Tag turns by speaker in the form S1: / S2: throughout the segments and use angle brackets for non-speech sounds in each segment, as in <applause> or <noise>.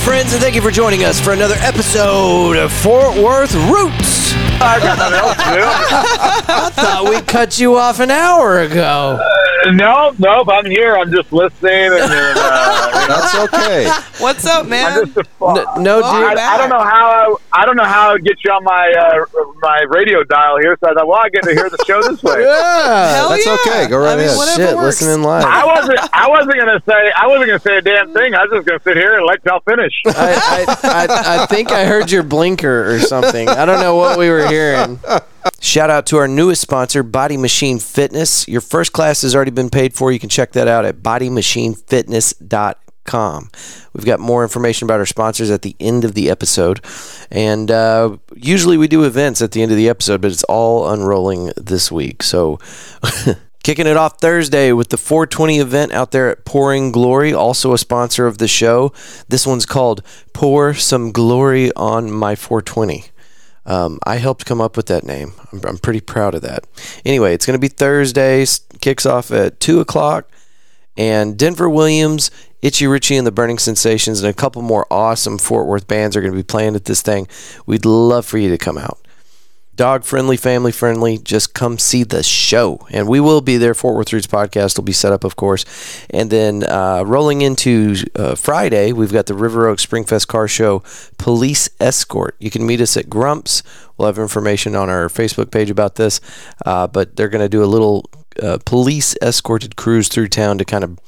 S1: friends, and thank you for joining us for another episode of Fort Worth
S2: <laughs>
S1: Roots.
S3: I got nothing else to
S1: I thought we cut you off an hour ago.
S3: do. <laughs> No, nope, I'm here. I'm just listening. And, uh,
S4: That's
S2: <laughs>
S4: okay.
S2: What's up,
S1: <laughs>
S3: I'm
S2: man?
S3: just a fan.
S1: N- no,
S2: Oh,
S1: dude.
S2: you're
S3: I, I don't
S2: back.
S3: know how I, I don't know how I'd get you on my uh, my radio dial here. So I thought, well, I get to hear the show this way.
S1: <laughs> Yeah.
S2: Hell
S4: That's
S2: yeah.
S4: okay. Go right
S2: I mean,
S4: ahead.
S2: whatever
S1: Shit,
S2: works.
S1: listening live.
S3: I
S1: I,
S3: wasn't I wasn't gonna say I wasn't gonna say a damn thing. I was just gonna sit here and let y'all finish.
S1: I, I, I think I heard your blinker or something. I don't know what we were hearing. Shout out to our newest sponsor, Body Machine Fitness. Your first class has already been paid for. You can check that out at bodymachinefitness.com. We've got more information about our sponsors at the end of the episode. And uh, usually we do events at the end of the episode, but it's all unrolling this week. So. <laughs> Kicking it off Thursday with the 420 event out there at Pouring Glory, also a sponsor of the show. This one's called Pour Some Glory on My 420. Um, I helped come up with that name. I'm, I'm pretty proud of that. Anyway, it's going to be Thursday. s- Kicks off at two o'clock, and Denver Williams, Itchy Richie, and the Burning Sensations, and a couple more awesome Fort Worth bands are going to be playing at this thing. We'd love for you to come out. Dog friendly, family friendly. Just come see the show, and we will be there. Fort Worth Roots podcast will be set up, of course, and then uh, rolling into uh, Friday, we've got the River Oaks Springfest Car Show Police Escort. You can meet us at Grumps. We'll have information on our Facebook page about this, uh, but they're going to do a little uh, police escorted cruise through town to kind of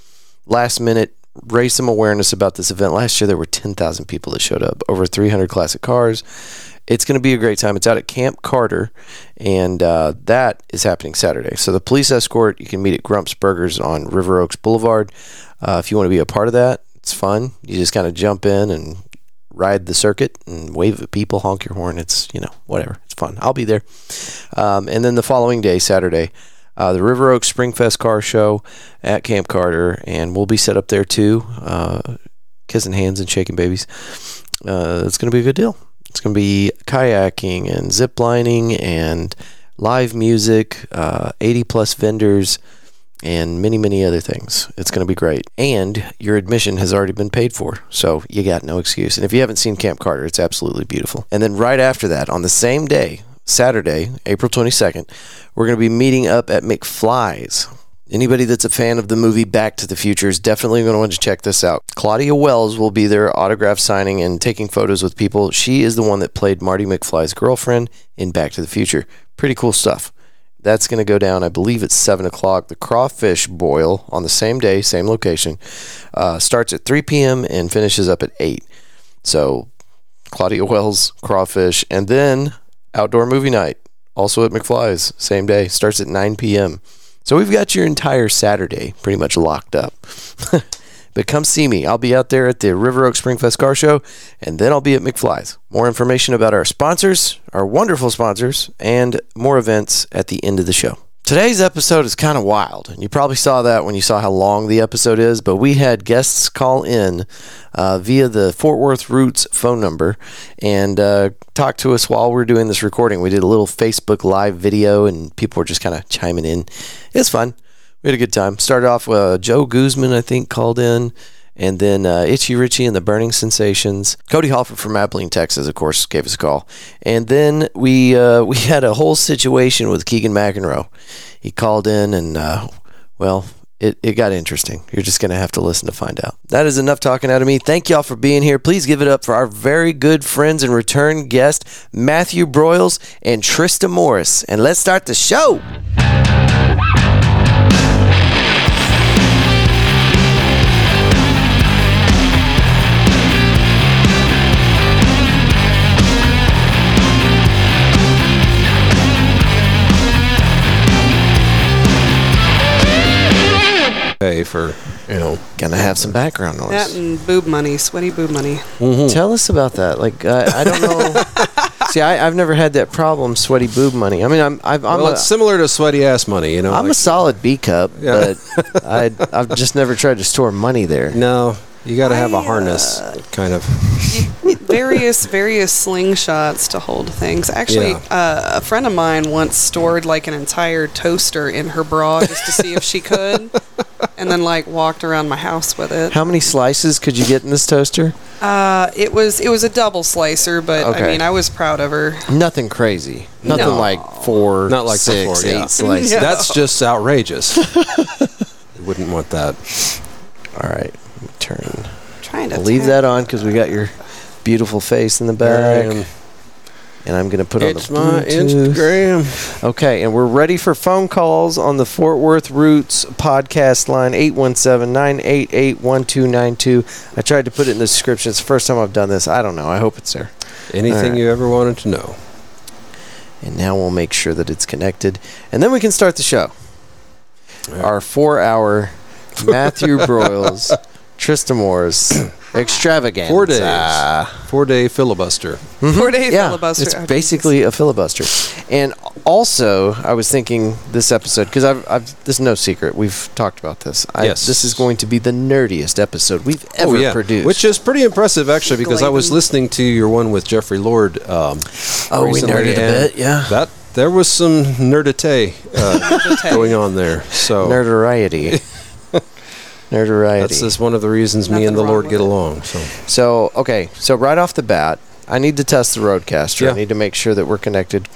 S1: last minute raise some awareness about this event. Last year there were 10,000 people that showed up, over 300 classic cars. It's going to be a great time. It's out at Camp Carter, and uh, that is happening Saturday. So the police escort you can meet at Grumps Burgers on River Oaks Boulevard. Uh, if you want to be a part of that, it's fun. You just kind of jump in and ride the circuit and wave at people, honk your horn. It's you know whatever. It's fun. I'll be there. Um, and then the following day, Saturday, uh, the River Oaks Springfest Car Show at Camp Carter, and we'll be set up there too, uh, kissing hands and shaking babies. Uh, it's going to be a good deal. It's going to be kayaking and zip lining and live music, uh, 80 plus vendors, and many, many other things. It's going to be great. And your admission has already been paid for, so you got no excuse. And if you haven't seen Camp Carter, it's absolutely beautiful. And then right after that, on the same day, Saturday, April 22nd, we're going to be meeting up at McFly's. Anybody that's a fan of the movie Back to the Future is definitely going to want to check this out. Claudia Wells will be there autograph signing and taking photos with people. She is the one that played Marty McFly's girlfriend in Back to the Future. Pretty cool stuff. That's going to go down, I believe, at 7 o'clock. The crawfish boil on the same day, same location, uh, starts at 3 p.m. and finishes up at 8. So Claudia Wells, Crawfish, and then outdoor movie night, also at McFly's, same day, starts at 9 p.m. So we've got your entire Saturday pretty much locked up. <laughs> but come see me. I'll be out there at the River Oaks Springfest Car Show, and then I'll be at McFly's. More information about our sponsors, our wonderful sponsors, and more events at the end of the show. Today's episode is kind of wild, and you probably saw that when you saw how long the episode is. But we had guests call in uh, via the Fort Worth Roots phone number and uh, talk to us while we're doing this recording. We did a little Facebook live video, and people were just kind of chiming in. It's fun. We had a good time. Started off with uh, Joe Guzman, I think, called in, and then uh, Itchy Richie and the Burning Sensations. Cody Hoffer from Abilene, Texas, of course, gave us a call. And then we uh, <laughs> we had a whole situation with Keegan McEnroe. He called in, and uh, well, it, it got interesting. You're just going to have to listen to find out. That is enough talking out of me. Thank y'all for being here. Please give it up for our very good friends and return guest, Matthew Broyles and Trista Morris. And let's start the show.
S4: Pay for you know.
S1: Gonna have some background noise.
S2: That and boob money, sweaty boob money.
S1: Tell us about that. Like, uh, I I don't
S4: <laughs>
S1: know. See, I, I've never had that problem, sweaty boob money. I mean, I'm I've, I'm
S4: Well,
S1: a,
S4: it's similar to sweaty ass money. You know.
S1: I'm a
S4: like-
S1: solid B cup,
S4: Yeah.
S1: but I I've just never tried to store money there.
S4: no. You got to have
S2: I, uh,
S4: a harness, kind of.
S2: various various slingshots to hold things. Actually,
S4: Yeah.
S2: uh, a friend of mine once stored like an entire toaster in her bra just to see if
S1: <laughs>
S2: she could, and then like walked around my house with it.
S1: How many slices could you get in this toaster?
S2: Uh, it was it was a double slicer, but
S1: Okay.
S2: I mean, I was proud of her.
S1: Nothing crazy. Nothing
S2: No.
S1: like four,
S4: Not like the
S1: six,
S2: <laughs>
S4: four, yeah.
S1: eight slices.
S2: Yeah.
S4: That's just
S2: <laughs>
S4: outrageous. You wouldn't want that.
S1: All right, let me turn.
S2: trying to
S1: I'll leave
S2: turn-
S1: that on because we got your beautiful face in the back,
S4: I am.
S1: and I'm gonna put
S4: It's
S1: on the
S4: my
S1: Bluetooth.
S4: Instagram.
S1: Okay, and we're ready for phone calls on the Fort Worth Roots podcast line 817-988-1292. I tried to put it in the description. It's the first time I've done this. I don't know. I hope it's there.
S4: Anything
S1: Alright.
S4: you ever wanted to know.
S1: And now we'll make sure that it's connected, and then we can start the show.
S4: Alright.
S1: Our 4-hour Matthew
S4: <laughs>
S1: Broyles Tristan Moore's extravaganza.
S4: Four days. Four day filibuster.
S2: <laughs> Four day
S1: yeah,
S2: filibuster.
S1: It's
S2: Oh, Jesus.
S1: basically a filibuster. And also, I was thinking this episode because I've, I've this is no secret. We've talked about this. I,
S4: Yes. Oh,
S1: this is going to be the nerdiest episode we've ever produced.
S4: Which is pretty impressive, actually, because I was
S2: Gladen.
S4: listening to your one with Jeffrey Lord. Um,
S1: Oh, we
S4: recently,
S1: nerded a
S4: and
S1: bit, yeah.
S4: That there was some nerdite uh, going on there. So <laughs>
S1: nerdariety. nerdariety.
S4: oh. that's just one of the reasons me
S2: Nothing
S4: and the
S2: wrong
S4: Lord
S2: with
S4: get
S2: it.
S4: along. So
S1: So okay, so right off the bat, I need to test the roadcaster. I
S4: Yeah.
S1: need to make sure that we're connected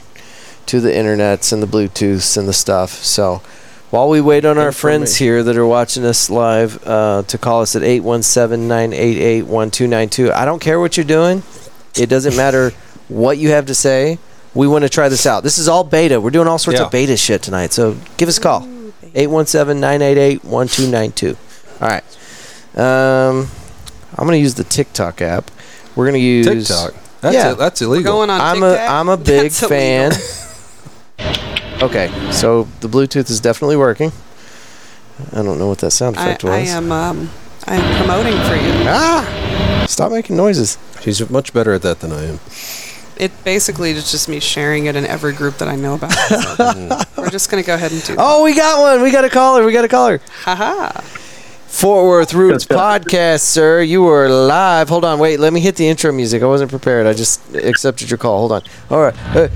S1: to the internets and the Bluetooths and the stuff. So while we wait on our
S4: for
S1: friends
S4: me.
S1: here that are watching us live uh, to call us at 817-988-1292, I don't care what you're doing. It doesn't matter what you have to say. We want to try this out. This is all beta. We're doing all sorts
S4: Yeah.
S1: of beta shit tonight. So give us a call. 817-988-1292. All right. Um, I'm going to use the TikTok app. We're going to use
S4: TikTok. That's
S1: Yeah.
S4: it, that's
S2: We're
S4: illegal.
S2: going on
S1: I'm a
S2: TikTok?
S1: I'm
S2: <laughs>
S1: a big
S2: That's illegal.
S1: fan. okay, so the Bluetooth is definitely working. I don't know what that sound
S2: I,
S1: effect
S2: I
S1: was.
S2: am um, I'm promoting for you.
S1: Ah! Stop making noises.
S4: She's much better at that than I am.
S2: It basically is just me sharing it in every group that I know about. <laughs> So we're just gonna go ahead and do.
S1: Oh, we got one. We got a caller. We got a caller.
S2: haha!
S1: Fort Worth Roots podcast, sir. You are live. Hold on. Wait, let me hit the intro music. I wasn't prepared. I just accepted your call. Hold on. All right. Hey.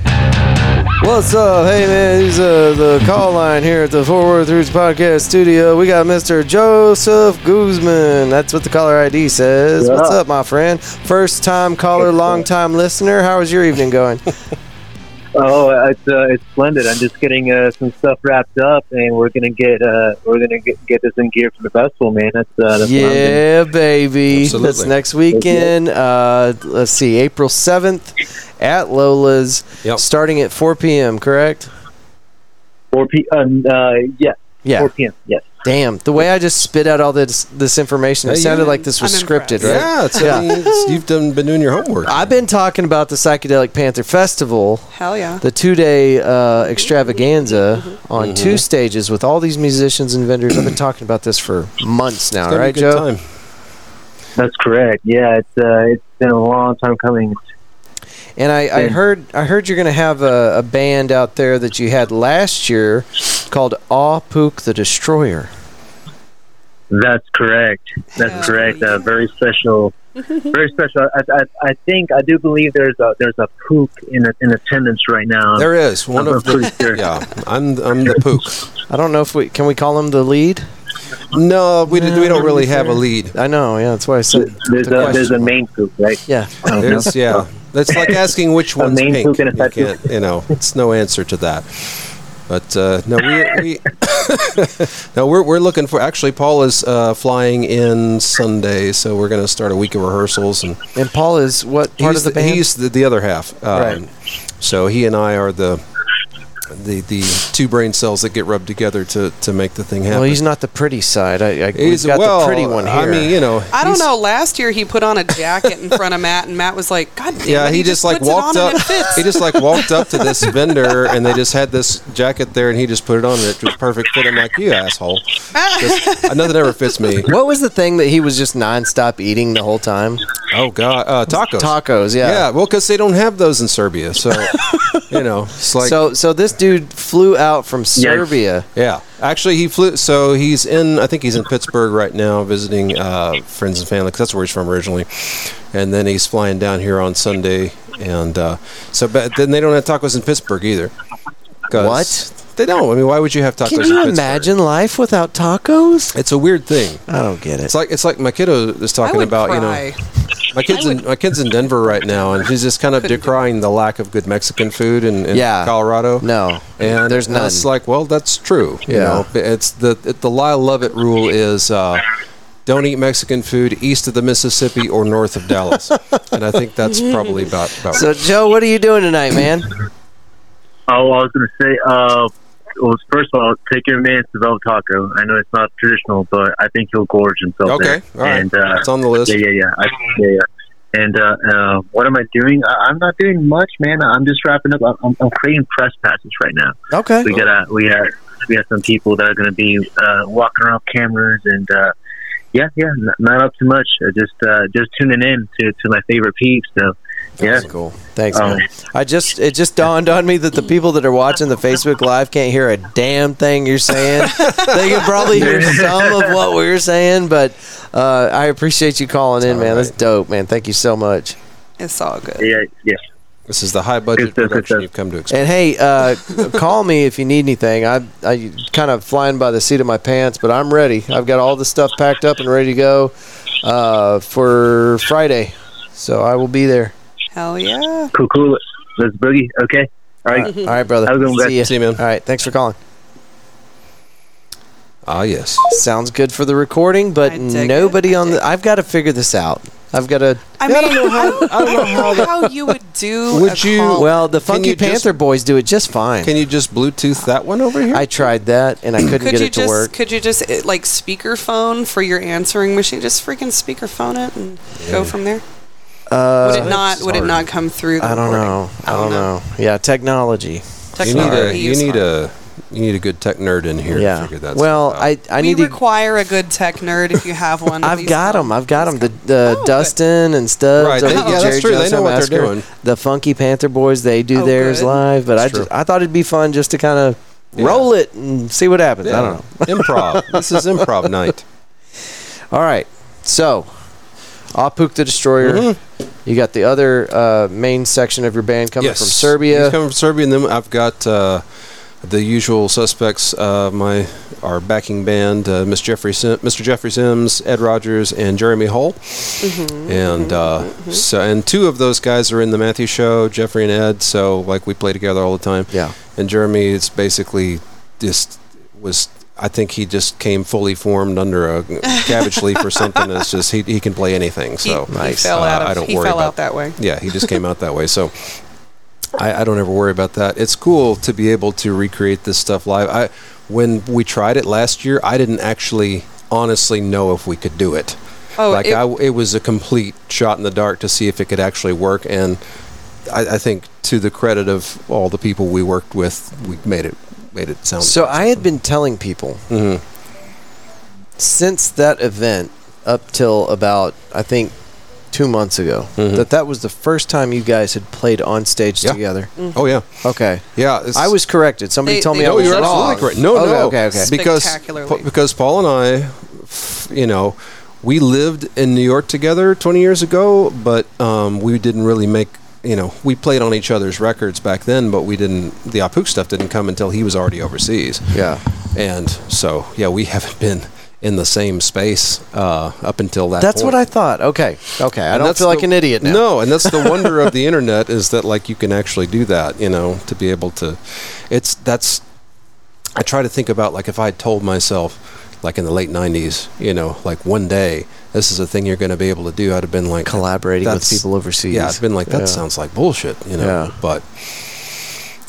S1: What's up? Hey, man. This is uh, the call line here at the Fort Worth Roots podcast studio. We got Mr. Joseph Guzman. That's what the caller ID says. What's
S5: Yeah.
S1: up, my friend? First time caller, long time listener. How is your evening going?
S6: Oh, it's uh, it's splendid. I'm just getting uh, some stuff wrapped up, and we're gonna get uh, we're gonna get, get this in gear for the festival, man. That's, uh, that's what I'm doing.
S1: yeah, baby.
S4: Absolutely.
S1: That's next weekend. Uh, let's see, April 7th at Lola's,
S4: Yep.
S1: starting at 4 p.m., correct?
S6: four p. Um, uh, yeah,
S1: Yeah.
S6: four p.m. Yes.
S1: Damn. The way I just spit out all this this information, it
S4: Hey, you-
S1: sounded like this was
S2: I'm
S1: scripted,
S2: impressed.
S1: right?
S4: Yeah, it's,
S1: Yeah.
S4: I mean, it's- you've done been doing your homework.
S1: I've been talking about the Psychedelic Panther Festival,
S2: Hell yeah!
S1: the two day uh, extravaganza
S4: Mm-hmm.
S1: on two stages with all these musicians and vendors. I've been talking about this for months now,
S4: It's gonna be a
S1: right,
S4: good
S1: Joe?
S4: time.
S6: That's correct. Yeah, it's uh, it's been a long time coming.
S1: And I, I
S6: Yeah.
S1: heard I heard you're going to have a, a band out there that you had last year called Aw Pook the Destroyer.
S6: That's correct. That's
S2: Hell
S6: correct.
S2: yeah.
S6: Uh, very special. very special. I, I, I think I do believe there's a there's a pook in in attendance right now.
S4: There is one
S6: I'm
S4: of
S6: pretty
S4: the.
S6: sure.
S4: Yeah, I'm I'm the pook.
S1: I don't know if we can we call him the lead.
S4: No, we, d- we don't really have a lead.
S1: I know, yeah, that's why I said
S6: There's
S1: the
S6: a there's a
S1: question.
S6: main pook, right?
S1: yeah.
S6: I don't know.
S4: There's, yeah, that's
S6: <laughs>
S4: like asking which
S6: A
S4: one's
S6: main
S4: pink.
S6: poop and a
S4: You
S6: fat poop.
S4: can't- you know, it's no answer to that. But uh, no, we, we <laughs> no, we're we're looking for. Actually, Paul is uh, flying in Sunday, so we're going to start a week of rehearsals, and
S1: And Paul is what part
S4: he's
S1: of the band?
S4: He's the, the other half, um,
S1: Right.
S4: So he and I are the the the two brain cells that get rubbed together to to make the thing happen.
S1: well, he's not the pretty side. I, I we've got
S4: well,
S1: the pretty one here.
S4: I mean, you know,
S2: I don't
S4: he's-
S2: know. Last year he put on a jacket in front of Matt, and Matt was like, "God damn
S4: Yeah,
S2: it,
S4: he, just, like
S2: puts it
S4: walked
S2: on
S4: up.
S2: and it fits."
S4: He just like walked up to
S2: <laughs>
S4: this vendor, and they just had this jacket there, and he just put it on, and it was perfect fit. I'm like, you asshole! <laughs> Uh, Just- nothing ever fits me.
S1: what was the thing that he was just nonstop eating the whole time?
S4: Oh god, uh, tacos.
S1: Tacos, yeah.
S4: yeah, well, because they don't have those in Serbia, so you know, it's like
S1: so so this dude flew out from Serbia.
S4: yeah. Actually, he flew. So he's in. I think he's in Pittsburgh right now, visiting uh, friends and family. 'cause that's where he's from originally, and then he's flying down here on Sunday, and uh, so but then they don't have tacos in Pittsburgh either. 'Cause
S1: What?
S4: They don't. I mean, why would you have tacos?
S1: Can
S4: in
S1: you
S4: Pittsburgh?
S1: imagine life without tacos?
S4: It's a weird thing.
S1: I don't get it.
S4: It's like it's like my kiddo is
S2: <laughs> I
S4: talking
S2: would
S4: about.
S2: cry.
S4: You My kids in my kids in Denver right now, and he's just
S1: <laughs>
S4: kind of decrying the lack of good Mexican food in, in
S1: Yeah.
S4: Colorado.
S1: No,
S4: and
S1: there's none.
S4: It's like, well, that's true. You
S1: Yeah.
S4: know, But it's the it, the Lyle Lovett rule is. Uh, don't eat Mexican food east of the Mississippi or north of Dallas, and I think that's
S1: <laughs>
S4: probably about. about
S1: So Joe, what are you doing tonight, man?
S6: Oh, I was going to say, uh, well, first of all, take your man to Velvet Taco. I know it's not traditional, but I think he'll gorge himself.
S4: okay, all
S6: there.
S4: right,
S6: And, uh,
S4: it's on the list.
S6: yeah, yeah, yeah. I, yeah, yeah. And uh, uh, what am I doing? I, I'm not doing much, man. I'm just wrapping up. I'm- I'm, I'm creating press passes right now.
S1: Okay.
S6: We got uh, we have we have some people that are going to be uh, walking around cameras and uh, yeah, yeah, n- not up too much. Uh, Just uh, just tuning in to, to my favorite peeps. So yeah,
S1: That's cool. Thanks,
S6: Um,
S1: man. I just it just dawned on me that the people that are watching the Facebook Live can't hear a damn thing you're saying. they can probably hear some of what we're saying, but uh, I appreciate you calling in, man. That's dope, man. Thank you so much.
S2: It's all good.
S6: yeah, yeah.
S4: This is the high budget
S6: It's- it's-
S4: production
S6: it's-
S4: you've come to expect.
S1: And hey, uh, call me if you need anything. I I kind of flying by the seat of my pants, but I'm ready. I've got all the stuff packed up and ready to go uh, for Friday, so I will be there.
S2: Hell yeah.
S6: Cool, cool. Let's boogie. Okay. All right.
S1: All right, brother.
S6: Have a good one, guys.
S1: See you.
S4: See you, man.
S1: All right, thanks for calling.
S4: Ah, yes.
S1: Sounds good for the recording, but
S2: I dig it.
S1: nobody
S2: I
S1: on
S2: dig
S1: the. I've got to figure this out. I've got to.
S2: I mean, I don't know how, you would do.
S4: Would
S2: a
S4: you-
S2: call-
S1: Well, the
S4: Can
S1: Funky
S4: you just-
S1: Panther boys do it just fine.
S4: Can you just Bluetooth that one over here?
S1: I tried that and I couldn't
S2: could
S1: get
S2: you
S1: it to
S2: just
S1: work.
S2: could you just eh, like speakerphone for your answering machine? Just freaking speakerphone it and go from there.
S1: Uh,
S2: Would it not? Would it
S4: hard.
S2: not come through? The
S1: I don't
S2: recording?
S1: know. I don't know. Yeah, technology.
S4: you need
S2: Technology
S4: a you
S2: is
S4: need
S2: hard.
S4: a you need a good tech nerd in here to
S1: Yeah.
S4: figure that
S1: Well,
S4: stuff out.
S1: I I
S2: we
S1: need to.
S2: require a good tech nerd if you have
S4: <laughs>
S2: one.
S1: I've
S2: Please
S1: got
S2: come.
S1: them. I've got them. The,
S2: Oh,
S1: the
S2: good.
S1: Dustin and Stubbs.
S4: Right,
S1: up
S4: they-
S1: at
S4: yeah, that's
S1: Jerry
S4: true. They know
S1: Johnson
S4: what they're
S1: Massacre.
S4: doing.
S1: The Funky Panther boys, they do
S2: Oh,
S1: theirs
S2: good.
S1: live, but I
S4: That's
S1: just,
S4: true.
S1: I thought it'd be fun just to kind of
S4: Yeah.
S1: roll it and see what happens. I don't know. <laughs>
S4: improv. This is improv night.
S1: All right. So, Apuk the Destroyer. You got the other uh, main section of your band coming
S4: Mm-hmm. yes.
S1: from
S4: He's
S1: Serbia.
S4: coming from Serbia, and then I've got uh, the usual suspects. Uh, my our backing band, uh, Miss Jeffrey, Sim- Mr. Jeffrey Sims, Ed Rogers, and Jeremy Hull,
S2: Mm-hmm.
S4: and uh, so and two of those guys are in the Matthew Show, Jeffrey and Ed. So like we play together all the time.
S1: Yeah.
S4: and Jeremy is basically just was. I think he just came fully formed under a cabbage leaf or something. It's just he, he can play anything.
S2: He,
S4: So
S2: he fell
S4: Uh,
S2: out. Of,
S4: I don't
S2: he
S4: worry
S2: fell
S4: about
S2: out that way.
S4: yeah, he just came out that way. So I, I don't ever worry about that. It's cool to be able to recreate this stuff live. I when we tried it last year, I didn't actually honestly know if we could do it.
S2: Oh,
S4: like
S2: it-
S4: I, it was a complete shot in the dark to see if it could actually work. And I, I think to the credit of all the people we worked with, we made it made it sound. Mm-hmm.
S1: So, I had been telling people since that event up till about, I think, two months ago, that that was the first time you guys had played on stage
S4: Mm-hmm. Yeah.
S1: together.
S4: oh yeah,
S1: Okay.
S4: yeah. it's-
S1: I was corrected. Somebody
S2: They-
S1: told me
S2: they
S1: I
S4: No,
S1: was
S2: always
S4: you're
S1: wrong.
S4: absolutely correct. No,
S1: Okay,
S4: no.
S1: Okay, okay.
S4: Because,
S2: Spectacularly.
S4: pa- because Paul and I, f- you know, we lived in New York together 20 years ago, but um, we didn't really make, you know, we played on each other's records back then, but we didn't, the Apuk stuff didn't come until he was already overseas.
S1: Yeah.
S4: And so, yeah, we <laughs> haven't been in the same space uh, up until that
S1: That's
S4: point.
S1: what I thought. Okay. Okay. I
S4: And
S1: don't
S4: that's
S1: feel like
S4: the-
S1: an idiot now.
S4: No, and that's the
S1: <laughs>
S4: wonder of the internet is that like you can actually do that, you know, to be able to it's that's I try to think about like if I told myself like in the late 90s, you know, like one day this is a thing you're going to be able to do, I'd have been like
S1: Collaborating with
S4: that's-
S1: people overseas.
S4: Yeah, I've been like that
S1: Yeah.
S4: sounds like bullshit, you know.
S1: Yeah.
S4: But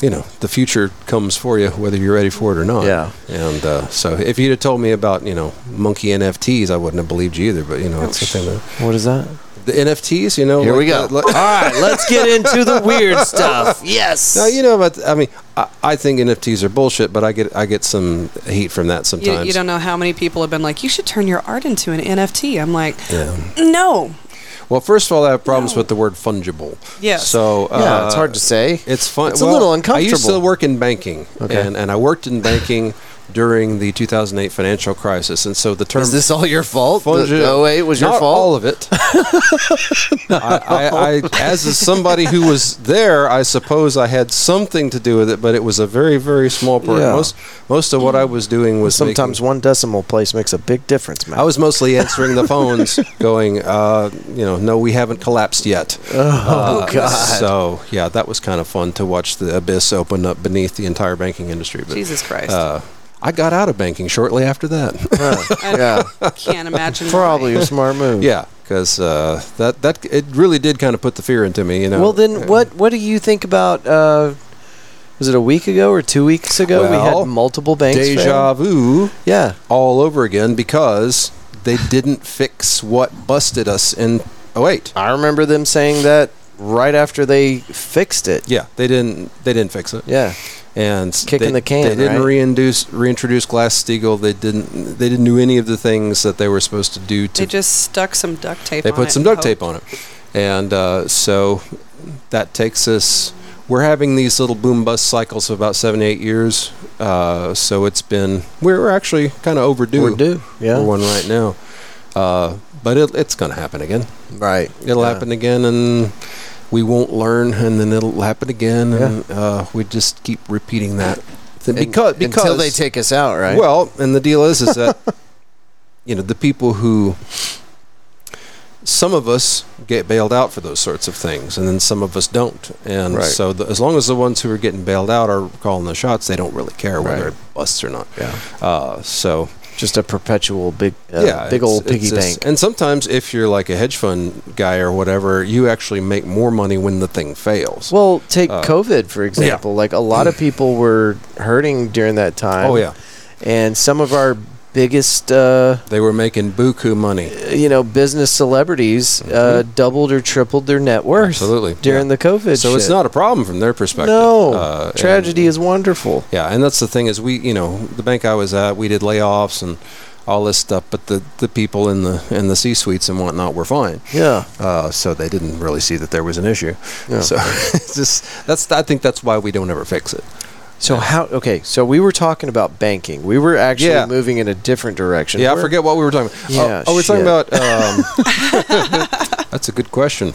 S4: you know, the future comes for you whether you're ready for it or not.
S1: Yeah.
S4: And uh, so if you'd have told me about, you know, monkey NFTs, I wouldn't have believed you either, but you know, it's the thing that
S1: What is that?
S4: the NFTs, you know.
S1: Here
S4: like
S1: we go.
S4: that, like-
S1: All right, let's get into the
S4: <laughs>
S1: weird stuff. Yes.
S4: Now you know about. I mean, I, I think NFTs are bullshit, but I get I get some heat from that
S2: You,
S4: sometimes.
S2: you don't know how many people have been like, you should turn your art into an NFT. I'm like,
S4: Yeah.
S2: no.
S4: Well, first of all, I have problems with the word fungible.
S2: Yes.
S4: So uh,
S1: yeah, it's hard to say.
S4: It's fun.
S1: It's
S4: well,
S1: a little
S4: I used
S1: uncomfortable.
S4: to work in banking,
S1: Okay.
S4: and, and I worked in banking during the 2008 financial crisis. And so the term
S1: Is this all your fault?
S4: Fungi-
S1: Oh wait, was your
S4: Not
S1: fault?
S4: all
S1: <laughs>
S4: of it. I, I, I, as is somebody who was there, I suppose I had something to do with it, but it was a very, very small part.
S1: Yeah.
S4: Most, most of what I was doing was making-
S1: Sometimes one decimal place makes a big difference, man.
S4: I was mostly answering the
S1: <laughs>
S4: phones, going, uh, you know, no, we haven't collapsed yet.
S1: oh
S4: Uh,
S1: god.
S4: So yeah, that was kind of fun to watch the abyss open up beneath the entire banking industry. But
S2: Jesus Christ.
S4: uh, I got out of banking shortly
S1: <laughs>
S4: after that. <laughs>
S1: yeah,
S2: I can't imagine.
S1: probably
S2: why.
S1: a smart move.
S4: yeah, because uh, that that it really did kind of put the fear into me. You know.
S1: Well, then what? What do you think about? Uh, was it a week ago or two weeks ago? we
S4: Well,
S1: had multiple banks. fail?
S4: Deja vu
S1: Yeah.
S4: all over again because they didn't fix what busted us in oh, 08.
S1: I remember them saying that right after they fixed it.
S4: Yeah, they didn't. They didn't fix it.
S1: Yeah.
S4: and s-
S1: Kicking
S4: they,
S1: the can,
S4: They didn't
S1: right?
S4: reintroduce reintroduce Glass Steagall. They didn't. They didn't do any of the things that they were supposed to do. To
S2: They just stuck some duct tape
S4: they
S2: on
S4: put
S2: it
S4: some
S2: and
S4: duct
S2: hoped.
S4: tape on it, and uh, so that takes us. We're having these little boom bust cycles of about seven eight years. Uh, so it's been we're we're actually kind of overdue,
S1: We're due.
S4: for
S1: Yeah.
S4: one right now. Uh, but it, it's going to happen again.
S1: Right.
S4: It'll
S1: Yeah.
S4: happen again, and we won't learn, and then it'll happen again, and uh, we just keep repeating that.
S1: And-
S4: Th- Because, because
S1: until they take us out, right?
S4: well, and the deal is, is
S1: <laughs>
S4: that you know the people who some of us get bailed out for those sorts of things, and then some of us don't. And
S1: Right.
S4: so, the, as long as the ones who are getting bailed out are calling the shots, they don't really care whether
S1: Right.
S4: it busts or not.
S1: Yeah.
S4: Uh, so
S1: just a perpetual big, uh, big
S4: it's-
S1: old
S4: it's
S1: piggy
S4: just-
S1: bank.
S4: And sometimes, if you're like a hedge fund guy or whatever, you actually make more money when the thing fails.
S1: Well, take
S4: Uh,
S1: COVID for example. Like a lot of people were hurting during that time.
S4: oh yeah,
S1: and some of our biggest, uh,
S4: they were making buku money.
S1: you know, business celebrities uh, doubled or tripled their net worth
S4: Mm-hmm. Absolutely.
S1: during
S4: Yeah.
S1: the COVID.
S4: so it's
S1: shit.
S4: not a problem from their perspective.
S1: No,
S4: Uh,
S1: tragedy
S4: and-
S1: is wonderful.
S4: Yeah, and that's the thing is we, you know, the bank I was at, we did layoffs and all this stuff, but the, the people in the in the C suites and whatnot were fine.
S1: Yeah,
S4: Uh, so they didn't really see that there was an issue.
S1: Yeah.
S4: So <laughs> it's just that's I think that's why we don't ever fix it.
S1: So how? Okay, so we were talking about banking. We were actually
S4: Yeah.
S1: moving in a different direction.
S4: Yeah, I
S1: We're-
S4: forget what we were talking about.
S1: Yeah,
S4: oh, oh, we're talking
S1: shit.
S4: about.
S1: <laughs>
S4: Um, that's a good question.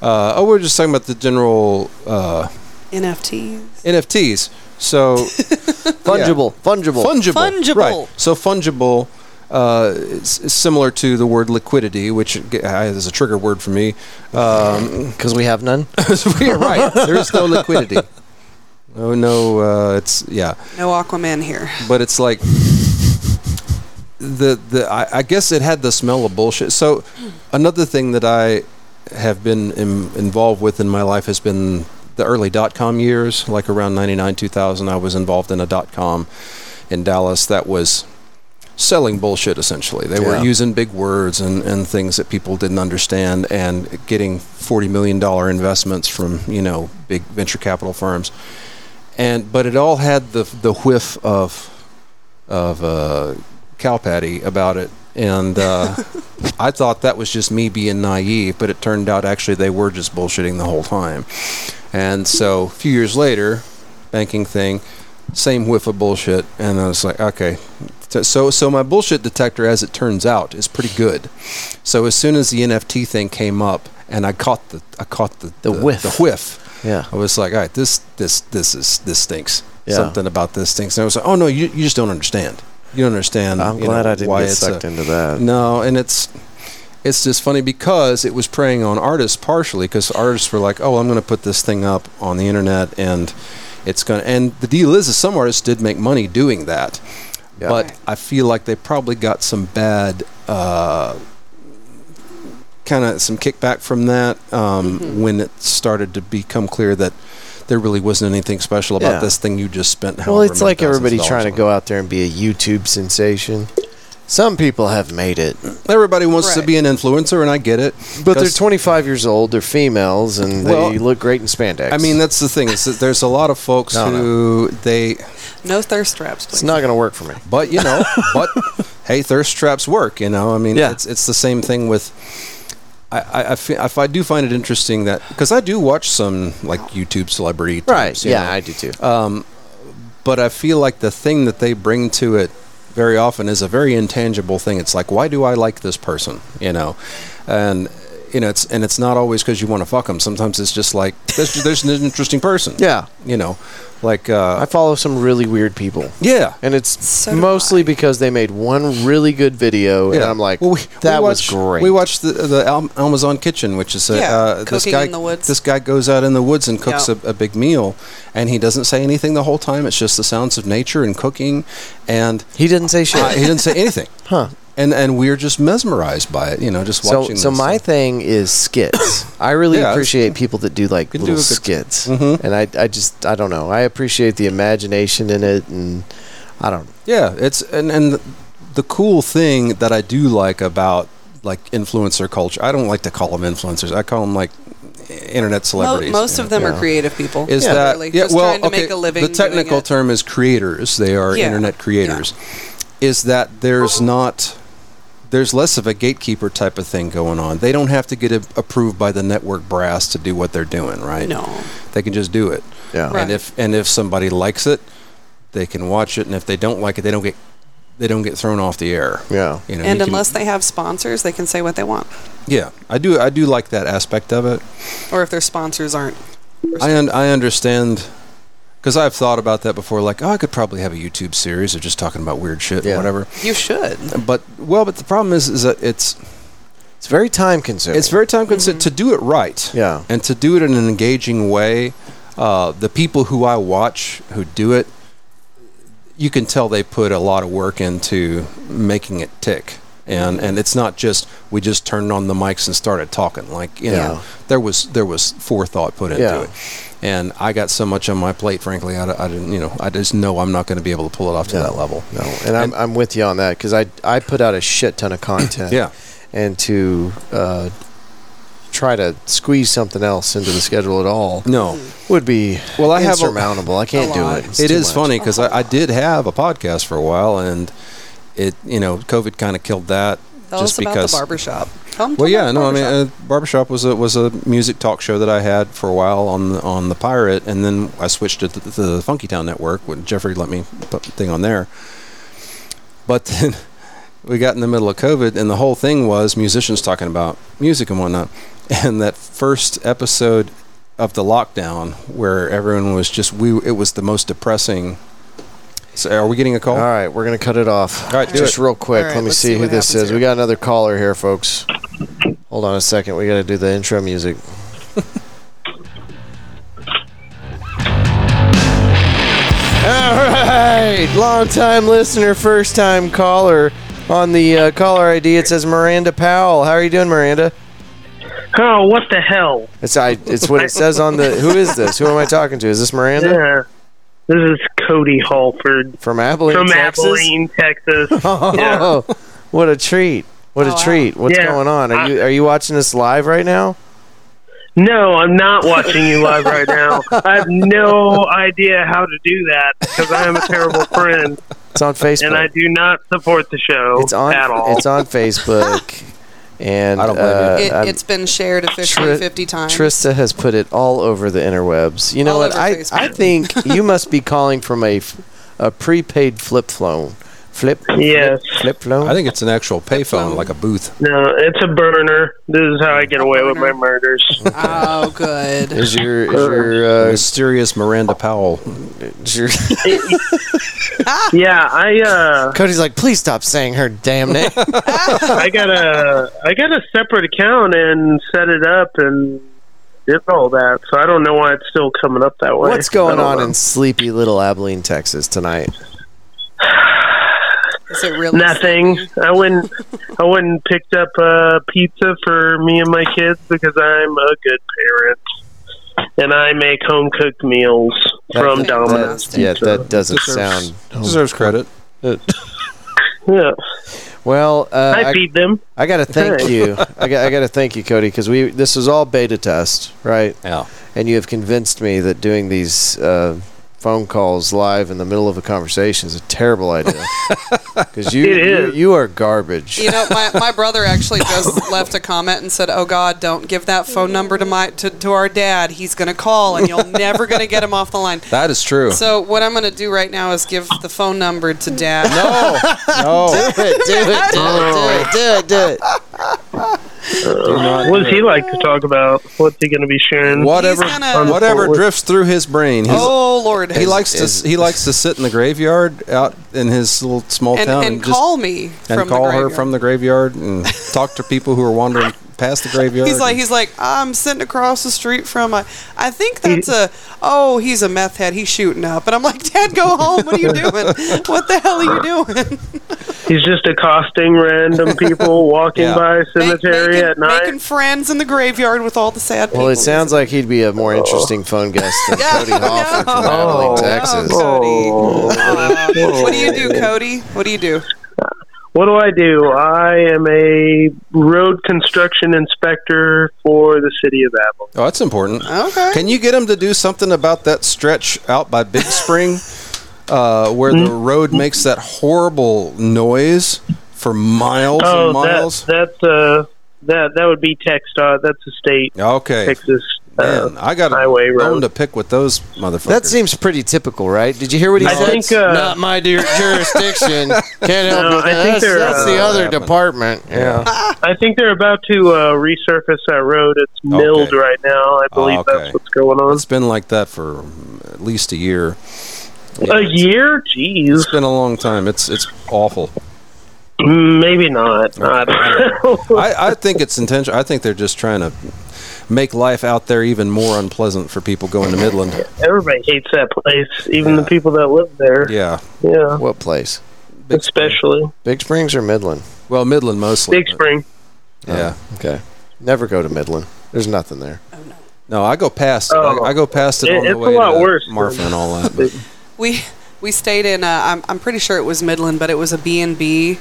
S4: Uh, oh, we we're just talking about the general uh,
S2: NFTs.
S4: NFTs. So
S1: fungible, fungible.
S4: fungible,
S2: Fungible.
S4: Right. So fungible uh, is, is similar to the word liquidity, which g- I- is a trigger word for me. Um, <laughs>
S1: because we have none.
S4: you're right. There is no liquidity. Oh no, uh, it's yeah.
S2: No Aquaman here.
S4: but it's like the the I, I guess it had the smell of bullshit. So another thing that I have been Im- involved with in my life has been the early dot com years, like around ninety nine two thousand. I was involved in a dot com in Dallas that was selling bullshit essentially. They were
S1: Yeah.
S4: using big words and, and things that people didn't understand and getting forty million dollar investments from, you know, big venture capital firms. And but it all had the the whiff of of uh, cow patty about it.
S1: <laughs>
S4: And uh, I thought that was just me being naive, but it turned out actually they were just bullshitting the whole time. And so a few years later, banking thing, same whiff of bullshit, and I was like, okay. So- So so my bullshit detector, as it turns out, is pretty good. So as soon as the NFT thing came up, and I caught the I caught the
S1: The whiff.
S4: the whiff.
S1: Yeah,
S4: I was like, all right, this this this is this stinks.
S1: Yeah.
S4: Something about this stinks. And I was like, oh no, you you just don't understand. You don't understand.
S1: I'm
S4: you
S1: glad
S4: know,
S1: I didn't
S4: why
S1: get
S4: it's a-
S1: sucked into that.
S4: No, and it's it's just funny because it was preying on artists partially because artists were like, oh, I'm going to put this thing up on the internet and it's going to. And the deal is, is some artists did make money doing that,
S1: Yeah.
S4: but
S2: Right.
S4: I feel like they probably got some bad. Uh, Kind of some kickback from that um,
S1: Mm-hmm.
S4: when it started to become clear that there really wasn't anything special about
S1: Yeah.
S4: this thing you just spent.
S1: Well,
S4: however
S1: it's
S4: many
S1: like
S4: thousands of
S1: everybody
S4: dollars
S1: trying to
S4: on.
S1: go out there and be a YouTube sensation. Some people have made it,
S4: Everybody wants to
S2: Right.
S4: be an influencer, and I get it.
S1: but they're
S4: 'Cause-
S1: 25 years old. They're females, and they
S4: Well,
S1: look great in spandex.
S4: I mean, that's the thing is that there's a lot of folks
S1: No, no.
S4: who they,
S2: No thirst traps,
S1: it's
S2: please.
S1: not going to work for me.
S4: but you know,
S1: <laughs>
S4: but hey, thirst traps work. You know, I mean,
S1: Yeah.
S4: it's it's the same thing with. I I, I, fe- if I do find it interesting that because I do watch some like YouTube celebrity, types,
S1: Right?
S4: you
S1: Yeah,
S4: know,
S1: I do too.
S4: but I feel like the thing that they bring to it very often is a very intangible thing. It's like, why do I like this person? You know, and you know, it's and it's not always because you want to fuck them. Sometimes it's just like there's, there's an interesting person.
S1: Yeah.
S4: you know, like
S1: I
S4: uh,
S1: follow some really weird people.
S4: yeah.
S1: And it's
S2: So do
S1: mostly because they made one really good video, and I'm like,
S4: Well, we-
S1: that
S4: we
S1: was
S4: watched-
S1: great.
S4: We watched the, the Al- Amazon Kitchen, which is a,
S2: Yeah,
S4: uh, this
S2: cooking
S4: guy.
S2: in the woods.
S4: This guy goes out in the woods and cooks
S2: Yeah.
S4: a, a big meal, and he doesn't say anything the whole time. It's just the sounds of nature and cooking, and
S1: he didn't say shit.
S4: uh, he didn't say anything.
S1: Huh.
S4: And and we're just mesmerized by it, you know, just
S1: so,
S4: watching.
S1: so
S4: this
S1: my thing is skits. I really
S4: Yeah, that's-
S1: appreciate people that do like
S4: Can
S1: little
S4: do a good-
S1: skits,
S4: Mhm.
S1: and I, I just, I don't know. I appreciate the imagination in it, and I don't.
S4: Yeah, it's and and the cool thing that I do like about like influencer culture. I don't like to call them influencers. I call them like internet
S2: Mo-
S4: celebrities.
S2: most
S4: you
S2: of
S4: know.
S2: them are creative people.
S4: Is
S2: Yeah.
S4: that
S2: Literally,
S4: yeah?
S2: just
S4: well,
S2: trying to
S4: okay.
S2: make a living
S4: the
S2: doing
S4: technical
S2: it.
S4: term is creators. They are
S2: Yeah. Oh.
S4: internet creators. Is that there's not there's less of a gatekeeper type of thing going on. They don't have to get a- approved by the network brass to do what they're doing, right?
S2: No.
S4: they can just do it.
S1: Yeah.
S2: Right.
S4: And if and if somebody likes it, they can watch it. And if they don't like it, they don't get they don't get thrown off the air.
S1: Yeah.
S4: You know, you
S2: And
S4: can-
S2: unless they have sponsors, they can say what they want.
S4: yeah, I do I do like that aspect of it.
S2: Or if their sponsors aren't.
S4: I un- I understand because I've thought about that before. Like, oh, I could probably have a YouTube series of just talking about weird shit
S1: Yeah.
S4: or whatever.
S2: You should.
S4: But well, but the problem is is that it's
S1: It's very time consuming.
S4: it's very time consuming to do it right.
S1: Yeah.
S4: and to do it in an engaging way. Uh, the people who I watch who do it, you can tell they put a lot of work into making it tick. And and it's not just we just turned on the mics and started talking. Like you
S1: Yeah.
S4: know, there was there was forethought put into
S1: Yeah.
S4: it. And I got so much on my plate, frankly, I, d- I didn't. You know, I just know I'm not going to be able to pull it off to
S1: No.
S4: that level.
S1: No, and I'm, I'm with you on that because I I put out a shit ton of content.
S4: <clears throat> Yeah.
S1: and to uh, try to squeeze something else into the schedule at all
S4: No.
S1: would be
S4: Well, I have a-
S1: insurmountable. I can't
S2: a
S1: do
S2: lot.
S1: it. It's
S4: It
S1: too
S4: is
S1: much.
S4: funny because I, I did have a podcast for a while, and it you know COVID kind of killed that.
S2: Tell
S4: just
S2: us about
S4: because,
S2: the barbershop. Come
S4: Well,
S2: to
S4: yeah,
S2: the
S4: no, I mean,
S2: barbershop.
S4: uh, barbershop was a was a music talk show that I had for a while on the, on the Pirate, and then I switched to the, to the Funky Town Network when Jeffrey let me put the thing on there. But <laughs> then we got in the middle of COVID, and the whole thing was musicians talking about music and whatnot. <laughs> And that first episode of the lockdown, where everyone was just we, it was the most depressing. So, are we getting a call?
S1: All right, we're gonna cut it off. Oh. All
S4: right, do
S1: just
S4: it.
S1: real quick.
S2: All right,
S1: let me
S2: let's
S1: see
S2: see
S1: who
S2: what
S1: this
S2: happens
S1: is.
S2: here.
S1: We got another caller here, folks. Hold on a second. We got to do the intro music. <laughs> All right, long time listener, first time caller. On the uh, caller ID, it says Miranda Powell. How are you doing, Miranda?
S6: Oh, what the hell?
S1: It's I. It's what it says on the. Who is this? Who am I talking to? Is this Miranda
S6: Yeah. This is Cody Halford
S1: from Abilene,
S6: from
S1: Texas? <laughs>
S6: Abilene, Texas.
S1: Oh,
S6: Yeah.
S1: <laughs> what a treat! What a
S2: Oh, wow.
S1: treat! What's
S6: Yeah.
S1: going on? Are
S6: I-
S1: you are you watching this live right now?
S6: No, I'm not watching you live right now. I have no idea how to do that because I am a terrible friend
S1: It's on Facebook.
S6: <laughs> and I do not support the show
S1: it's on.
S6: at all.
S1: It's on
S6: <laughs>
S1: Facebook. and
S4: I don't blame you.
S1: uh,
S2: It,
S1: I'm-
S2: it's been shared officially
S1: Tri-
S2: 50 times.
S1: Trista has put it all over the interwebs. You know
S2: All
S1: what?
S2: over
S1: I
S2: Facebook.
S1: I think you must be calling from a f- a prepaid flip phone. Flip.
S6: Yes.
S1: Flip phone.
S4: I think it's an actual payphone, like a booth.
S6: No, it's a burner. This is how I get away with my murders.
S2: Oh,
S4: <laughs>
S2: good.
S1: is your is your uh,
S4: Mysterious Miranda Powell.
S1: is your <laughs>
S6: Yeah, I uh
S1: Cody's like, please stop saying her damn name.
S6: I got a I got a separate account and set it up and did all that. So I don't know why it's still coming up that way. Oh,
S1: What's going
S6: I don't
S1: on
S6: know.
S1: in sleepy little Abilene, Texas tonight?
S2: Is it really?
S6: Nothing. I wouldn't. I wouldn't picked up uh, pizza for me and my kids because I'm a good parent, and I make home cooked meals from
S2: That-
S6: Domino's.
S2: that-
S1: Yeah, that doesn't
S4: Deserves-
S1: sound.
S4: Deserves credit.
S6: Yeah,
S1: Well, uh,
S6: I
S1: I,
S6: feed them.
S1: I got to thank
S6: Hey.
S1: you. I got, I got to thank you, Cody, because we this was all beta test, right?
S4: Yeah.
S1: And you have convinced me that doing these uh, phone calls live in the middle of a conversation is a terrible idea because you,
S7: It
S1: you
S7: is.
S1: you are garbage.
S2: You know, my, my
S4: <laughs>
S2: brother actually just left a comment and said, "Oh God, don't give that phone number to my to, to our dad. He's gonna call,
S4: <laughs>
S2: and you're never gonna get him off the line."
S4: That is true.
S2: So what I'm gonna do right now is give the phone number to dad.
S4: no, no.
S1: do it, do it, do it, do it, do it.
S6: What does he like to talk about? What's he going to be sharing?
S4: Whatever,
S2: He's gonna-
S4: whatever drifts through his brain. He's,
S2: Oh Lord,
S4: he likes to
S1: is-
S4: he likes to sit in the graveyard out in his little small
S2: and,
S4: town
S2: and,
S4: and, just
S2: call me
S4: and
S2: from
S4: call
S2: the
S4: her
S2: graveyard.
S4: from the graveyard
S2: <laughs>
S4: and talk to people who are wandering past the graveyard.
S2: He's like, he's like, I'm sitting across the street from a. I think that's a. Oh, he's a meth head. He's shooting up, and I'm like, Dad, go home. What are
S6: <laughs>
S2: you doing? What the hell are you doing?
S6: He's just accosting random people
S1: <laughs>
S6: walking
S4: Yeah.
S6: by a
S2: Make- <laughs>
S6: cemetery
S2: making,
S6: at night.
S2: making friends in the graveyard with all the sad people.
S1: Well, it sounds like he'd be a more interesting phone guest than
S2: Yeah,
S1: Cody Hoffman from
S2: no.
S1: Abilene,
S2: Oh,
S1: Texas.
S2: Cody.
S6: Oh.
S2: Uh, what do you do, Cody? What do you do?
S6: what do I do? I am a road construction inspector for the city of Apple.
S4: oh, that's important.
S2: Okay.
S4: Can you get him to do something about that stretch out by Big Spring, uh, where the
S2: Mm-hmm.
S4: road makes that horrible noise for miles and
S6: Oh,
S4: miles?
S6: that, that's uh, that that would be TxDOT. That's a state
S4: okay,
S6: Texas uh,
S4: man, I got a
S6: highway
S4: bone
S6: road.
S4: to pick with those motherfuckers.
S1: That seems pretty typical, right? Did you hear what he
S6: I
S1: said?
S6: think, uh,
S1: Not my dear jurisdiction. <laughs> Can't help
S6: No,
S1: with
S6: I
S1: that.
S6: think
S1: That's,
S6: they're,
S1: that's the
S4: uh,
S1: other
S4: happened.
S1: department. Yeah.
S6: I think they're about to uh, resurface that road. It's milled
S4: Okay.
S6: right now. I believe
S4: okay.
S6: that's what's going on.
S4: it's been like that for at least a year.
S6: A year? Jeez.
S4: It's been a long time. It's it's awful.
S6: Mm, Maybe not. I don't know.
S4: I, I think it's intentional. I think they're just trying to make life out there even more unpleasant for people going to Midland.
S6: Everybody hates that place, even the people that live there.
S4: Yeah,
S6: Yeah,
S1: What place?
S4: Big
S6: especially
S1: Big Springs or Midland?
S4: well, Midland mostly.
S6: Big Spring.
S4: Yeah.
S1: Okay. Never go to Midland. There's nothing there.
S4: No, I go past.
S6: Oh.
S4: I, I go past it,
S6: It-
S4: on the
S6: it's a
S4: way
S6: lot
S4: to
S6: worse than-
S4: Marfa and all
S6: <laughs>
S4: that. but-
S2: We we stayed in. Uh, I'm I'm pretty sure it was Midland, but it was a B and B.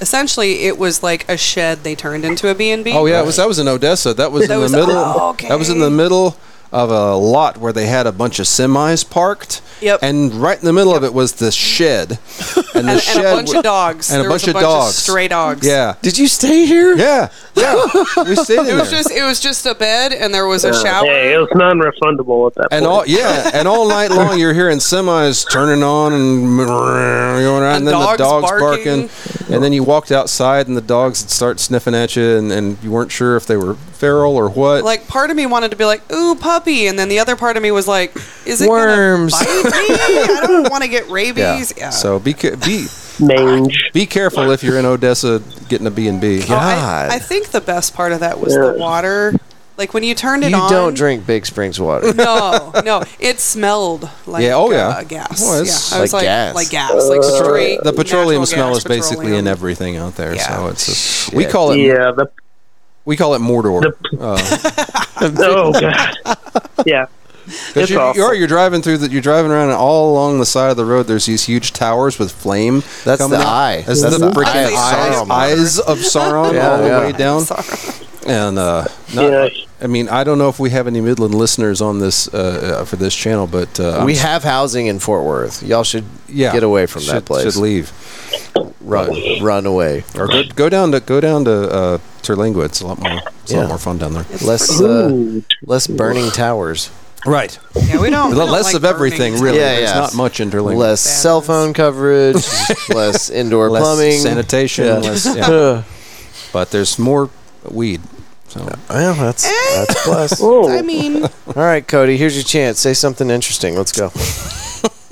S2: Essentially, it was like a shed they turned into a B and B.
S4: Oh yeah, it was that was in Odessa. That was in
S2: That
S4: the
S2: was-
S4: middle.
S2: oh, okay.
S4: That was in the middle of a lot where they had a bunch of semis parked.
S2: Yep.
S4: And right in the middle of it was the
S2: <laughs>
S4: shed. And the
S2: And, and
S4: shed
S2: a bunch
S4: wa-
S2: of dogs.
S4: And a
S2: There was
S4: bunch of dogs.
S2: stray dogs.
S4: Yeah.
S1: Did you stay here?
S4: Yeah.
S1: <laughs>
S4: Yeah. we stayed in
S2: It
S4: there.
S2: was just it was just a bed and there was a shower.
S6: Hey, it was non-refundable at that
S4: and
S6: point.
S4: all yeah, and all night long you're hearing semis turning on and going around, and,
S2: And
S4: then
S2: dogs
S4: the dogs barking.
S2: barking.
S4: and then you walked outside and the dogs would start sniffing at you, and, and you weren't sure if they were feral or what.
S2: Like part of me wanted to be like, "Ooh, puppy," and then the other part of me was like, "Is it
S1: Worms.
S4: <laughs>
S2: Gonna bite me? I don't want to get rabies." Yeah.
S4: So be ca- be
S6: mange.
S4: be careful if you're in Odessa getting a B and B.
S2: Oh, I-
S1: God.
S2: I, think the best part of that was the water. Like when you turned it
S1: You
S2: on.
S1: don't drink Big Springs <laughs> water.
S2: No, no, it smelled like
S4: Yeah, oh,
S2: uh,
S4: yeah.
S2: gas.
S4: Well, it's
S2: yeah, I was
S1: like
S2: like
S1: gas.
S2: like gas, like
S6: Uh,
S2: straight.
S4: the petroleum
S2: natural
S4: smell
S2: gas,
S4: is basically in
S2: petroleum.
S4: everything out there. So
S2: Yeah.
S4: it's a, we call it
S6: Yeah, the
S4: we call it Mordor.
S6: <laughs>
S4: Uh, <laughs>
S6: oh god. Yeah,
S4: 'cause you,
S6: awful.
S4: you are you're driving through that you're driving around and all along the side of the road. There's these huge towers with flame.
S1: That's
S4: coming
S1: the
S4: out.
S1: eye.
S4: That's,
S1: That's
S4: the,
S1: the
S4: freaking
S1: eye
S2: of
S4: eyes,
S1: Sauron.
S4: eyes of
S1: <laughs>
S4: Sauron
S1: Yeah,
S4: all
S1: yeah.
S4: the way down. And uh, not,
S6: yeah.
S4: I mean, I don't know if we have any Midland listeners on this uh, uh, for this channel, but uh,
S1: we
S4: I'm-
S1: have housing in Fort Worth. Y'all should
S4: yeah,
S1: get away from
S4: should,
S1: that place.
S4: Should leave
S1: Run, run away.
S4: or go, go down to go down to uh, Terlingua. It's a lot more. It's a
S1: Yeah.
S4: lot more fun down there.
S1: Less, uh, less burning towers.
S4: Right.
S2: Yeah,
S4: <laughs>
S2: we
S1: Oh,
S2: don't. we don't
S4: less
S2: like
S4: of everything,
S2: burning.
S4: really.
S1: Yeah,
S4: There's
S1: yeah.
S4: not much in Terlingua.
S1: Less cell phone coverage. <laughs> less indoor
S4: Less
S1: plumbing.
S4: sanitation.
S1: Yeah.
S4: Less, yeah.
S1: Ugh.
S4: but there's more weed. So
S1: Well, that's that's a plus. All
S6: Oh,
S2: I mean,
S1: right, Cody. Here's your chance. Say something interesting. Let's go.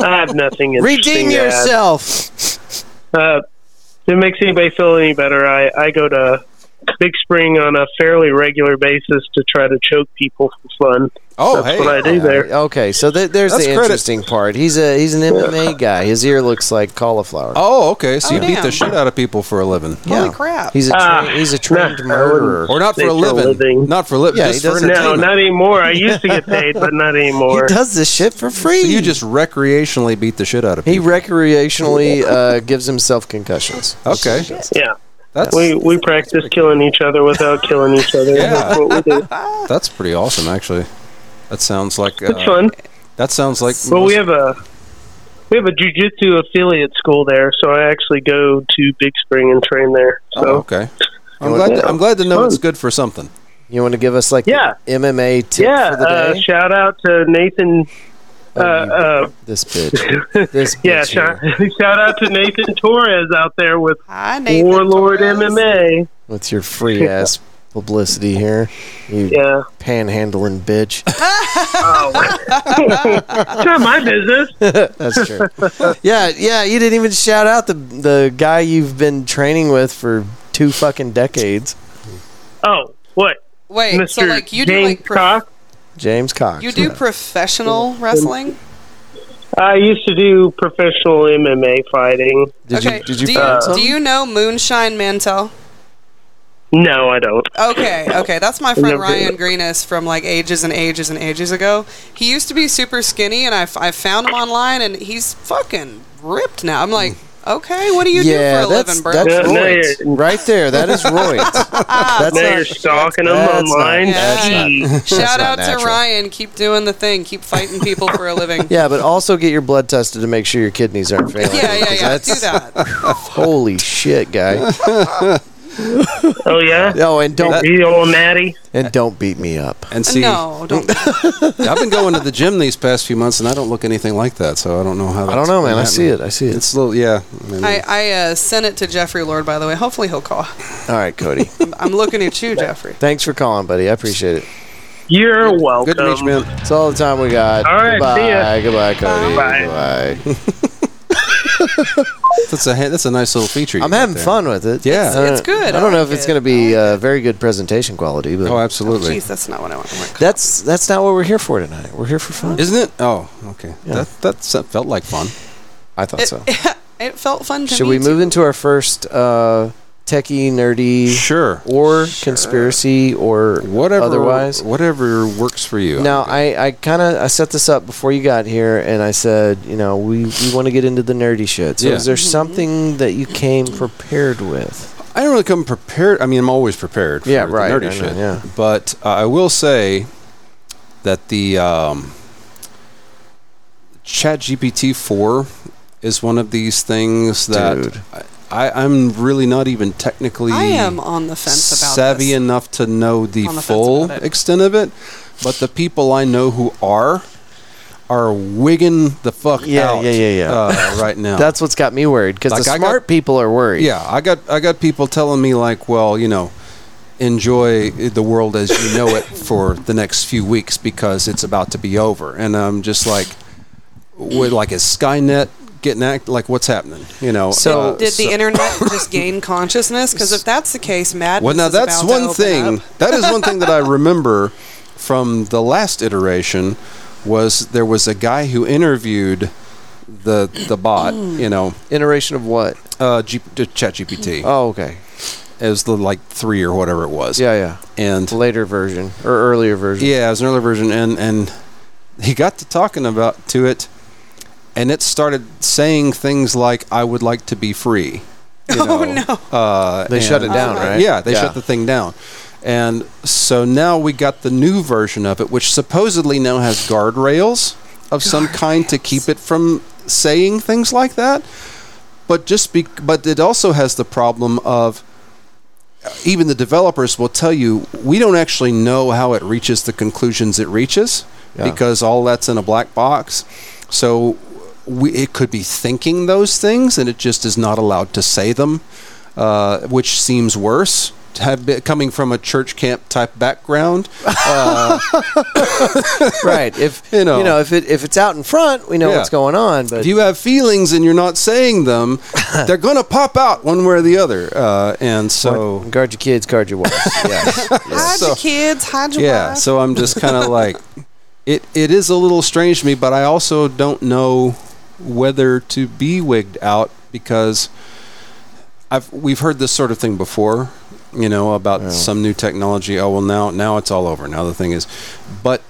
S6: I have nothing.
S1: Redeem
S6: interesting to add.
S1: yourself.
S6: Uh, if it makes anybody feel any better, I, I go to Big Spring on a fairly regular basis to try to choke people for fun.
S4: oh
S6: That's
S4: hey,
S6: what I do there.
S1: Okay, so th- there's
S4: That's
S1: the
S4: credit.
S1: interesting part. He's a he's an MMA guy. His ear looks like cauliflower.
S4: oh okay. So
S2: Oh,
S4: you beat the
S2: damn.
S4: shit out of people for a living,
S2: holy
S1: Yeah.
S2: crap!
S1: He's a
S6: Ah,
S1: tra- he's a trained
S6: I
S1: murderer.
S6: wouldn't.
S4: or not for
S6: They
S4: a
S6: for a
S4: living,
S6: living.
S4: not for living,
S1: Yeah,
S4: just
S1: he
S4: for
S1: doesn't-
S6: No,
S4: entertainment.
S6: not anymore. I used to get paid, but not
S1: He
S6: anymore.
S1: does this shit for free.
S4: So you just recreationally beat the shit out of
S1: he
S4: people.
S1: recreationally uh, gives himself concussions.
S4: okay,
S6: Yeah,
S4: that's
S6: we we practice killing each other without killing each other.
S4: Yeah.
S6: That's what we do.
S4: that's pretty awesome actually. That sounds like uh,
S6: It's fun.
S4: That sounds like.
S6: Well, we have a we have a jujitsu affiliate school there, so I actually go to Big Spring and train there. So
S4: Oh, okay. I'm glad. To, I'm glad to know it's good for something.
S1: You want to give us like the
S6: Yeah.
S1: MMA tip
S6: yeah,
S1: for the day?
S6: uh,
S1: Oh,
S6: shout out to Nathan. Uh, uh,
S1: this bitch. This bitch.
S6: yeah, shout,
S1: here.
S6: <laughs> shout out to Nathan Torres out there with
S2: Hi, Nathan.
S6: Warlord
S2: Torres.
S6: MMA.
S1: With your free ass publicity here. You
S6: Yeah,
S1: panhandling bitch.
S6: it's not
S2: <laughs>
S6: my business.
S1: That's true. yeah, yeah. You didn't even shout out the the guy you've been training with for two fucking decades,
S6: Oh, what,
S2: Wait,
S6: Mr.
S2: so like you do
S6: James
S2: like prof-
S6: Cox?
S1: James Cox.
S2: you do professional wrestling?
S6: I used to do professional MMA fighting.
S1: Did
S2: okay.
S1: you did you
S2: do,
S1: find
S2: you, do
S1: something?
S2: you know Moonshine Mantel?
S6: No, I don't.
S2: Okay, okay. That's my friend
S6: Never heard
S2: Ryan
S6: of
S2: Greenis from like ages and ages and ages ago. He used to be super skinny, and I, f- I found him online, and he's fucking ripped now. I'm like, okay, what do you
S1: Hmm. yeah,
S2: do for a
S1: that's
S2: living, bro?
S1: that's
S6: Yeah,
S1: <laughs>
S6: no,
S1: roids.
S6: you're-
S1: right there. That is
S2: <laughs>
S1: roids.
S2: Ah.
S1: that's
S6: Now
S1: not-
S6: you're stalking them
S1: that's not-
S6: online.
S2: that's not-
S6: Gee.
S2: Shout out
S1: not
S2: to
S1: natural.
S2: Ryan. Keep doing the thing. Keep fighting people for a living.
S1: <laughs> Yeah, but also get your blood tested to make sure your kidneys aren't failing.
S2: yeah, yeah.
S1: because
S2: yeah.
S1: That's,
S2: Do
S1: <laughs>
S2: that.
S1: Holy shit, guy.
S6: Oh yeah,
S1: Oh, and don't
S6: you old natty.
S1: and don't beat me up.
S4: And see,
S2: no, don't.
S4: I've been going to the gym these past few months, and I don't look anything like that. So I don't know how.
S1: I don't know, man. I see it. I see it.
S4: It's a little, yeah. I mean,
S2: I, I uh, sent it to Jeffrey Lord, by the way. Hopefully he'll call.
S1: All right,
S2: <laughs>
S1: Cody.
S2: I'm, I'm looking at you, Jeffrey.
S1: Thanks for calling, buddy. I appreciate it.
S6: You're welcome.
S4: good to meet you, man.
S1: That's all the time we got.
S6: All right,
S1: Goodbye.
S6: see ya.
S1: Goodbye, Cody.
S6: Bye.
S1: Goodbye.
S4: That's a ha- that's a nice little feature. you
S1: I'm
S4: got
S1: having
S4: there.
S1: fun with it.
S4: Yeah.
S1: I don't-
S2: It's good.
S1: I
S2: I
S1: don't know if
S2: like
S1: it's
S2: it.
S1: going to be uh, very good presentation quality, but
S4: Oh, absolutely.
S2: Jeez, that's not what I want. I'm like,
S1: that's that's not what we're here for tonight. We're here for fun.
S4: Isn't it? Oh, okay. That that s- felt like fun.
S1: I thought so.
S2: <laughs> It felt fun to
S1: Should
S2: me,
S1: we
S2: too.
S1: move into our first uh, techie, nerdy,
S4: Sure.
S1: or conspiracy, or
S4: Whatever.
S1: otherwise?
S4: whatever works for you.
S1: Now, I, I kind of I set this up before you got here, and I said, you know, we, we want to get into the nerdy shit. So,
S4: Yeah. Mm-hmm.
S1: is there something that you came prepared with?
S4: I don't really come prepared. I mean, I'm always prepared. For
S1: Yeah,
S4: the
S1: right,
S4: Nerdy
S1: I know,
S4: shit.
S1: yeah.
S4: But uh, I will say that the um, Chat GPT four is one of these things that
S1: Dude.
S4: I, I, I'm really not even technically
S2: I am on the fence about
S4: savvy
S2: this.
S4: enough to know the
S2: On the fence
S4: full
S2: about it.
S4: extent of it. But the people I know who are are wigging the fuck
S1: Yeah,
S4: out.
S1: yeah, yeah, yeah.
S4: Uh,
S1: <laughs>
S4: right now.
S1: That's what's got me worried because
S4: Like,
S1: the
S4: I got-
S1: smart people are worried.
S4: Yeah, I got I got people telling me like, well, you know, enjoy the world as you know it for the next few weeks because it's about to be over, and I'm just like, with like is Skynet getting act like what's happening? You know,
S1: So-
S4: uh,
S2: Did the
S1: So-
S2: internet just gain consciousness? Because if that's the case, madness.
S4: well, now
S2: is
S4: that's
S2: about to
S4: one
S2: open
S4: thing.
S2: up.
S4: that is one thing that
S2: <laughs>
S4: I remember from the last iteration was there was a guy who interviewed the the bot, you know,
S1: Iteration of what?
S4: uh, G- Chat GPT.
S1: Oh, okay.
S4: It was the like three or whatever it was.
S1: Yeah, yeah.
S4: and
S1: later version or earlier version.
S4: Yeah, it was an earlier version, and and he got to talking about to it, and it started saying things like, "I would like to be free." You
S2: <laughs> Oh,
S4: know,
S2: no.
S4: Uh,
S1: They shut it down, right?
S4: Yeah, they shut the thing down, and so now we got the new version of it, which supposedly now has guardrails of some kind to keep it from saying things like that. But just be, but it also has the problem of even the developers will tell you we don't actually know how it reaches the conclusions it reaches because all that's in a black box. So we, it could be thinking those things and it just is not allowed to say them, uh, which seems worse. to Have been, coming from a church camp type background,
S1: <laughs> right. If
S4: <laughs> You
S1: you
S4: know.
S1: know, if it if it's out in front, we know
S4: Yeah.
S1: what's going on. But
S4: if you have feelings and you're not saying them, they're gonna pop out one way or the other. Uh, and so
S1: guard your kids, guard your
S4: <laughs>
S1: wives. yeah.
S2: Hide
S4: so-
S2: your kids. Hide your
S4: yeah
S2: wife.
S4: so i'm just kind of like it it is a little strange to me but i also don't know whether to be wigged out because i've we've heard this sort of thing before you know about some new technology oh well now now it's all over now the thing is but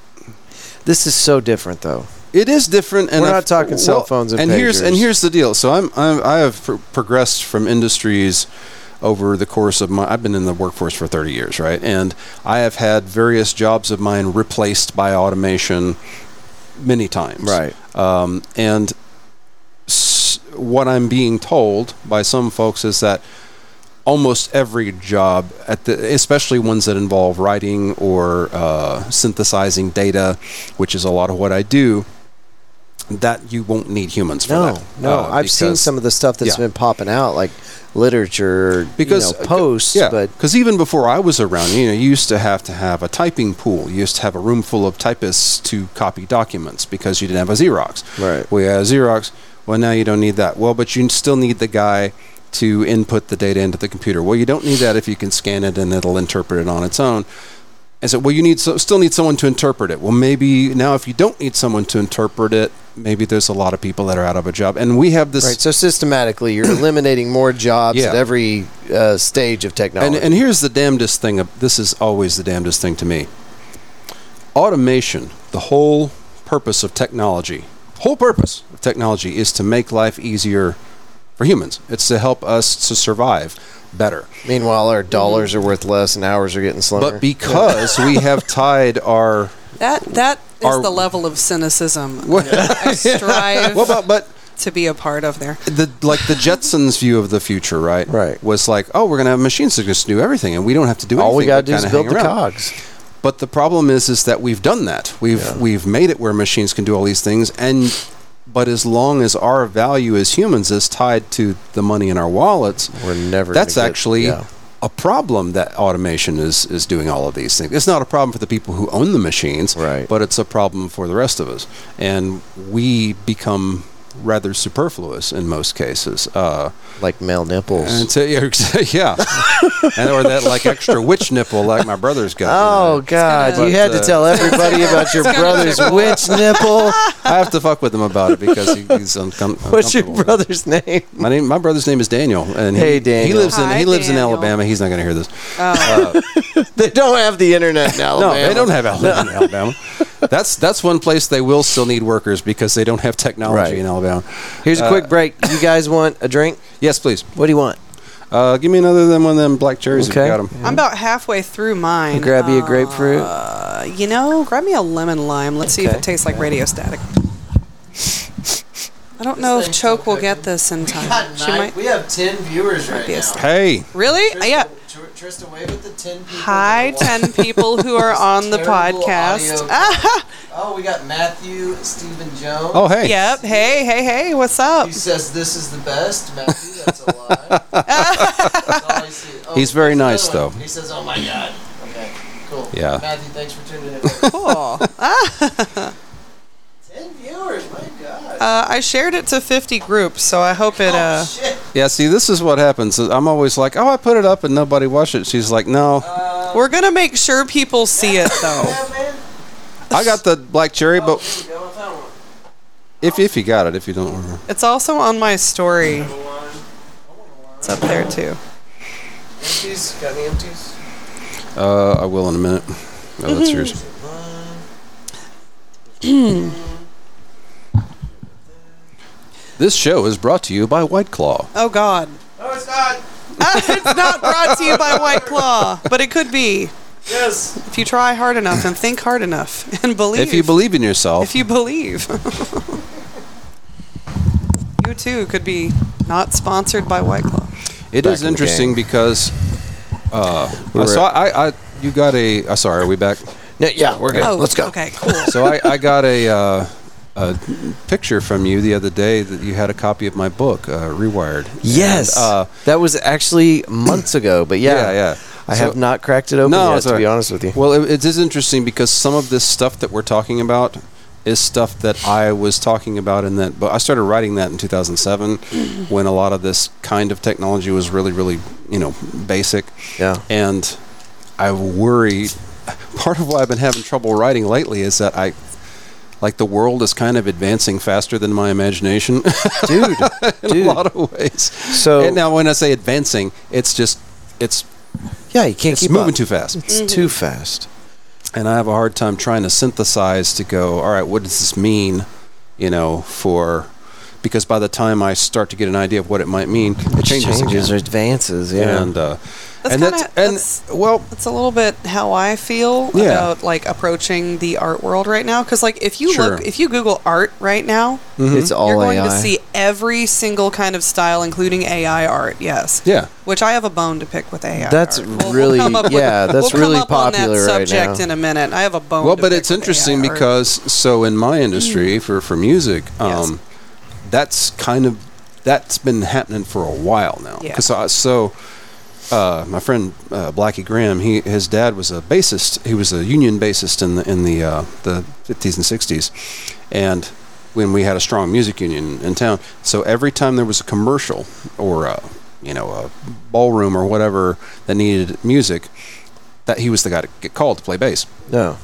S1: This is so different, though.
S4: it is different, and
S1: We're not
S4: I've-
S1: talking cell phones and
S4: here's and
S1: pagers.
S4: here's the deal. So I'm, I'm I have pro- progressed from industries over the course of my. I've been in the workforce for 30 years, right? And I have had various jobs of mine replaced by automation many times.
S1: Right.
S4: Um, and s- what I'm being told by some folks is that almost every job at the especially ones that involve writing or uh, synthesizing data which is a lot of what i do that you won't need humans for
S1: No,
S4: that
S1: no.
S4: uh,
S1: I've seen
S4: because-
S1: some of the stuff that's
S4: yeah.
S1: been popping out, like literature,
S4: Because- uh,
S1: because you know, posts.
S4: Yeah,
S1: But
S4: because even before I was around, you know, you used to have to have a typing pool. You used to have a room full of typists to copy documents because you didn't have a Xerox.
S1: Right.
S4: We had a Xerox. Well, now you don't need that. Well, but you still need the guy to input the data into the computer. Well, you don't need that if you can scan it and it'll interpret it on its own. And so, well, you need so, still need someone to interpret it. Well, maybe now if you don't need someone to interpret it, maybe there's a lot of people that are out of a job. And we have this.
S1: right, so systematically,
S4: <clears throat>
S1: you're eliminating more jobs
S4: Yeah.
S1: at every uh, stage of
S4: And,
S1: technology.
S4: and here's the damnedest thing. of- This is always the damnedest thing to me. Automation, the whole purpose of technology, whole purpose of technology is to make life easier for humans. It's to help us to survive better.
S1: Meanwhile, our dollars are worth less, and hours are getting slower.
S4: But
S1: <laughs>
S4: because we have tied our
S2: That that is
S4: Are-
S2: the level of cynicism
S4: What-
S2: I strive
S4: well, but, but
S2: to be a part of there.
S4: the like the Jetsons view of the future, right?
S1: Right.
S4: Was like, oh, we're gonna have machines that just do everything, and we don't have to do anything.
S1: all we gotta
S4: but
S1: do is
S4: kinda
S1: build
S4: hang
S1: the
S4: around.
S1: cogs.
S4: But the problem is, is that we've done that. We've we've made it where machines can do all these things, and but as long as our value as humans is tied to the money in our wallets,
S1: We're never. gonna
S4: that's
S1: get-
S4: actually
S1: yeah.
S4: a problem that automation is is doing all of these things. It's not a problem for the people who own the machines,
S1: Right.
S4: But it's a problem for the rest of us, and we become rather superfluous in most cases. Uh,
S1: like male nipples.
S4: and so, yeah, <laughs> yeah. and or that like extra witch nipple like my brother's got. you know.
S1: Oh God!
S2: gonna-
S1: you had
S4: But,
S1: to
S4: uh,
S1: tell
S4: <laughs>
S1: everybody about your
S2: gonna
S1: brother's
S2: tickle.
S1: witch nipple.
S4: I have to fuck with him about it because he, he's
S1: <laughs>
S4: uncom- uncomfortable.
S1: What's your
S4: with it.
S1: brother's name? <laughs>
S4: My name, my brother's name is Daniel, and
S1: Hey,
S4: he, he
S1: Daniel.
S4: lives in
S2: Hi,
S4: he lives
S2: Daniel.
S4: in Alabama. He's not going to hear this.
S1: They don't have the internet now.
S4: No, they don't have Alabama. in <laughs> Alabama. That's that's one place they will still need workers because they don't have technology
S1: Right.
S4: in Alabama. Uh,
S1: Here's a quick break. You guys want a drink?
S4: Yes, please.
S1: What do you want?
S4: Uh, give me another than one of them black cherries if
S1: Okay.
S4: you got them.
S2: I'm about halfway through mine.
S1: Grab you a
S2: Uh,
S1: grapefruit.
S2: you know, grab me a lemon lime. Let's see if
S1: Okay.
S2: it tastes like radio static. I don't know if Choke will get this in time. She might.
S1: have ten viewers
S2: be a star.
S4: Hey,
S2: Really? Yeah.
S1: Tristan, wave at the ten people.
S2: Hi,
S1: <laughs>
S2: ten people who are on the
S1: Terrible
S2: podcast. <laughs>
S1: audio.
S2: Ah,
S1: Oh, we got Matthew, Stephen Jones.
S4: oh hey.
S2: yep. Hey, hey, hey. What's up?
S1: says this is the best. Matthew, that's a
S2: <laughs>
S1: lie. Oh,
S4: He's very nice, though.
S1: He says, "Oh my God." Okay, cool.
S4: Yeah.
S1: Matthew, thanks for tuning in. <laughs>
S2: Cool. Uh,
S1: ten viewers. My God.
S2: Uh, I shared it to 50 groups, so I hope it. Uh,
S4: Yeah, see, this is what happens. I'm always like, oh, I put it up and nobody watched it. She's like, no,
S1: Oh.
S2: we're gonna make sure people see it though.
S1: <laughs>
S4: I got the black cherry, but if if you got it, if you don't remember.
S2: It's also on my story. It's up there too.
S1: Empties. Got any empties?
S4: Uh, I will in a minute. Oh, that's yours. this show is brought to you by White Claw.
S2: Oh God.
S8: No, it's not.
S2: <laughs> it's not brought to you by White Claw, but it could be
S8: Yes.
S2: if you try hard enough and think hard enough <laughs> and believe.
S4: If you believe in yourself,
S2: If you believe. <laughs> you too could be not sponsored by White Claw.
S4: it is interesting because. Uh, I
S1: We're-
S4: saw I, I you got a. Uh, sorry, are we back?
S1: yeah, we're good.
S2: Oh,
S1: Let's go.
S2: Okay, cool.
S4: <laughs> So I, I got a, uh, a picture from you the other day that you had a copy of my book, uh, Rewired.
S1: Yes,
S4: And, uh,
S1: that was actually months ago, but yeah,
S4: Yeah, yeah.
S1: I
S4: So-
S1: have not cracked it open
S4: No,
S1: yet.
S4: it's
S1: To be
S4: alright.
S1: honest with you,
S4: Well, it, it is interesting because some of this stuff that we're talking about is stuff that I was talking about in that. But I started writing that in
S1: <clears throat>
S4: 2007, when a lot of this kind of technology was really, really, you know, basic.
S1: Yeah.
S4: And I worry. Part of why I've been having trouble writing lately is that I, like, the world is kind of advancing faster than my imagination <laughs>
S1: dude.
S4: in
S1: Dude.
S4: a lot of ways.
S1: So-
S4: and now when I say advancing, it's just it's
S1: yeah, you can't
S4: it's
S1: keep
S4: moving
S1: up.
S4: too fast.
S1: It's too fast.
S4: and I have a hard time trying to synthesize to go, all right, what does this mean, you know, for because by the time I start to get an idea of what it might mean, it changes.
S1: changes or
S4: again.
S1: advances. Yeah.
S4: And uh,
S2: That's
S4: and
S2: kinda-
S4: that's and
S2: that's-
S4: well,
S2: That's a little bit how I feel
S4: Yeah.
S2: about like approaching the art world right now. Because like if you
S4: Sure.
S2: look, if you Google art right now,
S4: Mm-hmm.
S1: It's all
S2: you're going
S1: AI.
S2: to see every single kind of style, including AI art. Yes.
S4: Yeah.
S2: Which I have a bone to pick with AI.
S1: That's
S2: art.
S1: really-
S2: come up
S1: yeah, that's
S2: <laughs> we'll come
S1: really
S2: up on that
S1: popular right
S2: subject
S1: now.
S2: in a minute. I have a bone.
S4: well,
S2: to
S4: but
S2: pick
S4: it's
S2: with
S4: interesting
S2: AI art.
S4: because so in my industry for for music,
S2: Yes.
S4: um, that's kind of that's been happening for a while now.
S2: Yeah.
S4: 'Cause I, so uh, my friend uh, Blackie Graham, he his dad was a bassist. He was a union bassist in the in the uh, the fifties and sixties, and when we had a strong music union in town, so every time there was a commercial or a, you know a ballroom or whatever that needed music, that he was the guy to get called to play bass.
S1: no.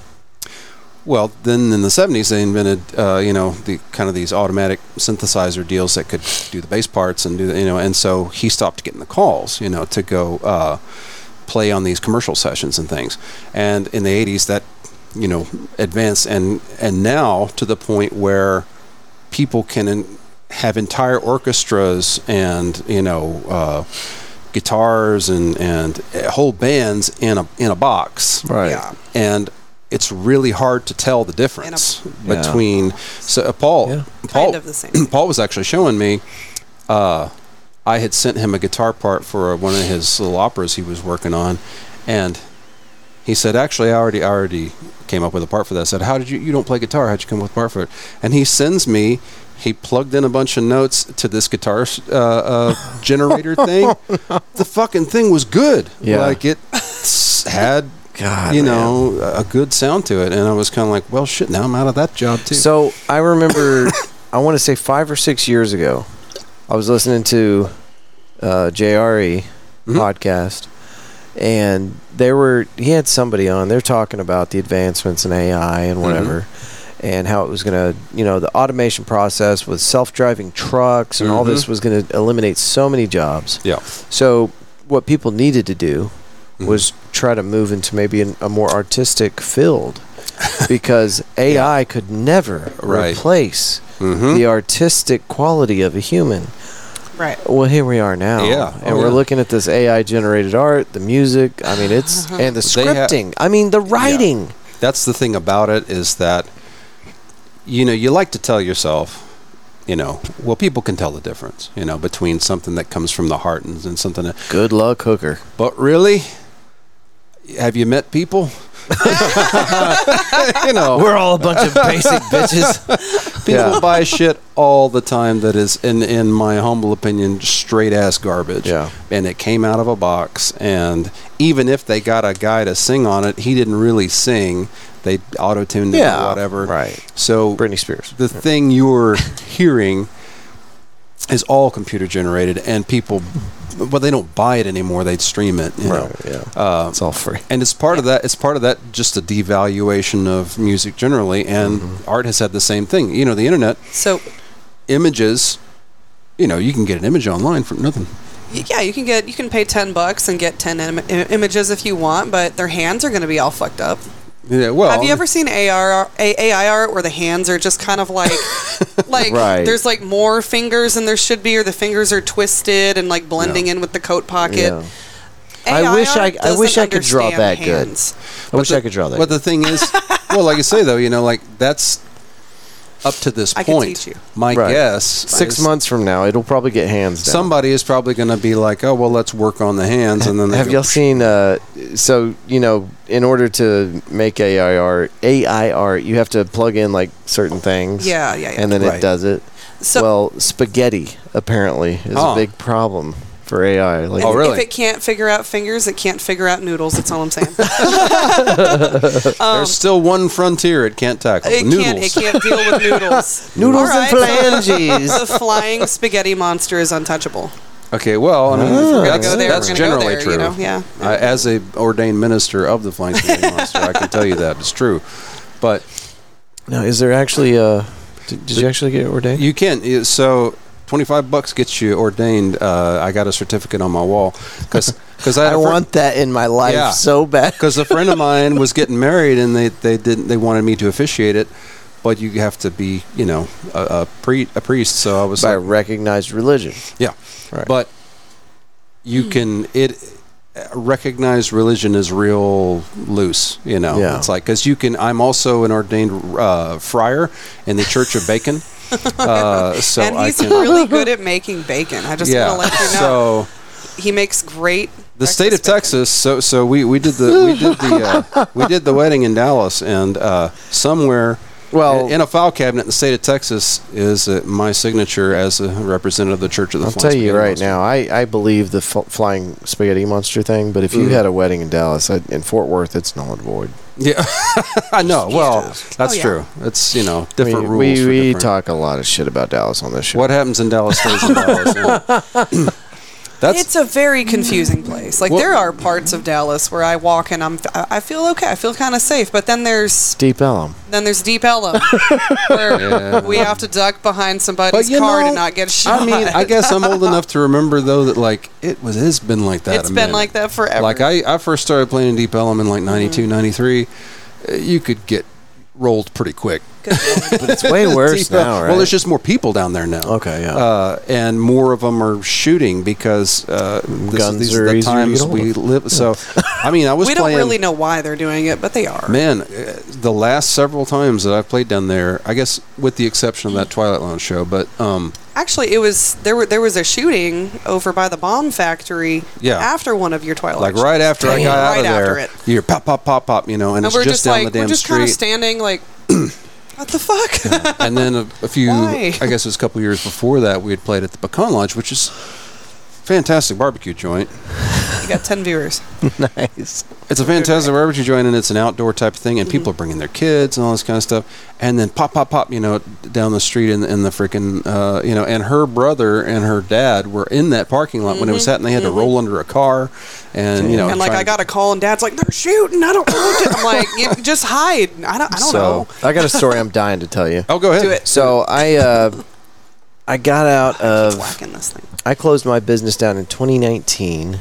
S4: Well, then in the '70s they invented, uh, you know, the kind of these automatic synthesizer deals that could do the bass parts and do the, you know, and so he stopped getting the calls, you know, to go uh, play on these commercial sessions and things. And in the '80s that, you know, advanced and and now to the point where people can in, have entire orchestras and you know. Uh, guitars and and uh, whole bands in a in a box
S1: Right.
S2: Yeah.
S4: and it's really hard to tell the difference
S1: Yeah.
S4: between so uh, Paul Paul
S2: Kind of
S1: <coughs>
S2: the same.
S4: Paul was actually showing me uh I had sent him a guitar part for one of his little operas he was working on and he said actually I already I already came up with a part for that I said how did you you don't play guitar how'd you come up with a part for it and he sends me he plugged in a bunch of notes to this guitar uh, uh, generator thing. The fucking thing was good.
S1: Yeah.
S4: Like it s- had
S1: God,
S4: you
S1: man.
S4: know, a a good sound to it. And I was kind of like, well, shit, now I'm out of that job too.
S1: So I remember, I want to say five or six years ago, I was listening to uh, JRE
S4: Mm-hmm.
S1: podcast, and they were he had somebody on. They're talking about the advancements in AI
S4: Mm-hmm.
S1: and whatever. And how it was going to, you know, the automation process with self driving trucks and all
S4: Mm-hmm.
S1: this was going to eliminate so many jobs.
S4: yeah.
S1: So, what people needed to do
S4: Mm-hmm.
S1: was try to move into maybe an, a more artistic
S4: <laughs>
S1: field because AI could never
S4: Right.
S1: replace
S4: Mhm.
S1: the artistic quality of a human.
S2: right.
S1: Well, here we are now.
S4: Yeah.
S1: And
S4: Oh,
S1: we're
S4: yeah.
S1: looking at this AI generated art, the music. I mean,
S4: <laughs>
S1: it's, and the
S4: They ha-
S1: scripting. I mean, the writing.
S4: That's the thing about it is that, you know, you like to tell yourself, you know, well, people can tell the difference, you know, between something that comes from the heart and, and something that,
S1: Good luck, hooker.
S4: but really, have you met people? <laughs> you know,
S1: We're all a bunch of basic bitches.
S4: <laughs> People
S1: Yeah.
S4: buy shit all the time that is, in in my humble opinion, straight ass garbage.
S1: Yeah.
S4: And it came out of a box, and even if they got a guy to sing on it, he didn't really sing. They auto tuned it
S1: Yeah,
S4: or whatever.
S1: right.
S4: So
S1: Britney Spears.
S4: the thing you're hearing is all computer generated, and people, well, they don't buy it anymore. They stream it. You know?
S1: Yeah.
S4: Uh,
S1: it's all free.
S4: and it's part of that. It's part of that. Just a devaluation of music generally, and
S1: Mm-hmm.
S4: art has had the same thing. You know, the internet
S2: So
S4: images. You know, you can get an image online for nothing.
S2: y- yeah, you can get you can pay ten bucks and get ten Im- i- images if you want, but their hands are going to be all fucked up.
S4: Yeah, well,
S2: Have you ever seen AR, A- AI art where the hands are just kind
S1: <laughs>
S2: of like, like
S1: Right.
S2: there's like more fingers than there should be, or the fingers are twisted and like blending in with the coat pocket?
S1: Yeah. I
S2: AI
S1: wish I-
S2: art
S1: I
S2: doesn't
S1: wish I could draw
S2: understand
S1: that good.
S2: hands.
S1: I wish I could draw that.
S4: But the
S1: <laughs>
S4: thing is, well, like I say though, you know, like that's up to this
S2: I can
S4: point.
S2: teach you.
S4: My
S1: Right.
S4: guess,
S1: Six
S4: is
S1: months from now, it'll probably get hands down.
S4: somebody is probably going to be like, oh well, let's work on the hands, and then they
S1: Have
S4: go,
S1: y'all seen? Uh, so you know, in order to make AI art, AI art, you have to plug in like certain things.
S2: Yeah, yeah, yeah.
S1: And then
S4: Right.
S1: it does it.
S2: So-
S1: well, spaghetti apparently is
S4: Huh.
S1: a big problem for AI. Like,
S4: Oh, really?
S2: If it can't figure out fingers, it can't figure out noodles. That's all
S4: <laughs>
S2: I'm saying. Um,
S4: There's still one frontier it can't tackle.
S2: It
S4: noodles.
S2: can't. It can't deal
S4: <laughs>
S2: with noodles.
S1: noodles
S2: All right,
S1: and <laughs>
S2: so
S1: phalanges.
S2: <laughs> The flying spaghetti monster is untouchable.
S4: Okay, well, I
S1: Ah.
S4: mean, that's,
S2: go there,
S4: that's
S2: we're gonna go
S4: generally
S2: there,
S4: true.
S2: you know, yeah.
S4: I, as a ordained minister of the Flying Spaghetti
S2: <laughs>
S4: Monster, I can tell you that it's true. But
S1: no, is there actually? Uh, did, did you actually get ordained?
S4: You can. you- So, twenty-five bucks gets you ordained. Uh, I got a certificate on my wall because I,
S1: I want that in my life
S4: Yeah.
S1: so bad.
S4: because a friend of mine was getting married and they they didn't they wanted me to officiate it. but you have to be, you know, a, a, pre, a priest. So I was
S1: by
S4: like,
S1: a recognized religion.
S4: yeah,
S1: Right.
S4: but
S2: Hmm.
S4: you can it recognize religion as real loose. You know,
S1: Yeah.
S4: it's like because you can. I'm also an ordained uh, friar in the Church of
S2: <laughs>
S4: Bacon. Uh, so
S2: and he's
S4: I can,
S2: really good at making bacon. I just
S4: yeah.
S2: want to let you know
S4: <laughs> So
S2: he makes great.
S4: the state of
S2: breakfast bacon.
S4: Texas. So so we, we did the we did the uh, we did the wedding in Dallas, and uh, somewhere.
S1: Well-
S4: in a file cabinet in the state of Texas is uh, my signature as a representative of the Church of the
S1: I'll
S4: Flying
S1: tell you
S4: Spaghetti
S1: right
S4: Monster.
S1: now, I, I believe the f- flying spaghetti monster thing, but if
S4: Mm.
S1: you had a wedding in Dallas, I, in Fort Worth, it's null and void.
S4: Yeah, I know. Well, that's
S2: Oh, yeah.
S4: true. It's you know
S1: We,
S4: different rules.
S1: we,
S4: for
S1: we
S4: different-
S1: talk a lot of shit about Dallas on this show.
S4: What happens in Dallas stays in Dallas. yeah.
S1: <laughs>
S4: that's
S2: it's a very confusing place. Like
S4: Well-
S2: there are parts of Dallas where I walk and I'm I I feel okay. I feel kind of safe, but then there's
S1: Deep
S4: <laughs>
S1: Elm.
S2: then there's Deep Ellum where we have to duck behind somebody's
S4: you
S2: car to
S4: know,
S2: not get shot.
S4: I mean, I guess I'm old enough to remember though that like it was it's been like that.
S2: <laughs> it's
S4: a
S2: been
S4: minute.
S2: like that forever.
S4: Like I, I first started playing in Deep Ellum in
S2: Mm-hmm.
S4: like 92, 93. Uh, You could get rolled pretty
S2: <laughs>
S4: quick.
S1: It's way worse
S4: Deep Ellum-
S1: now, right?
S4: Well, there's just more people down there now.
S1: Okay, yeah.
S4: Uh, and more of them are shooting because uh, this
S1: Guns
S4: is, these
S1: are easier
S4: are the
S1: to get
S4: times
S1: hold
S4: we
S1: of.
S4: live. So, I mean,
S2: <laughs>
S4: I was
S2: we don't
S4: playing.
S2: really know why they're doing it, but they are.
S4: Man, uh, the last several times that I've played down there, I guess with the exception of that Twilight Lounge show, but um,
S2: Actually, it was there. Were, there was a shooting over by the bomb factory.
S4: Yeah.
S2: After one of your
S1: Oh,
S2: Twilight.
S4: like right after I got out
S2: Right
S4: of there,
S2: after it.
S4: you're pop, pop, pop, pop, you know, and,
S2: and
S4: it's
S2: we're
S4: just,
S2: just,
S4: down
S2: like
S4: the damn
S2: we're just kind of
S4: street.
S2: standing like,
S4: <clears throat>
S2: what the fuck?
S4: and then a, a few,
S2: Why?
S4: I guess it was a couple years before that, we had played at the Pecan Lodge, which is fantastic barbecue joint.
S2: <laughs> you got ten viewers.
S4: It's a fantastic barbecue joint, and it's an outdoor type of thing, and people are bringing their kids and all this kind of stuff. And then pop, pop, pop, you know, d- down the street in, in the freaking, uh, you know, and her brother and her dad were in that parking lot when it was happening. They had to roll under a car, and you know,
S2: and Mm-hmm. like
S4: try
S2: I
S4: to-
S2: got a call, and Dad's like, "They're shooting. I don't
S4: <laughs>
S2: want to." I'm like, "Yeah, "Just hide. I don't. I don't
S4: So-
S2: know."
S1: I got a story I'm dying to tell you.
S4: Oh, go ahead.
S2: Do it.
S1: So I uh, I got out
S2: It's
S1: of
S2: whacking this thing.
S1: I closed my business down in 2019,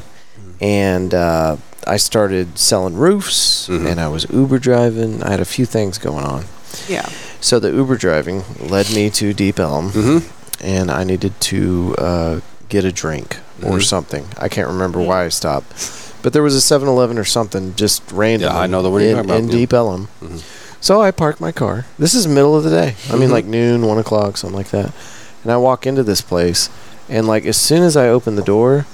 S1: and uh, I started selling roofs,
S4: Mm-hmm.
S1: and I was Uber driving. I had a few things going on.
S2: Yeah.
S1: So the Uber driving led me to Deep Elm,
S4: Mm-hmm.
S1: and I needed to uh, get a drink
S4: Mm-hmm.
S1: or something. I can't remember why I stopped, but there was a 7-Eleven or something just random.
S4: Yeah, I know the one
S1: in,
S4: you're talking about,
S1: in
S4: yeah. Mm-hmm.
S1: Deep Elm. So I parked my car. This is middle of the day. I mean, like noon, one o'clock, something like that. And I walk into this place, and like as soon as I open the door,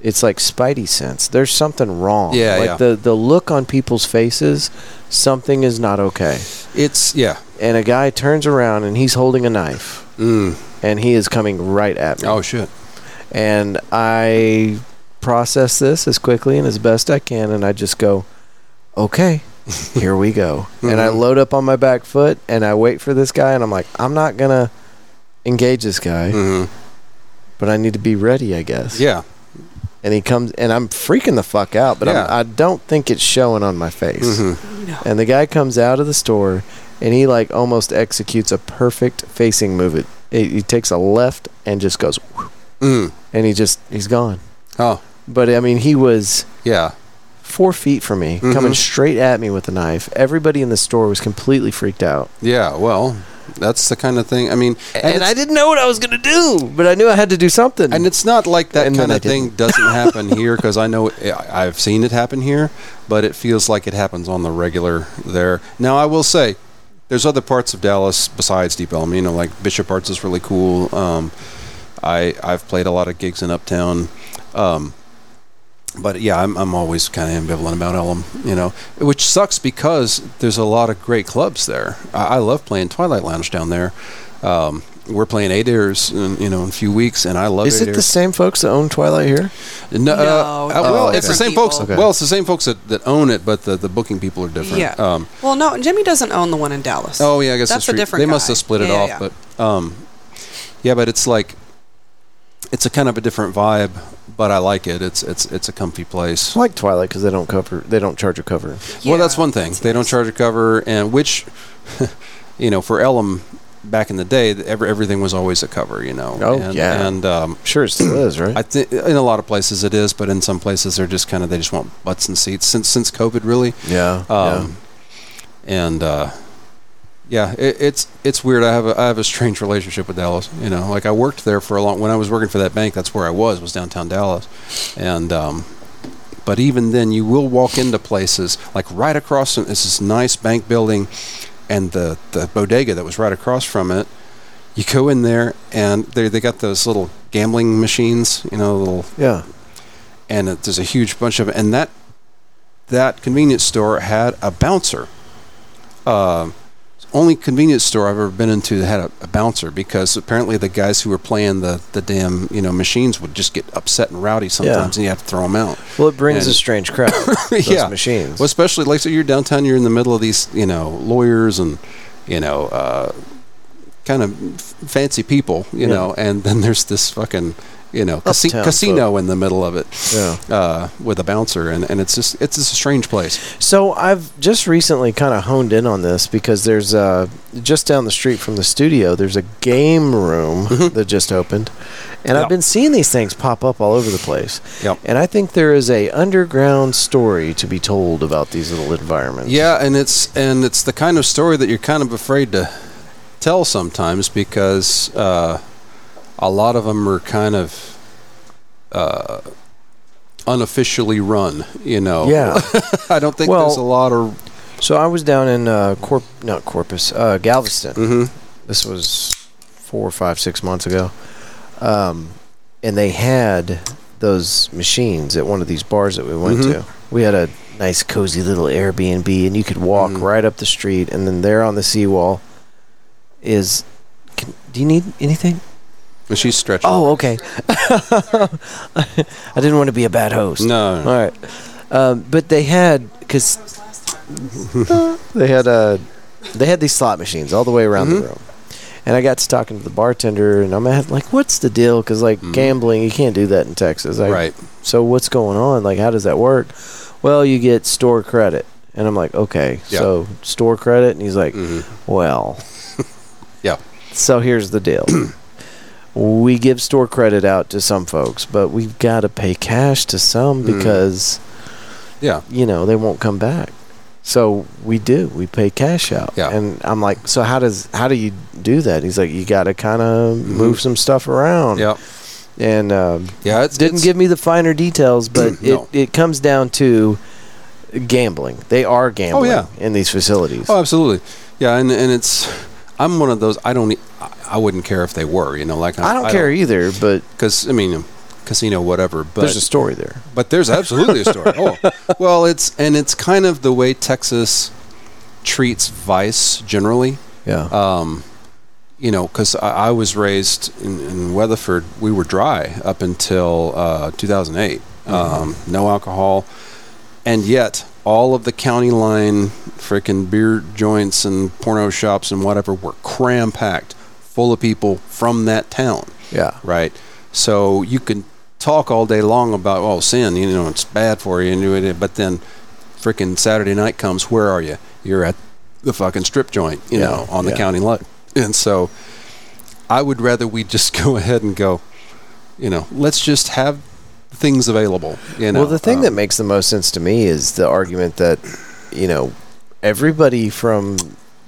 S1: it's like Spidey sense. There's something wrong.
S4: Yeah,
S1: like
S4: yeah.
S1: the the look on people's faces, something is not okay
S4: It's yeah.
S1: and a guy turns around and he's holding a knife
S4: Mm.
S1: and he is coming right at me.
S4: Oh shit.
S1: And I process this as quickly and as best I can and I just go,
S4: <laughs>
S1: "Okay, here we go." And
S4: Mm-hmm.
S1: I load up on my back foot and I wait for this guy and I'm like, "I'm not going to engage this guy,
S4: Mhm.
S1: but I need to be ready, I guess."
S4: Yeah.
S1: And he comes and I'm freaking the fuck out, but
S4: Yeah.
S1: I'm, I don't think it's showing on my face.
S4: Mhm.
S1: And the guy comes out of the store and he like almost executes a perfect facing move. It, it he takes a left and just goes whoosh,
S4: Mm.
S1: and he just he's gone.
S4: Oh
S1: But I mean he was
S4: yeah.
S1: four feet from me, coming straight at me with a knife. Everybody in the store was completely freaked out.
S4: Yeah. Well, that's the kind of thing. I mean, and,
S1: And,
S4: it's-
S1: I didn't know what I was gonna do, but I knew I had to do something.
S4: And it's not like that
S1: And then
S4: kind
S1: I
S4: of thing doesn't happen here because I know I- I've seen it happen here, but it feels like it happens on the regular there. Now, I will say, there's other parts of Dallas besides Deep Elm. You know, like Bishop Arts is really cool. Um, I I've played a lot of gigs in Uptown. Um, but yeah, I'm, I'm always kind of ambivalent about Elm, you know, which sucks because there's a lot of great clubs there. I, I love playing Twilight Lounge down there. Um, we're playing Adair's, in, you know, in a few weeks, and I love
S1: is it the
S4: Adair's.
S1: same folks that own Twilight here?
S4: No, uh,
S2: No,
S4: uh, well,
S2: it's
S4: it's the same
S2: different
S4: folks.
S2: people.
S4: Well, it's the same folks that, that own it, but the, the booking people are different.
S2: Yeah.
S4: Um,
S2: well, no, Jimmy doesn't own the one in Dallas.
S4: oh yeah, I guess
S2: That's
S4: that's
S2: a
S4: true.
S2: different
S4: They must
S2: guy.
S4: have split it
S2: Yeah,
S4: off,
S2: yeah,
S4: but um, yeah, but it's like it's a kind of a different vibe, but I like it. It's it's it's a comfy place.
S1: I like Twilight because they don't cover, they don't charge a cover.
S2: Yeah,
S4: well, that's one thing.
S2: that's
S4: they don't
S2: nice.
S4: charge a cover, and which <laughs> you know for Elm back in the day, every, everything was always a cover. You know.
S1: Oh,
S4: and,
S1: yeah.
S4: And um,
S1: Sure, it still is, right?
S4: I think in a lot of places it is, but in some places they're just kind of they just want
S1: Um,
S4: butts Um, and seats since since COVID really.
S1: yeah,
S4: Um, And uh, Yeah, it, it's it's weird. I have a, I have a strange relationship with Dallas. You know, like I worked there for a long. When I was working for that bank, that's where I was was downtown Dallas, and um, but even then, you will walk into places like right across. From, it's this nice bank building, and the the bodega that was right across from it. You go in there, and they they got those little gambling machines. You know, little
S1: Yeah.
S4: and it, there's a huge bunch of and that that convenience store had a bouncer. Uh, it's the only convenience store I've ever been into that had a, a bouncer because apparently the guys who were playing the, the damn you know machines would just get upset and rowdy sometimes and you have to throw them out.
S1: Well, it brings
S4: And-
S1: a strange <coughs> crowd. those machines.
S4: Well, especially like so you're downtown, you're in the middle of these you know lawyers and you know uh, kind of f- fancy people, you know, and then there's this fucking you know casi-
S1: Uptown
S4: casino in the middle of it,
S1: Yeah.
S4: uh, with a bouncer, and, and it's just it's just a strange place.
S1: So I've just recently kind of honed in on this because there's uh, just down the street from the studio. There's a game room that just opened, and
S4: Mm-hmm. Yep.
S1: I've been seeing these things pop up all over the place.
S4: Yep.
S1: And I think there is a underground story to be told about these little environments.
S4: Yeah, and it's and it's the kind of story that you're kind of afraid to tell sometimes because uh, a lot of them are kind of uh, unofficially run. You know.
S1: Yeah.
S4: <laughs> I don't think
S1: Well-
S4: there's a lot of
S1: so I was down in uh, Corp, not Corpus, uh, Galveston.
S4: mm-hmm.
S1: This was four, five, six months ago, um, and they had those machines at one of these bars that we went to. We had a nice, cozy little Airbnb, and you could walk right up the street, and then there on the seawall is. Can, do you need anything?
S4: And she's stretching.
S1: Oh, okay. <laughs> I didn't want to be a bad host.
S4: no!
S1: All right. Um, but they had because <laughs> they had uh, Mm-hmm. they had these slot machines all the way around the room, and I got to talking to the bartender, and I'm at, like, "What's the deal?" Because like gambling, you can't do that in Texas. Like,
S4: Right.
S1: So what's going on? Like, how does that work? Well, you get store credit, and I'm like, okay,
S4: Yeah.
S1: so store credit, and he's like,
S4: Mm-hmm.
S1: well,
S4: <laughs> Yeah.
S1: so here's the deal. we give store credit out to some folks, but we've got to pay cash to some because
S4: Mm. Yeah.
S1: you know, they won't come back. So we do. We pay cash out.
S4: Yeah.
S1: And I'm like, so how does how do you do that? He's like, you got to kind of move some stuff around.
S4: Mm-hmm. Yeah.
S1: And um,
S4: Yeah. It's,
S1: didn't
S4: it's-
S1: give me the finer details, but
S4: <clears throat> No.
S1: it, it comes down to gambling. They are gambling
S4: Oh, yeah.
S1: in these facilities.
S4: Oh, absolutely. Yeah, and and it's. I'm one of those. I don't. e- I, I wouldn't care if they were. You know, like
S1: I don't care either, but
S4: because I mean, casino, whatever. But
S1: there's a story there.
S4: But there's absolutely a story. Oh, well, it's and it's kind of the way Texas treats vice generally. Um,
S1: Yeah.
S4: Uh, You know, because I, I was raised in, in Weatherford, we were dry up until uh, 2008. Um, no alcohol, and yet all of the county line freaking beer joints and porno shops and whatever were cram packed, full of people from that town
S1: yeah.
S4: right? So you can talk all day long about oh sin, you know, it's bad for you, and you- and- but then freaking Saturday night comes. Where are you? You're at the fucking strip joint, you
S1: Yeah,
S4: know, on the
S1: yeah.
S4: county line. And so I would rather we just <laughs> go ahead and go, you know, let's just have things available. You know,
S1: Well, the thing
S4: um,
S1: that makes the most sense to me is the argument that, you know, everybody from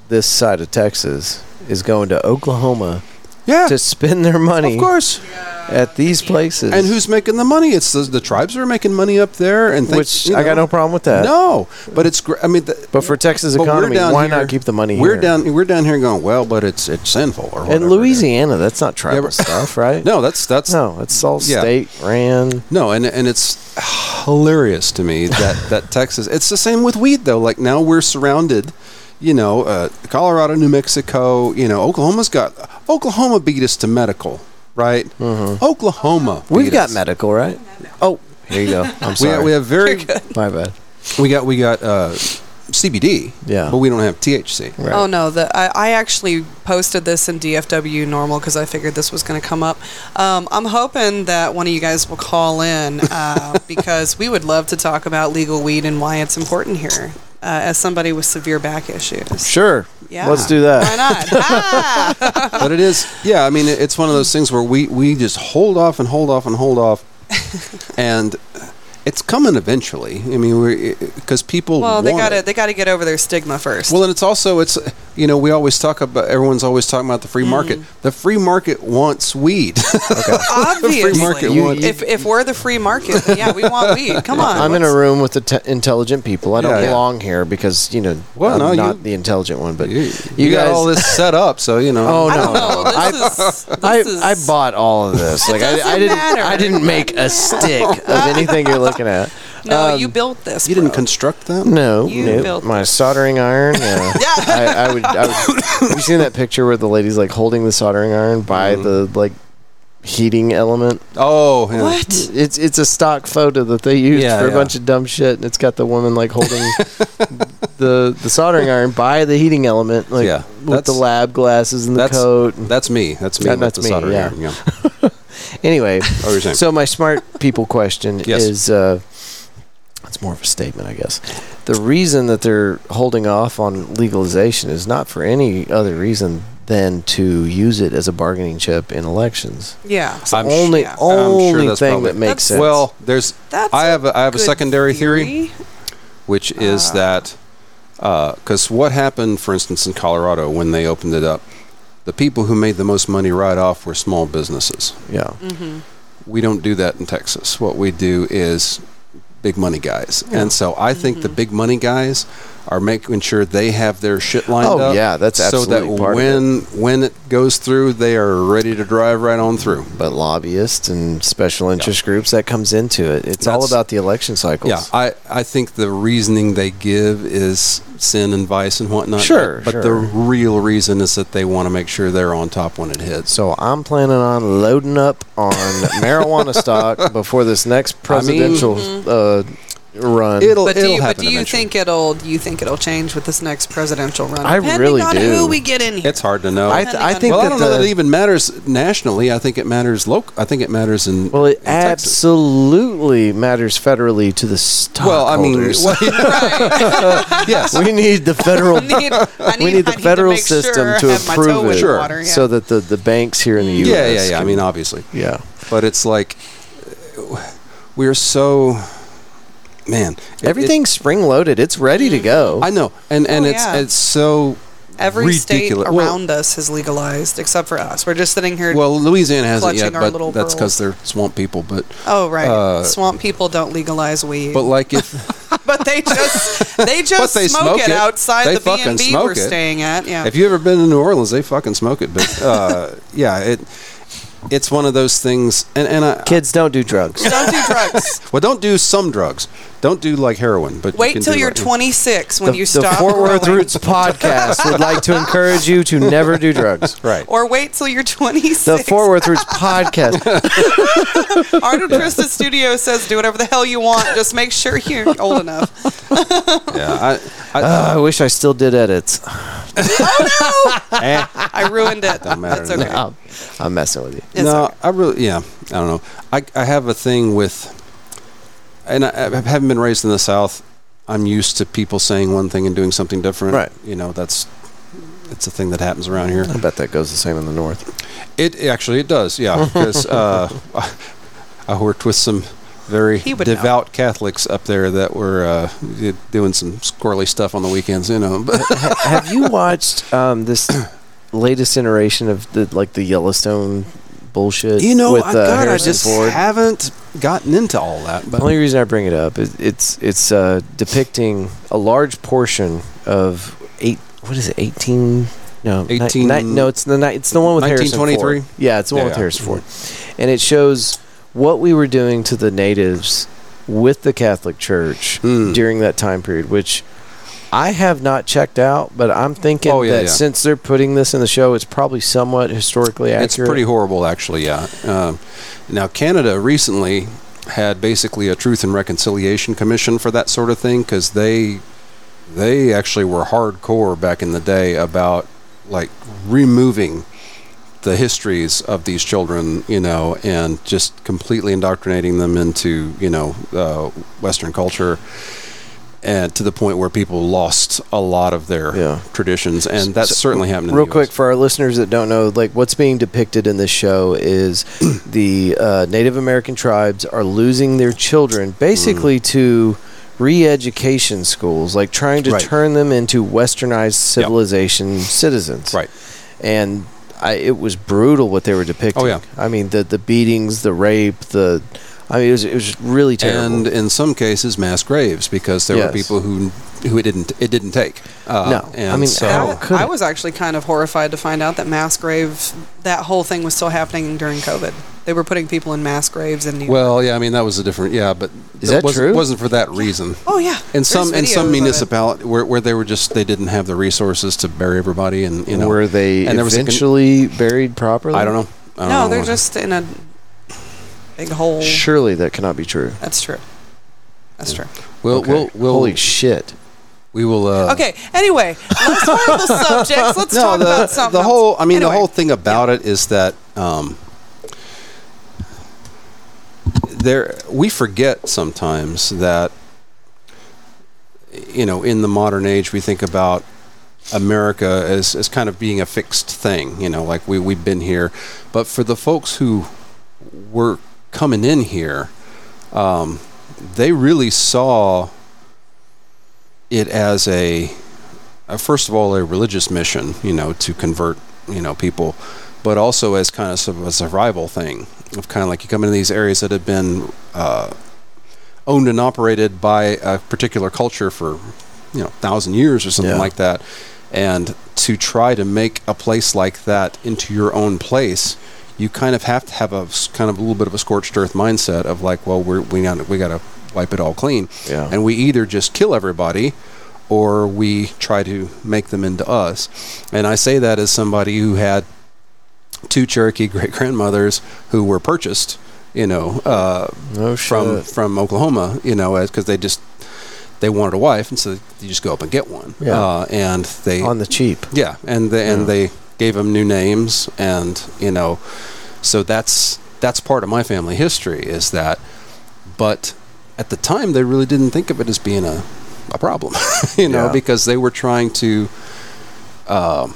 S1: this side of Texas is going to Oklahoma
S4: yeah,
S1: to spend their money
S4: of course.
S1: at these places.
S4: And who's making the money? It's the, the tribes that are making money up there, and things,
S1: which
S4: you
S1: I got
S4: know.
S1: no problem with that.
S4: No, but it's. gr- I mean, the,
S1: But for Texas
S4: But we're
S1: economy,
S4: down
S1: why
S4: here-
S1: not keep the money
S4: We're
S1: here?
S4: down. We're down here going well, but it's it's sinful or whatever it
S1: in
S4: is.
S1: Louisiana. That's not tribal
S4: but- <laughs>
S1: stuff, right?
S4: No, that's that's no.
S1: no, it's all
S4: Yeah.
S1: state ran.
S4: and and it's hilarious to
S1: <laughs>
S4: me that that Texas. It's the same with weed though. Like now we're surrounded. You know, uh, Colorado, New Mexico. You know, Oklahoma's got Oklahoma beat us to medical, right? Oklahoma.
S1: Mm-hmm. We've
S4: beat
S1: got
S4: us.
S1: medical, right? Oh, here you go. I'm
S4: <laughs> We
S1: sorry.
S4: have, we
S1: <laughs>
S4: have very
S1: My bad.
S4: we got we got uh, CBD.
S1: Yeah. Mm-hmm.
S4: but we don't have THC.
S1: Right.
S2: Oh no, the, I, I actually posted this in DFW normal because I figured this was going to come up. Um, I'm hoping that one of you guys will call in
S1: <laughs>
S2: uh, because we would love to talk about legal weed and why it's important here. Uh, as somebody with severe back issues,
S1: Sure.
S2: Yeah.
S1: Let's do that.
S2: why not?
S1: <laughs>
S2: Ah!
S4: but it is yeah i mean
S1: <laughs>
S4: it- it's one of those things where we we just hold off and hold off and hold off and It's coming eventually. I mean, we're because people
S2: Well, they
S4: want
S2: got to they got to get over their stigma
S1: <laughs>
S2: first.
S4: Well, and it's also it's you know we always talk about everyone's always talking about the free market.
S1: Mm.
S4: The free market wants
S1: <laughs>
S4: weed.
S2: obviously,
S4: market You- wants-
S2: if if we're the free market, then yeah, we want weed. Come on,
S1: I'm in a
S2: let's-
S1: room with the t- intelligent people. I don't
S4: Yeah, yeah.
S1: belong here because you know
S4: Well,
S1: I'm
S4: no, you-
S1: not the intelligent one. But
S4: you,
S1: <laughs> you,
S4: you
S1: guys,
S4: got all this set up, so you know.
S1: <laughs> oh
S2: I
S1: no,
S2: don't know. This is, this
S1: I,
S2: is,
S1: I bought all of
S2: <laughs>
S1: this. Like I, I
S2: doesn't
S1: didn't
S2: matter.
S1: I didn't make a stick of anything you're looking at.
S2: No,
S1: um,
S2: you built this.
S4: you didn't
S2: bro.
S4: construct that.
S1: No,
S2: You
S1: nope.
S2: built
S1: my soldering iron.
S2: <laughs>
S1: Yeah, I, I would. I would have you seen that picture where the lady's like holding the soldering iron by
S4: Mm-hmm.
S1: the like heating element?
S4: Oh, yeah.
S2: what?
S1: It's it's a stock photo that they used
S4: Yeah,
S1: for a
S4: yeah.
S1: bunch of dumb shit, and it's got the woman like
S4: <laughs>
S1: holding the the soldering iron by the heating element, like
S4: Yeah,
S1: with the
S4: that's-
S1: lab glasses and the
S4: that's-
S1: coat. and-
S4: That's me. That's me.
S1: That-
S4: with
S1: that's
S4: the
S1: me,
S4: soldering
S1: yeah.
S4: iron, yeah.
S1: Anyway,
S4: <laughs> Oh, you're saying.
S1: so my smart people question
S4: Yes.
S1: is uh, it's more of a statement, I guess. The reason that they're holding off on legalization is not for any other reason than to use it as a bargaining chip in elections.
S2: Yeah,
S1: It's the
S4: I'm sh-
S1: only
S2: yeah. I'm sure
S1: only
S4: that's
S1: thing
S4: probably-
S1: that makes
S2: That's-
S1: sense.
S4: Well, there's
S2: that's.
S4: I have a, I have a
S2: good
S4: secondary theory, which
S1: Ah.
S4: is that because what happened, for instance, in Colorado when they opened it up, the people who made the most money right off were small businesses.
S1: yeah,
S4: we don't do that in Texas. What we do is big money guys. And so I think
S1: Mm-hmm.
S4: the big money guys are making sure they have their shit lined
S1: Oh,
S4: up.
S1: yeah, that's
S4: So
S1: absolutely
S4: that
S1: part of
S4: when when it goes through, they are ready to drive right on through.
S1: but lobbyists and special interest groups that comes into it. It's all
S4: That's-
S1: about the election cycles.
S4: Yeah, I, I think the reasoning they give is sin and vice and whatnot.
S1: Sure,
S4: but, but the
S1: sure.
S4: real reason is that they want to make sure they're on top when it hits.
S1: So I'm planning on loading up on marijuana stock before this next presidential uh, run.
S4: It'll
S2: But do
S4: it'll
S2: you, but
S4: happen
S2: do you
S4: eventually.
S2: think it'll do you think it'll change with this next presidential run?
S1: I
S2: Depending
S1: really
S2: on
S1: do.
S2: Who we get in
S4: <laughs>
S2: here?
S4: it's hard to know?
S1: I, th- I think
S4: well, I
S1: that
S4: don't know that
S1: the-
S4: it even matters nationally. I think it matters local. I think it matters in
S1: well, it
S4: in Texas.
S1: absolutely matters federally to the
S4: Well, I mean,
S1: stockholders.
S4: well, <laughs>
S1: <laughs>
S4: yes,
S1: we need the federal.
S2: I need, I need,
S1: we need the
S2: I
S1: federal
S2: need to make
S1: system
S2: sure I
S1: to
S2: have my toe
S1: approve
S2: in
S1: it,
S2: the
S4: Sure.
S2: water, yeah.
S1: so that the, the banks here in the U.S.
S4: yeah, yeah, yeah. I
S1: can-
S4: mean, obviously,
S1: yeah.
S4: but it's like we are so man. it- it-
S1: Everything's spring loaded. It's ready to go.
S4: I know, and and
S2: Oh,
S4: it's
S2: yeah.
S4: it's so
S2: Every
S4: ridiculous.
S2: state
S4: Well-
S2: around us has legalized, except for us. We're just sitting here.
S4: well. Louisiana hasn't yet,
S2: Clutching our
S4: but
S2: little
S4: that's because
S2: pearls.
S4: they're swamp people. But
S2: oh right,
S4: uh,
S2: swamp people don't legalize weed,
S4: but
S2: <laughs> but,
S4: like if <laughs>
S2: they just they
S4: But
S2: just
S4: they
S2: smoke,
S4: smoke
S2: it,
S4: it.
S2: outside
S4: They
S2: the B
S4: fucking
S2: and B
S4: smoke
S2: we're
S4: it.
S2: staying at. Yeah,
S4: if you ever been to New Orleans, they fucking smoke it. But uh, yeah, it it's one of those things. And and I,
S1: Kids don't do drugs.
S2: <laughs> don't do drugs.
S4: well, don't do some drugs. Don't do like heroin. But you
S2: Wait
S4: can
S2: till
S4: do,
S2: you're
S4: like-
S2: 26 when
S1: the,
S2: you
S1: the
S2: stop
S1: Fort Worth
S2: growing.
S1: Roots podcast would like to encourage you to never do drugs.
S2: <laughs>
S4: Right.
S2: Or wait till you're 26.
S1: The Fort Worth Roots podcast.
S2: Arnold
S4: <laughs>
S2: Trista Studio says do whatever the hell you want. Just make sure you're old enough.
S4: Yeah. I, I,
S1: Uh, I wish I still did edits.
S2: I ruined it.
S4: Don't matter
S2: That's okay.
S1: I'm, I'm messing with you.
S2: <laughs> It's
S4: eh, no,
S2: okay.
S4: I really, yeah, I don't know. I, I have a thing with, and I, I haven't been raised in the South. I'm used to people saying one thing and doing something different.
S1: Right.
S4: You know, that's it's a thing that happens around here.
S1: I bet that goes the same in the north.
S4: It actually it does. Yeah,
S2: <laughs>
S4: because uh, I worked with some very
S2: He would know.
S4: devout Catholics up there that were uh, y- doing some squirrely stuff on the weekends. You know, but
S1: Have you watched um, this latest iteration of the like the Yellowstone bullshit?
S4: you know,
S1: with
S4: I,
S1: uh,
S4: God, I
S1: Harrison
S4: just
S1: Ford.
S4: haven't gotten into all that.
S1: The
S4: But
S1: only reason I bring it up is it's it's uh, depicting a large portion of eight. What is it? Eighteen. No, ni-
S4: 18
S1: ni- no, it's the ni- it's the one with Harrison Ford.
S4: 1923?
S1: Yeah, it's the one
S4: Yeah,
S1: with
S4: yeah.
S1: Harrison Ford, and it shows what we were doing to the natives with the Catholic Church
S4: Mm.
S1: during that time period, which I have not checked out, but I'm thinking
S4: Oh, yeah,
S1: that
S4: yeah.
S1: since they're putting this in the show, it's probably somewhat historically accurate.
S4: It's pretty horrible, actually. Yeah. Um, now Canada recently had basically a truth and reconciliation commission for that sort of thing because they they actually were hardcore back in the day about like removing the histories of these children, you know, and just completely indoctrinating them into you know uh, Western culture. and to the point where people lost a lot of their
S1: Yeah.
S4: traditions, and that's certainly happening.
S1: Real quick for our listeners that don't know, like what's being depicted in this show
S4: <clears throat>
S1: is the uh, Native American tribes are losing their children
S4: Mm.
S1: basically to re-education schools, like trying to
S4: Right.
S1: turn them into westernized civilization citizens.
S4: Right.
S1: And I, it was brutal what they were depicting.
S4: Oh, yeah.
S1: I mean the the beatings, the rape, the I mean it was it was really terrible.
S4: and in some cases mass graves because there
S1: Yes.
S4: were people who who it didn't it didn't take. Uh,
S1: No. I
S4: and
S1: mean,
S4: so
S1: how-
S2: I-
S1: could
S2: I
S1: it?
S2: was actually kind of horrified to find out that mass grave, that whole thing was still happening during COVID. They were putting people in mass graves and
S4: well, yeah, I mean that was a different yeah, but
S1: Is
S4: it
S1: that
S4: wasn't,
S1: true?
S4: wasn't for that reason.
S2: oh yeah,
S4: In some
S2: There's
S4: in some
S2: videos of it.
S4: municipality where, where they were just they didn't have the resources to bury everybody and you know
S1: were they
S4: and there was a con-
S1: eventually buried properly?
S4: I don't know. I don't
S2: No,
S4: know
S2: they're
S4: what-
S2: just in a big hole.
S1: Surely that cannot be true.
S2: That's true. That's true.
S4: We'll,
S1: Okay.
S4: we'll, we'll,
S1: Holy shit.
S4: we will. Uh,
S2: Okay. Anyway, let's horrible
S4: <laughs>
S2: subjects. Let's talk
S4: the,
S2: about something.
S4: the whole.
S2: else.
S4: I mean,
S2: Anyway,
S4: the whole thing about it is that um, there we forget sometimes that you know in the modern age we think about America as as kind of being a fixed thing. You know, like we we've been here, but for the folks who were coming in here, um, they really saw it as a uh, first of all a religious mission, you know, to convert, you know, people, but also as kind of sort of a survival thing of kind of like you come into these areas that have been uh, owned and operated by a particular culture for you know thousand years or something
S1: Yeah.
S4: like that, and to try to make a place like that into your own place. You kind of have to have a s- kind of a little bit of a scorched earth mindset of like, well, we're, we got we got to wipe it all clean,
S1: Yeah.
S4: and we either just kill everybody, or we try to make them into us. And I say that as somebody who had two Cherokee great grandmothers who were purchased, you know, uh,
S1: No
S4: from
S1: shit.
S4: from Oklahoma, you know, because they just they wanted a wife, and so you just go up and get one.
S1: Yeah.
S4: Uh, and they
S1: on the cheap.
S4: yeah, and they, and they gave them new names, and you know, so that's that's part of my family history is that. But at the time, they really didn't think of it as being a a problem, <laughs> you know,
S1: Yeah.
S4: because they were trying to um,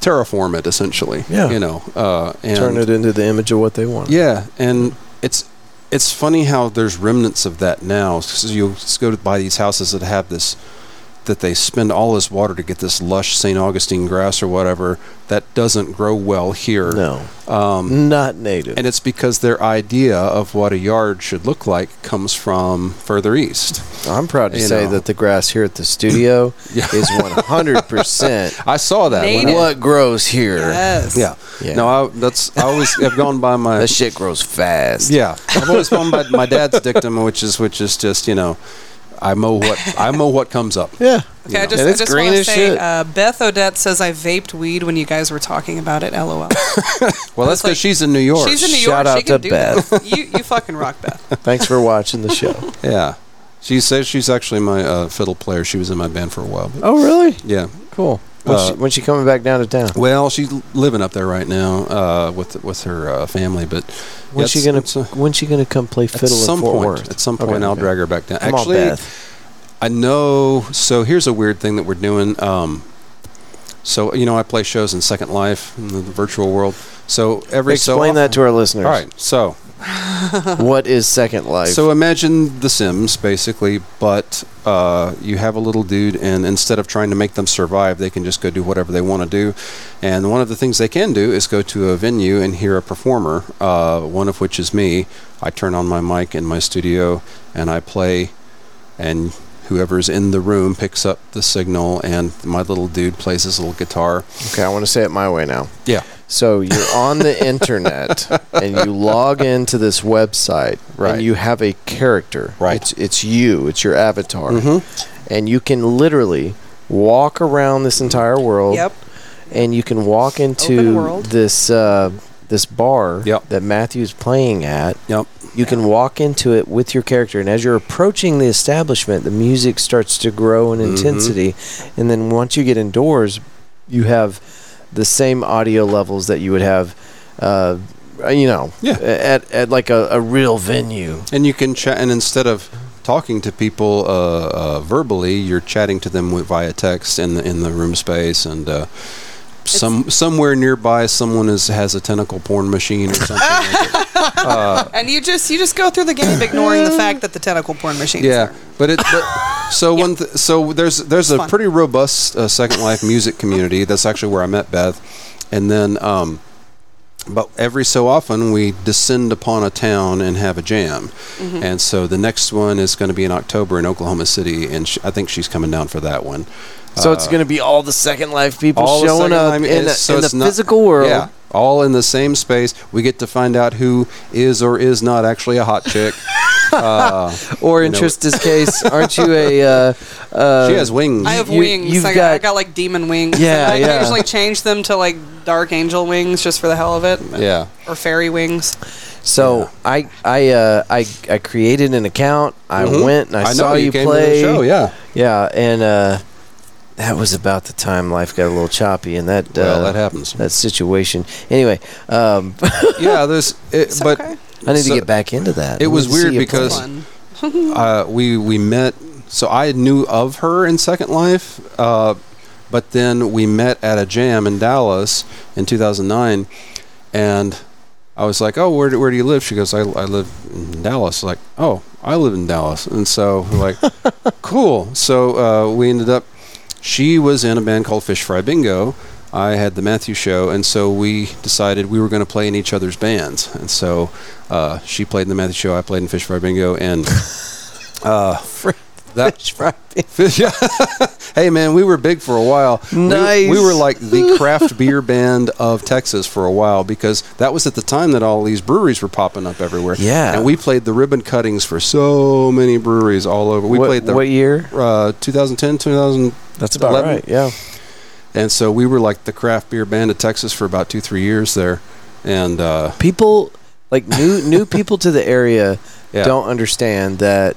S4: terraform it essentially.
S1: Yeah.
S4: you know, uh, and
S1: Turn it into the image of what they want.
S4: yeah, and it's it's funny how there's remnants of that now. So you go to buy these houses that have this that they spend all this water to get this lush St. Augustine grass or whatever that doesn't grow well here.
S1: No,
S4: Um,
S1: not native.
S4: and it's because their idea of what a yard should look like comes from further east.
S1: I'm proud to
S4: you
S1: say
S4: know.
S1: that the grass here at the <laughs> studio
S4: Yeah.
S1: is <laughs> 100%
S4: I saw that. when I-
S1: what grows here.
S2: Yes.
S4: yeah.
S1: Yeah.
S4: No, I, that's I always have gone
S1: <laughs>
S4: by my
S1: That shit grows fast.
S4: Yeah, I've always gone by my dad's dictum, which is which is just you know, I mow what I mow what comes up.
S1: Yeah.
S2: Okay, I just,
S1: And
S2: I
S1: it's
S2: just
S1: green
S2: want to
S1: as
S2: say,
S1: shit.
S2: uh, Beth Odette says I vaped weed when you guys were talking about it. LOL.
S4: Well, that's
S2: It's like-
S4: because she's in New York.
S2: She's in New
S1: Shout
S2: York.
S1: out
S2: she can
S1: to
S2: do
S1: Beth.
S2: that. You you fucking
S1: <laughs>
S2: rock, Beth.
S1: Thanks for watching the
S4: <laughs>
S1: show.
S4: yeah, she says she's actually my uh, fiddle player. She was in my band for a while. But
S1: oh, really?
S4: yeah.
S1: Cool. When's,
S4: Uh,
S1: she, when's she coming back down to town?
S4: Well, she's living up there right now uh, with with her uh, family. But
S1: When's she
S4: that's-
S1: gonna
S4: that's, uh,
S1: When's she gonna come play
S4: at
S1: fiddle
S4: some
S1: in Fort
S4: point?
S1: Worth?
S4: At some
S1: Okay,
S4: point, I'll
S1: okay.
S4: drag her back down.
S1: Come on,
S4: actually,
S1: Beth.
S4: I know. So here's a weird thing that we're doing. Um, so you know, I play shows in Second Life in the virtual world. So every so
S1: Explain that to our listeners.
S4: All right. So
S1: <laughs> What is Second Life?
S4: so imagine The Sims basically, but uh, you have a little dude, and instead of trying to make them survive, they can just go do whatever they want to do. And one of the things they can do is go to a venue and hear a performer. Uh, one of which is me. I turn on my mic in my studio and I play, and whoever's in the room picks up the signal, and my little dude plays his little guitar.
S1: okay, I want to say it my way now.
S4: Yeah.
S1: So you're on
S4: <laughs>
S1: the internet and you log into this website
S4: Right.
S1: and you have a character.
S4: Right. Mm-hmm.
S1: It's it's you, it's your avatar. And you can literally walk around this entire world
S2: Yep.
S1: and you can walk into
S2: Open world.
S1: this uh, this bar
S4: Yep.
S1: that Matthew's playing at.
S4: Yep.
S1: You can walk into it with your character, and as you're approaching the establishment, the music starts to grow
S4: Mm-hmm.
S1: in intensity, and then once you get indoors, you have the same audio levels that you would have, uh, you know,
S4: Yeah.
S1: at at like a, a real venue.
S4: And you can chat, and instead of talking to people uh, uh, verbally. You're chatting to them with, via text in the in the room space, and uh, some somewhere nearby, someone is has a tentacle porn machine or something. like it.
S2: And you just you just go through the game ignoring the fact that the tentacle porn machine. is
S4: Yeah,
S2: there.
S4: but it.
S1: <laughs>
S4: But, so one. Th- so there's there's a
S2: fun.
S4: pretty robust uh, Second Life music community. That's actually where I met Beth, and then. Um, but every so often we descend upon a town and have a jam,
S1: Mm-hmm.
S4: and so the next one is going to be in October in Oklahoma City, and sh- I think she's coming down for that one.
S1: So it's going to be all the Second Life people
S4: Uh, All the
S1: showing
S4: Second
S1: up
S4: Life
S1: in,
S4: is-
S1: the,
S4: so
S1: in the
S4: it's not-
S1: physical world.
S4: Yeah, all in the same space. We get to find out who is or is not actually a hot
S1: <laughs>
S4: chick.
S1: Or
S4: You
S1: in
S4: know-
S1: Trista's case, aren't you a?
S4: <laughs>
S1: Uh, uh,
S4: she has wings.
S2: I have
S1: You-
S2: wings.
S1: you've
S2: I, got, I
S1: got-
S2: got like demon wings.
S1: Yeah,
S2: I
S1: yeah.
S2: usually change them to like dark angel wings just for the hell of it.
S4: yeah.
S2: Or fairy wings.
S1: So I I uh, I I created an account. I
S4: Mhm.
S1: went and I,
S4: know,
S1: saw you,
S4: came
S1: play.
S4: To the show, yeah.
S1: Yeah, and uh, that was about the time life got a little choppy, and that
S4: Well,
S1: uh,
S4: that happens.
S1: that situation. Anyway, um, <laughs>
S4: yeah, there's. It,
S2: <laughs> It's
S4: but
S2: okay.
S1: I need
S4: So-
S1: to get back into that.
S4: It
S1: I
S4: was
S1: need to see
S4: weird
S1: you
S4: because-
S1: play.
S2: Fun.
S4: uh, we we met. So I knew of her in Second Life, uh, but then we met at a jam in Dallas in 2009, and I was like, "Oh, where do, where do you live?" She goes, I, "I live in Dallas." Like, "Oh, I live in Dallas," and so <laughs> we're like, "Cool." So uh, we ended up. She was in a band called Fish Fry Bingo. I had the Matthew show, and so we decided we were going to play in each other's bands. And so uh, she played in the Matthew show, I played in Fish Fry Bingo, <laughs> and uh, that fish fry yeah. <laughs> hey man, we were big for a while. We-
S1: Nice.
S4: We, were like the craft beer band of Texas for a while because that was at the time that all these breweries were popping up everywhere.
S1: Yeah.
S4: And we played the ribbon cuttings for so many breweries all over. We
S1: what,
S4: played the
S1: what year?
S4: uh, 2010, 2000.
S1: That's about
S4: 11?
S1: right. Yeah.
S4: And so we were like the craft beer band of Texas for about two, three years there. And uh,
S1: people like new new people to the area
S4: <laughs> Yeah.
S1: don't understand that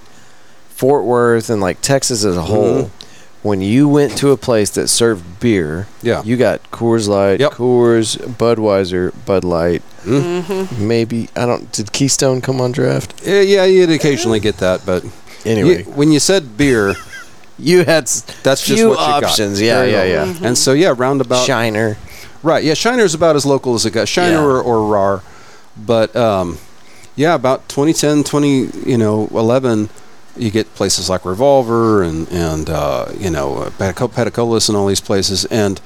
S1: Fort Worth and like Texas as a
S4: Mm-hmm.
S1: whole, when you went to a place that served beer,
S4: Yeah.
S1: you got Coors Light,
S4: Yep. Mm.
S1: Coors, Budweiser, Bud Light, maybe I don't. Did Keystone come on draft?
S4: yeah, yeah, you'd occasionally get that. But
S1: Anyway,
S4: you- when you said beer,
S1: you, had s-
S4: that's just
S1: Few
S4: what you got.
S1: options. Yeah,
S4: Very Mm.
S1: yeah,
S4: low.
S1: yeah.
S4: And so, yeah, roundabout
S1: Shiner.
S4: Right. Yeah. Shiner is about as local as it got. Shiner
S1: Yeah.
S4: or, or RAR. But um, yeah, about 2010, 20, you know, 11, you get places like Revolver and, and uh, you know, Pataco- Patacolis and all these places. And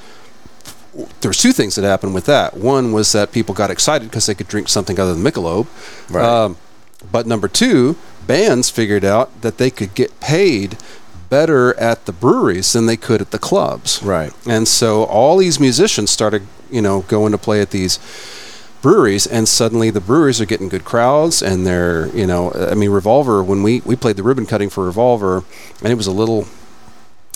S4: there was two things that happened with that. One was that people got excited because they could drink something other than Michelob.
S1: Right.
S4: Um, but number two, bands figured out that they could get paid better at the breweries than they could at the clubs.
S1: Right.
S4: And so all these musicians started, you know, going to play at these breweries and suddenly the breweries are getting good crowds and they're, you know, I mean Revolver when we we played the ribbon cutting for Revolver and it was a little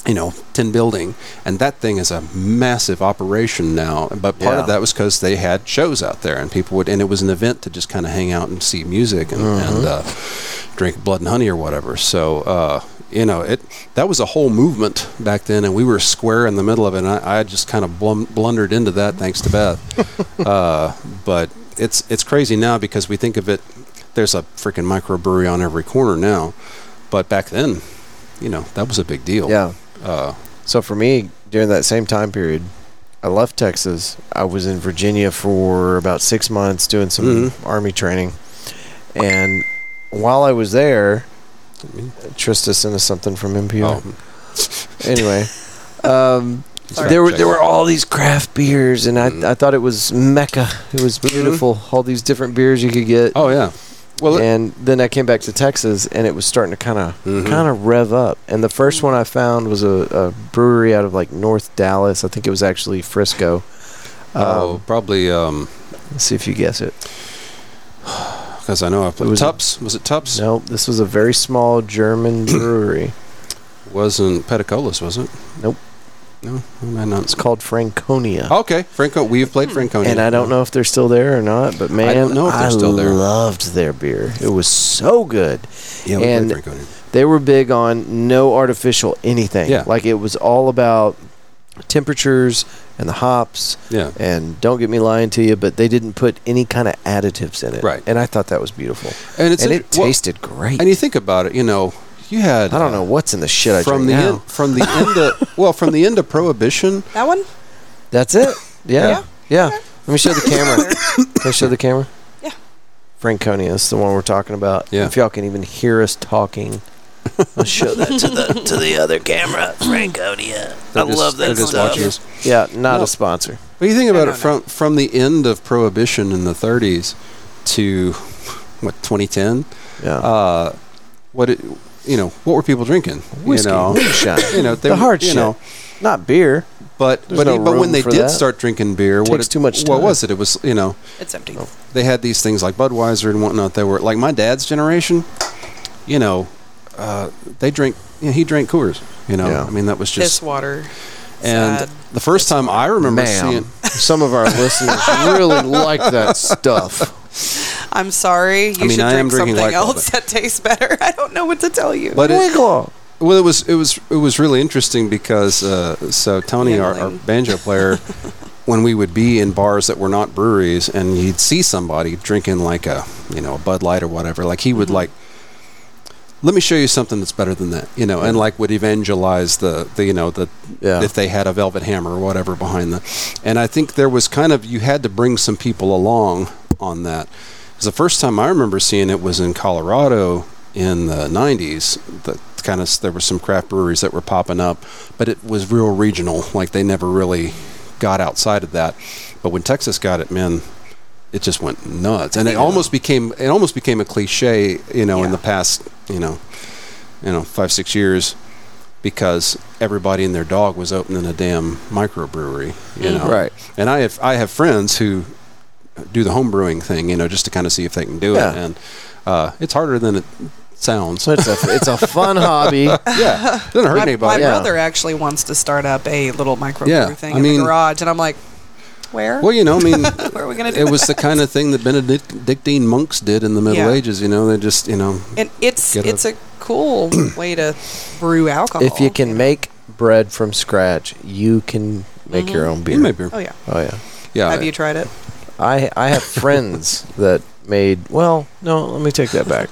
S4: you know, tin building, and that thing is a massive operation now. But part of
S1: Yeah.
S4: that was because they had shows out there, and people would, and it was an event to just kind of hang out and see music and,
S1: Mm-hmm.
S4: and uh, drink blood and honey or whatever. So, uh, you know, it that was a whole movement back then, and we were square in the middle of it. And I, I just kind of blum, blundered into that thanks
S1: <laughs>
S4: to Beth. uh, but it's it's crazy now because we think of it. There's a freaking microbrewery on every corner now, but back then, you know, that was a big deal.
S1: Yeah.
S4: Uh,
S1: So for me, during that same time period, I left Texas. I was in Virginia for about six months doing some
S4: Mm-hmm.
S1: army training, and while I was there, Trista sent us something from NPR.
S4: Oh. <laughs>
S1: Anyway, um, there were there were all these craft beers, and
S4: Mm-hmm.
S1: I, I thought it was mecca. It was beautiful. All these different beers you could get.
S4: Oh yeah. Well, it-
S1: and then I came back to Texas, and it was starting to kind of
S4: Mhm.
S1: kind of rev up. And the first one I found was a, a brewery out of like North Dallas. I think it was actually Frisco. um,
S4: oh, probably
S1: Let's see if you guess it.
S4: because I know I played
S1: was
S4: Tups. Was it Tups?
S1: Nope, this was a very small
S4: <clears throat>
S1: German brewery.
S4: Wasn't Petacolis? Was it?
S1: Nope.
S4: No, I might not.
S1: It's called Franconia,
S4: Okay, Franco. We've played Franco.
S1: and I don't know if they're still there or not. But man, I,
S4: don't know if they're still there.
S1: loved their beer. It was so good.
S4: Yeah, we
S1: and-
S4: played Franconia.
S1: they were big on no artificial anything.
S4: Yeah.
S1: Like it was all about temperatures and the hops.
S4: Yeah.
S1: And don't get me lying to you, but they didn't put any kind of additives in it.
S4: Right.
S1: And I thought that was beautiful.
S4: And it's
S1: and
S4: inter-
S1: it
S4: well,
S1: tasted great.
S4: And you think about it, you know, You had
S1: I don't know what's in the shit I
S4: from
S1: drink
S4: the
S1: now.
S4: end, from the end
S1: <laughs>
S4: of well from the end of prohibition.
S2: That one?
S1: That's
S4: <laughs>
S1: it.
S2: Yeah.
S1: Yeah. Yeah. Let me show the camera. Can I show the camera?
S2: Yeah.
S1: Franconia is the one we're talking about.
S4: Yeah.
S1: If y'all can even hear us talking, I'll show that to the to the other camera, Franconia.
S4: They're just,
S1: love that
S4: They're just
S1: stuff.
S4: watching us.
S1: Yeah, not
S4: No.
S1: a sponsor.
S4: But you think about
S2: no,
S4: it from from the end of prohibition in the 30s to what 2010.
S1: Yeah.
S4: Uh, what it, you know? What were people drinking?
S1: Whiskey,
S4: you know,
S1: moonshine. <laughs>
S4: you know, they
S1: The
S4: were-
S1: hard
S4: you
S1: shit.
S4: know,
S1: not beer.
S4: but
S1: There's
S4: but,
S1: no
S4: but when
S1: room
S4: they
S1: for
S4: did
S1: that.
S4: start drinking beer, what
S1: Takes
S4: it-
S1: too much
S4: What
S1: time.
S4: was it? It was you know Oh.
S2: It's empty.
S4: they had these things like Budweiser and whatnot that were like my dad's generation. You know, uh, they drink. You know, he drank Coors. You know,
S1: Yeah.
S4: I mean that was
S2: Piss
S4: just
S2: water.
S4: and
S2: Sad.
S4: the first time I remember seeing.
S1: Ma'am. <laughs> Some of our listeners really like that stuff.
S2: I'm sorry. You
S4: mean,
S2: should
S4: I am
S2: drink
S4: drinking
S2: something
S4: White Claw,
S2: else <laughs> that tastes better. I don't know what to tell you.
S4: But it,
S1: Winkle.
S4: Well, it was it was it was really interesting because uh, so Tony, our, our
S2: Gambling.
S4: banjo player, when we would be in bars that were not breweries, and you'd see somebody drinking like a you know a Bud Light or whatever, like he would like. Let me show you something that's better than that, you know, and like would evangelize the, the you know the
S1: Yeah.
S4: if they had a velvet hammer or whatever behind the, and I think there was kind of you had to bring some people along on that. 'Cause the first time I remember seeing it was in Colorado in the 90s. The kind of there were some craft breweries that were popping up, but it was real regional. Like they never really got outside of that. But when Texas got it, man, it just went nuts, and it almost became it almost became a cliche, you know, in
S2: Yeah.
S4: the past, you know, you know, five six years. Because everybody and their dog was opening a damn microbrewery, you know.
S1: Right.
S4: And I have I have friends who do the home brewing thing, you know, just to kind of see if they can do
S1: Yeah.
S4: it. And uh, it's harder than it sounds.
S1: It's a it's a fun hobby.
S4: <laughs> yeah, it doesn't hurt
S2: my, my
S4: anybody.
S1: Yeah.
S2: brother actually wants to start up a little microbrew
S4: Yeah,
S2: thing
S4: I
S2: in
S4: mean-
S2: the garage, and I'm like, where?
S4: Well, you know, I mean,
S2: where are we gonna do
S4: it was the kind of thing that Benedictine monks did in the Middle
S2: Yeah.
S4: Ages. You know, they just, you know,
S2: And it's
S4: Get a-
S2: it's a, cool way to brew alcohol.
S1: If you can make bread from scratch, you can make your own beer.
S4: Mm-hmm. you may be-
S2: Oh yeah.
S1: Oh yeah.
S4: yeah,
S2: Have you tried it?
S1: I I have
S4: <laughs>
S1: friends that made well, no, let me take that back.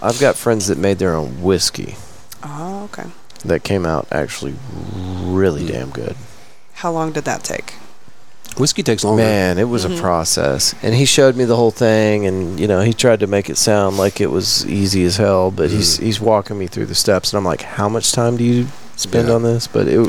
S1: I've got friends that made their own whiskey
S2: Oh, okay.
S1: that came out actually really
S4: Mm.
S1: damn good.
S2: How long did that take?
S4: whiskey takes longer.
S1: Man, it was a process. And he showed me the whole thing and you know, he tried to make it sound like it was easy as hell, but
S4: Mm-hmm.
S1: he's he's walking me through the steps and I'm like, "How much time do you spend
S4: Yeah.
S1: on this?" But it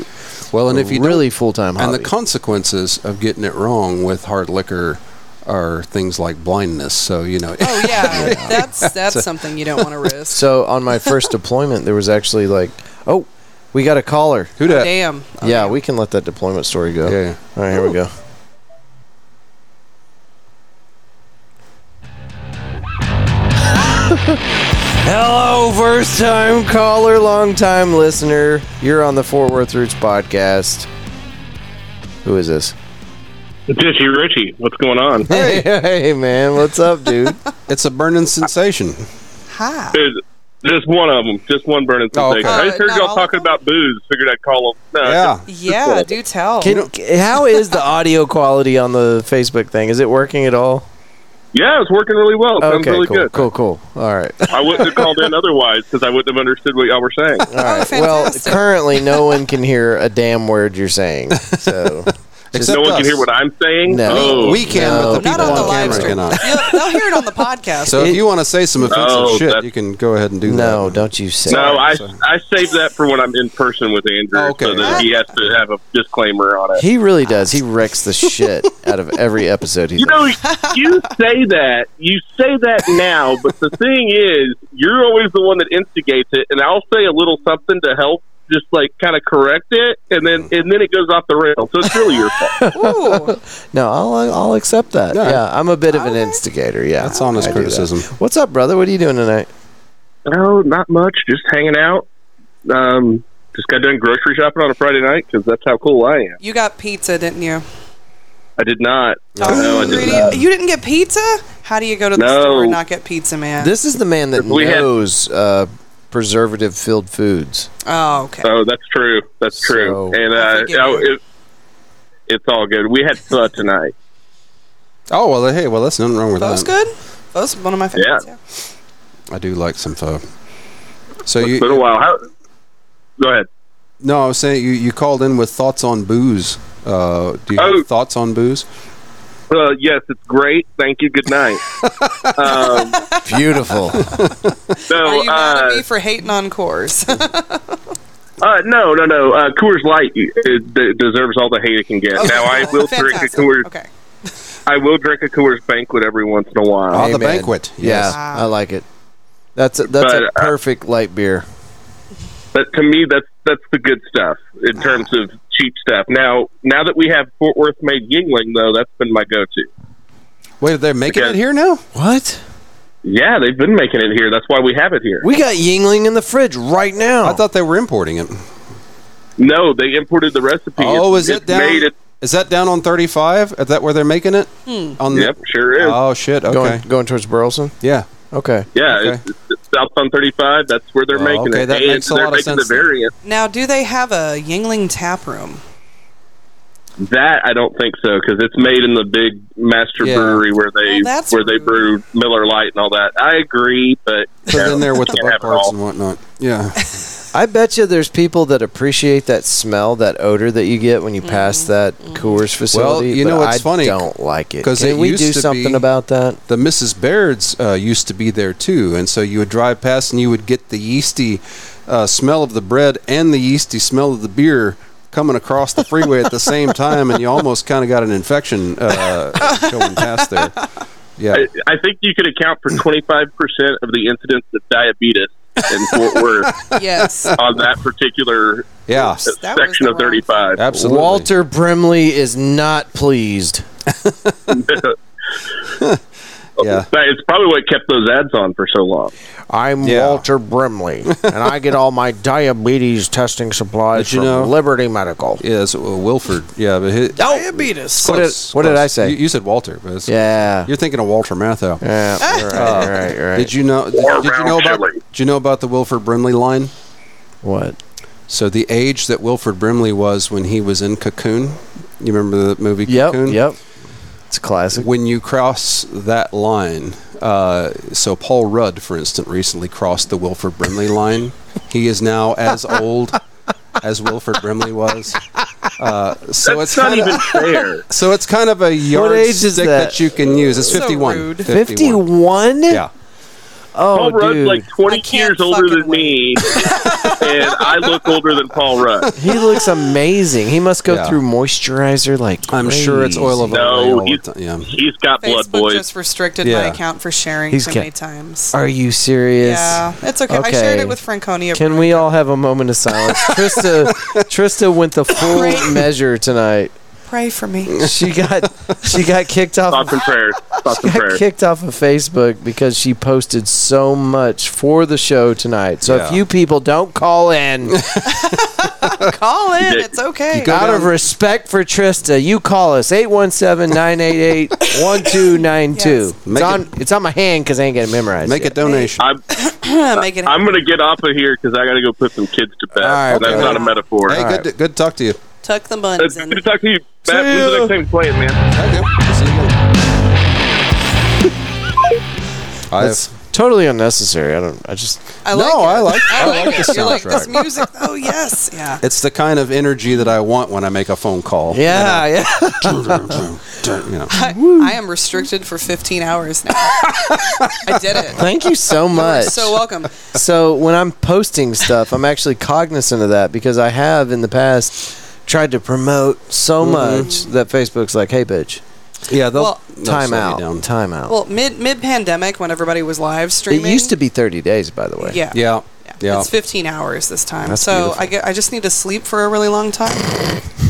S4: Well, and if you
S1: really full-time
S4: don't, and
S1: hobby.
S4: the consequences of getting it wrong with hard liquor are things like blindness. So you know, <laughs>
S2: Oh yeah, that's that's something you don't want to risk.
S1: so on my
S4: <laughs>
S1: first deployment, there was actually like, "Oh, we got a caller."
S4: who
S2: Oh,
S4: that?
S2: damn. Oh,
S1: yeah, we can let that deployment story go.
S4: Yeah.
S1: All right, here we go. <laughs> Hello, first time caller, long time listener. You're on the Fort Worth Roots podcast. Who is this?
S3: Ditchy Richie, what's
S1: <laughs>
S3: going on?
S1: Hey, hey, man, what's up,
S3: <laughs>
S1: dude?
S4: It's a burning sensation.
S2: Hi.
S3: There's just one of them, just one burning
S4: Oh, okay.
S3: sensation. I just heard
S2: Uh, not all
S3: y'all
S2: of
S3: talking
S2: them?
S3: about booze. Figured I'd call them. Uh, No,
S4: Yeah.
S2: Yeah, do tell.
S1: Can, how is the audio quality on the Facebook thing? Is it working at all?
S3: yeah, it's working really well. It sounds
S1: Okay,
S3: really
S1: cool,
S3: good.
S1: cool, cool. All right.
S3: I wouldn't have called in otherwise because I wouldn't have understood what y'all were
S1: <laughs>
S3: saying.
S1: All right. Well,
S2: fantastic.
S1: currently, no one can hear a damn word you're saying.
S3: <laughs>
S1: So,
S4: Except
S3: no one can
S4: us.
S3: hear what I'm saying.
S1: No.
S3: Oh,
S4: we can,
S1: No.
S4: but the
S2: Not
S4: people
S2: on
S4: on,
S2: the live
S4: camera
S2: stream.
S4: cannot.
S2: You'll- They'll hear it on the podcast.
S4: So if you want to say some offensive
S3: Oh,
S4: shit,
S3: that-
S4: you can go ahead and do that.
S1: no, don't you say.
S3: no, I
S4: Sorry.
S3: I saved that for when I'm in person with Andrew,
S4: Oh, okay.
S3: so that he has to have a disclaimer on it.
S1: He really does. He wrecks the shit out of every episode. He's
S3: <laughs> You know, you say that, you say that now, but the thing is, you're always the one that instigates it, and I'll say a little something to help, just like kind of correct it, and then and then it goes off the rails. So it's really your fault.
S2: Ooh,
S1: no, I'll I'll accept that.
S4: Yeah.
S1: Yeah, I'm a bit of an instigator. Yeah,
S4: That's honest
S1: I do that.
S4: criticism.
S1: What's up, brother? What are you doing tonight?
S3: <laughs> No, not much. Just hanging out. Um, just got done grocery shopping on a Friday night because that's how cool I am.
S2: you got pizza, didn't you?
S3: I did not.
S2: Oh,
S3: no, I did
S2: Really?
S3: not.
S2: You didn't get pizza? How do you go to the
S3: No.
S2: store and not get pizza, man?
S1: This is the man that
S3: We had-
S1: knows uh, preservative-filled foods.
S2: oh, okay.
S3: Oh, that's true. That's
S1: So-
S3: true. And
S2: I
S3: uh,
S2: forgive
S3: oh,
S2: you.
S3: it, it's all good. We had pho tonight.
S4: Oh well, hey, well, that's nothing wrong with
S2: That was
S4: that.
S2: good. That was one of my favorites. Yeah.
S4: I do like some pho. So
S3: It's
S4: you
S3: been a while. How, go ahead.
S4: no, I was saying you, you called in with thoughts on booze. Uh, do you
S3: Oh.
S4: have thoughts on booze?
S3: Uh, yes, it's great. Thank you. Good
S2: <laughs>
S3: night. um,
S1: <laughs> Beautiful.
S3: no,
S2: Are you mad
S3: uh,
S2: at me for hating on Coors?
S3: Uh, no, no, no. Uh, Coors Light uh d- deserves all the hate it can get. <laughs> Now
S2: <laughs>
S3: I will drink a
S2: Fantastic.
S3: Coors.
S2: Okay.
S3: I will drink a Coors Banquet every once in a while.
S4: On the
S1: Amen.
S4: banquet.
S1: Yeah,
S4: Yes.
S1: I like it. That's a, that's
S3: But,
S1: a
S3: uh,
S1: perfect light beer.
S3: But to me, that's that's the good stuff
S2: Ah.
S3: in terms of cheap stuff. Now, now that we have Fort Worth made Yingling, though, that's been my go-to.
S4: Wait, they're making
S3: Okay.
S4: it here now?
S1: What?
S3: Yeah, they've been making it here. That's why we have it here.
S1: We got Yingling in the fridge right now.
S4: I thought they were importing it.
S3: no, they imported the recipe.
S4: Oh, is
S3: It's-
S4: it
S3: it's
S4: down?
S3: Made
S4: Is
S3: it,
S4: that down on 35? Is that where they're making it? On the,
S3: yep, sure is.
S4: Oh shit. Okay.
S1: going going towards Burleson.
S4: Yeah.
S1: Okay,
S3: yeah,
S4: okay.
S3: it's, it's south on thirty-five. That's where they're
S4: Oh,
S3: making
S4: okay,
S3: it.
S4: that
S3: And
S4: makes a
S3: they're
S4: lot of
S3: making
S4: sense
S3: the
S4: then.
S3: variant.
S2: Now, do they have a Yingling
S3: <laughs>
S2: tap room?
S3: That I don't think so because it's made in the big master
S4: Yeah.
S3: brewery where they
S2: Oh, that's
S3: where they
S2: rude.
S3: brew Miller Light and all that. I agree, but
S4: Put it in there with the
S3: Can't
S4: butt
S3: have it
S4: parts
S3: all.
S4: and whatnot. Yeah.
S1: I bet you there's people that appreciate that smell, that odor that you get when you pass that Coors facility.
S4: you know
S1: but
S4: what's
S1: I
S4: funny?
S1: Don't like it.
S4: 'Cause
S1: Can
S4: it
S1: we
S4: used
S1: do
S4: to be-
S1: something about that?
S4: the Mrs. Baird's uh, used to be there too, and so you would drive past and you would get the yeasty uh, smell of the bread and the yeasty smell of the beer coming across the freeway at the same time, and you almost kind of got an infection uh, going past there. Yeah,
S3: I, I think you could account for twenty five percent of the incidents of diabetes in
S4: <laughs>
S3: Fort Worth
S2: Yes.
S3: on that particular
S4: yeah,
S2: That was
S3: section
S2: the
S3: of thirty five.
S4: absolutely.
S1: Walter Brimley is not pleased.
S4: yeah.
S3: It's probably what kept those ads on for so long.
S1: I'm
S4: Yeah.
S1: Walter Brimley, and I get all my diabetes testing supplies
S4: Did you
S1: from
S4: know-
S1: Liberty Medical.
S4: Yeah, it's uh, Wilford. Yeah, but his,
S2: Diabetes.
S1: What did- what did I say?
S4: You, you said Walter, but it's,
S1: Yeah.
S4: you're thinking of Walter Matthau. <laughs>
S1: Yeah, right, right, right.
S4: Did you know? Did,
S3: Or
S4: did you
S3: round
S4: know about?
S3: chili.
S4: Did you know about the Wilford Brimley line?
S1: what?
S4: So the age that Wilford Brimley was when he was in Cocoon, you remember the movie
S1: Yep,
S4: Cocoon?
S1: yep. It's a classic.
S4: When you cross that line, uh, so Paul Rudd, for instance, recently crossed the Wilford Brimley line. He is now as old as Wilford Brimley was. Uh, so
S3: That's
S4: it's
S3: not
S1: <laughs>
S4: kinda,
S3: even fair.
S4: so it's kind of a
S1: age is
S4: yardstick that?
S1: that?
S4: you can use. It's
S2: So
S4: 51.
S2: rude.
S1: 51?
S4: Yeah.
S1: Oh,
S3: Paul Rudd's
S1: dude.
S3: like
S2: I
S3: twenty
S2: can't
S3: years older
S2: fucking
S3: than me, <laughs> and I look older than Paul Rudd.
S1: he looks amazing. He must go
S4: Yeah.
S1: through moisturizer like
S4: I'm sure it's oil of
S1: crazy.
S3: No,
S4: all the
S3: he's-
S4: time. Yeah.
S3: He's got blood,
S2: Facebook
S3: boys.
S2: just restricted my
S4: Yeah.
S2: account for sharing
S1: He's
S2: too
S1: ca-
S2: many times.
S1: Are you serious?
S2: Yeah, it's okay. I shared
S1: Okay.
S2: it with Franconia.
S1: Can we all have a moment of
S4: <laughs>
S1: silence? Trista, Trista went the full
S2: Right.
S1: measure tonight.
S2: Pray for me. <laughs>
S1: She got she got kicked off
S3: Thoughts and prayers. Thoughts
S1: <laughs>
S3: and
S1: got
S3: prayers.
S1: kicked off of Facebook because she posted so much for the show tonight. So if
S4: Yeah.
S1: you people don't call in
S2: Call in.
S3: Yeah.
S2: It's okay.
S4: <laughs> Go
S1: out
S4: down-
S1: of respect for Trista, you call us 817-988-1292.
S4: Make
S1: It's
S4: it-
S1: on it's on my hand cuz I ain't going to memorize
S4: Make a
S1: it.
S4: donation.
S3: I'm,
S2: Make it
S3: I'm
S2: happen.
S3: gonna get off of here because I gotta go put some kids to bed.
S1: All right,
S3: That's
S1: okay.
S3: not a metaphor.
S4: Hey, good, to, good to talk to you.
S2: Tuck the
S3: It's
S2: buns
S3: good
S2: in.
S3: <laughs> to talk to you. Matt, when's the next time you play it, man?
S4: See you <laughs> later. I
S1: That's
S4: have,
S1: totally unnecessary. I don't I just
S2: I like
S4: no,
S2: it.
S4: I like-
S2: <laughs> I like
S1: the
S2: it. You're like this
S1: soundtrack.
S2: music.
S1: <laughs>
S2: Oh yes, yeah.
S4: it's the kind of energy that I want when I make a phone call. <laughs>
S1: Yeah, yeah.
S4: You know.
S2: I, I am restricted for 15 hours now. <laughs> I did it.
S1: Thank you so much.
S2: So welcome.
S1: So when I'm posting stuff, I'm actually cognizant of that because I have in the past tried to promote so much that Facebook's like, "Hey, bitch,
S4: Yeah, they'll
S2: Well,
S4: they'll
S1: time
S4: slow you
S1: out,
S4: down.
S1: time out."
S2: Well, mid mid pandemic, when everybody was live
S1: it
S2: streaming,
S1: used to be 30 days, by the way.
S2: Yeah.
S4: Yeah, yeah,
S2: It's 15 hours this time.
S1: That's
S2: so
S1: beautiful.
S2: I get, I just need to sleep for a really long time. <laughs>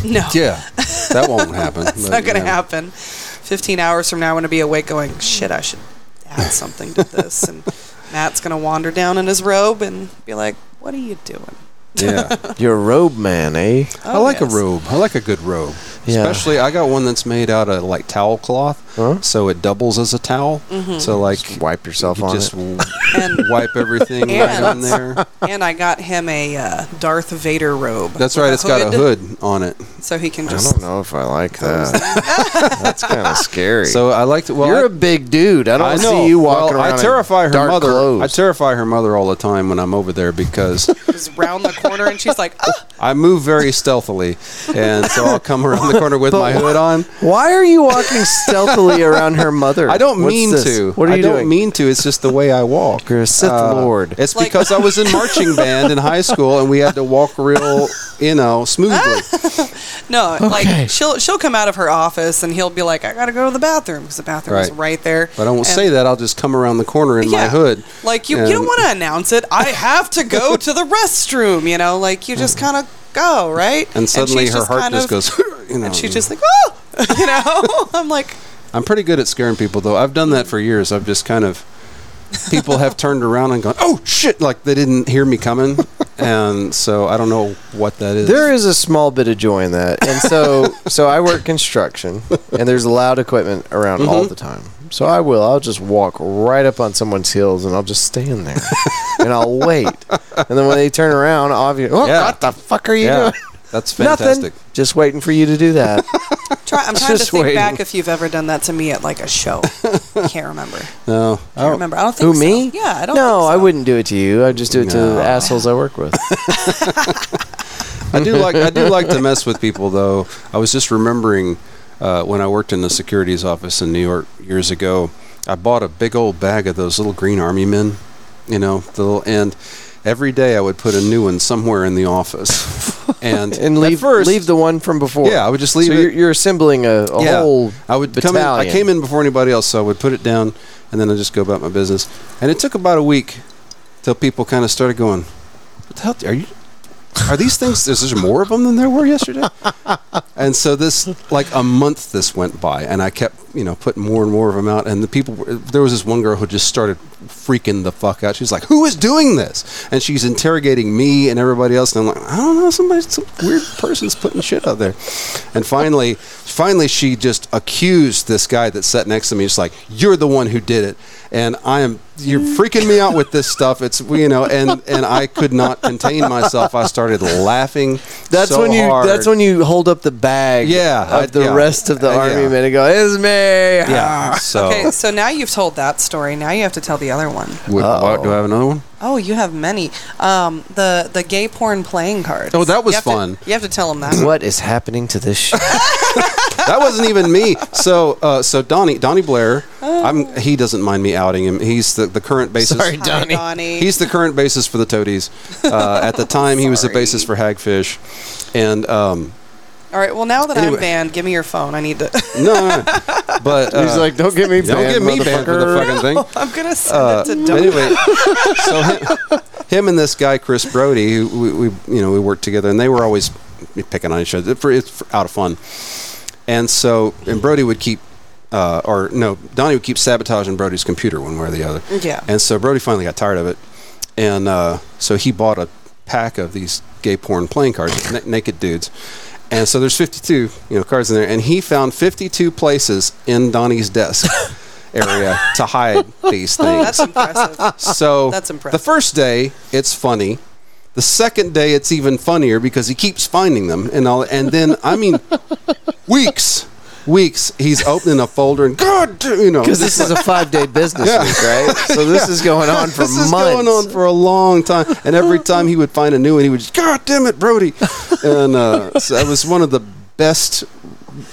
S2: No.
S4: yeah. That won't
S2: <laughs>
S4: happen.
S2: It's not going to happen. 15 hours from now, I'm going to be awake going, shit, I should
S4: <laughs>
S2: add something to this. and Matt's going to wander down in his robe and be like, what are you doing? <laughs> Oh,
S4: Yeah,
S1: You're a robe man, eh?
S4: I like a
S2: yes.
S4: robe. I like a good robe,
S1: Yeah.
S4: especially I got one that's made out of like towel cloth. so it doubles as a towel. So like
S1: Mm-hmm. Wipe yourself
S4: you
S1: on
S4: just
S1: it.
S4: w- <laughs>
S2: And
S4: wipe everything right
S2: And-
S4: on
S1: <laughs>
S4: there.
S2: and I got him a uh, Darth Vader robe.
S4: That's
S2: with
S4: right. It's got a hood on it.
S2: so he can
S1: I
S2: just.
S1: don't know if I like that. That's kind of scary.
S4: So I liked. Well,
S1: You're
S4: I-
S1: a big dude. I don't
S4: I know.
S1: see you walking
S4: well,
S1: around.
S4: I terrify
S1: in
S4: her
S1: dark
S4: mother.
S1: Clothes.
S4: I terrify her mother all the time when I'm over
S1: <laughs>
S4: there because
S2: <laughs> was round the corner and
S4: <laughs>
S2: she's like, ah.
S4: I move very stealthily, and so I'll come around the corner with my hood on.
S1: Why are you walking
S4: <laughs>
S1: stealthily around her mother?
S4: I don't
S1: What's
S4: mean
S1: this?
S4: to.
S1: What are you
S4: I don't
S1: doing?
S4: mean to. It's just the way I walk.
S1: <laughs>
S4: Uh,
S1: You're a Sith Lord.
S4: It's
S2: Like-
S4: because I was
S2: <laughs>
S4: in marching band in high school, and we had to walk real, you know, smoothly.
S2: Ah! no, like she'll she'll come out of her office and he'll be like, I gotta go to the bathroom because the bathroom is
S4: Right.
S2: right there.
S4: But I won't
S2: And-
S4: say that. I'll just come around the corner in my hood.
S2: Like you, you
S4: And-
S2: don't want to announce it. I have to go to the restroom. You know, like you just kind of go right.
S4: And suddenly
S2: she's
S4: her heart
S2: kind
S4: just
S2: of-
S4: goes, <laughs> you know.
S2: And she's just like, oh, <laughs> you know. <laughs> I'm like,
S4: I'm pretty good at scaring people, though. I've done that for years. I've just kind of people have turned around and gone, "Oh shit!" Like they didn't hear me coming, and so I don't know what that is.
S1: There is a small bit of joy in that. And
S4: <laughs>
S1: so so I work construction and there's loud equipment around all
S4: Mm-hmm.
S1: the time. So I will. I'll just walk right up on someone's heels and I'll just stand
S4: <laughs>
S1: there. and I'll wait. And then when they turn around, obviously, oh,
S4: Yeah.
S1: what the fuck are you
S4: yeah,
S1: doing?
S4: that's <laughs>
S1: Nothing.
S4: fantastic.
S1: Just waiting for you to do
S4: <laughs>
S1: that.
S2: try, I'm trying to
S1: Just
S2: think
S1: waiting.
S2: back if you've ever done that to me at like
S4: <laughs>
S2: a show. I can't remember.
S4: No,
S2: I don't remember. I don't think
S1: Who
S2: so.
S1: me?
S2: Yeah, I don't.
S1: No,
S2: think so.
S1: I
S2: <laughs>
S1: wouldn't do it to you. I'd just do it to
S4: No.
S1: the assholes I work with.
S4: I do like
S1: <laughs>
S4: I do like to mess with people though. I was just remembering uh, when I worked in the securities office in New York years ago. I bought a big old bag of those little green army men, you know, the little and every day I would put a new one somewhere in the
S1: <laughs>
S4: office. And
S1: And
S4: <laughs> at
S1: leave
S4: first,
S1: leave the one from before.
S4: Yeah, I would just leave
S1: so
S4: it.
S1: You're, you're assembling a, a whole
S4: I would come in, I
S1: battalion.
S4: came in before anybody else, so I would put it down, and then I just go about my business. And it took about a week till people kind of started going, "What the hell are you? Are these things? Is there more of them than there were yesterday?" and so this, like a month, this went by, and I kept, you know, putting more and more of them out. And the people, were, there was this one girl who just started freaking the fuck out. She's like, "Who is doing this?" And she's interrogating me and everybody else. And I'm like, "I don't know. Somebody, some weird person's putting shit out there." And finally, finally, she just accused this guy that sat next to me. She's like, "You're the one who did it," and I am. You're freaking me out with this stuff. It's you know, and and I could not contain myself. I started laughing.
S1: That's
S4: so
S1: when you.
S4: hard.
S1: That's when you hold up the bag.
S4: Yeah,
S1: of
S4: I-
S1: the
S4: yeah.
S1: rest of the
S4: Uh,
S1: army
S4: yeah.
S1: men and go, "It's me."
S4: Yeah. So
S2: Okay, so now you've told that story. Now you have to tell the other one.
S4: Wait, what, do I have another one?
S2: Oh, you have many. Um, the the gay porn playing cards.
S4: Oh, that was
S2: You have to-
S4: fun.
S2: you have to tell them that.
S1: What is happening to this show?
S4: that wasn't even me. So uh, so Donnie Donnie Blair, I'm he doesn't mind me outing him. He's the, the current basis.
S1: Sorry,
S2: Hi,
S1: Donnie.
S2: Donnie.
S4: He's the current basis for the Toadies. Uh, at the time, he was the basis for Hagfish, and um,
S2: All right. Well, now that
S4: Anyway.
S2: I'm banned, give me your phone. I need to. <laughs>
S4: no, no, no. but
S1: <laughs>
S4: uh,
S1: He's like, <laughs> "Don't get me.
S4: don't
S1: banned,
S4: get me banned for the
S1: motherfucker." <laughs>
S4: fucking thing.
S2: I'm gonna send
S4: Uh,
S2: it to
S4: <laughs>
S2: Donnie.
S4: anyway, so him, him and this guy Chris Brody, who we, we you know we worked together, and they were always picking on each other for it's for, out of fun. And so, and Brody would keep, uh, or no, Donnie would keep sabotaging Brody's computer one way or the other.
S2: Yeah.
S4: And so Brody finally got tired of it, and uh, so he bought a pack of these gay porn playing cards, na- naked dudes. And so there's 52, you know, cards in there, and he found 52 places in Donnie's
S2: <laughs>
S4: desk area to hide these things.
S2: That's impressive.
S4: So
S2: That's impressive.
S4: The first day, it's funny. The second day, it's even funnier because he keeps finding them and all. And then, I
S2: <laughs>
S4: mean, weeks, weeks, he's opening a folder and God, you
S2: <laughs>
S4: know,
S1: Because this is a five-day business
S4: Yeah.
S1: week, right? So this is
S4: <laughs>
S1: going <laughs> on for
S4: this
S1: months.
S4: is going on for a long time.
S1: <laughs>
S4: And every time he would find a new one, he would just, God damn it, Brody. And uh, so that was one of the best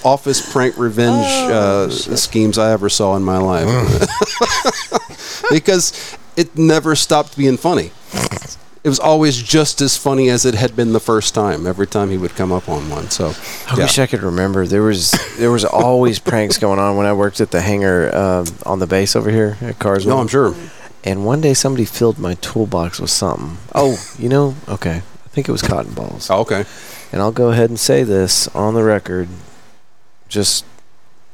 S4: office prank revenge
S1: Oh,
S4: uh, schemes I ever saw in my life. <laughs> because it never stopped being funny. It was always just as funny as it had been the first time. Every time he would come up on one, so
S1: I wish I could remember. There was there was always pranks going on when I worked at the hangar uh, on the base over here at Carswell.
S4: no, I'm sure.
S1: And one day somebody filled my toolbox with something. Oh, you know, okay. I think it was cotton balls.
S4: Oh, okay,
S1: And I'll go ahead and say this on the record. Just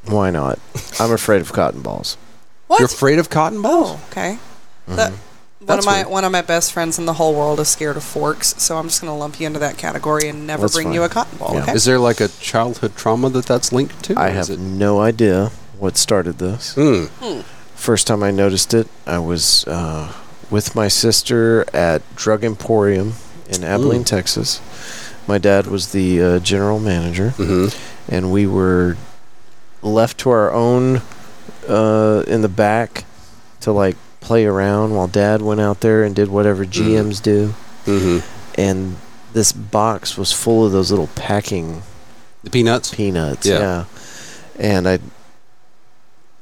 S1: why not? I'm afraid of cotton balls.
S2: What?
S4: you're afraid of cotton balls?
S2: Oh, okay. That- one
S4: Mm-hmm. That's
S2: of my
S4: weird.
S2: one of my best friends in the whole world is scared of forks, so I'm just gonna lump you into that category and never
S1: That's
S2: bring
S1: fine.
S2: you a cotton ball.
S1: Yeah.
S2: Okay.
S4: Is there like a childhood trauma that that's linked to?
S1: I
S4: Is
S1: have
S4: it- Hmm,
S1: no idea what started this.
S9: Mm.
S1: First time I noticed it, I was uh, with my sister at Drug Emporium
S4: Mm.
S1: in Abilene, Texas. My dad was the uh, general manager,
S4: Mm.
S9: Mm-hmm.
S1: and we were left to our own uh, in the back to like play around while dad went out there and did
S4: Mm.
S1: whatever GMs do.
S9: Mm-hmm.
S1: And this box was full of those little packing
S4: The peanuts.
S1: peanuts.
S9: Yeah.
S1: Yeah. And I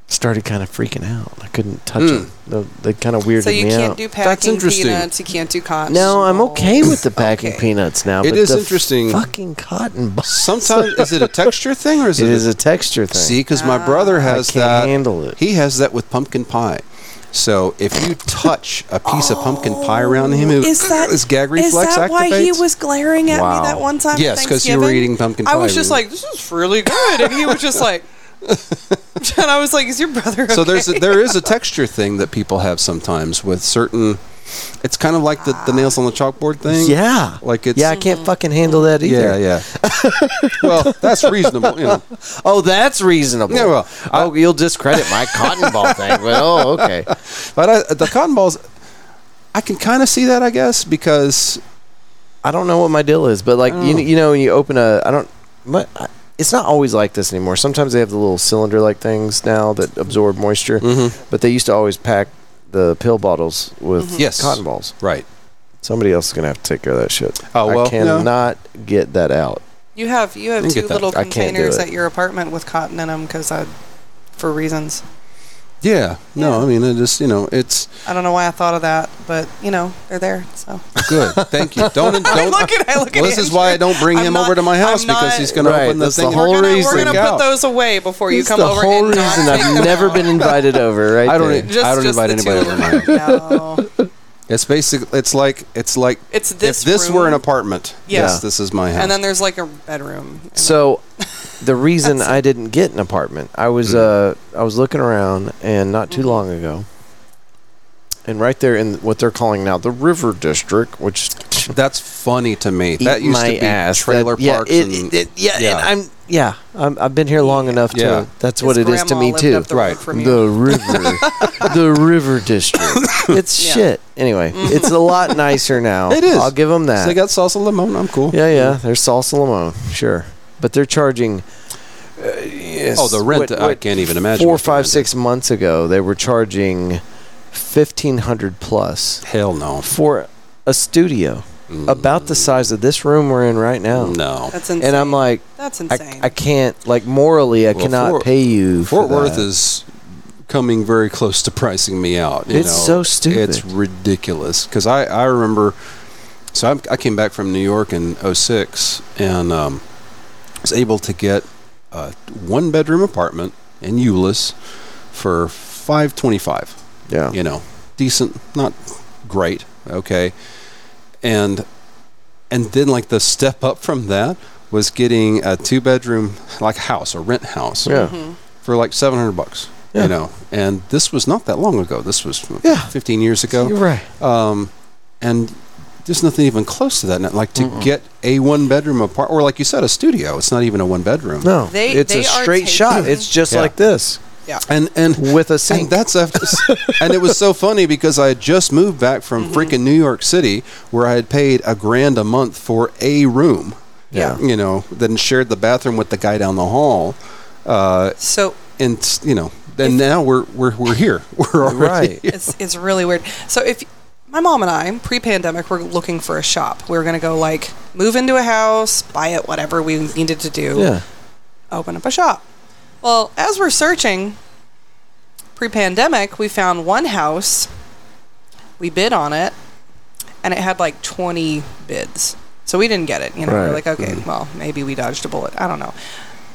S1: started kind of freaking out. I couldn't touch
S9: Hmm.
S1: them. No, They kind of weirded
S2: So you
S1: me
S2: can't
S1: out.
S2: do packing
S9: interesting.
S2: peanuts. You can't do cotton.
S1: no, I'm okay with the packing
S2: Okay.
S1: peanuts now.
S4: It
S1: but
S4: is
S1: the
S4: interesting.
S1: Fucking cotton box.
S4: <laughs> Sometimes is it a texture thing or is it?
S1: <laughs> it
S4: a-
S1: is a texture thing.
S4: See, because
S2: Ah,
S4: my brother
S1: I
S4: has
S1: can't
S4: that.
S1: handle it.
S4: He has that with pumpkin pie. So if you touch a piece of pumpkin pie around him, it,
S2: Is that
S4: his gag
S2: Is
S4: reflex
S2: that
S4: activates.
S2: why he was glaring at
S1: Wow.
S2: me that one time? at
S4: Yes, 'cause you were
S2: Thanksgiving?
S4: eating pumpkin
S2: I
S4: pie,
S2: was just
S4: remember?
S2: like, this is really good, and he was just
S4: <laughs>
S2: like, and I was like, is your brother? Okay?
S4: So there's a, there is a texture thing that people have sometimes with certain. It's kind of like the, the nails on the chalkboard thing.
S1: Yeah.
S4: Like it's
S1: yeah, I
S2: Mm-hmm.
S1: can't fucking handle that either.
S4: yeah, yeah. <laughs> well, that's reasonable. You know.
S1: Oh, that's reasonable.
S4: Yeah, well,
S1: oh, you'll discredit my cotton ball thing. But oh,
S4: <laughs>
S1: okay.
S4: But I, the cotton balls, I can kind of see that, I guess, because
S1: I don't know what my deal is, but like
S2: Oh.
S1: you, you know, when you open a, I don't, my, I- it's not always like this anymore. Sometimes they have the little cylinder-like things now that absorb moisture, but they used to always pack the pill bottles with
S2: Mm-hmm.
S4: Yes.
S1: cotton balls.
S4: right.
S1: Somebody else is gonna have to take care of that shit.
S4: Oh, well,
S1: I
S4: no.
S1: cannot get that out.
S2: you have you have
S4: Didn't
S2: two
S4: get that.
S2: little
S1: I can't do
S2: containers
S1: it.
S2: at your apartment with cotton in them because I, for reasons,
S4: Yeah. No, I
S2: Yeah.
S4: mean, it just you know, it's
S2: I don't know why I thought of that, but you know they're there. So
S4: good. Thank you.
S2: <laughs>
S4: Don't don't.
S2: look at I look
S4: well,
S2: at
S4: this is
S2: Andrew.
S4: why I don't bring
S2: I'm
S4: him
S2: not-
S4: over to my house
S2: I'm
S4: because
S2: not-
S4: he's going to
S1: Right,
S4: open the
S1: that's the
S4: thing. and
S1: whole
S2: We're gonna, we're
S1: reason.
S2: gonna put those away before you
S1: It's
S2: come
S1: the
S2: over.
S1: whole
S2: and not
S1: reason
S2: take
S1: I've
S2: them
S1: never
S2: out.
S1: been invited over. Right?
S4: I don't
S1: there.
S4: e-
S2: Just,
S4: I don't
S2: just
S4: invite
S2: the two
S4: anybody
S2: of
S4: over
S2: them. No,
S4: It's basically it's like it's like
S2: it's this.
S4: if this
S2: room,
S4: were an apartment.
S2: Yeah.
S4: Yes, this is my house.
S2: and then there's like a bedroom. and
S1: So, the reason I didn't get an apartment, I was uh,
S4: Mm-hmm.
S1: I was looking around, and not
S2: Mm-hmm.
S1: too long ago, and right there in what they're calling now the River District, which
S4: That's funny to me. that
S1: eat
S4: used
S1: my
S4: to be
S1: ass.
S4: trailer
S1: that, yeah,
S4: parks.
S1: it-
S4: and,
S1: it- yeah,
S4: yeah.
S1: and I'm yeah, I'm, I've been here long enough to
S4: Yeah.
S1: that's
S2: His
S1: what it is to
S2: grandma
S1: me
S2: lived
S1: too.
S2: up the road
S4: Right.
S2: from you.
S1: The
S2: <laughs>
S1: river, the river
S4: <laughs>
S1: district. It's
S2: Yeah. Mm-hmm.
S1: shit. Anyway, it's a lot nicer now.
S4: <laughs> It is.
S1: I'll give them that.
S4: So they got salsa limon. I'm cool.
S1: Yeah, yeah. There's salsa limon, sure, but they're charging. uh, yes,
S4: Oh, the rent.
S1: what-
S4: I
S1: what,
S4: can't even imagine.
S1: Four,
S4: what the
S1: five,
S4: rent is.
S1: six months ago, they were charging fifteen hundred plus
S4: Hell no.
S1: for a studio
S2: Mm,
S1: about the size of this room we're in right now.
S4: No.
S2: That's insane.
S1: And I'm like,
S2: that's
S1: I,
S2: insane.
S1: I can't. Like morally, I
S4: Well,
S1: cannot
S4: Fort-
S1: pay you. for
S4: Fort Worth
S1: that.
S4: is coming very close to pricing me out. you
S1: It's so
S4: know.
S1: stupid.
S4: It's ridiculous because I, I remember. So I'm, I came back from New York in 06 and um, was able to get a one bedroom apartment in Euless for 525
S1: yeah.
S4: you know, decent, not great, okay. And and then like the step up from that was getting a two bedroom like house, a rent house,
S1: Yeah.
S2: Mm-hmm.
S4: for like seven hundred bucks,
S1: Yeah.
S4: you know. And this was not that long ago. This was
S1: Yeah.
S4: fifteen years ago
S1: You're right.
S4: um, and there's nothing even close to that. Now. Like to get a one bedroom apart, or like you said, a studio. It's not even a one bedroom.
S1: No,
S2: They-
S1: it's
S2: they
S1: a
S2: are
S1: straight shot.
S2: taking-
S1: It's just
S4: Yeah.
S1: like this
S4: And and
S1: with a
S4: and
S1: sink.
S4: that's
S2: <laughs>
S4: after, and it was so funny because I had just moved back from
S2: Mm-hmm.
S4: freaking New York City, where I had paid a grand a month for a room.
S1: Yeah.
S4: you know, then shared the bathroom with the guy down the hall, uh,
S2: so
S4: and s- you know, then now we're we're we're here. <laughs> We're already
S1: Right.
S4: here.
S2: <laughs> it's it's really weird. So if my mom and I, pre-pandemic, were looking for a shop. We were gonna go like move into a house, buy it, whatever we needed to do.
S1: yeah.
S2: Open up a shop. Well, as we're searching, pre-pandemic, we found one house. We bid on it, and it had like 20 bids. So we didn't get it. You know,
S1: Right.
S2: we're like, okay, well, maybe we dodged a bullet. I don't know.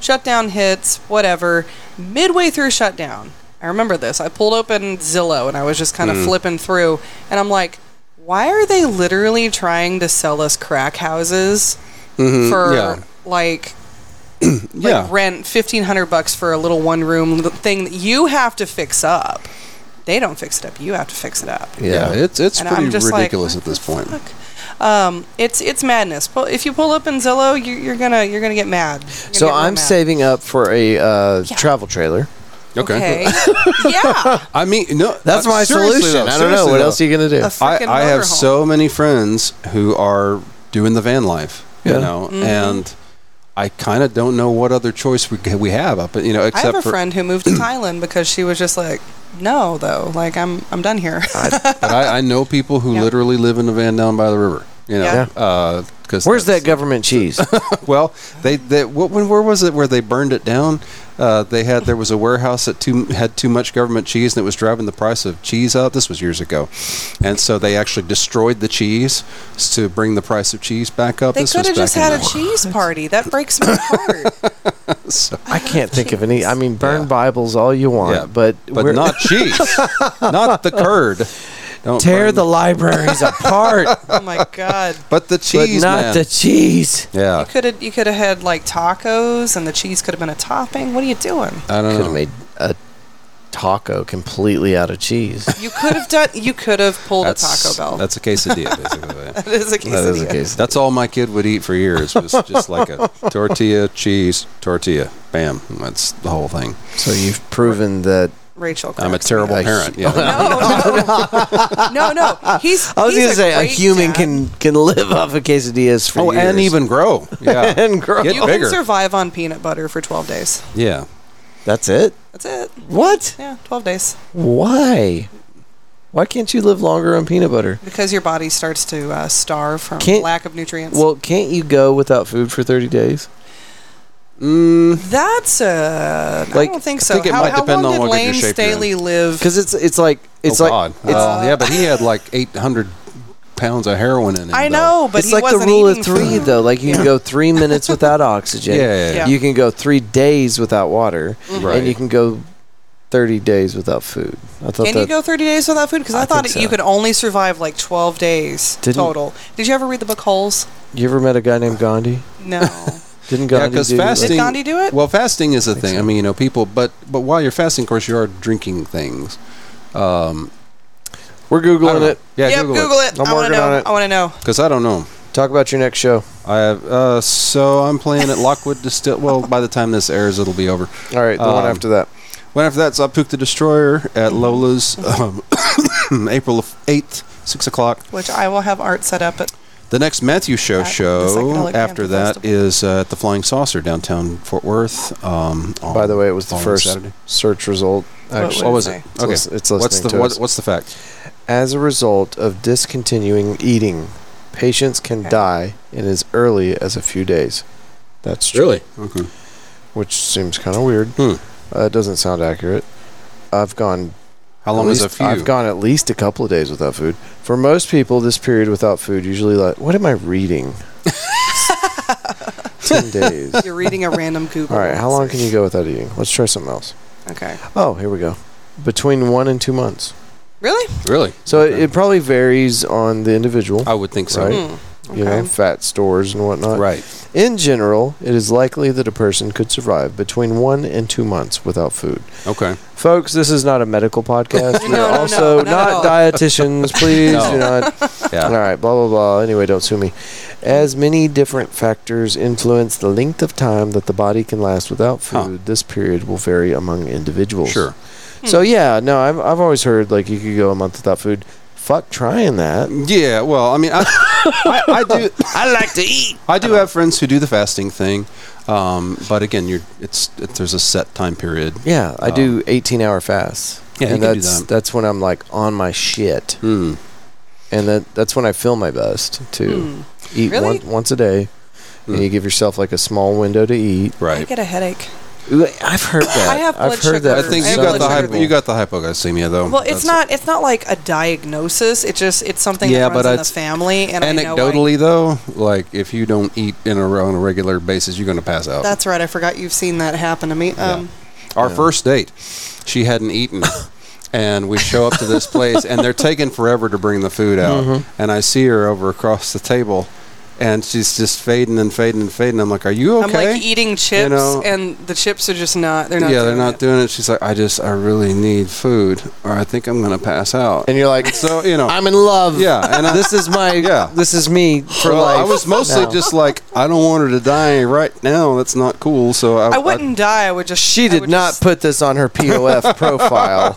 S2: Shutdown hits, whatever. Midway through shutdown, I remember this. I pulled open Zillow and I was just kind of flipping through, and I'm like, why are they literally trying to sell us crack houses for
S4: yeah.
S2: like like
S4: Yeah.
S2: rent fifteen hundred bucks for a little one room thing that you have to fix up. They don't fix it up. You have to fix it up.
S4: Yeah, it's it's
S2: And
S4: pretty
S2: I'm just
S4: ridiculous
S2: like,
S4: at this point.
S2: "What the fuck?" Um, it's it's madness. Well, if you pull up in Zillow, you, you're gonna you're gonna get mad. You're gonna
S1: So
S2: get real
S1: I'm
S2: mad.
S1: saving up for a uh,
S2: Yeah.
S1: travel trailer
S4: Okay.
S2: Okay. <laughs> yeah.
S4: I mean, no,
S1: That's
S4: uh,
S1: my
S4: seriously
S1: solution.
S4: though,
S1: I don't know
S4: seriously
S1: what
S4: though.
S1: else are you gonna do.
S2: A
S4: I,
S2: freaking
S4: I have
S2: motorhome.
S4: so many friends who are doing the van life,
S1: Yeah.
S4: you know,
S2: Mm-hmm.
S4: and I kind of don't know what other choice we we have up, you know,
S2: I
S4: except
S2: have a
S4: for
S2: friend
S4: <clears throat>
S2: who moved to Thailand because she was just like, no, though. Like, I'm I'm done here. <laughs>
S4: but I, I know people who
S2: Yeah.
S4: literally live in a van down by the river, you
S2: Yeah.
S4: know, uh, because
S1: Where's that government cheese?
S4: Well, they, they what, when, where was it where they burned it down? Uh, they had there was a warehouse that too had too much government cheese and it was driving the price of cheese up. This was years ago, and so they actually destroyed the cheese to bring the price of cheese back up.
S2: they
S4: This
S2: could
S4: was
S2: have just
S4: back in
S2: had a
S4: the-
S2: cheese party. That breaks
S4: <laughs>
S2: my heart.
S4: so-
S1: I can't think of any. I
S4: <laughs>
S1: mean, burn Bibles all you want,
S4: Yeah,
S1: but
S4: but
S1: we're-
S4: not cheese, not the curd.
S1: <laughs>
S4: Don't
S1: tear
S4: burn-
S1: the
S4: <laughs>
S1: libraries apart,
S2: oh my god.
S4: but the
S1: but
S4: cheese,
S1: not
S4: man.
S1: the cheese.
S4: yeah,
S2: Could have you could have had like tacos and the cheese could have been a topping. What are you doing?
S4: I don't
S1: Could have
S4: know.
S1: made a taco completely out of
S4: <laughs>
S1: cheese.
S2: You could have done. You could have pulled a Taco Bell.
S4: that's a quesadilla, basically.
S2: <laughs> That is a quesadilla.
S1: That is the case.
S4: That's all my kid would eat for years was just like a tortilla, cheese, tortilla. Bam. That's the whole thing.
S1: So you've proven that.
S2: Rachel.
S4: I'm a
S2: cracks me
S4: terrible
S1: I-
S4: parent.
S2: <laughs>
S4: Yeah.
S1: <laughs>
S2: up. <laughs> No, no, no, no. He's.
S1: I was
S2: he's
S1: gonna say a
S2: great
S1: human
S2: dad.
S1: can can live off of quesadillas for
S4: Oh,
S1: years.
S4: and even grow. <laughs> Yeah.
S1: and grow.
S4: Get
S2: You
S4: bigger.
S2: can survive on peanut butter for 12 days.
S4: yeah.
S1: That's it.
S2: That's it.
S1: What?
S2: Yeah, 12 days
S1: Why? Why can't you live longer on peanut butter?
S2: because your body starts to uh, starve from
S1: Can't-
S2: lack of nutrients.
S1: Well, can't you go without food for 30 days?
S2: Mm, that's uh, I
S1: Like,
S2: don't think
S4: I
S2: so.
S4: think it
S2: how,
S4: might
S2: how
S4: depend
S2: long
S4: on
S2: did
S4: what good your
S2: Lane
S4: shape you're in.
S2: Staley live?
S1: Because it's it's like it's
S4: oh,
S1: like
S4: God.
S1: it's
S4: Well, yeah, but he had like 800 pounds of heroin in him.
S2: I
S4: though.
S2: know, but
S1: it's
S2: he
S1: like the
S2: wasn't
S1: rule
S2: eating
S1: of three,
S2: food.
S1: though. Like you can go three minutes
S4: <laughs>
S1: without oxygen.
S4: Yeah. Mm-hmm.
S2: Yeah.
S1: You can go three days without water,
S4: Right.
S1: and you can go thirty days without food. I thought
S2: Can
S1: that
S2: you go 30 days without food? Because I,
S1: I
S2: thought
S1: think
S2: you
S1: so.
S2: could only survive like 12 days
S1: Didn't-
S2: total. Did you ever read the book Holes?
S1: you ever met a guy named Gandhi?
S2: No.
S1: Didn't
S4: Yeah,
S1: Gandhi
S4: because
S1: do
S4: fasting.
S2: Did Gandhi do it?
S4: Well, fasting is a thing. I mean, you know, people. But but while you're fasting, of course, you are drinking things. Um,
S1: We're
S4: I don't
S1: googling
S4: know.
S1: it.
S4: Yeah,
S2: yep,
S4: Google,
S2: Google, it.
S1: I'm
S2: I want
S1: working
S2: to know.
S1: on it.
S2: I want to know.
S4: Because I don't know.
S1: Talk about your next show.
S4: I have. Uh, so I'm playing at Lockwood Distill. Well, by the time this airs, it'll be over.
S1: All right, the one
S4: Um,
S1: after that.
S4: Well, after that's Uptook the Destroyer at Lola's um, <coughs> April 8th, 6 o'clock.
S2: Which I will have art set up at
S4: The next Matthew Show
S2: At the
S4: show after
S2: Psychedelic Panther
S4: that
S2: Festival.
S4: is uh, at the Flying Saucer downtown Fort Worth. Um, on-
S1: By the way, it was the
S4: on
S1: first
S4: Saturday.
S1: search result.
S2: would
S1: Actually,
S4: What
S2: it
S4: was
S2: say?
S4: it?
S1: It's
S4: Okay.
S1: lis- it's listening
S4: What's the
S1: to
S4: what,
S1: us.
S4: what's the fact?
S1: As a result of discontinuing eating, patients can
S2: Okay.
S1: die in as early as a few days. That's true.
S4: Okay.
S1: Which seems kind of weird.
S4: Hmm.
S1: Uh, it doesn't sound accurate. I've gone
S4: How
S1: at
S4: long is a
S1: least-
S4: few?
S1: I've gone at least a couple of days without food. For most people, this period without food usually like what am I
S4: <laughs>
S1: reading? Ten days.
S2: You're reading a random Google.
S1: All right, how long can you go without eating? Let's try something else.
S2: <laughs> Okay.
S1: Oh, here we go. Between one and two months.
S2: Really?
S4: really?
S1: So
S4: Okay.
S1: it, it probably varies on the individual,
S4: I would think so.
S1: Right.
S2: Okay.
S1: you know, fat stores and whatnot.
S4: Right.
S1: In general, it is likely that a person could survive between one and two months without food.
S4: Okay.
S1: Folks, this is not a medical <laughs> podcast.
S2: No,
S1: We
S2: no,
S1: are
S2: no,
S1: also
S2: not at all.
S1: not dietitians. Please
S4: No.
S1: do <laughs> not. All
S4: Yeah.
S1: right, blah, blah, blah. Anyway, don't sue me. As many different factors influence the length of time that the body can last without
S4: Huh.
S1: food, this period will vary among individuals.
S4: Sure.
S1: So, yeah, no, I've, I've always heard like you could go a month without food. Fuck trying that.
S4: Yeah. Well, I mean, I, I, I do.
S1: <laughs> I like to eat.
S4: I do have friends who do the fasting thing, um, but again, you're it's it, there's a set time period.
S1: Yeah, I
S4: Oh.
S1: do 18 hour fasts.
S4: Yeah, you
S1: and
S4: can do
S1: that's
S4: that.
S1: that's when I'm like on my shit,
S4: Hmm.
S1: and that that's when I feel my best too. Eat
S2: Hmm. Really?
S1: one, once a day,
S4: Hmm.
S1: and you give yourself like a small window to eat.
S2: I
S4: Right.
S2: get a headache.
S1: Ooh, I've heard that.
S2: I have
S1: I've
S2: blood
S1: heard that.
S4: I
S2: sugar.
S1: from
S4: think you
S2: I
S1: so
S4: got
S2: have
S1: many
S4: the
S2: blood
S4: hypo,
S2: sugar.
S1: people.
S4: you got the hypoglycemia though.
S2: Well, it's
S4: Oh, That's-
S2: not. It's not like a diagnosis. It just it's something
S4: Yeah,
S2: that runs
S4: but
S2: in the
S4: it's
S2: family. And I know I-
S4: anecdotally though. Like if you don't eat in a row on a regular basis, you're going to pass out.
S2: that's right. I forgot you've seen that happen to me. Um,
S4: Our first date, she hadn't eaten.
S2: <laughs>
S4: And we show up to
S1: Mm-hmm.
S4: this place, and they're taking forever to bring the food out. And I see her over across the table, and she's just fading and fading and fading. I'm like, are you okay?
S2: I'm like eating chips,
S4: know-
S2: and the chips are just not. They're not.
S4: yeah, they're
S2: doing
S4: not
S2: it.
S4: doing it. She's like, I just, I really need food, or I think I'm gonna pass out.
S1: And you're like,
S4: so you know,
S1: I'm in love.
S4: yeah, and I,
S1: <laughs> This is my.
S4: Yeah.
S1: This is me for
S4: well,
S1: life.
S4: I was mostly
S1: now.
S4: just like, I don't want her to die right now. That's not cool. So I,
S2: I wouldn't die. I would just.
S1: She
S2: I
S1: did
S2: would
S1: not
S2: just- Oh,
S1: put this on her
S4: <laughs>
S1: POF profile.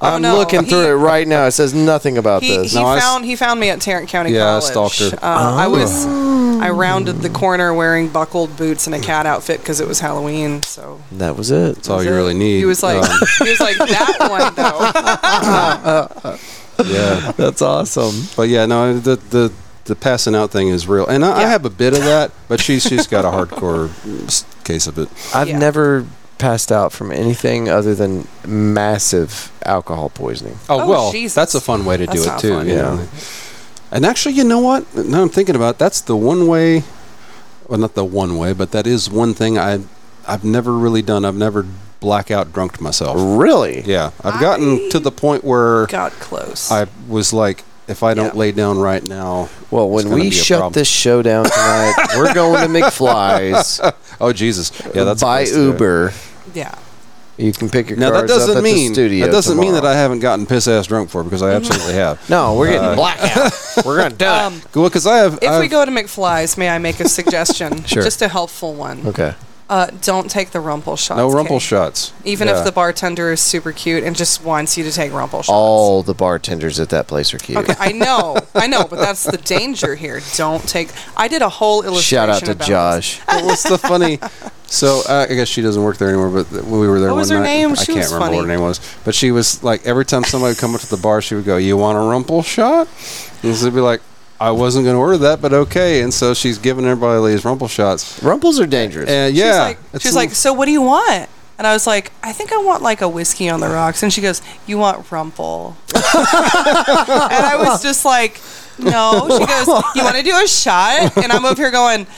S1: I'm
S2: no,
S1: looking through
S2: he-
S1: it right now. It says nothing about
S2: He,
S1: this.
S2: he
S4: No, I s-
S2: found he found me at Tarrant County
S4: Yeah, I
S2: College.
S4: stalked her. Oh.
S2: Uh, I was
S1: Oh.
S2: I rounded the corner wearing buckled boots and a cat outfit because it was Halloween. So
S1: that was it.
S4: That's all you really need.
S2: he was like
S4: Um,
S2: he was like
S4: <laughs>
S2: that one though.
S4: Um, yeah.
S1: That's awesome.
S4: But yeah, no, the the the passing out thing is real, and I, I
S2: Yeah.
S4: have a bit of that. But she's she's got a hardcore s- case of it.
S1: I've
S2: Yeah.
S1: never passed out from anything other than massive alcohol poisoning.
S4: Oh,
S2: Oh,
S4: well,
S2: Jesus.
S4: that's a fun way to
S2: That's
S4: do it
S2: not
S4: too.
S2: fun.
S4: you
S1: Yeah.
S4: know. And actually, you know what? Now I'm thinking about it, that's the one way. Well, not the one way, but that is one thing I I've never really done. I've never blackout drunked myself.
S1: Really?
S4: Yeah, I've gotten to the point where
S2: Got close.
S4: I was like, if I don't
S2: Yeah.
S4: lay down right now,
S1: Well,
S4: It's
S1: when
S4: gonna
S1: we
S4: be a
S1: shut
S4: problem.
S1: this show down
S4: <laughs>
S1: tonight, we're going to McFly's
S4: oh Jesus, <laughs> yeah, that's a
S1: by
S4: place to do it.
S1: Uber.
S2: yeah.
S1: You can pick your
S4: Now that
S1: cards up
S4: doesn't
S1: at
S4: mean
S1: the studio.
S4: that doesn't mean that
S1: tomorrow.
S4: I haven't gotten piss ass drunk for because I Uh, absolutely <laughs> have.
S1: No, we're getting
S4: <laughs>
S1: blackout. we're gonna do it.
S2: Um,
S4: Well, because I have.
S2: if
S4: I've,
S2: we go to McFly's, may I make a
S4: <laughs>
S2: suggestion?
S1: Sure.
S2: Just a helpful one.
S1: Okay.
S2: Uh, don't take the rumple shots.
S4: no rumple
S2: Kay?
S4: shots,
S2: Even
S4: Yeah.
S2: if the
S4: <laughs>
S2: bartender is super cute and just wants you to take rumple shots.
S4: Oh.
S1: All the bartenders at that place are cute.
S2: Okay, I know, I know, but that's the danger here. Don't take. I did a whole illustration.
S1: Shout out to
S2: about this.
S1: Josh.
S4: Well, what's the funny? So uh, I guess she doesn't work there anymore. But th- when we were there
S2: What
S4: one
S2: was her
S4: night,
S2: name?
S4: I
S2: She
S4: can't
S2: was
S4: remember what her
S2: funny.
S4: name was. But she was like every time somebody would come up to the bar, she would go, "You want a rumple shot?" And she'd be like, "I wasn't going to order that, but okay." And so she's giving everybody these rumple shots.
S1: Rumples are dangerous.
S4: And
S2: She was
S4: yeah,
S2: like,
S4: it's
S2: she was
S4: a
S2: like,
S4: little-
S2: so what do you want? And I was like, I think I want like a whiskey on the rocks. And she goes, you want
S4: <laughs>
S2: rumple? and I was just like, no. She goes, you want to do a shot? And I'm over here going,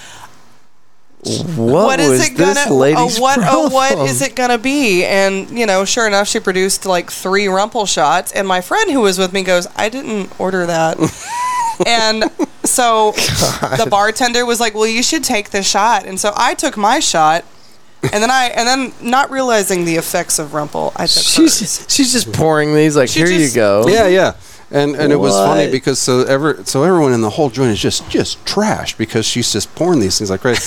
S2: what is
S1: was
S2: it gonna?
S1: this
S2: Oh,
S1: lady's
S2: what? Oh, what
S1: problem?
S2: is it gonna be? And you know, sure enough, she produced like three rumple shots. And my friend who was with me goes, I didn't
S1: <laughs>
S2: order that. and so the bartender was like, Well, you should take the shot. And so I took my shot. And then I, and then not realizing the effects of rumple, I took hers.
S1: She's she's just pouring these like
S2: She
S1: here you
S2: just-
S1: go.
S4: Yeah, yeah. And and it was funny
S1: Oh. What?
S4: because so ever so everyone in the whole joint is just just trashed because she's just pouring these things like crazy.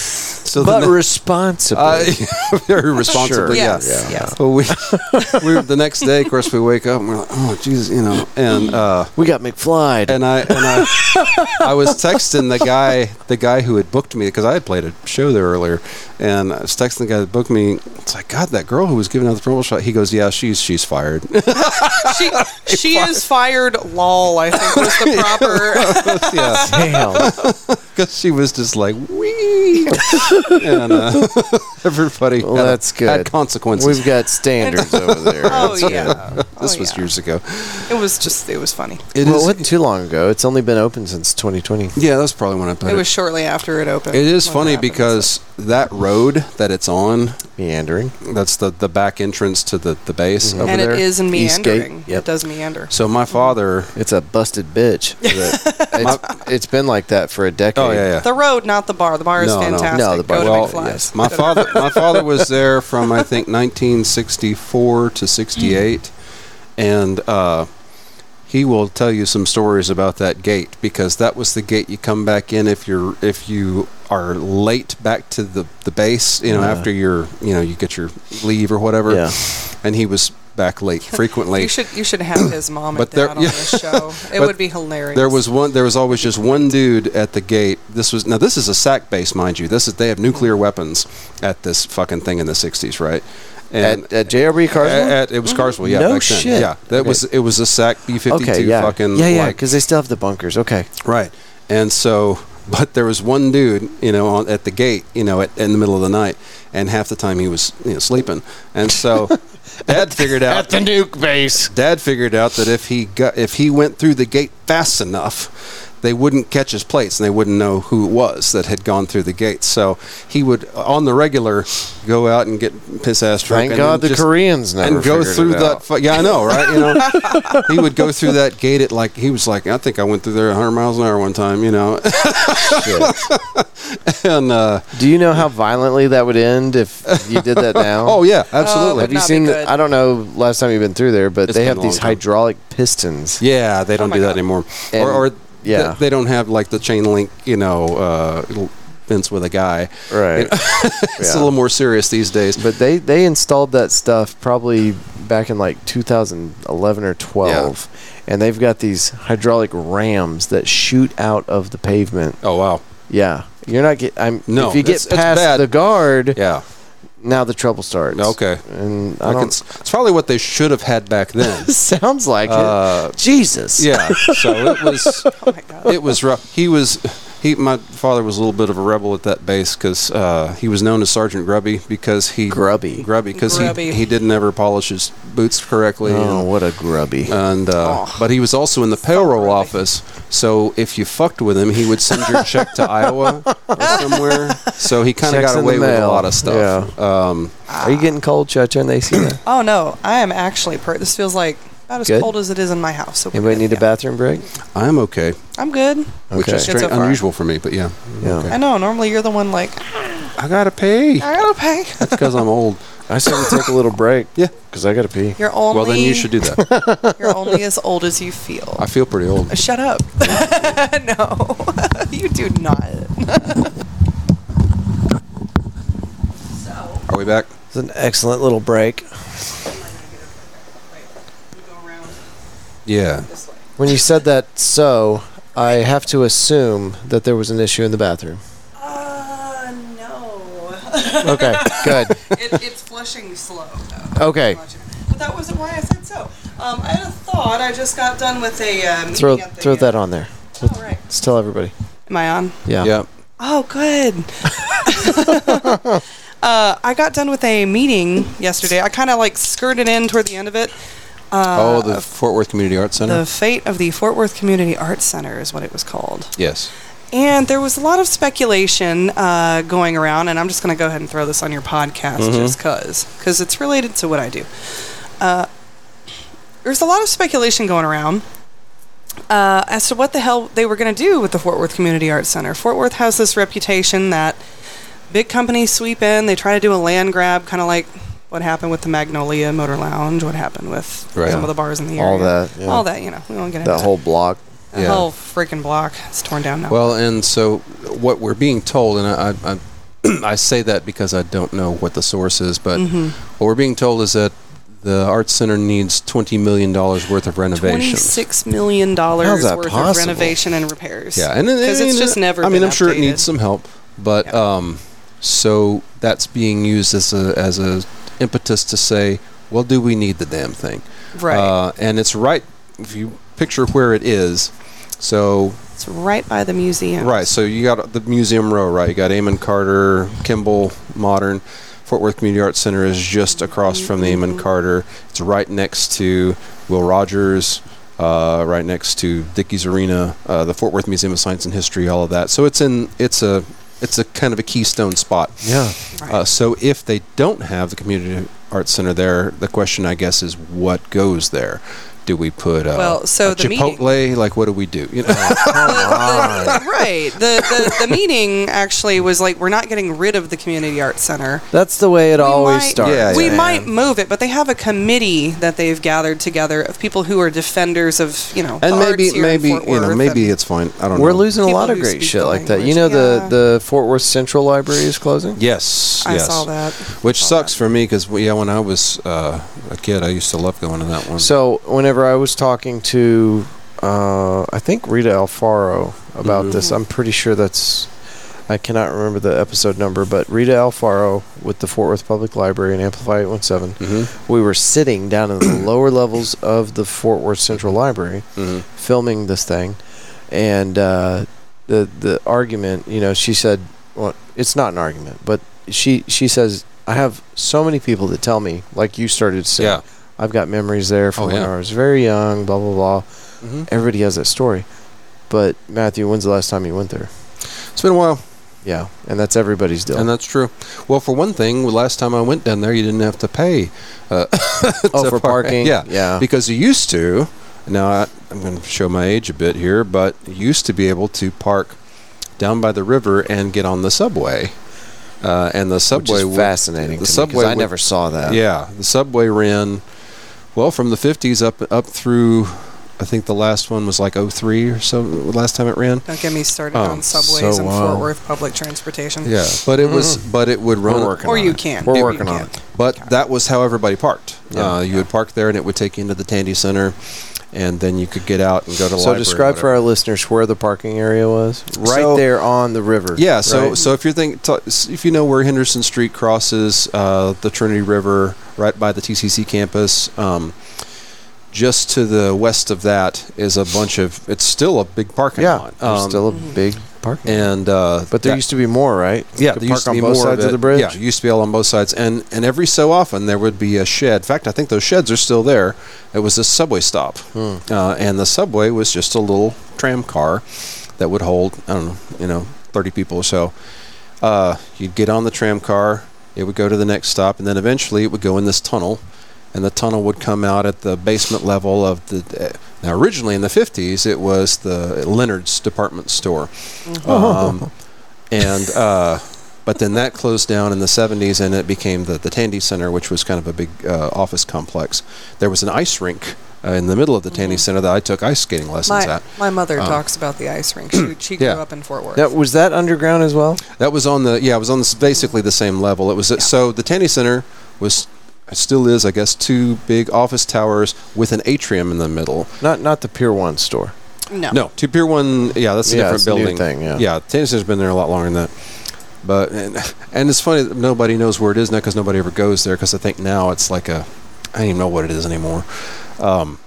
S4: So
S1: But
S4: the ne-
S1: responsibly.
S4: uh, <laughs> very responsibly, yeah.
S2: Yes, yes.
S4: But we, we were- the next day, of course, we wake up and we're like, oh Jesus, you know, and uh,
S1: we got McFly. <laughs>
S4: and I and I, I was texting the guy the guy who had booked me because I had played a show there earlier, and I was texting the guy that booked me. It's like God, that girl who was giving out the promo shot. He goes, yeah, she's she's fired. <laughs>
S1: <laughs>
S2: She, she is fired. Lol, I think was the
S1: <laughs>
S2: proper.
S4: yeah. <laughs>
S1: Damn.
S4: because she was just like wee,
S1: <laughs>
S4: and uh, <laughs> everybody.
S1: Well,
S4: had,
S1: that's good.
S4: Had consequences.
S1: We've got standards over
S4: <laughs>
S1: there.
S2: Oh
S1: That's good.
S2: yeah,
S4: this
S2: Oh,
S4: was
S2: yeah.
S4: years ago.
S2: It was just, it was funny.
S4: It
S1: well,
S4: is-
S1: it wasn't too long ago. It's only been open since 2020.
S4: yeah, that's probably when I played
S2: It
S4: it.
S2: was shortly after it opened.
S4: it is
S2: when
S4: funny
S2: happened, so.
S4: because that road that it's on,
S1: Meandering.
S4: that's the, the back entrance to the, the base
S1: Mm-hmm.
S4: over
S2: and
S4: there.
S2: it is in
S1: East Gate,
S2: meandering.
S1: yep.
S2: It does meander.
S4: So my father.
S1: It's a busted
S4: <laughs>
S1: bitch. But it's, it's been like that for a decade.
S4: Oh, yeah, yeah.
S2: The road, not the bar. The bar is
S4: No, no.
S2: fantastic.
S1: No, the bar-
S2: Go to
S4: well,
S2: McFly's.
S1: yes.
S4: My
S2: Go to-
S4: father, my father was there from I think 1964 to 68, and uh, he will tell you some stories about that gate because that was the gate you come back in if you're if you are late back to the the base. You know, after your you know you get your leave or whatever.
S1: Yeah.
S4: And he was back late frequently.
S2: You should you should have his mom and
S4: But there-
S2: dad on
S4: yeah.
S2: this
S4: <laughs>
S2: show. It
S4: But
S2: would be hilarious.
S4: There was one. There was always just one dude at the gate. This was now. This is a sack base, mind you. This is they have nuclear weapons at this fucking thing in the '60s, right? And
S1: At, at JRB Carson?
S4: at- it was Carswell, yeah.
S1: No
S4: back then.
S1: shit.
S4: Yeah, that was it was a sack B-52
S1: okay, yeah.
S4: fucking
S1: yeah, yeah,
S4: like-
S1: because they still have the bunkers.
S4: <laughs>
S1: Okay.
S4: Right. And so, but there was one dude, you know, on, at the gate, you know, at, in the middle of the night, and half the time he was you know, sleeping. And so, Dad figured out at the nuke base. Dad figured out that if he got if he went through the gate fast enough, they wouldn't catch his plates and they wouldn't know who it was that had gone through the gates. So he would, on the regular, go out and get piss ass drunk.
S1: Thank
S4: and
S1: God the
S4: then just-
S1: Koreans never
S4: and go
S1: figured it
S4: through that.
S1: out.
S4: Fu- yeah, I know, right? You
S1: <laughs>
S4: know, he would go through that gate at like he was like, I think I went through there 100 miles an hour one time. You know, <laughs> and uh,
S1: Do you know how violently that would end if you did
S4: <laughs>
S1: that now?
S4: oh yeah, absolutely.
S1: Have you
S2: not be
S1: seen?
S2: good.
S1: The, I don't know. Last time you've been through there, but
S4: It's
S1: they
S4: been
S1: have
S4: a
S1: these
S4: long time.
S1: hydraulic pistons.
S4: yeah, they don't do that anymore,
S1: And-
S4: or, or
S1: yeah.
S4: th- they don't have like the chain link, you know, uh, l- fence with a guy.
S1: Right.
S4: It's
S1: Yeah.
S4: a little more serious these days. But
S1: But they they installed that stuff probably back in like 2011 or 12, and they've got these hydraulic rams that shoot out of the pavement.
S4: oh wow,
S1: Yeah, you're not get. I'm
S4: No,
S1: If you get
S4: it's- it's
S1: past
S4: bad.
S1: the guard,
S4: yeah,
S1: now the trouble starts.
S4: okay.
S1: and I
S4: Like
S1: don't. <laughs>
S4: it's, it's probably what they should have had back <laughs> then.
S1: sounds like
S4: Uh,
S1: it. Jesus.
S4: Yeah, so it was
S2: Oh
S4: it was rough. He was he my father was a little bit of a rebel at that base because uh, he was known as Sergeant Grubby because he
S1: Grubby.
S4: Grubby because he
S2: Grubby.
S4: he didn't ever polish his boots correctly.
S1: Oh,
S4: and-
S1: what a grubby.
S4: and uh, but he was also in the payroll office. So if you fucked with him, he would send your check <laughs> to Iowa or somewhere. So he kind of
S1: Checks
S4: got
S1: in the
S4: away with a
S1: mail.
S4: lot of stuff. Um,
S1: Are you getting cold, Chacha? And they see that.
S2: Oh no, I am actually per This feels like about as
S1: Good.
S2: cold as it is in my house. So we're
S1: Anybody
S2: good,
S1: need a
S2: yeah.
S1: bathroom break?
S4: I'm okay,
S2: I'm good.
S4: which
S1: Okay.
S4: is
S2: Good
S4: strange,
S2: so far.
S4: unusual for me, but yeah,
S1: Yeah.
S2: I know. Normally you're the one like
S4: I gotta
S2: <laughs>
S4: pay
S2: I gotta pay.
S4: because I'm old.
S1: I said we take a little break.
S4: Yeah.
S1: Because I got to pee.
S2: You're only.
S4: Well, then you should do that.
S2: You're only as old as you feel.
S4: <laughs> I feel pretty old.
S2: Shut up. <laughs> no, <laughs> you do not.
S4: Are we back?
S1: It's an excellent little break.
S4: Yeah.
S1: When you said that, so I have to assume that there was an issue in the bathroom.
S2: Uh,
S1: <laughs>
S2: no.
S1: Okay. Good.
S2: it, it's flushing slow, though.
S1: Okay.
S2: But that wasn't why I said so. Um, I had a thought. I just got done with a uh, meeting
S1: Throw
S2: at the
S1: throw that on there.
S2: All right.
S1: Let's tell everybody.
S2: Am I on?
S1: Yeah.
S4: Yeah.
S2: Oh,
S1: <laughs>
S2: good. <laughs> uh, I got done with a meeting yesterday. I kind of like skirted in toward the end of it.
S4: oh, the Fort Worth Community Arts Center.
S2: Uh, The fate of the Fort Worth Community Arts Center is what it was called.
S4: yes.
S2: And there was a lot of speculation uh, going around, and I'm just going to go ahead and throw this on your podcast
S1: Mm-hmm.
S2: just because, because it's related to what I do. Uh, there's a lot of speculation going around uh, as to what the hell they were going to do with the Fort Worth Community Arts Center. Fort Worth has this reputation that big companies sweep in, they try to do a land grab, kind of like what happened with the Magnolia Motor Lounge, what happened with
S4: Right.
S2: some of the bars in the
S1: All
S2: area.
S1: that, yeah.
S2: All that, you know. We won't get into
S1: That whole block.
S2: that
S4: Yeah.
S2: whole freaking block. It's torn down now.
S4: Well, and so what we're being told, and I, I, <clears throat> I- I say that because I don't know what the source is, but
S2: Mm-hmm.
S4: what we're being told is that the arts center needs twenty million dollars worth of renovations.
S2: Twenty-six million dollars
S1: How's that
S2: worth of
S1: possible?
S2: renovation and repairs.
S4: Yeah, and it-
S2: because
S4: I
S2: it's
S4: mean,
S2: just never.
S4: I mean,
S2: been
S4: I'm sure it
S2: updated.
S4: needs some help, but
S2: Yeah.
S4: um, so that's being used as a as a impetus to say, well, do we need the damn thing?
S2: Right,
S4: Uh, and it's right if you picture where it is. So
S2: it's right by the museum.
S4: right, so you got the museum row, right? You got Amon Carter, Kimball Modern, Fort Worth Community Arts Center is just across from the Amon Carter. It's right next to Will Rogers. Uh, right next to Dickey's Arena, uh, the Fort Worth Museum of Science and History, all of that. So it's in it's a it's a kind of a keystone spot.
S1: Yeah.
S2: Right.
S4: Uh, so if they don't have the community arts center there, the question I guess is what goes there? Do we put uh,
S2: Well, so
S4: a
S2: the meeting-
S4: Chipotle? Like what do we do? You
S2: <laughs>
S4: know,
S2: The- the- <laughs> right. The, the the meeting actually was like we're not getting rid of the community arts center.
S1: That's the way it always
S2: might,
S1: starts.
S4: Yeah,
S2: we
S4: yeah.
S2: might move it, but they have a committee that they've gathered together of people who are defenders of you know. the
S4: and maybe
S2: arts here in
S4: maybe
S2: Fort
S4: you know
S2: Worth
S4: maybe
S2: and-
S4: it's fine. I don't know.
S1: We're losing a
S2: People
S1: lot of
S2: who
S1: great
S2: speak
S1: shit
S2: the
S1: like that. You know
S2: language. Yeah.
S1: the the Fort Worth Central Library is closing.
S4: Yes,
S2: I
S4: yes.
S2: saw that.
S4: Which sucks for me because yeah, when I was uh, a kid, I used to love going to that one.
S1: So whenever I was talking to, uh, I think Rita Alfaro about this, I'm pretty sure that's, I cannot remember the episode number, but Rita Alfaro with the Fort Worth Public Library and Amplify 817,
S4: Mhm.
S1: we were sitting down in the lower levels of the Fort Worth Central Library, filming this thing, and uh, the the argument, you know, she said, well, it's not an argument, but she she says. I have so many people that tell me, like you started saying,
S4: yeah,
S1: I've got memories there from
S4: Oh,
S1: when
S4: yeah. mm-hmm.
S1: I was very young, blah, blah, blah. Everybody has that story. But Matthew, when's the last time you went there?
S4: It's been a while,
S1: Yeah, and that's everybody's deal.
S4: and that's true. Well, for one thing, well, last time I went down there, you didn't have to pay. Uh, <laughs>
S1: oh,
S4: to
S1: for
S4: park.
S1: parking. Oh.
S4: Yeah,
S1: yeah.
S4: because you used to. Now I, I'm going to show my age a bit here, but you used to be able to park down by the river and get on the subway. Uh, and the
S1: Which
S4: subway
S1: is
S4: would-
S1: fascinating.
S4: The
S1: to me, 'cause
S4: subway
S1: I
S4: would-
S1: never saw that.
S4: Yeah, the subway ran well from the 50s up up through I think the last one was like 03 or so last time it ran.
S2: Don't get me started
S4: Oh,
S2: on subways
S1: so,
S2: and
S1: wow.
S2: Fort Worth public transportation.
S4: Yeah, but it was but it would run
S2: Or you can.
S1: We're
S2: You
S1: Mm-hmm. working on
S2: can.
S1: it.
S4: But that was how everybody parked. uh, you would park there and it would take you into the Tandy Center and then you could get out and go to
S1: So
S4: the library or
S1: describe for
S4: whatever.
S1: our listeners where the parking area was. Right
S4: So-
S1: there on the river.
S4: Yeah, so
S1: right?
S4: so if you're thinking, t- if you know where Henderson Street crosses uh, the Trinity River, right by the TCC campus, um, just to the west of that is a bunch of. It's still a big parking
S1: yeah,
S4: lot.
S1: there's
S4: Um,
S1: still a big parking.
S4: and uh,
S1: But there
S4: that-
S1: used to be more, right?
S4: yeah,
S1: You
S4: there
S1: could park
S4: used to
S1: on
S4: be
S1: both
S4: more
S1: sides of
S4: it.
S1: the bridge.
S4: Yeah, it used to be all on both sides, and and every so often there would be a shed. In fact, I think those sheds are still there. It was a subway stop,
S1: Hmm.
S4: uh, and the subway was just a little tram car that would hold I don't know, you know, thirty people or so. Uh, you'd get on the tram car, it would go to the next stop, and then eventually it would go in this tunnel, and the tunnel would come out at the basement level of the. now, originally in the 50s, it was the Leonard's department store. Um, and uh, but then that closed down in the 70s, and it became the the Tandy Center, which was kind of a big uh, office complex. There was an ice rink uh, in the middle of the Tandy Center that I took ice skating lessons
S2: My,
S4: at.
S2: my mother
S4: Um,
S2: talks about the ice rink.
S4: <clears throat>
S2: She, she grew
S4: Yeah.
S2: up in Fort Worth.
S1: Now, was that underground as well?
S4: That was on the yeah, it was on this, basically the same level. It was so the Tandy Center was still is I guess two big office towers with an atrium in the middle.
S1: Not not the Pier One store.
S2: No.
S4: No, two Pier One. Yeah, that's a
S1: Yeah,
S4: different
S1: it's a new
S4: building.
S1: thing, yeah.
S4: Tandy Center's been there a lot longer than that. But and, and it's funny that nobody knows where it is now because nobody ever goes there because I think now it's like a I don't even know what it is anymore. Um,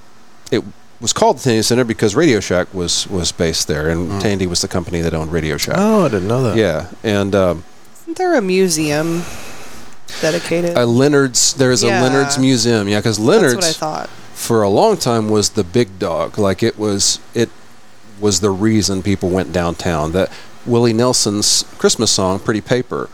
S4: it was called the Tandy Center because Radio Shack was was based there and Tandy was the company that owned Radio Shack.
S1: Mm. Oh, I didn't know that.
S4: Yeah, and. Um,
S2: Isn't there a museum dedicated?
S4: a Leonard's. There's a
S2: Yeah.
S4: Leonard's museum. Yeah, because
S2: That's what I
S4: Uh, Leonard's
S2: thought.
S4: for a long time was the big dog. Like it was it was the reason people went downtown. That Willie Nelson's Christmas song, Pretty Paper,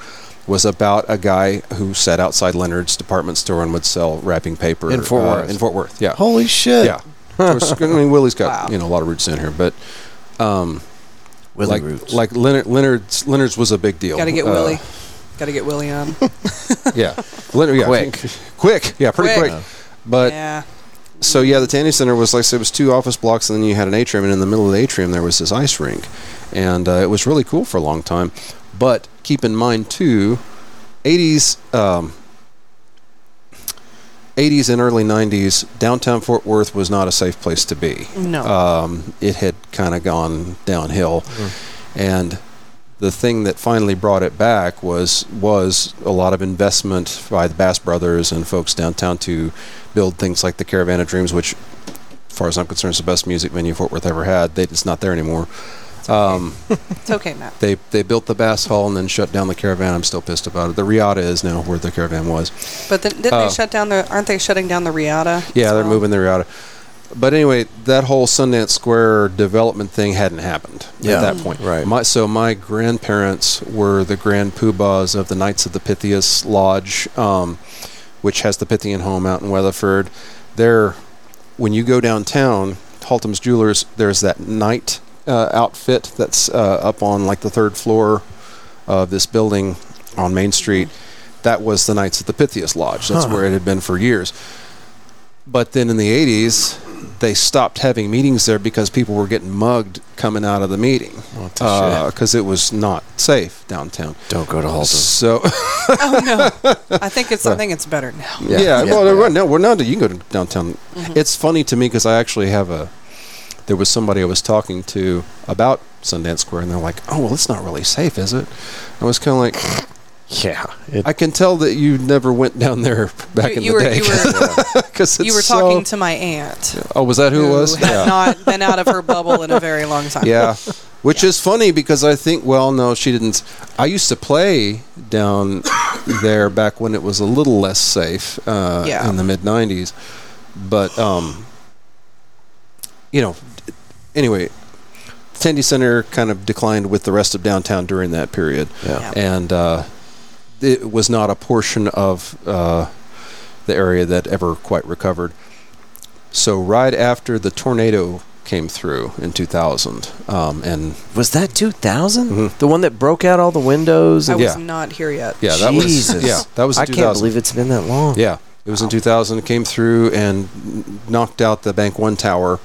S4: was about a guy who sat outside Leonard's department store and would sell wrapping paper
S1: In Fort
S4: uh,
S1: Worth.
S4: in Fort Worth, yeah.
S1: Holy shit.
S4: Yeah. Of course, I mean, Willie's got
S2: Wow.
S4: you know a lot of roots in here, but um,
S1: Willie
S4: like
S1: Roots.
S4: like Leonard Leonard's Leonard's was a big deal.
S2: Got to get
S4: Uh,
S2: Willie. Got to get Willie on.
S4: Yeah, Leonard. Yeah,
S1: Quick.
S4: quick. Yeah, pretty
S2: Quick.
S4: quick. <laughs> But
S2: yeah.
S4: so yeah, the Tandy Center was like I said, it was two office blocks, and then you had an atrium, and in the middle of the atrium there was this ice rink, and uh, it was really cool for a long time. But keep in mind too, eighties, um, eighties and early nineties, downtown Fort Worth was not a safe place to be.
S2: No.
S4: Um, it had kind of gone downhill, and the thing that finally brought it back was was a lot of investment by the Bass Brothers and folks downtown to build things like the Caravan of Dreams, which, as far as I'm concerned, is the best music venue Fort Worth ever had. They, it's not there anymore. Um,
S2: it's okay, Matt.
S4: they they built the Bass Hall and then shut down the Caravan. I'm still pissed about it. The Riata is now where the Caravan was.
S2: But then, didn't
S4: uh,
S2: they shut down the? Aren't they shutting down the Riata?
S4: Yeah,
S2: as
S4: they're
S2: well?
S4: moving the Riata. But anyway, that whole Sundance Square development thing hadn't happened
S1: Yeah, Mm,
S4: at that point.
S1: right.
S4: My, so my grandparents were the grand poobahs of the Knights of the Pythias Lodge, um, which has the Pythian home out in Weatherford. There, when you go downtown, Haltom's Jewelers, there's that night uh, outfit that's uh, up on like the third floor of this building on Main Street. That was the Knights of the Pythias Lodge. That's where it had been for years. But then in the 80s, they stopped having meetings there because people were getting mugged coming out of the meeting Oh, because it was not safe downtown.
S1: Don't go to Halton.
S4: So <laughs>
S2: Oh, I think it's. I think it's better now.
S4: yeah, well, right now we're not. You can go to downtown.
S2: Mm-hmm.
S4: It's funny to me because I actually have a. There was somebody I was talking to about Sundance Square, and they're like, "Oh, well, it's not really safe, is it?" I was kind of like,
S1: Yeah. It,
S4: "I can tell that you never went down there <laughs> back
S2: You-
S4: in
S2: you
S4: the
S2: were-
S4: day."
S2: you were-
S4: <laughs> 'Cause
S2: You were
S4: it's so-
S2: talking to my aunt,
S4: oh, was that who it was?
S2: had not been out of her bubble in a very long
S4: <laughs>
S2: time. <laughs>
S4: yeah which is funny because i think well no she didn't i used to play down <coughs> there back when it was a little less safe uh,
S2: Yeah.
S4: in the mid 90s but um you know anyway Tandy Center kind of declined with the rest of downtown during that period.
S1: Yeah.
S4: And uh, it was not a portion of uh, the area that ever quite recovered. So, right after the tornado came through in 2000, um, and
S1: Was that 2000?
S4: Mhm.
S1: The one that broke out all the windows?
S2: I
S1: And
S2: was
S4: Yeah.
S2: not here yet.
S4: yeah, that
S1: Jesus.
S4: was yeah, that was in
S1: I
S4: 2000.
S1: can't believe it's been that long.
S4: Yeah, it was in 2000. It came through and knocked out the Bank One Tower,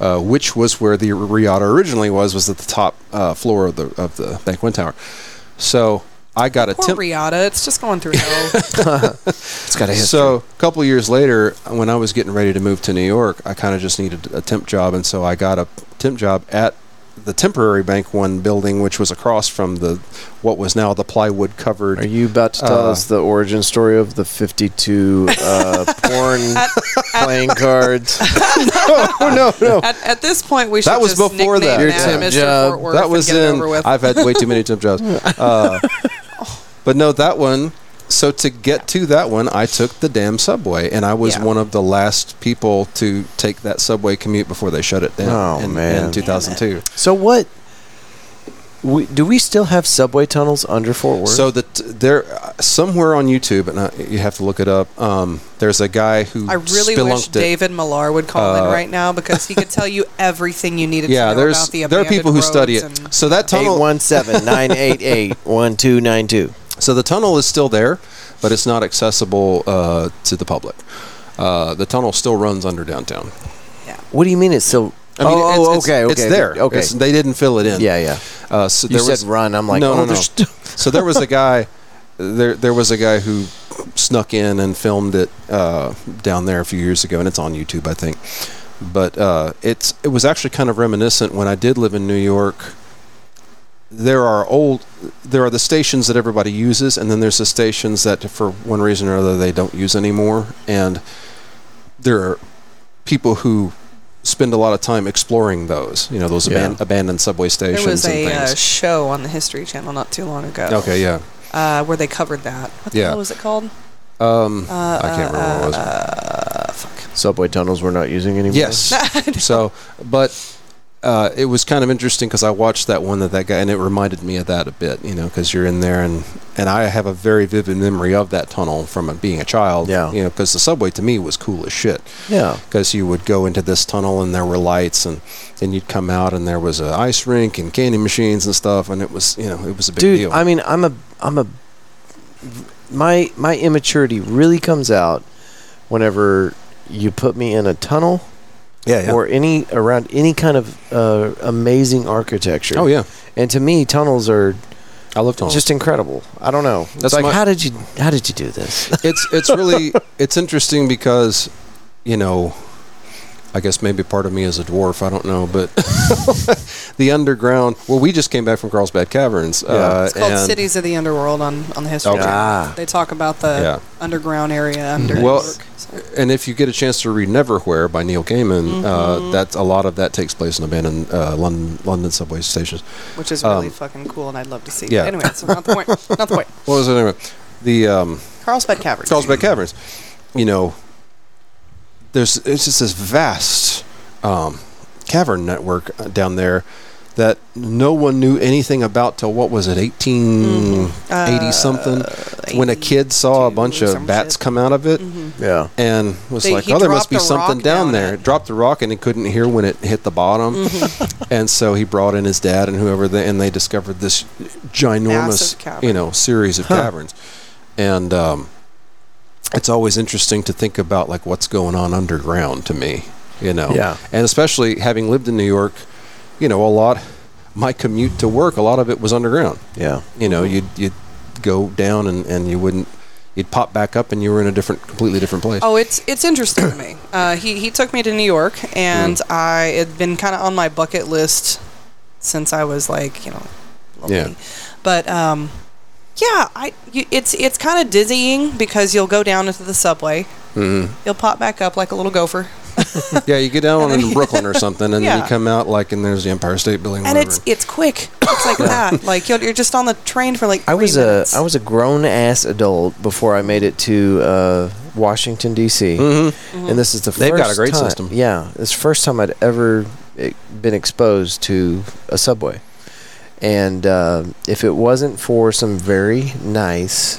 S4: uh, which was where the Riata originally was. Was at the top uh, floor of the of the Bank One Tower. So I got a
S2: Poor
S4: temp.
S2: Riata. It's just going through
S4: <laughs>
S2: hell.
S1: It's got a history.
S4: So a couple years later, when I was getting ready to move to New York, I kind of just needed a temp job, and so I got a temp job at the temporary Bank One building, which was across from the what was now the plywood covered.
S10: Are you about to tell
S4: Uh,
S10: us the origin story of the 52 uh,
S4: <laughs>
S10: porn playing cards?
S4: <laughs> oh no, no.
S2: at, at this point, we should
S4: That was
S2: just
S4: before that.
S2: nickname
S4: Your
S2: Matt
S4: temp
S2: Mr.
S10: job.
S2: Fort Worth
S4: that was
S2: and get it
S4: in.
S2: over with.
S4: I've had way too many temp jobs. Uh, but no, that one. So to get to that one, I took the damn subway, and I was
S2: Yeah.
S4: one of the last people to take that subway commute before they shut it down.
S1: Oh,
S4: in,
S1: man.
S4: In 2002.
S1: So what? We, do we still have subway tunnels under Fort Worth?
S4: So that there, somewhere on YouTube, and I, you have to look it up. Um, there's a guy who
S2: I really
S4: spelunked
S2: wish
S4: it.
S2: David Millar would call in
S4: Uh,
S2: right now because he could tell you everything you needed
S4: Yeah,
S2: to know
S4: there's
S2: about the
S4: there are people who
S2: abandoned
S4: study
S2: roads
S4: it.
S2: and-
S4: So that tunnel,
S1: 817 988 1292.
S4: So the tunnel is still there, but it's not accessible uh, to the public. Uh, the tunnel still runs under downtown.
S1: What do you mean it's still.
S4: I mean,
S1: oh,
S4: it's,
S1: oh,
S4: it's-
S1: okay, okay.
S4: It's there.
S1: Okay.
S4: It's- they didn't fill it in.
S1: yeah, yeah.
S4: Uh, so
S1: You
S4: there
S1: said
S4: was,
S1: run. I'm like,
S4: no,
S1: oh,
S4: no, no.
S1: there's still-
S4: <laughs> so there was a guy. There, there was a guy who snuck in and filmed it uh, down there a few years ago, and it's on YouTube, I think. But uh, it's it was actually kind of reminiscent when I did live in New York. There are old, there are the stations that everybody uses, and then there's the stations that, for one reason or another, they don't use anymore. And there are people who spend a lot of time exploring those, you know, those
S1: Yeah.
S4: aban- abandoned subway stations
S2: There was
S4: and
S2: a
S4: things.
S2: uh, show on the History Channel not too long ago.
S4: Okay, yeah.
S2: Uh, where they covered that. What the
S4: Yeah.
S2: hell was it called?
S4: Um,
S2: Uh,
S4: I can't remember what it was.
S10: Subway tunnels we're not using anymore.
S4: yes. so, but uh, it was kind of interesting because I watched that one that that guy, and it reminded me of that a bit, you know, because you're in there, and and I have a very vivid memory of that tunnel from uh, being a child.
S1: Yeah.
S4: You know, because the subway to me was cool as shit.
S1: Yeah.
S4: because you would go into this tunnel and there were lights and then you'd come out and there was a ice rink and candy machines and stuff and it was you know it was a big
S1: Dude,
S4: deal
S1: I mean, I'm a. I'm a. My, my immaturity really comes out whenever you put me in a tunnel
S4: yeah
S1: or any around any kind of uh, amazing architecture.
S4: oh yeah
S1: And to me, tunnels are
S4: i love tunnels
S1: just incredible. I don't know. It's
S4: That's
S1: like
S4: my-
S1: how did you how did you do <laughs> this?
S4: it's it's really it's interesting because you know I guess maybe part of me is a dwarf. I don't know, but <laughs> the underground. Well, we just came back from Carlsbad Caverns. Uh,
S2: It's called
S4: and- Oh,
S2: Cities of the Underworld on, on the History
S4: Okay.
S2: Channel. They talk about the underground area under
S4: Well,
S2: New York. So-
S4: and if you get a chance to read Neverwhere by Neil Gaiman,
S2: Mm-hmm.
S4: uh, that's a lot of that takes place in abandoned uh, London, London subway stations.
S2: which is
S4: um,
S2: really fucking cool, and I'd love to see.
S4: yeah.
S2: Anyway, that's not the point. Not
S4: <laughs>
S2: the point.
S4: What was it anyway? The um,
S2: Carlsbad Caverns.
S4: Carlsbad Caverns. You know, there's it's just this vast um, cavern network uh, down there that no one knew anything about till what was it, 1880
S2: Mm-hmm.
S4: something, when a kid saw a
S2: 82
S4: bunch
S2: or
S4: of
S2: Uh, some
S4: bats
S2: shit. Mm-hmm.
S4: come out of it.
S10: Yeah.
S4: And was
S2: They-
S4: like,
S2: he
S4: oh, there must
S2: dropped
S4: be
S2: a
S4: something
S2: rock
S4: down
S2: down
S4: there.
S2: it.
S4: Dropped the rock and he couldn't hear when it hit the bottom,
S2: Mm-hmm.
S4: <laughs> and so he brought in his dad and whoever, they, and they discovered this ginormous,
S2: Massive cavern.
S4: you know, series of caverns. And um, it's always interesting to think about like what's going on underground to me, you know.
S1: Yeah.
S4: And especially having lived in New York, you know, a lot my commute to work, a lot of it was underground.
S1: Yeah.
S4: You know, you'd you'd go down and, and you wouldn't you'd pop back up and you were in a different completely different place.
S2: Oh, it's it's interesting to me. Uh, he he took me to New York, and I had been kind of on my bucket list since I was like you know, little
S4: Yeah.
S2: bitty. But um, yeah, I you, it's it's kind of dizzying because you'll go down into the subway,
S1: Mm-hmm.
S2: you'll pop back up like a little gopher,
S4: Yeah, you get down
S2: <laughs> And then-
S4: in Brooklyn or something, and then
S2: Yeah.
S4: you come out like, and there's the Empire State Building.
S2: and
S4: whatever.
S2: it's it's quick. It's like that. Like you're, you're just on the train for like.
S1: I
S2: three
S1: was a
S2: minutes.
S1: I was a grown ass adult before I made it to uh, Washington D.C.
S4: Mhm.
S1: and this is the
S4: They've
S1: first
S4: got a great
S1: time-
S4: system.
S1: Yeah, it's the first time I'd ever eh, been exposed to a subway. And uh, if it wasn't for some very
S4: <laughs>
S1: nice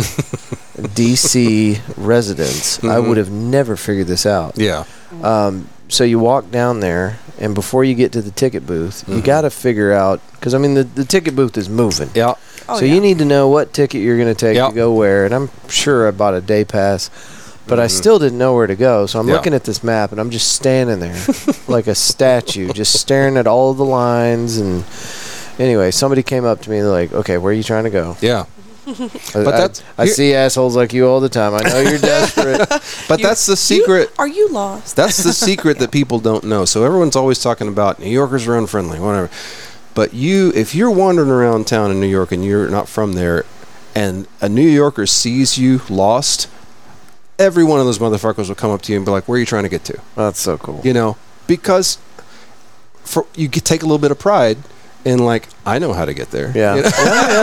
S1: DC residents, I would have never figured this out.
S4: Mm-hmm. Yeah.
S1: Um, so you walk down there, and before you get to the ticket booth,
S4: Mm-hmm.
S1: you got to figure out because I mean the, the ticket booth is moving.
S4: Yeah.
S2: Oh,
S1: so
S2: yeah.
S1: you need to know what ticket you're going to take
S4: Yeah.
S1: to go where. And I'm sure I bought a day pass, but I still didn't know where to go. So I'm
S4: Mm-hmm. Yeah.
S1: looking at this map, and I'm just standing there <laughs> like a statue, just staring at all the lines. And anyway, somebody came up to me and they're like, "Okay, where are you trying to go?"
S4: Yeah.
S1: But I,
S4: that's-
S1: I,
S4: here-
S1: see assholes like you all the time. I know
S4: <laughs>
S1: you're desperate.
S4: But that's the secret.
S2: are you lost?
S4: That's
S2: <laughs>
S4: the secret that people don't know. So everyone's always talking about New Yorkers are unfriendly, whatever. But you, if you're wandering around town in New York and you're not from there, and a New Yorker sees you lost, every one of those motherfuckers will come up to you and be like, "Where are you trying to get to?"
S1: that's so cool.
S4: You know, because for you could take a little bit of pride in like, "I know how to get there."
S1: Yeah.
S4: You know? <laughs>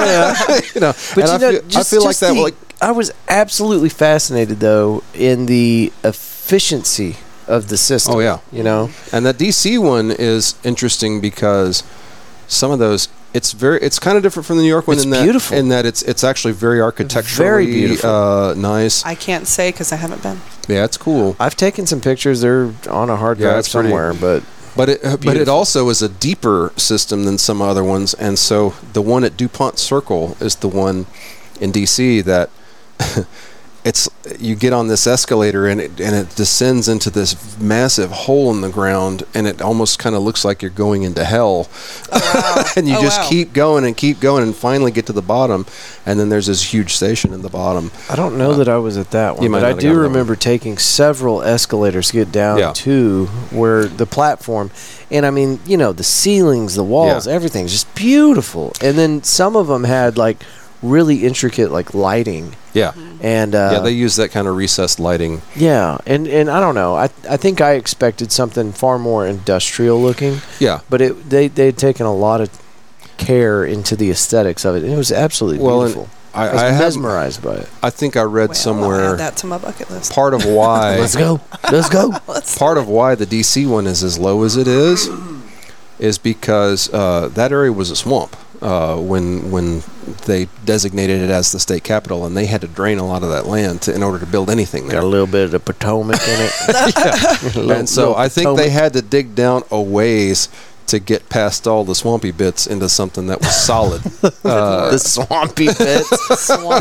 S4: You know?
S1: <laughs> But
S4: and
S1: you
S4: I
S1: know,
S4: feel,
S1: just,
S4: I feel like
S1: just
S4: that.
S1: the-
S4: like,
S1: I was absolutely fascinated though in the efficiency of the system.
S4: oh yeah.
S1: you know,
S4: And that DC one is interesting because some of those it's very it's kind of different from the New York one
S1: It's
S4: in that
S1: beautiful.
S4: in that it's it's actually very architecturally
S1: Very beautiful.
S4: uh nice.
S2: I can't say because I haven't been.
S4: Yeah, it's cool.
S1: I've taken some pictures. They're on a hard
S4: Yeah,
S1: drive
S4: it's pretty.
S1: somewhere,
S4: But it but it also is a deeper system than some other ones and so the one at DuPont Circle is the one in DC that <laughs> it's you get on this escalator and it and it descends into this massive hole in the ground and it almost kind of looks like you're going into hell <laughs> and you
S2: Oh,
S4: just
S2: wow.
S4: keep going and keep going and finally get to the bottom and then there's this huge station in the bottom
S1: but I don't know that I was at that
S4: you
S1: one.
S4: might
S1: But I
S4: not have gone
S1: do
S4: to that
S1: remember taking several escalators to get down
S4: Yeah.
S1: to where the platform, and I mean, you know, the ceilings, the walls, everything's just beautiful. And then some of them had like really intricate like lighting
S4: yeah
S1: and uh,
S4: yeah they use that kind of recessed lighting
S1: Yeah, and and I don't know. I I think I expected something far more industrial looking,
S4: yeah
S1: but it they they had taken a lot of care into the aesthetics of it. And it was absolutely
S4: Well, and
S1: beautiful. I, was
S4: I, I have
S1: mesmerized by it.
S4: I think I read
S2: Well, I'll add
S4: somewhere
S2: that to my bucket list.
S4: part of why
S1: <laughs> Let's go. Let's go.
S2: Let's-
S4: part of why the DC one is as low as it is is because uh, that area was a swamp uh, when when they designated it as the state capital, and they had to drain a lot of that land to, in order to build anything
S1: <laughs>
S4: there.
S1: Got a little bit of the Potomac in it.
S4: <laughs>
S1: <laughs>
S4: and so I think they had to dig down a ways to get past all the swampy bits into something that was
S1: <laughs>
S4: solid. Uh,
S1: the swampy
S4: <laughs>
S1: bits.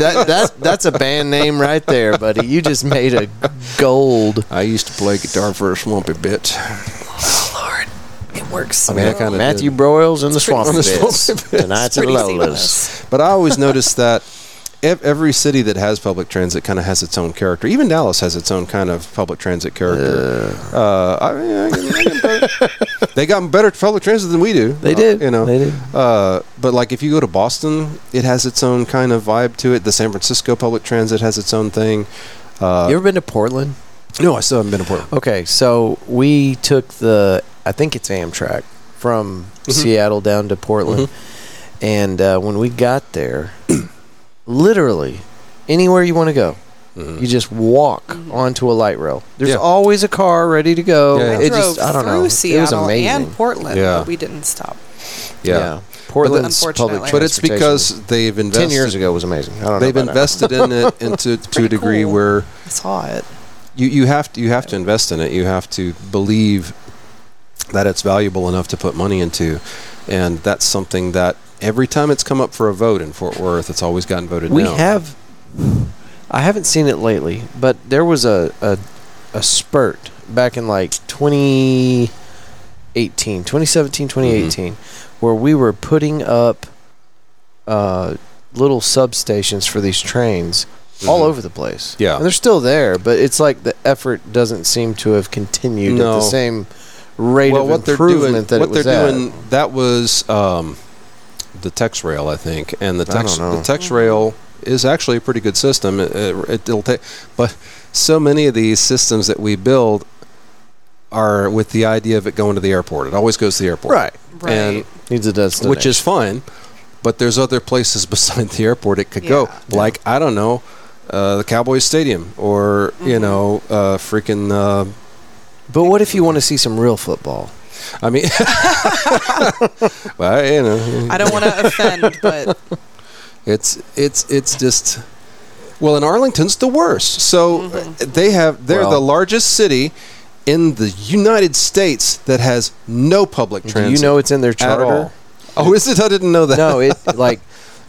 S1: that, that that's a band name right there, buddy. You just made a gold.
S4: I used to play guitar for a swampy bit.
S1: Oh,
S2: Lord, it works.
S4: I mean, I kind of
S1: Matthew Broyles and the
S4: <laughs>
S1: Swampy
S4: pretty- on the
S1: Bits.
S4: Swampy Bits.
S1: Tonight's at
S2: Pretty
S1: Lola's.
S2: seamless.
S4: But I
S1: <laughs>
S4: always noticed that ev- every city that has public transit kind of has its own character. Even Dallas has its own kind of public transit character. Uh, I mean, I can- I can put- they got better public transit than we do.
S1: They
S4: uh,
S1: do.
S4: you know.
S1: They do.
S4: Uh, but like if you go to Boston, it has its own kind of vibe to it. The San Francisco public transit has its own thing. Uh,
S1: You ever been to Portland?
S4: no, I still haven't been to Portland.
S1: Okay, so we took the I think it's Amtrak from
S4: Mm-hmm.
S1: Seattle down to Portland, and uh, when we got there, literally anywhere you want to go, you just walk onto a light rail. There's
S4: Mm-hmm. Yeah.
S1: always a car ready to go.
S4: Yeah, yeah.
S1: It
S2: drove
S1: just I don't
S2: through
S1: know.
S2: Seattle
S1: it was amazing.
S2: and Portland,
S4: Yeah.
S2: but we didn't stop.
S1: yeah. Portland's
S2: Unfortunately.
S1: public
S4: But it's
S1: transportation
S4: because they've invested.
S1: ten years ago was amazing. I don't
S4: They've
S1: know. about now.
S4: invested in it
S1: <laughs>
S4: into to a
S2: pretty
S4: degree
S2: cool.
S4: where
S2: I saw it.
S4: you, you have to you have to invest in it. You have to believe that it's valuable enough to put money into, and that's something that every time it's come up for a vote in Fort Worth, it's always gotten voted
S1: We
S4: down.
S1: have. I haven't seen it lately, but there was a, a a spurt back in like 2018,
S4: Mm-hmm.
S1: 2017, 2018, where we were putting up uh, little substations for these trains all over the place.
S4: Mm-hmm. Yeah.
S1: And they're still there, but it's like the effort doesn't seem to have continued at
S4: No.
S1: the same rate
S4: well,
S1: of
S4: what they're
S1: improvement that
S4: doing, what
S1: it was
S4: they're
S1: at.
S4: doing, that was um, the Tex Rail, I think, and the
S1: I
S4: Tex
S1: don't know.
S4: the Tex Rail is actually a pretty good system. It, it, it'll take, but so many of these systems that we build are with the idea of it going to the airport. It always goes to the airport,
S1: Right.
S2: Right.
S4: And
S1: Needs a destination.
S4: which is fine. But there's other places <laughs> beside the airport it could go,
S2: Yeah.
S4: like I don't know, uh, the Cowboys Stadium,
S2: Mm-hmm.
S4: or you know, uh, freaking uh,
S1: But what if you want to see some real football?
S4: I mean, <laughs> well, you know,
S2: I don't
S1: <laughs>
S2: want to offend, but
S4: it's it's it's just well, in Arlington's the worst. So
S2: Mm-hmm.
S4: uh, they have they're the
S1: Well-
S4: largest city in the United States that has no public
S1: Do
S4: transit.
S1: you know it's in their
S4: at
S1: charter?
S4: all. Oh, is it? I didn't know that.
S1: no,
S4: <laughs>
S1: it like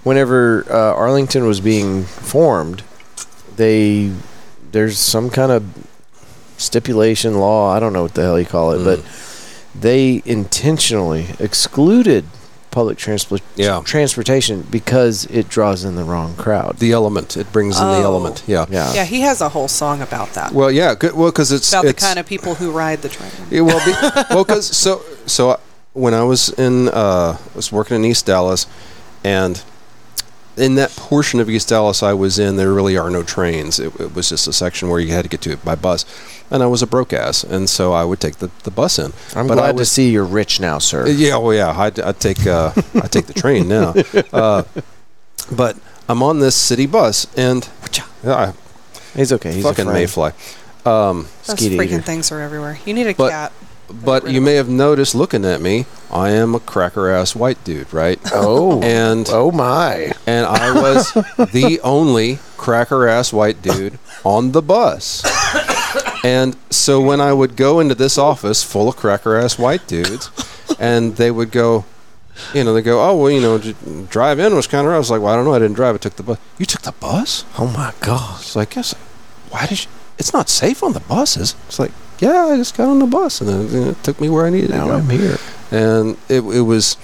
S1: whenever uh, Arlington was being formed, they there's some kind of stipulation law. I don't know what the hell you call it, but
S4: Hmm.
S1: they intentionally excluded public transport
S4: Yeah.
S1: transportation because it draws in the wrong crowd.
S4: the element it brings in
S2: Oh.
S4: the element. Yeah.
S1: yeah.
S2: yeah, he has a whole song about that.
S4: Well, yeah. Good. Well, because it's
S2: about the
S4: it's,
S2: kind of people who ride the train.
S4: It will be well because so so I- when I was in uh, I was working in East Dallas, and in that portion of East Dallas I was in, there really are no trains. It, it was just a section where you had to get to it by bus, and I was a broke ass, and so I would take the, the bus in.
S1: I'm
S4: but I
S1: glad
S4: was,
S1: to see you're rich now, sir.
S4: yeah, well, yeah. I, I take uh, I take the train now,
S1: <laughs>
S4: uh, but I'm on this city bus, and I
S1: He's okay. He's
S4: fucking
S1: a friend.
S4: mayfly. Um,
S2: Those
S1: Skeet
S2: freaking
S1: eater.
S2: things are everywhere. You need a
S4: But-
S1: <laughs>
S2: cat.
S4: but you may have noticed looking at me, I am a cracker ass white dude, right?
S1: Oh,
S4: And
S1: oh my!
S4: and
S1: <laughs>
S4: I was the only cracker ass white dude on the bus. And so when I would go into this office full of cracker ass white dudes, and they would go, you know, they go, oh well, you know, j- drive in was kind of. I was like, well, I don't know, I didn't drive. I took the bus. You took the bus?
S1: Oh my God!
S4: It's like, yes. Why did you? It's not safe on the buses. It's like, yeah, I just got on the bus and it, it took me where I needed to
S1: Now
S4: go
S1: I'm here.
S4: and it, it was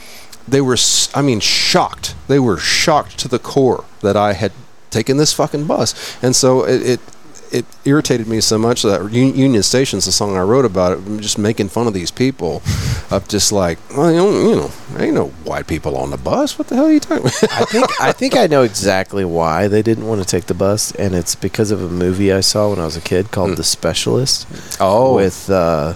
S4: they were s- i mean shocked they were shocked to the core that i had taken this fucking bus and so it it, it irritated me so much that Un- union station's the song i wrote about it just making fun of these people of just like well, you know, you know ain't no white people on the bus what the hell are you talking about
S1: I think I think I know exactly why they didn't want to take the bus, and it's because of a movie I saw when I was a kid called The Specialist.
S4: <laughs> oh with
S1: with uh,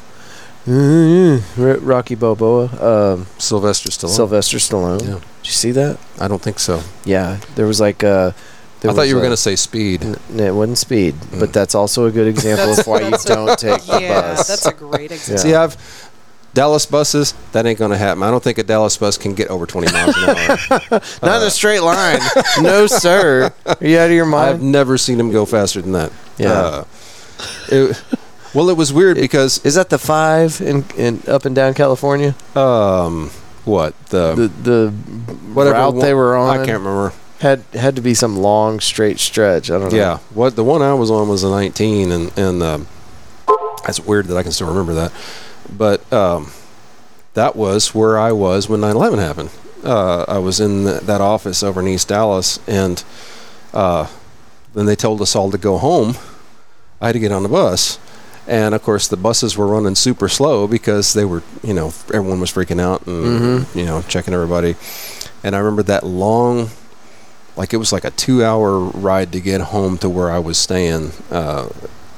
S1: Rocky Balboa, um,
S4: sylvester stallone
S1: Sylvester Stallone.
S4: Yeah.
S1: Did you see that?
S4: i don't think so
S1: Yeah, there was like uh There
S4: i thought
S1: was
S4: you were
S1: a-
S4: going to say speed
S1: n- It wasn't speed, but that's also a good example
S2: That's-
S1: of why you
S2: that's a- <laughs>
S1: don't take the
S2: yeah,
S1: bus.
S2: that's a great example.
S4: see i've dallas buses that ain't going to happen i don't think a dallas bus can get over 20 miles
S1: <laughs>
S4: an hour
S1: Not in a straight line. no, sir. Are you out of your mind?
S4: I've
S1: Uh.
S4: never seen him go faster than that.
S1: Yeah.
S4: Uh, it, well, it was weird because
S1: Is that the five in, in up and down California?
S4: um, what the,
S1: The the
S4: whatever
S1: route
S4: one-
S1: they were on
S4: I can't remember.
S1: had had to be some long straight stretch. I don't know.
S4: Yeah, what the one I was on was a 19, and and um, that's weird that I can still remember that. But um, that was where I was when 9/11 happened. Uh, I was in th- that office over in East Dallas, and uh, then they told us all to go home. I had to get on the bus, and of course the buses were running super slow because they were, you know, everyone was freaking out and you know checking everybody. And I remember that long like it was like a two hour ride to get home to where I was staying, uh,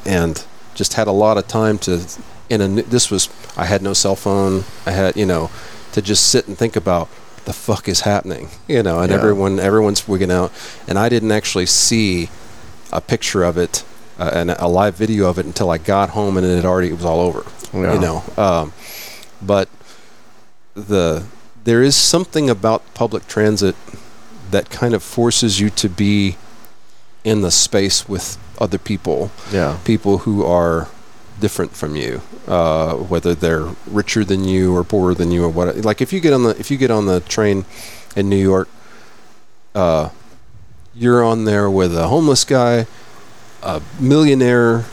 S4: and just had a lot of time to. In a n- this was I had no cell phone. I had you know to just sit and think about what the fuck is happening, you know, and
S1: Yeah.
S4: everyone everyone's wigging out, and I didn't actually see a picture of it uh, and a live video of it until I got home and it had already it was all over,
S1: Yeah.
S4: you know. Um, but the there is something about public transit that kind of forces you to be in the space with other people,
S1: Yeah.
S4: people who are different from you, uh, whether they're richer than you or poorer than you or what. Like if you get on the if you get on the train in New York, uh, you're on there with a homeless guy, a millionaire,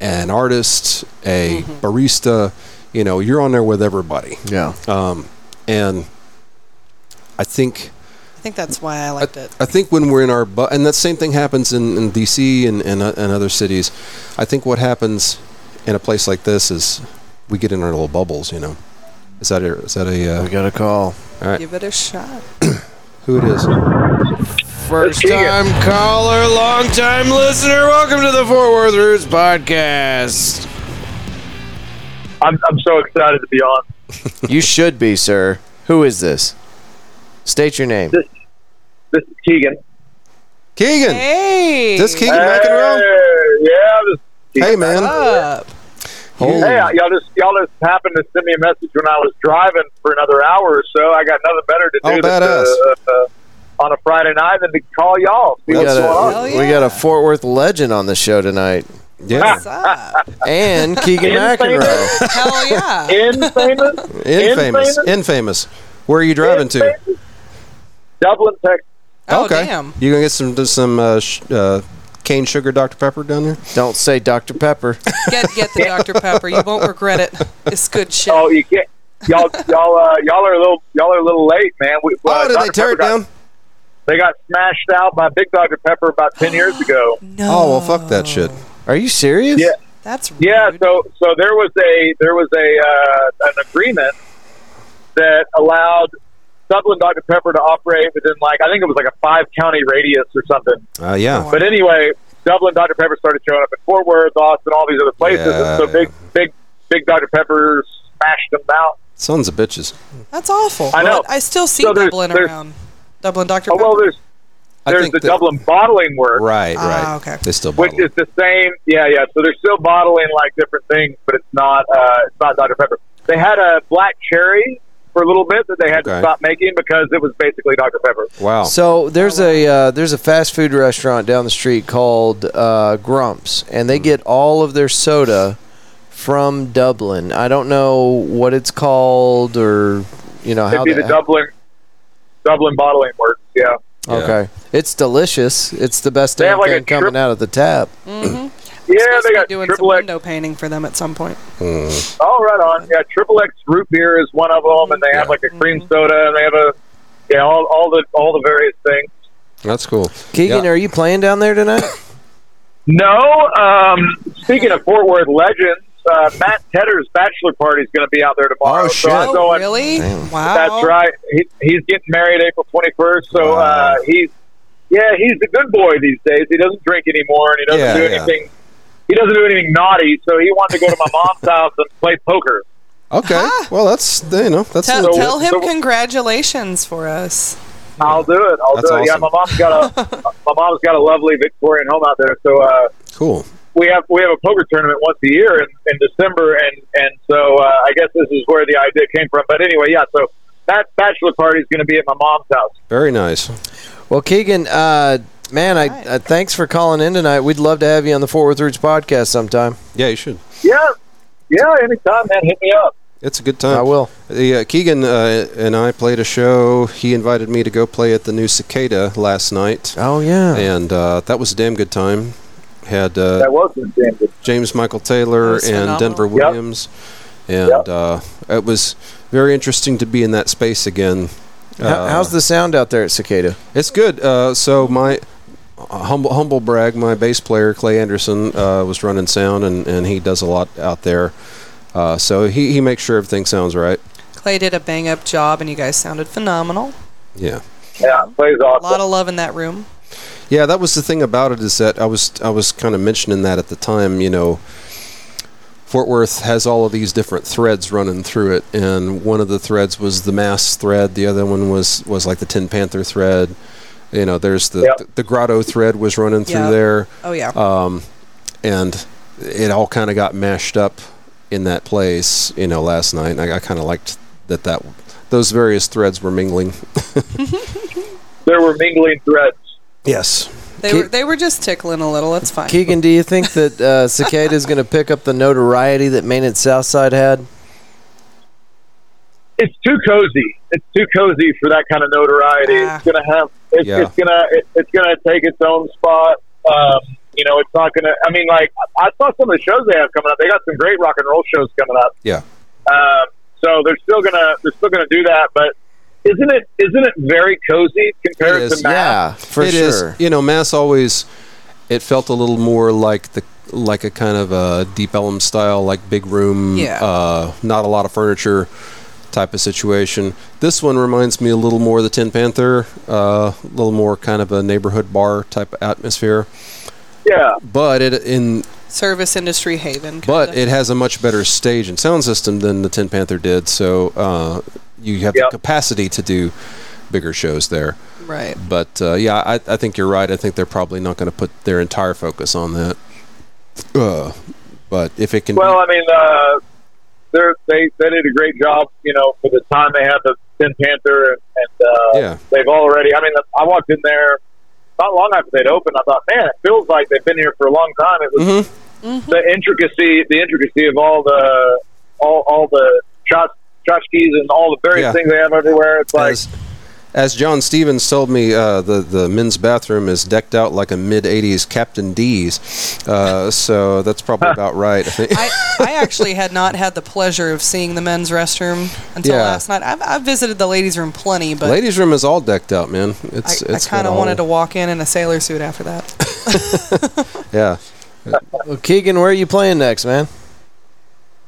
S4: an artist, a barista. You know, you're on there with everybody,
S1: Yeah.
S4: um, and I think.
S2: I think that's why I
S1: <laughs>
S2: liked it.
S4: I think when we're in our bu- and that same thing happens in, in DC and, and and other cities. I think what happens in a place like this is we get in our little bubbles. You know, is that a, is that a
S1: We
S4: uh,
S1: got a call.
S2: Give it a shot.
S4: who it is?
S1: First time caller, long time listener. Welcome to the Fort Worth Roots podcast.
S3: I'm, I'm so excited to be on.
S1: you should be, sir. Who is this? State your name.
S3: This is Keegan.
S4: Keegan.
S2: Hey,
S4: This Keegan
S3: Hey,
S4: McEnroe.
S3: yeah, this
S4: Hey man,
S2: up.
S1: Holy.
S3: Hey, y'all just y'all just happened to send me a message when I was driving for another hour or so. I got nothing better to do
S4: Oh,
S3: than to, uh, uh, on a Friday night than to call y'all. See
S1: we got,
S3: what's going on.
S1: a,
S2: Hell
S1: we
S2: yeah.
S1: got a Fort Worth legend on the show tonight,
S4: Yeah.
S2: What's up?
S1: and Keegan
S3: Insane.
S1: McEnroe.
S2: <laughs> Hell yeah.
S3: Infamous,
S4: <laughs> Infamous. Infamous. Where are you driving to?
S3: Infamous. Dublin, Texas.
S2: Oh, damn.
S4: You gonna get some some uh, sh- uh, cane sugar Dr Pepper down there?
S1: Don't say Dr. Pepper.
S2: Get get the Dr. Pepper. You won't regret it. It's good shit.
S3: Oh, you can't. Y'all, y'all, uh, y'all are a little, y'all are a little late, man. We,
S4: Oh,
S3: uh,
S4: did
S3: Dr.
S4: they tear it
S3: Pepper got-
S4: down?
S3: they got smashed out by Big Dr Pepper about ten years ago.
S2: no.
S4: Oh well, fuck that shit.
S1: Are you serious?
S3: Yeah.
S2: That's rude.
S3: Yeah, so so there was a there was a uh, an agreement that allowed Dublin Dr Pepper to operate within like I think it was like a five county radius or something.
S4: Uh, yeah.
S3: But anyway, Dublin Dr Pepper started showing up in Fort Worth, Austin, all these other places, and
S4: Yeah.
S3: so big big big Dr Pepper smashed them out.
S4: Sons of bitches.
S2: That's awful.
S3: I know.
S2: But I still see
S3: So there's-
S2: Dublin
S3: there's-
S2: around. Dublin Dr.
S3: Oh
S2: Pepper.
S3: well, there's
S4: I
S3: there's
S4: think
S3: the
S4: that-
S3: Dublin bottling work.
S4: Right. Right.
S2: Ah, okay.
S4: They still
S3: Which
S4: bottle.
S3: is
S4: it.
S3: the same, yeah, yeah. So they're still bottling like different things, but it's not, uh, it's not Dr Pepper. They had a black cherry for a little bit that they had
S4: Okay.
S3: to stop making because it was basically Dr Pepper.
S4: Wow.
S1: So there's a uh, there's a fast food restaurant down the street called uh, Grumps, and they get all of their soda from Dublin. I don't know what it's called or you know how
S3: It'd be
S1: that,
S3: the Dublin, Dublin bottling works. Yeah,
S1: Okay, it's delicious. It's the best
S3: They have
S1: damn
S3: like a
S1: thing coming
S3: trip-
S1: out of the tap.
S3: yeah.
S2: Supposed to
S3: They
S2: be
S3: got
S2: doing
S3: triple
S2: some
S3: X.
S2: window painting for them at some point.
S3: Oh, right on. Yeah, triple X root beer is one of them, and they have like a
S2: Mm-hmm.
S3: cream soda, and they have a yeah, all, all the all the various things.
S4: That's cool.
S1: Keegan,
S4: Yeah.
S1: are you playing down there tonight?
S3: No. Um, speaking of Fort Worth legends, uh, Matt Tedder's bachelor party is going to be out there tomorrow.
S4: Oh, shit.
S3: So I'm
S2: Oh,
S3: going,
S2: really? Wow.
S3: That's right. He, he's getting married April 21st. So uh, he's yeah, he's a good boy these days. He doesn't drink anymore, and he doesn't
S4: Yeah,
S3: do
S4: yeah.
S3: anything. He doesn't do anything naughty. So he wanted to go to my
S4: <laughs>
S3: mom's house and play poker.
S4: Okay. Well, that's you know that's
S2: Tell,
S4: legit.
S2: tell him
S3: so-
S2: congratulations for us.
S3: I'll do it. I'll
S4: That's
S3: do it. Yeah,
S4: awesome.
S3: my mom's got a
S4: <laughs>
S3: my mom's got a lovely Victorian home out there. So. Uh,
S4: cool.
S3: we have we have a poker tournament once a year in, in December, and and so uh, I guess this is where the idea came from. But anyway, yeah. So that bachelor party is going to be at my mom's house.
S4: Very nice.
S1: Well, Keegan, uh, man, I,
S2: right.
S1: uh, thanks for calling in tonight. We'd love to have you on the Fort Worth Roots podcast sometime.
S4: Yeah, you should.
S3: Yeah, yeah. Anytime, man. Hit me up.
S4: It's a good time.
S1: I will.
S4: The, uh, Keegan uh, and I played a show. He invited me to go play at the new Cicada last
S3: Ah.
S4: night,
S1: Oh yeah,
S4: and uh, that was a damn good time. Had
S3: That
S4: uh,
S3: was intended.
S4: James Michael Taylor
S2: That was
S4: and
S2: phenomenal.
S4: Denver
S2: Yep.
S4: Williams, and
S3: Yep.
S4: uh, it was very interesting to be in that space again.
S1: How,
S4: Uh,
S1: how's the sound out there at Cicada?
S4: It's good. Uh, so my uh, humble humble brag, my bass player Clay Anderson uh, was running sound, and, and he does a lot out there. Uh, so he, he makes sure everything sounds right.
S2: Clay did a bang up job, and you guys sounded phenomenal.
S4: Yeah.
S3: Yeah, plays
S2: A lot
S3: awesome.
S2: of love in that room.
S4: Yeah, that was the thing about it is that I was I was kind of mentioning that at the time, you know, Fort Worth has all of these different threads running through it, and one of the threads was the mass thread, the other one was was like the Tin Panther thread. You know, there's the
S3: Yep.
S4: the, Grotto thread was running through
S2: Yeah.
S4: there,
S2: Oh yeah.
S4: Uh, and it all kind of got mashed up in that place. You know, last night, and I, I kind of liked that that those various threads were mingling.
S3: <laughs> There were mingling threads.
S4: Yes.
S2: they were they were just tickling a little. It's fine.
S1: Keegan, do you think that uh, Cicada is going to pick up the notoriety that Maine and Southside had?
S3: It's too cozy. It's too cozy for that kind of notoriety.
S2: Ah.
S3: It's gonna have. It's,
S4: Yeah.
S3: it's gonna. It, it's gonna take its own spot. Um, you know, it's not gonna. I mean, like I saw some of the shows they have coming up. They got some great rock and roll shows coming up.
S4: Yeah.
S3: Um, so they're still gonna they're still gonna do that, but isn't it isn't it very cozy compared
S4: It is,
S3: to Matt?
S1: Yeah, Ah, for
S4: It is.
S1: sure.
S4: You know, Mass always it felt a little more like the like a kind of a Deep Elm style, like big room,
S2: Yeah.
S4: uh, not a lot of furniture type of situation. This one reminds me a little more of the Tin Panther, uh, a little more kind of a neighborhood bar type of atmosphere.
S3: Yeah,
S4: But it in
S2: Service industry haven.
S4: but
S2: kinda.
S4: it has a much better stage and sound system than the Tin Panther did, so uh, you have
S3: Yep.
S4: the capacity to do bigger shows there.
S2: right.
S4: But uh, yeah, I, I think you're right. I think they're probably not going to put their entire focus on that. Uh, But if it can,
S8: Well, I mean, uh, they're, they they did a great job, you know, for the time they had the Tin Panther, and, and uh,
S4: yeah,
S8: they've already. I mean, I walked in there not long after they'd opened. I thought, man, it feels like they've been here for a long time. It was
S4: Mhm.
S8: the intricacy, the intricacy of all the all all the shots. Tchotchkes and all the various
S4: Yeah.
S8: things they have everywhere. It's like
S4: as, as John Stevens told me, uh, the the men's bathroom is decked out like a mid '80s Captain D's. Uh, so that's probably about right. I think.
S2: I, I actually had not had the pleasure of seeing the men's restroom until
S4: Yeah.
S2: last night. I've, I've visited the ladies' room plenty, <laughs> but
S4: Ladies' room is all decked out, man. It's
S2: I, I
S4: it's got
S2: kind of
S4: all-
S2: wanted to walk in in a sailor suit after that.
S4: Yeah,
S1: Well, Keegan, where are you playing next, man?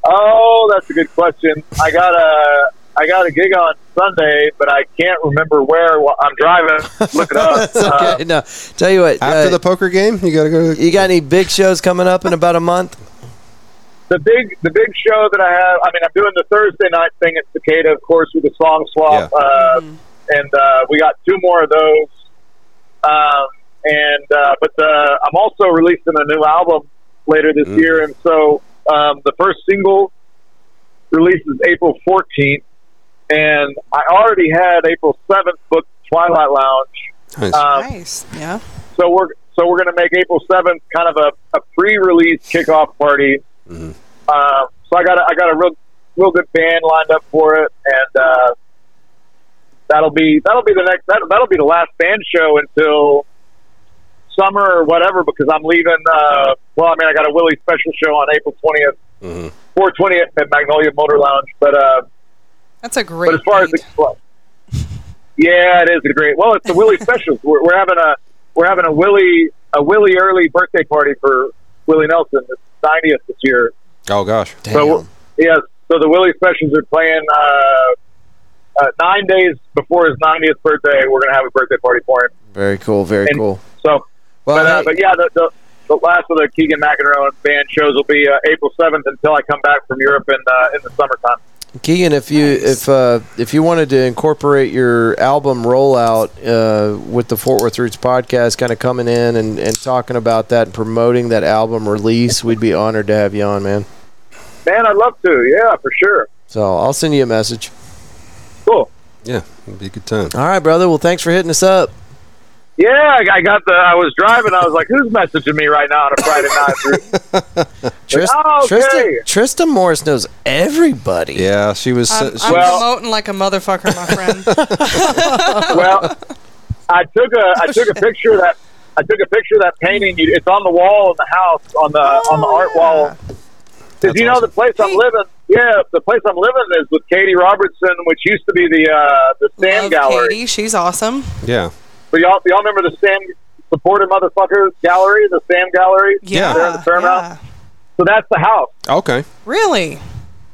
S8: Oh, that's a good question. I got a I got a gig on Sunday, but I can't remember where. Well, I'm driving. Look
S4: <laughs>
S8: it up.
S1: <laughs>
S8: Uh,
S1: Okay, no. Tell you what,
S4: after
S1: uh,
S4: the poker game, you gotta go. To
S1: you got any big shows coming up in about a month?
S8: the big the big show that I have. I mean, I'm doing the Thursday night thing at Cicada, of course, with the song swap, uh, and uh, we got two more of those. Um, and uh, but the, I'm also releasing a new album later this year, and so um, the first single releases April 14th, and I already had April 7th booked Twilight Lounge.
S4: nice.
S3: Uh,
S8: Um,
S2: nice. Yeah.
S8: so we're so we're going to make April seventh kind of a, a pre-release kickoff party. Uh, so I got a, I got a real real good band lined up for it, and uh, that'll be that'll be the next that, that'll be the last band show until summer or whatever because I'm leaving. Uh, well, I mean I got a Willie special show on April twentieth. Four twentieth at Magnolia Motor Lounge, but uh,
S2: That's a great.
S8: but as far as the
S2: date.
S8: well, yeah, it is a great. Well, it's
S2: <laughs>
S8: the Willie specials. We're, we're having a we're having a Willie a Willie early birthday party for Willie Nelson. It's ninetieth this year.
S4: oh gosh,
S8: So we're- yeah, so the Willie specials are playing uh, uh, nine days before his ninetieth birthday. We're gonna have a birthday party for him.
S1: Very cool, very
S8: And-
S1: cool.
S8: So,
S4: Well,
S8: but, uh,
S4: hey-
S8: but yeah, the, the the last of the Keegan McEnroe band shows will be uh, April seventh until I come back from Europe in uh, in the summertime.
S1: Keegan, if you if uh, if you wanted to incorporate your album rollout uh, with the Fort Worth Roots podcast, kind of coming in and, and talking about that and promoting that album release, we'd be honored to have you on, man.
S8: Man, I'd love to. Yeah, for sure.
S1: So I'll send you a message.
S8: Cool.
S4: yeah, it'd be a good time.
S1: All right, brother. Well, thanks for hitting us up.
S8: Yeah, I- I got the. I was driving. I was like, "Who's messaging me right now on a Friday
S4: <laughs>
S8: night?"
S1: Trist-
S8: Oh, okay.
S1: Tristan, Tristan Morris knows everybody.
S4: Yeah, she was.
S2: I'm,
S4: she
S2: Um, I'm
S4: was-
S8: Well-
S2: promoting like a motherfucker, my friend.
S8: well, I took a. I took
S4: <laughs>
S8: a picture of that. I took a picture of that painting. You- It's on the wall in the house on the on the art
S4: Ah,
S8: wall. Because you know the place I'm living. Yeah, the place I'm living is with Katie Robertson, which used to be the uh, the <laughs> Sam
S2: Love
S8: Gallery.
S2: Katie, she's awesome.
S4: yeah,
S8: But y'all, y'all remember the Sam supported motherfucker gallery, the Sam Gallery.
S2: Yeah.
S8: there in the Fairmount.
S2: yeah.
S8: So that's the house.
S4: okay. <laughs>
S2: Really?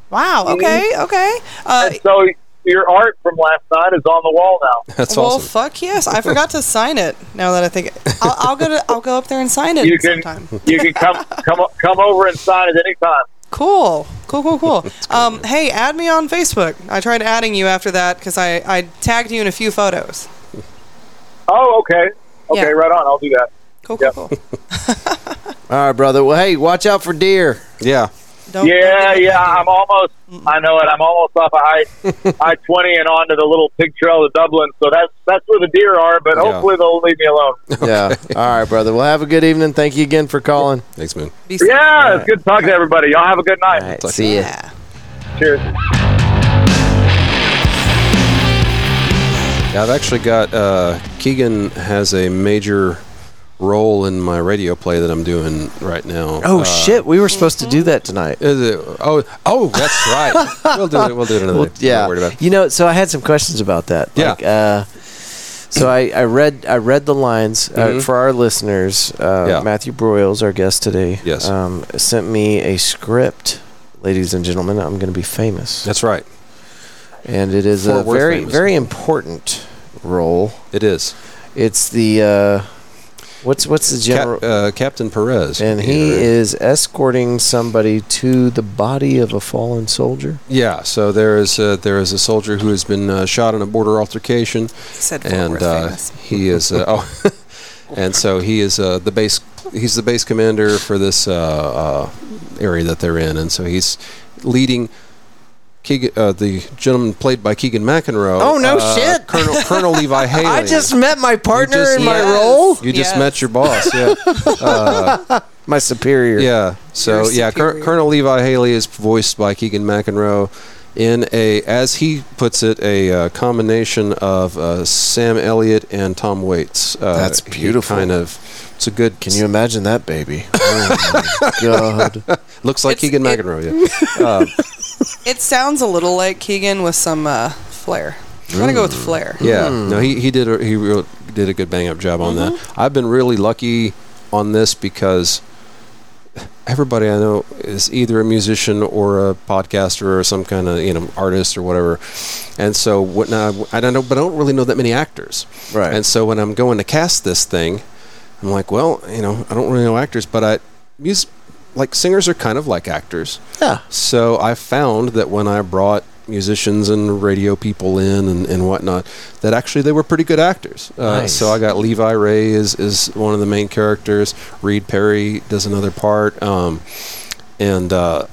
S2: Wow.
S8: Mm-hmm.
S2: Okay. Okay. Uh,
S8: And so your art from last night is on the wall now.
S4: That's
S2: well,
S4: awesome.
S2: fuck yes! I forgot to sign it. Now that I think, I'll, I'll go to, I'll go up there and sign it
S8: you can
S2: sometime.
S8: you can come come o- come over and sign at any time.
S2: Cool, cool, cool,
S8: <laughs>
S2: cool. um, hey, add me on Facebook. I tried adding you after that because I, I tagged you in a few photos.
S8: Oh, okay, okay,
S2: Yeah.
S8: right on. I'll do that.
S2: Cool, cool,
S8: Yep.
S2: cool.
S1: All right, brother. Well, hey, watch out for deer.
S4: yeah,
S2: Don't
S8: yeah, yeah, I'm almost. I know it. I'm almost off of I I twenty and onto the little pig trail to Dublin. So that's that's where the deer are. But
S4: Yeah.
S8: hopefully they'll leave me alone.
S1: Yeah. All right, brother. Well, have a good evening. Thank you again for calling.
S4: thanks, man.
S2: Be
S8: Yeah, it's good to talk to everybody. Y'all have a good night.
S1: See ya.
S2: Yeah.
S8: Cheers.
S4: Yeah, I've actually got uh, Keegan has a major role in my radio play that I'm doing right now.
S1: Oh
S4: Uh,
S1: shit, we were supposed to do that tonight.
S4: Is it, oh, oh,
S1: <laughs>
S4: that's right. we'll do it. We'll do it another.
S1: Well,
S4: day. Don't
S1: yeah.
S4: worry about it.
S1: You know, so I had some questions about that.
S4: Yeah.
S1: Like, uh, so I, I read I read the lines uh, for our listeners. Uh,
S4: Yeah.
S1: Matthew Broyles, our guest today,
S4: Yes.
S1: um, sent me a script. Ladies and gentlemen, I'm going to be famous,
S4: That's right.
S1: and it is a
S4: Fort Worth
S1: very
S4: famous.
S1: very important role.
S4: It is
S1: It's the uh, what's what's the general?
S4: Cap, uh, Captain Perez,
S1: and he
S4: Yeah.
S1: is escorting somebody to the body of a fallen soldier.
S4: Yeah, so there is a, there is a soldier who has been uh, shot in a border altercation,
S2: Said Fort
S4: and
S2: Worth
S4: uh,
S2: famous.
S4: he is uh, oh, <laughs> and so he is uh, the base. He's the base commander for this uh, uh, area that they're in, and so he's leading. Keegan, uh, the gentleman played by Keegan McEnroe.
S11: Oh, no
S4: uh,
S11: shit.
S4: Colonel,
S11: <laughs>
S4: Colonel Levi Haley.
S11: I just met my partner
S4: just
S11: in my
S4: met-
S11: role,
S4: You just
S2: Yes.
S4: met your boss. Yeah.
S11: my superior.
S4: Yeah. So
S2: You're
S4: yeah, Col-
S2: superior.
S4: Colonel Levi Haley is voiced by Keegan McEnroe in a, as he puts it, a uh, combination of uh, Sam Elliott and Tom Waits. Uh,
S1: That's
S4: he
S1: beautiful.
S4: Kind of. It's a good.
S1: Can you imagine that baby? <laughs> Oh my god.
S4: Looks like
S2: It's-
S4: Keegan
S2: it-
S4: McEnroe. Yeah.
S2: It sounds a little like Keegan with some uh, flair. I'm gonna go with flair.
S4: yeah. No, he he did a, he real, did a good bang up job on that. I've been really lucky on this because. Everybody I know is either a musician or a podcaster or some kind of you know artist or whatever, and so what now? I don't know, but I don't really know that many actors.
S1: Right.
S4: And so when I'm going to cast this thing, I'm like, well, you know, I don't really know actors, but I music like singers are kind of like actors.
S1: Yeah.
S4: So I found that when I brought musicians and radio people in and, and whatnot, that actually they were pretty good actors. Uh,
S1: Nice.
S4: So I got Levi Ray is is one of the main characters. Reed Perry does another part, um, and uh,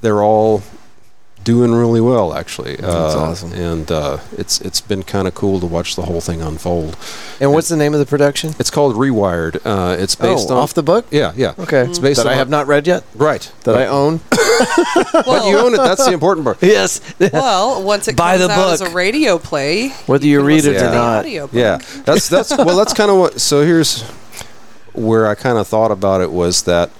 S4: they're all doing really well actually. That's
S1: awesome.
S4: And uh, it's it's been kind of cool to watch the whole thing unfold.
S1: And what's the name of the production?
S4: It's called Rewired. Uh, it's based
S1: oh,
S4: on
S1: off the book? Hmm.
S4: yeah yeah.
S1: Okay.
S4: It's based
S1: that
S4: on
S1: I have not read yet.
S4: right.
S1: That I
S4: <laughs>
S1: own.
S2: Well,
S4: You own
S1: <laughs>
S4: it. That's the important part.
S1: yes.
S2: well, once it
S11: Buy
S2: comes
S11: the
S2: out as
S11: book.
S2: a radio play,
S1: Whether you
S2: can
S1: read
S2: listen
S1: it
S2: to
S1: or
S2: the
S1: not.
S2: audio book.
S4: Yeah, that's that's well, that's kind of what. So here's where I kind of thought about it was that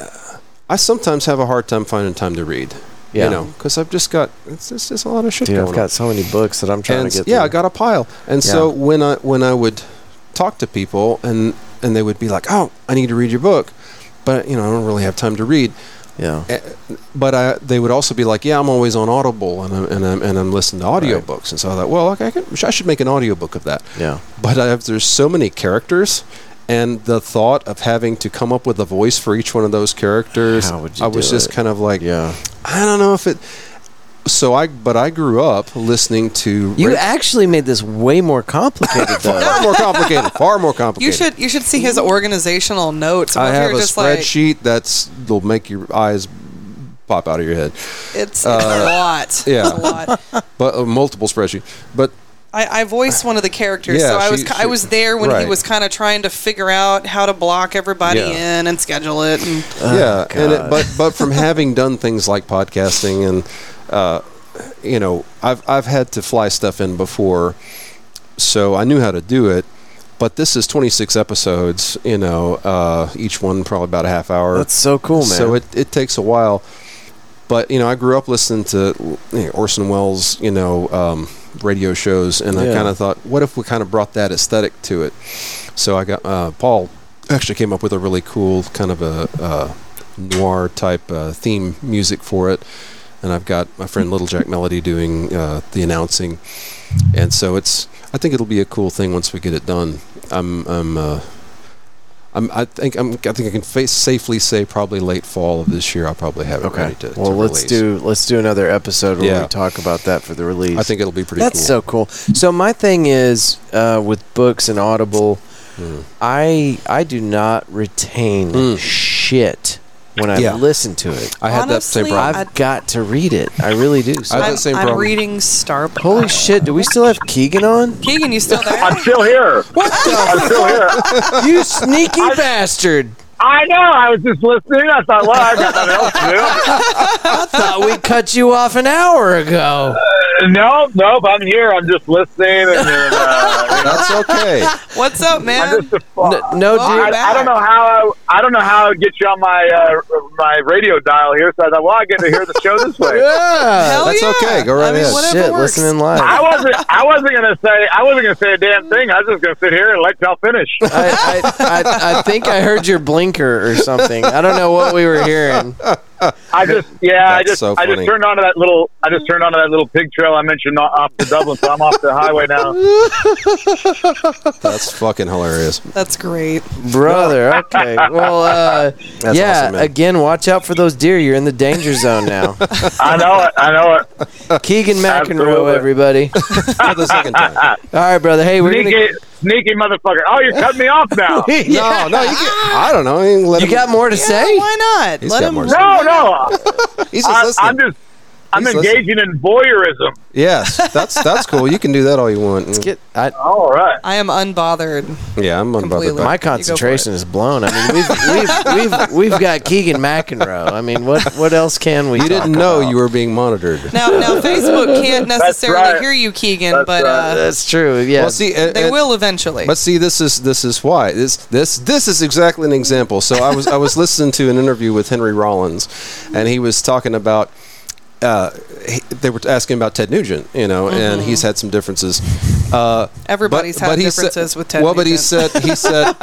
S4: uh, I sometimes have a hard time finding time to read.
S1: Yeah.
S4: You know, because I've just got it's just, it's a lot of shit
S1: Dude,
S4: going
S1: I've
S4: on.
S1: got so many books that I'm trying
S4: and
S1: to get
S4: yeah, I
S1: through.
S4: got a pile. And so when I when I would talk to people and and they would be like, "Oh, I need to read your book," but you know, I don't really have time to read.
S1: Yeah.
S4: Eh, But I, they would also be like, "Yeah, I'm always on Audible and I'm and I'm, and I'm listening to audiobooks." And so I thought, "Well, okay, I, could, I should make an audiobook of that."
S1: Yeah.
S4: But I have, there's so many characters. And the thought of having to come up with a voice for each one of those characters,
S1: How would you
S4: I was
S1: do
S4: just
S1: it?
S4: kind of like,
S1: Yeah.
S4: I don't know if it. So I, but I grew up listening to
S11: You
S4: Rick-
S11: actually made this way more
S1: <laughs>
S11: complicated though.
S4: far
S2: <laughs>
S4: more complicated. Far more
S2: You
S4: complicated.
S2: should you should see his organizational notes.
S4: I
S2: If
S4: have a
S2: you're just like,
S4: spreadsheet that's that'll make your eyes pop out of your head.
S2: It's, it's a lot.
S4: uh, <laughs> yeah.
S2: It's a lot.
S4: But uh, multiple spreadsheet. But
S2: I, I voiced one of the characters,
S4: Yeah,
S2: so I
S4: she-
S2: was ki- I
S4: she-
S2: was there when
S4: right.
S2: he was kind of trying to figure out how to block everybody
S4: Yeah.
S2: in and schedule it. And
S4: yeah, and it, but but from having done things like podcasting and uh, you know, I've I've had to fly stuff in before, so I knew how to do it. But this is 26 episodes, you know, uh, each one probably about a half hour.
S1: That's so cool, man.
S4: So it, it takes a while. But, you know, I grew up listening to you know, Orson Welles, you know, um, radio shows, and I
S1: Yeah.
S4: kind of thought, what if we kind of brought that aesthetic to it? So I got uh, Paul actually came up with a really cool kind of a uh, noir type uh, theme music for it. And I've got my friend Little Jack Melody doing uh, the announcing. And so it's, I think it'll be a cool thing once we get it done. I'm, I'm, uh, I'm, I think I'm, I think I can fa- safely say probably late fall of this year. I'll probably have it ready
S1: Okay.
S4: to. to
S1: well, let's
S4: release.
S1: do let's do another episode where
S4: Yeah.
S1: we talk about that for the release.
S4: I think it'll be pretty.
S1: That's
S4: cool.
S1: so cool. So my thing is uh, with books and Audible,
S4: Hmm.
S1: I I do not retain
S4: Mm.
S1: shit when I
S4: Yeah.
S1: listen to it.
S4: I had that same
S2: Honestly,
S4: problem.
S1: I've got to read it. I really do. So-
S4: I had
S2: I'm,
S4: the same
S2: I'm
S4: problem.
S2: reading Starbucks.
S1: Holy shit! Do we still have Keegan on?
S2: Keegan, you still
S4: <laughs>
S2: there?
S8: I'm still here. I'm still here.
S1: you sneaky bastard!
S8: I know. I was just listening. I thought, well, I got nothing else to
S1: Thought we cut you off an hour ago.
S8: do. Uh, nope, nope. I'm here. I'm just listening. And then, uh,
S4: That's okay.
S2: What's up,
S8: I'm
S2: man?
S8: just a fuck.
S1: No,
S2: Well,
S1: dude.
S2: you're
S8: I, I
S2: back.
S8: don't know how I, I don't know how I would get you on my uh, my radio dial here. So I thought, well, I get to hear the show this way.
S4: <laughs>
S1: Yeah.
S2: Hell
S4: That's
S2: yeah.
S4: okay. Go right
S2: I mean,
S4: ahead.
S2: whatever
S1: Shit,
S2: works.
S1: listening live.
S8: I wasn't. I wasn't gonna say. I wasn't gonna say a damn thing. I was just gonna sit here and let y'all finish.
S1: I, I, I, I think I heard your blinker or something. I don't know what we were hearing.
S8: I
S4: <laughs>
S8: just. Yeah. I
S4: That's
S8: just.
S4: so
S8: I just
S4: funny.
S8: turned onto that little. I just turned onto that little pig trail I mentioned not off to Dublin. So I'm off the highway now.
S4: That's fucking hilarious.
S2: That's great.
S1: Brother, okay. Well, uh, yeah,
S4: awesome, man.
S1: again, watch out for those deer. You're in the danger zone
S12: <laughs>
S1: now.
S8: I know it. I know it.
S1: Keegan McEnroe,
S8: Absolutely.
S1: everybody.
S4: For the second time.
S1: All right, brother. Hey, we're
S8: Sneak
S1: going
S8: it. sneaky motherfucker. Oh, you're cutting me off
S4: <laughs>
S8: now.
S12: <laughs>
S4: No, no, you can, I don't know. You, can let
S12: You
S4: him-
S12: got more to say?
S2: Why not?
S4: He's
S2: Let
S4: got
S2: him.
S4: more
S2: rip.
S8: No, Oh, no.
S4: He's just
S8: I,
S4: listening.
S8: I'm just. I'm
S4: He's
S8: engaging in voyeurism.
S4: yes, that's that's cool. You can do that all you want.
S12: Get, I,
S8: All right.
S2: I am unbothered.
S4: yeah, I'm unbothered.
S2: Completely.
S4: by-
S12: my
S2: You go for
S12: concentration is blown. I mean, we've, we've, we've, we've got Keegan McEnroe. I mean, what, what else can we
S4: You didn't know you were being monitored.
S2: Now, now Facebook can't necessarily
S8: right.
S2: hear you, Keegan,
S8: That's
S2: but
S8: right.
S2: uh,
S12: That's true. Yeah.
S4: Well, see, and-
S2: they
S4: and-
S2: will eventually.
S4: But see, this is this is why this this this is exactly an example. So I was I was listening to an interview with Henry Rollins, and he was talking about. Uh, he, they were asking about Ted Nugent, you know, and he's had some differences. Uh,
S2: Mm-hmm. Everybody's had
S4: he
S2: differences
S4: said,
S2: with Ted
S4: Well, but he
S2: Nugent.
S4: said he
S2: <laughs>
S4: said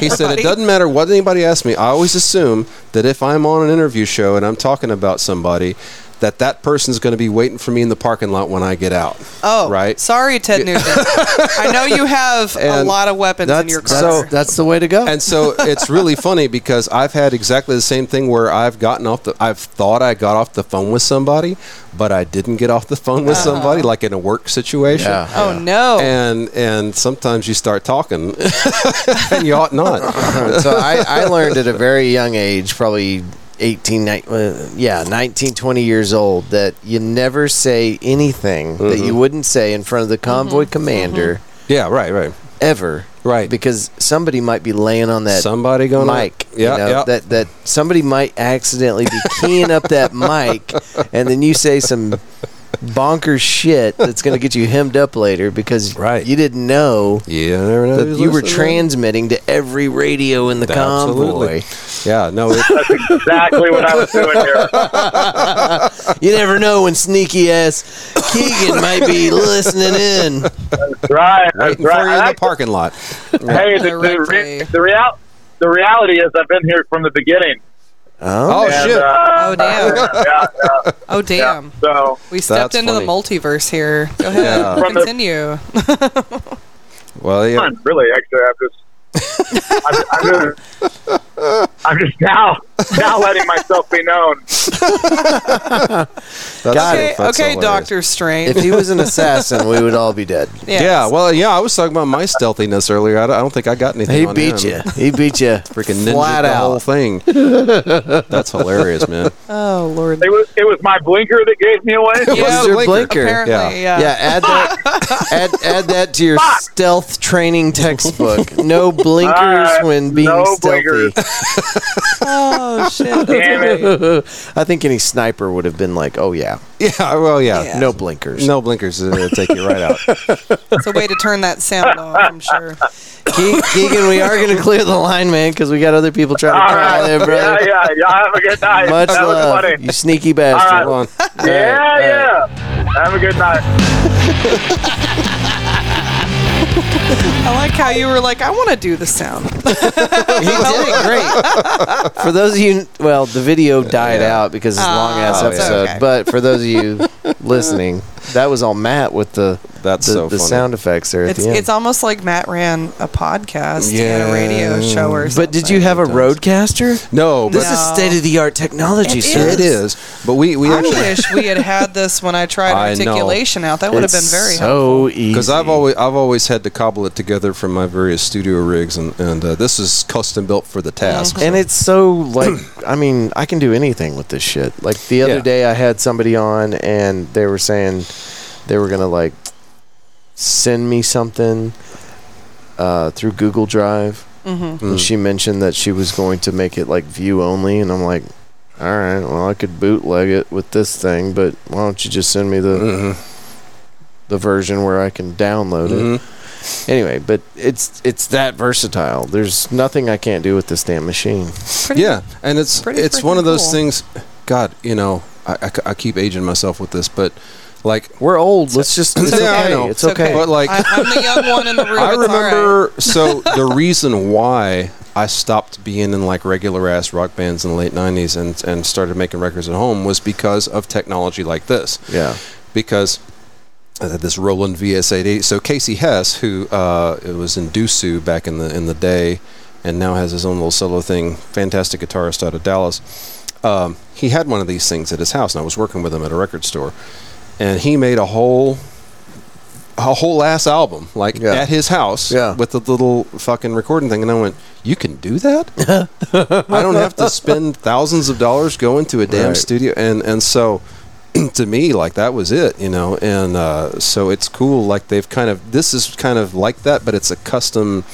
S4: he said it doesn't matter what anybody asks me. I always assume that if I'm on an interview show and I'm talking about somebody, that that person's going to be waiting for me in the parking lot when I get out.
S2: oh,
S4: right.
S2: Sorry,
S4: <laughs>
S2: Ted Nugent. I know you have a
S4: And
S2: lot of weapons in
S4: that's-
S2: your car.
S4: so-
S12: that's, that's the way to go.
S4: and so it's really funny because I've had exactly the same thing where I've gotten off the I've thought I got off the phone with somebody, but I didn't get off the phone with somebody like in a work situation.
S12: Yeah.
S2: Uh-huh. oh no.
S4: And and sometimes you start talking <laughs> and you ought not.
S12: so I, I learned at a very young age, probably 18, ni- uh, yeah, 19, 20 years old, that you never say anything that
S4: Mm-hmm.
S12: you wouldn't say in front of the convoy commander
S4: Yeah, right, right.
S12: ever.
S4: Right.
S12: Because somebody might be laying on that
S4: somebody going
S12: mic.
S4: Yeah,
S12: you know,
S4: yeah.
S12: That, that somebody might accidentally be keying up
S4: <laughs>
S12: that mic, and then you say some bonkers shit that's going to get you hemmed up later because
S4: Right.
S12: you didn't know
S4: yeah, I never know.
S12: that
S4: who's
S12: you were
S4: listening.
S12: transmitting to every radio in the
S4: Absolutely.
S12: convoy.
S4: Yeah, no, it,
S8: That's exactly what I was doing here.
S12: You never know when sneaky ass Keegan might
S4: <laughs>
S12: be listening in.
S8: That's right.
S4: waiting
S8: That's
S4: for you
S8: right.
S4: in
S8: And
S4: the
S8: I-
S4: parking lot.
S8: Hey, the, the,
S2: Directly.
S8: re- the, real- the reality is I've been here from the beginning.
S12: Oh,
S4: Oh
S8: And,
S4: shit.
S8: Uh,
S2: oh damn.
S8: <laughs>
S4: <laughs>
S8: yeah, yeah,
S2: Oh damn.
S8: so
S2: We stepped
S4: That's
S2: into
S4: funny.
S2: the multiverse here. Go ahead.
S4: Yeah.
S8: From the-
S2: Continue.
S4: Well, yeah.
S8: fun, really. Actually, I'm
S4: <laughs>
S8: just, I'm, I'm just, I'm just now, now letting myself be known.
S4: That's,
S2: okay,
S4: that's
S2: okay,
S4: hilarious.
S2: Doctor Strange.
S12: if he was an assassin, we would all be dead.
S2: Yes.
S4: Yeah, well, yeah, I was talking about my stealthiness earlier. I don't, I don't think I got anything.
S12: He
S4: on
S12: beat
S4: him.
S12: you. He beat you.
S4: <laughs> Freaking ninja
S12: Flat
S4: the
S12: out.
S4: whole thing.
S12: <laughs>
S4: That's hilarious, man.
S2: oh Lord.
S8: It was, it was my blinker that gave me away.
S4: was
S2: Yeah,
S4: your
S2: blinker.
S4: blinker.
S2: Apparently, uh,
S4: Yeah.
S2: yeah.
S12: Oh, Yeah, add <laughs> that. add, add that to your stealth training <laughs> textbook. No blinkers
S8: Alright,
S12: when being
S8: no
S12: stealthy.
S8: blinkers.
S2: Oh shit.
S8: Damn it.
S12: I think any sniper would have been like, "Oh yeah,
S4: Yeah, well, yeah.
S2: Yeah.
S12: no blinkers."
S4: No blinkers uh, take you right
S12: <laughs>
S4: out.
S2: It's a way to turn that sound off, I'm
S8: <laughs>
S2: sure.
S12: Ke- Keegan, we are going to clear the line, man, because we got other people trying to
S8: All
S12: call
S8: right.
S12: there, brother.
S8: Yeah, yeah, yeah. Have a good night.
S12: Much
S8: that
S12: love,
S8: was funny.
S12: you sneaky bastard.
S4: Hold on.
S8: yeah, yeah. Have a good night.
S2: I like how you were like, I want to do the sound.
S12: He did it great.
S8: <laughs>
S12: For those of you, well, the video died out because it's a long ass
S2: Oh, yeah.
S12: episode.
S2: Okay.
S12: But for those of
S8: <laughs>
S12: you listening, that was all Matt with the
S4: That's
S12: the,
S4: so
S12: the
S4: funny.
S12: sound effects there at
S2: It's
S12: the end.
S2: it's almost like Matt ran a podcast and a radio
S4: Yeah.
S2: show or something.
S12: but did you have a roadcaster?
S4: No, but
S12: This is
S2: No.
S12: state of the art
S2: Oh.
S12: technology,
S2: It
S12: sir.
S4: it is. But we we <laughs>
S2: I
S4: actually
S2: wish we had had this when I tried
S4: <laughs> I know.
S2: articulation out. That would have been very helpful.
S12: so easy.
S4: because I've always I've always had to cobble it together from my various studio rigs, and and uh, this is custom built for the task.
S12: <laughs> And it's so like I mean, I can do anything with this shit. Like the other
S4: Yeah.
S12: day I had somebody on and they were saying they were going to like send me something uh, through Google Drive. Mm-hmm. And she mentioned that she was going to make it like view only and I'm like, "All right, well I could bootleg it with this thing, but why don't you just send me the the version where I can download it?" Anyway, but it's it's that versatile. There's nothing I can't do with this damn machine.
S2: Pretty-
S4: Yeah, and it's
S2: pretty
S4: it's one of
S2: freaking
S4: those
S2: cool.
S4: things. God, you know, I, I c- I keep aging myself with this, but like
S12: We're old. Let's just. It's
S4: Yeah, I
S12: okay.
S4: know.
S12: It's okay.
S4: But like-
S2: I, I'm the young one
S4: <laughs>
S2: in the room.
S4: I
S2: It's all right.
S4: remember so the reason why I stopped being in like regular ass rock bands in the late '90s and and started making records at home was because of technology like this.
S12: Yeah.
S4: Because I had this Roland VS880. So Casey Hess, who uh, was in Dusu back in the in the day, and now has his own little solo thing. Fantastic guitarist out of Dallas. Um, he had one of these things at his house, and I was working with him at a record store, and he made a whole a whole ass album, like
S12: Yeah.
S4: at his house,
S12: Yeah.
S4: with the little fucking recording thing, and I went, "You can do that?
S12: <laughs>
S4: I don't have to spend thousands of dollars going to a damn
S12: Right.
S4: studio." And and so, <clears throat> to me, like that was it, you know. And uh, so it's cool, like they've kind of this is kind of like that, but it's a custom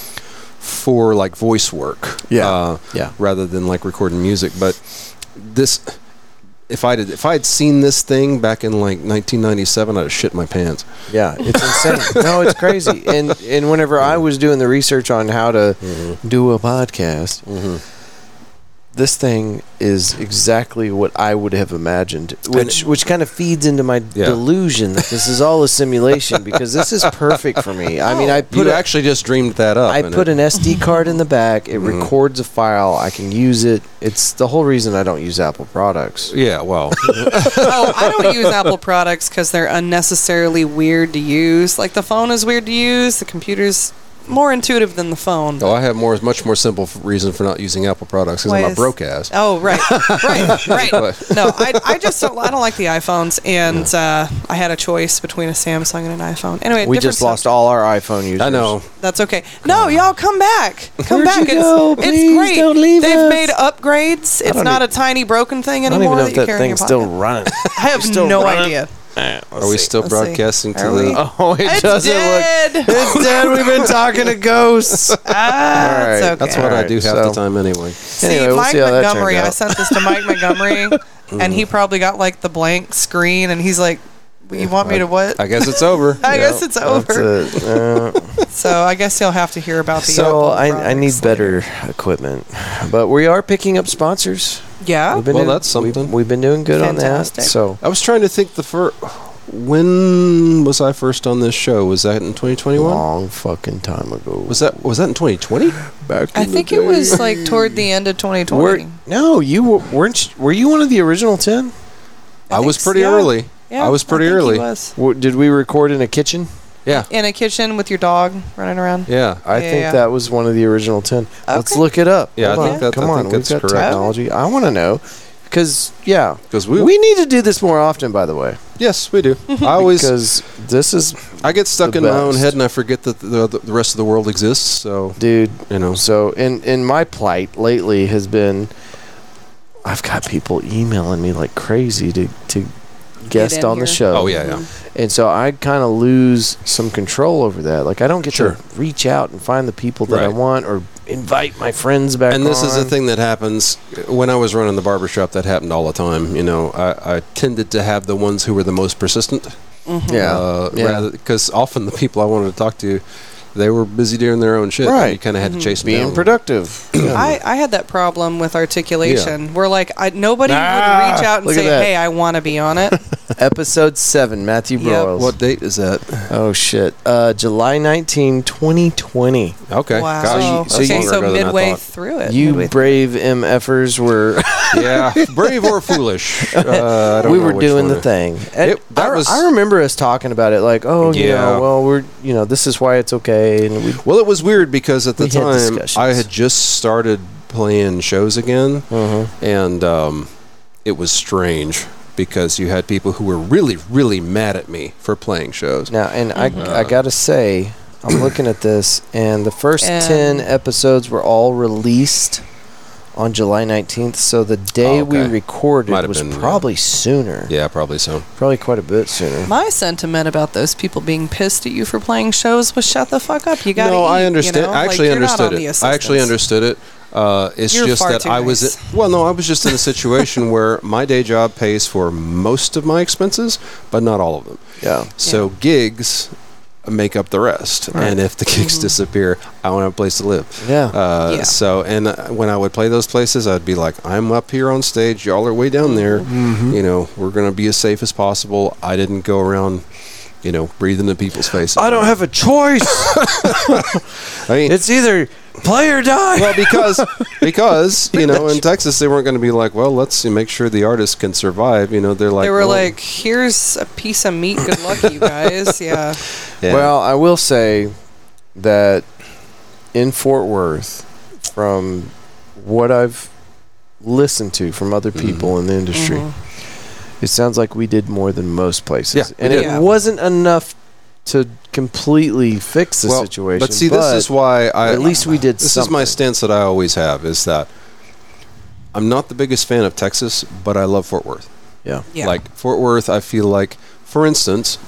S4: for like voice work,
S12: Yeah.
S4: uh,
S12: Yeah.
S4: rather than like recording music, but this if I did if I had seen this thing back in like 1997, I'd have shit my pants.
S12: Yeah,
S4: <laughs>
S12: it's insane. no, it's crazy. And and whenever I was doing the research on how to
S4: Mm-hmm.
S12: do a podcast, this thing is exactly what I would have imagined, which which kind of feeds into my
S4: Yeah.
S12: delusion that this is all
S4: <laughs>
S12: a simulation because this is perfect for me. I mean, I put
S4: You
S12: a,
S4: actually just dreamed that up.
S12: I
S4: and
S12: put
S4: it- Mm-hmm.
S12: an SD card in the back. It records a file. I can use it. It's the whole reason I don't use Apple products.
S4: Yeah, well, <laughs>
S2: oh, I don't use Apple products because they're unnecessarily weird to use. Like the phone is weird to use. The computer's more intuitive than the phone.
S4: oh, I have more much more simple f- reason for not using Apple products because
S2: Why
S4: I'm a
S2: is-
S4: broke ass.
S2: Oh right,
S12: <laughs>
S2: right, right.
S4: But-
S2: No, I, I just don't. I don't like the iPhones, and uh, I had a choice between a Samsung and an iPhone. Anyway,
S12: We
S2: different
S12: just lost all our iPhone users.
S4: I know.
S2: That's okay. No, y'all come back. Come
S12: Where'd
S2: back.
S12: you
S2: it's,
S12: go?
S2: it's
S12: Please
S2: great.
S12: don't leave
S2: They've
S12: us.
S2: made upgrades. It's
S12: don't
S2: not
S12: e-
S2: a tiny broken thing
S12: I don't
S2: anymore
S12: even know if
S2: you
S12: that
S2: carry in your
S12: thing's still
S2: pocket.
S12: <laughs> running.
S2: I have
S12: still
S2: no
S12: running.
S2: idea.
S4: Are we still
S2: Let's see.
S4: broadcasting to
S2: Are we?
S4: the?
S12: Oh, it
S2: It's
S12: doesn't look.
S2: dead.
S12: <laughs>
S2: <laughs>
S12: It's dead. We've been talking to ghosts.
S2: Ah,
S12: All right,
S2: it's okay.
S4: That's what I
S12: Alright,
S4: do half
S12: so-
S4: the time anyway.
S2: See,
S12: Anyway, we'll
S2: Mike
S12: see how that
S2: Montgomery,
S12: turned
S2: I
S12: out. Mm.
S2: sent this to Mike
S12: <laughs>
S2: Montgomery, and he probably got like the blank screen, and he's like, "You want me to what?"
S4: I guess it's over. <laughs>
S2: I guess it's over.
S12: That's it. Uh,
S2: So I guess you'll have to hear about the.
S12: so
S2: Apple
S12: I, I
S2: products
S12: need
S2: later.
S12: better equipment, but we are picking up sponsors.
S2: Yeah.
S12: been
S4: Well,
S12: doing-
S4: that's something.
S12: We've, we've been doing good
S2: Oh. Fantastic.
S12: on that. So
S4: I was trying to think the first. When was I first on this show? Was that in 2021?
S12: long fucking time ago.
S4: Was that was that in 2020?
S12: back?
S2: I think it was like toward the end of 2020.
S12: Were, no, you were, weren't. Were you one of the original ten?
S4: I, was
S2: think
S4: pretty
S2: so.
S4: early. I was pretty
S2: think he
S4: early.
S2: was.
S12: W- Did we record in a kitchen?
S2: In a kitchen with your dog running around.
S4: Yeah.
S12: I
S2: Yeah,
S12: think
S2: yeah.
S12: that was one of the original ten. Let's
S2: Okay.
S12: look it up.
S4: Yeah, I
S12: Hold
S4: think
S12: on.
S4: that- I
S12: Come
S4: think
S12: on,
S4: that's
S12: we've got
S4: correct.
S12: technology. I want to know because yeah,
S4: Because we,
S12: we, need to do this more often. By the way,
S4: yes we do.
S12: <laughs>
S4: I always
S12: because this is
S4: I get stuck
S12: the
S4: in my own
S12: best.
S4: head and I forget that the, the, the rest of the world exists. So
S12: dude.
S4: you know,
S12: So in in my plight lately has been I've got people emailing me like crazy to to guest
S2: in
S12: on the
S2: here.
S12: show.
S4: oh yeah, yeah,
S12: And so I kind of lose some control over that. Like I don't get
S4: Sure.
S12: to reach out and find the people that I
S4: Right.
S12: want or invite my friends back.
S4: and this is a
S12: on.
S4: thing that happens when I was running the barber shop. That happened all the time. You know, I, I tended to have the ones who were the most persistent.
S12: Yeah.
S4: uh,
S12: Yeah.
S4: because often the people I wanted to talk to, they were busy doing their own shit. and
S12: Right.
S4: you kind of had to chase them
S12: being
S4: down. <coughs>
S12: productive.
S2: I, I had that problem with articulation. We're like, I, nobody
S12: Ah,
S2: would reach out and
S12: look at
S2: say,
S12: that.
S2: hey, I want to be on it.
S12: Episode 7, Matthew
S2: Yep.
S12: Broyles.
S4: What date is that?
S12: Oh shit. Uh July 19, 2020.
S4: Okay, gosh,
S2: Wow.
S4: that's
S2: okay,
S4: longer
S2: so
S4: ago than I
S2: midway
S4: thought.
S2: through it.
S12: You
S2: midway
S12: brave MFers were
S4: yeah, brave or
S12: <laughs>
S4: foolish. Uh, I don't
S12: we
S4: know
S12: were
S4: which
S12: doing
S4: one
S12: the
S4: it- <laughs>
S12: thing. And
S4: It- that
S12: I,
S4: was-
S12: I remember us talking about it, like, oh, you
S4: Yeah.
S12: know, well, we're, you know, this is why it's okay, and we,
S4: Well, it was weird because at the
S12: We had
S4: time
S12: discussions.
S4: I had just started playing shows again, and um, it was strange because you had people who were really, really mad at me for playing shows.
S12: now, and I, I gotta say, I'm looking at this, and the first
S2: And-
S12: ten episodes were all released on July 19th, so the day
S4: Oh,
S12: we
S4: okay.
S12: recorded
S4: Might have
S12: was
S4: been, yeah.
S12: probably sooner,
S4: Yeah, probably so.
S12: probably quite a bit sooner.
S2: My sentiment about those people being pissed at you for playing shows was shut the fuck up. You got to
S4: no, I understand. I actually understood it. I actually understood it. Uh, it's
S2: You're
S4: just
S2: far
S4: that
S2: too
S4: I was
S2: nice.
S4: well, no, I was just in a situation <laughs> where my day job pays for most of my expenses, but not all of them.
S12: Yeah,
S4: So gigs make up the rest, and if the gigs disappear, I won't have a place to live.
S12: Mm-hmm. Yeah.
S4: Uh,
S2: Yeah.
S4: So, and uh, when I would play those places, I'd be like, "I'm up here on stage, y'all are way down there.
S12: Mm-hmm.
S4: You know, we're gonna be as safe as possible. I didn't go around, you know, breathing in people's faces.
S12: I don't have a choice.
S4: I mean,
S12: <laughs> it's either play or die.
S4: well,
S12: <laughs>
S4: because because you know, in Texas, they weren't going to be like, well, let's make sure the artist can survive. You know, they're like,
S2: They were
S4: well,
S2: like, "Here's a piece of meat. Good luck, you
S4: <laughs>
S2: guys." Yeah,
S4: yeah.
S12: Well, I will say that in Fort Worth, from what I've listened to from other
S4: Mm-hmm.
S12: people in the industry, it sounds like we did more than most places.
S4: Yeah, we
S12: and
S2: did.
S12: it
S2: Yeah.
S12: wasn't enough to completely fix the
S4: Well,
S12: situation.
S4: But see, this is why I
S12: at least we did
S4: This is my stance that I always have is that I'm not the biggest fan of Texas, but I love Fort Worth.
S12: Yeah.
S2: Yeah.
S4: Like Fort Worth, I feel like, for instance,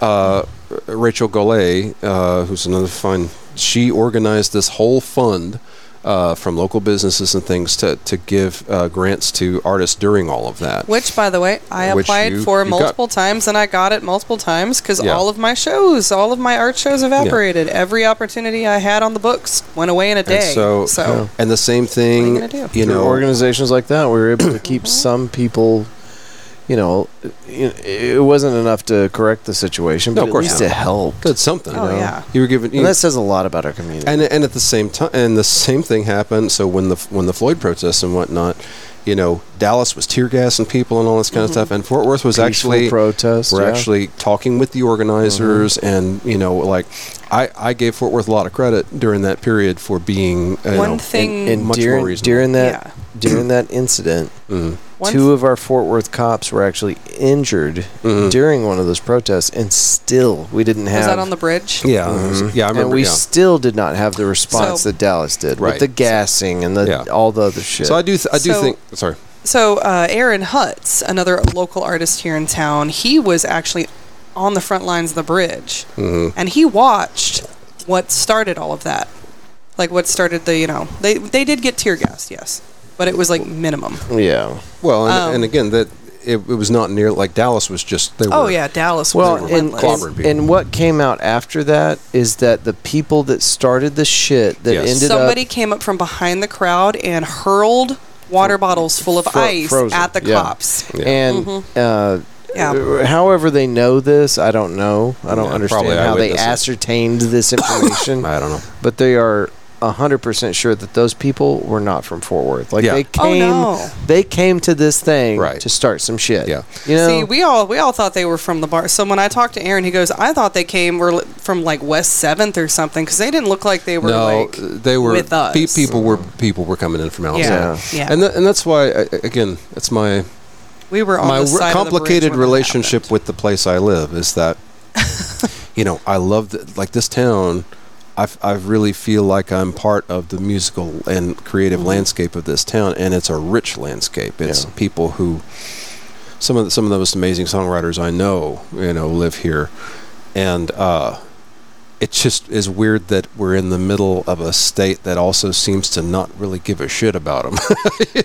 S4: uh, Rachel Golay, uh, who's another fine, she organized this whole fund uh, from local businesses and things to to give uh, grants to artists during all of that.
S2: Which, by the way, I
S4: Which
S2: applied
S4: you-
S2: for
S4: you got.
S2: multiple times and I got it multiple times because
S4: Yeah.
S2: all of my shows, all of my art shows evaporated. Every opportunity I had on the books went away in a
S4: and
S2: day.
S4: so, and the same thing,
S2: What are you gonna do?
S4: you know, Mm-hmm.
S12: organizations like that, we were able to keep some people. You know, it it wasn't enough to correct the situation,
S4: No,
S12: but
S4: of course
S12: at least
S4: not.
S12: it helped.
S4: did something.
S2: Oh,
S4: you know?
S2: yeah.
S4: you were given. you-
S12: And that says a lot about our community.
S4: and and at the same time, and the same thing happened. So when the when the Floyd protests and whatnot, you know, Dallas was tear gassing people and all this kind of stuff, and Fort Worth was
S12: Peaceful
S4: actually
S12: protest.
S4: we're
S12: yeah.
S4: actually talking with the organizers, and you know, like I I gave Fort Worth a lot of credit during that period for being you
S2: One
S4: know,
S2: thing-
S12: and
S4: much more
S12: during,
S4: reasonable.
S12: during that
S2: Yeah.
S12: during that incident,
S4: Mhm.
S2: One
S12: two of our Fort Worth cops were actually injured
S4: Mhm.
S12: during one of those protests, and still we didn't have. Mm-hmm.
S2: was that on the bridge?
S4: yeah yeah I remember
S12: and we
S4: yeah.
S12: still did not have the response
S2: So-
S12: that Dallas did
S4: Right.
S12: with the gassing and the
S4: Yeah.
S12: all the other shit.
S4: So I do th- I do
S2: So-
S4: think sorry
S2: So, uh, Aaron Hutz, another local artist here in town, he was actually on the front lines of the bridge,
S12: Mm-hmm.
S2: and he watched what started all of that. Like what started the you know they they did get tear gassed, yes, but it was like minimum.
S12: yeah.
S4: well and,
S2: Um,
S4: and again that it, it was not near like Dallas was just they
S2: Oh
S4: were
S2: yeah, Dallas.
S12: Well,
S2: was
S12: and,
S2: relentless.
S4: clobbering
S12: and,
S4: people.
S12: and what came out after that is that the people that started the shit that
S4: Yes.
S12: ended
S2: somebody
S12: up
S2: came up from behind the crowd and hurled water bottles full of
S12: fro-
S2: ice
S12: frozen.
S2: at the
S12: Yeah.
S2: cops.
S12: and
S2: Mm-hmm.
S12: uh,
S2: Yeah.
S12: Uh, However, they know this, I don't know. I don't
S4: Yeah,
S12: understand
S4: probably
S12: how they
S4: eyewitnesses.
S12: ascertained this
S4: <coughs>
S12: information,
S4: I don't know
S12: but they are hundred percent sure that those people were not from Fort Worth. Like
S4: Yeah.
S12: they
S2: Oh,
S12: came,
S2: no.
S12: they came to this thing
S4: Right.
S12: to start some shit.
S4: Yeah.
S12: you know,
S2: See, we all we all thought they were from the bar. So when I talked to Aaron, he goes, "I thought they came were li- from like West Seventh or something because they didn't look like they were like
S4: they were
S2: with us."
S4: pe- people were people were coming in from outside.
S2: Yeah, yeah.
S4: And, tha- and that's why, I, again, that's my
S2: we were on
S4: my
S2: the side of the bridge
S4: complicated
S2: when that
S4: relationship <laughs>
S2: happened.
S4: with the place I live is
S2: <laughs>
S4: that, you know, I love th- like this town. I f- I really feel like I'm part of the musical and creative
S2: Mm-hmm.
S4: landscape of this town, and it's a rich landscape. It's people who some of the, some of the most amazing songwriters I know, you know, live here, and uh, it just is weird that we're in the middle of a state that also seems to not really give a shit about them.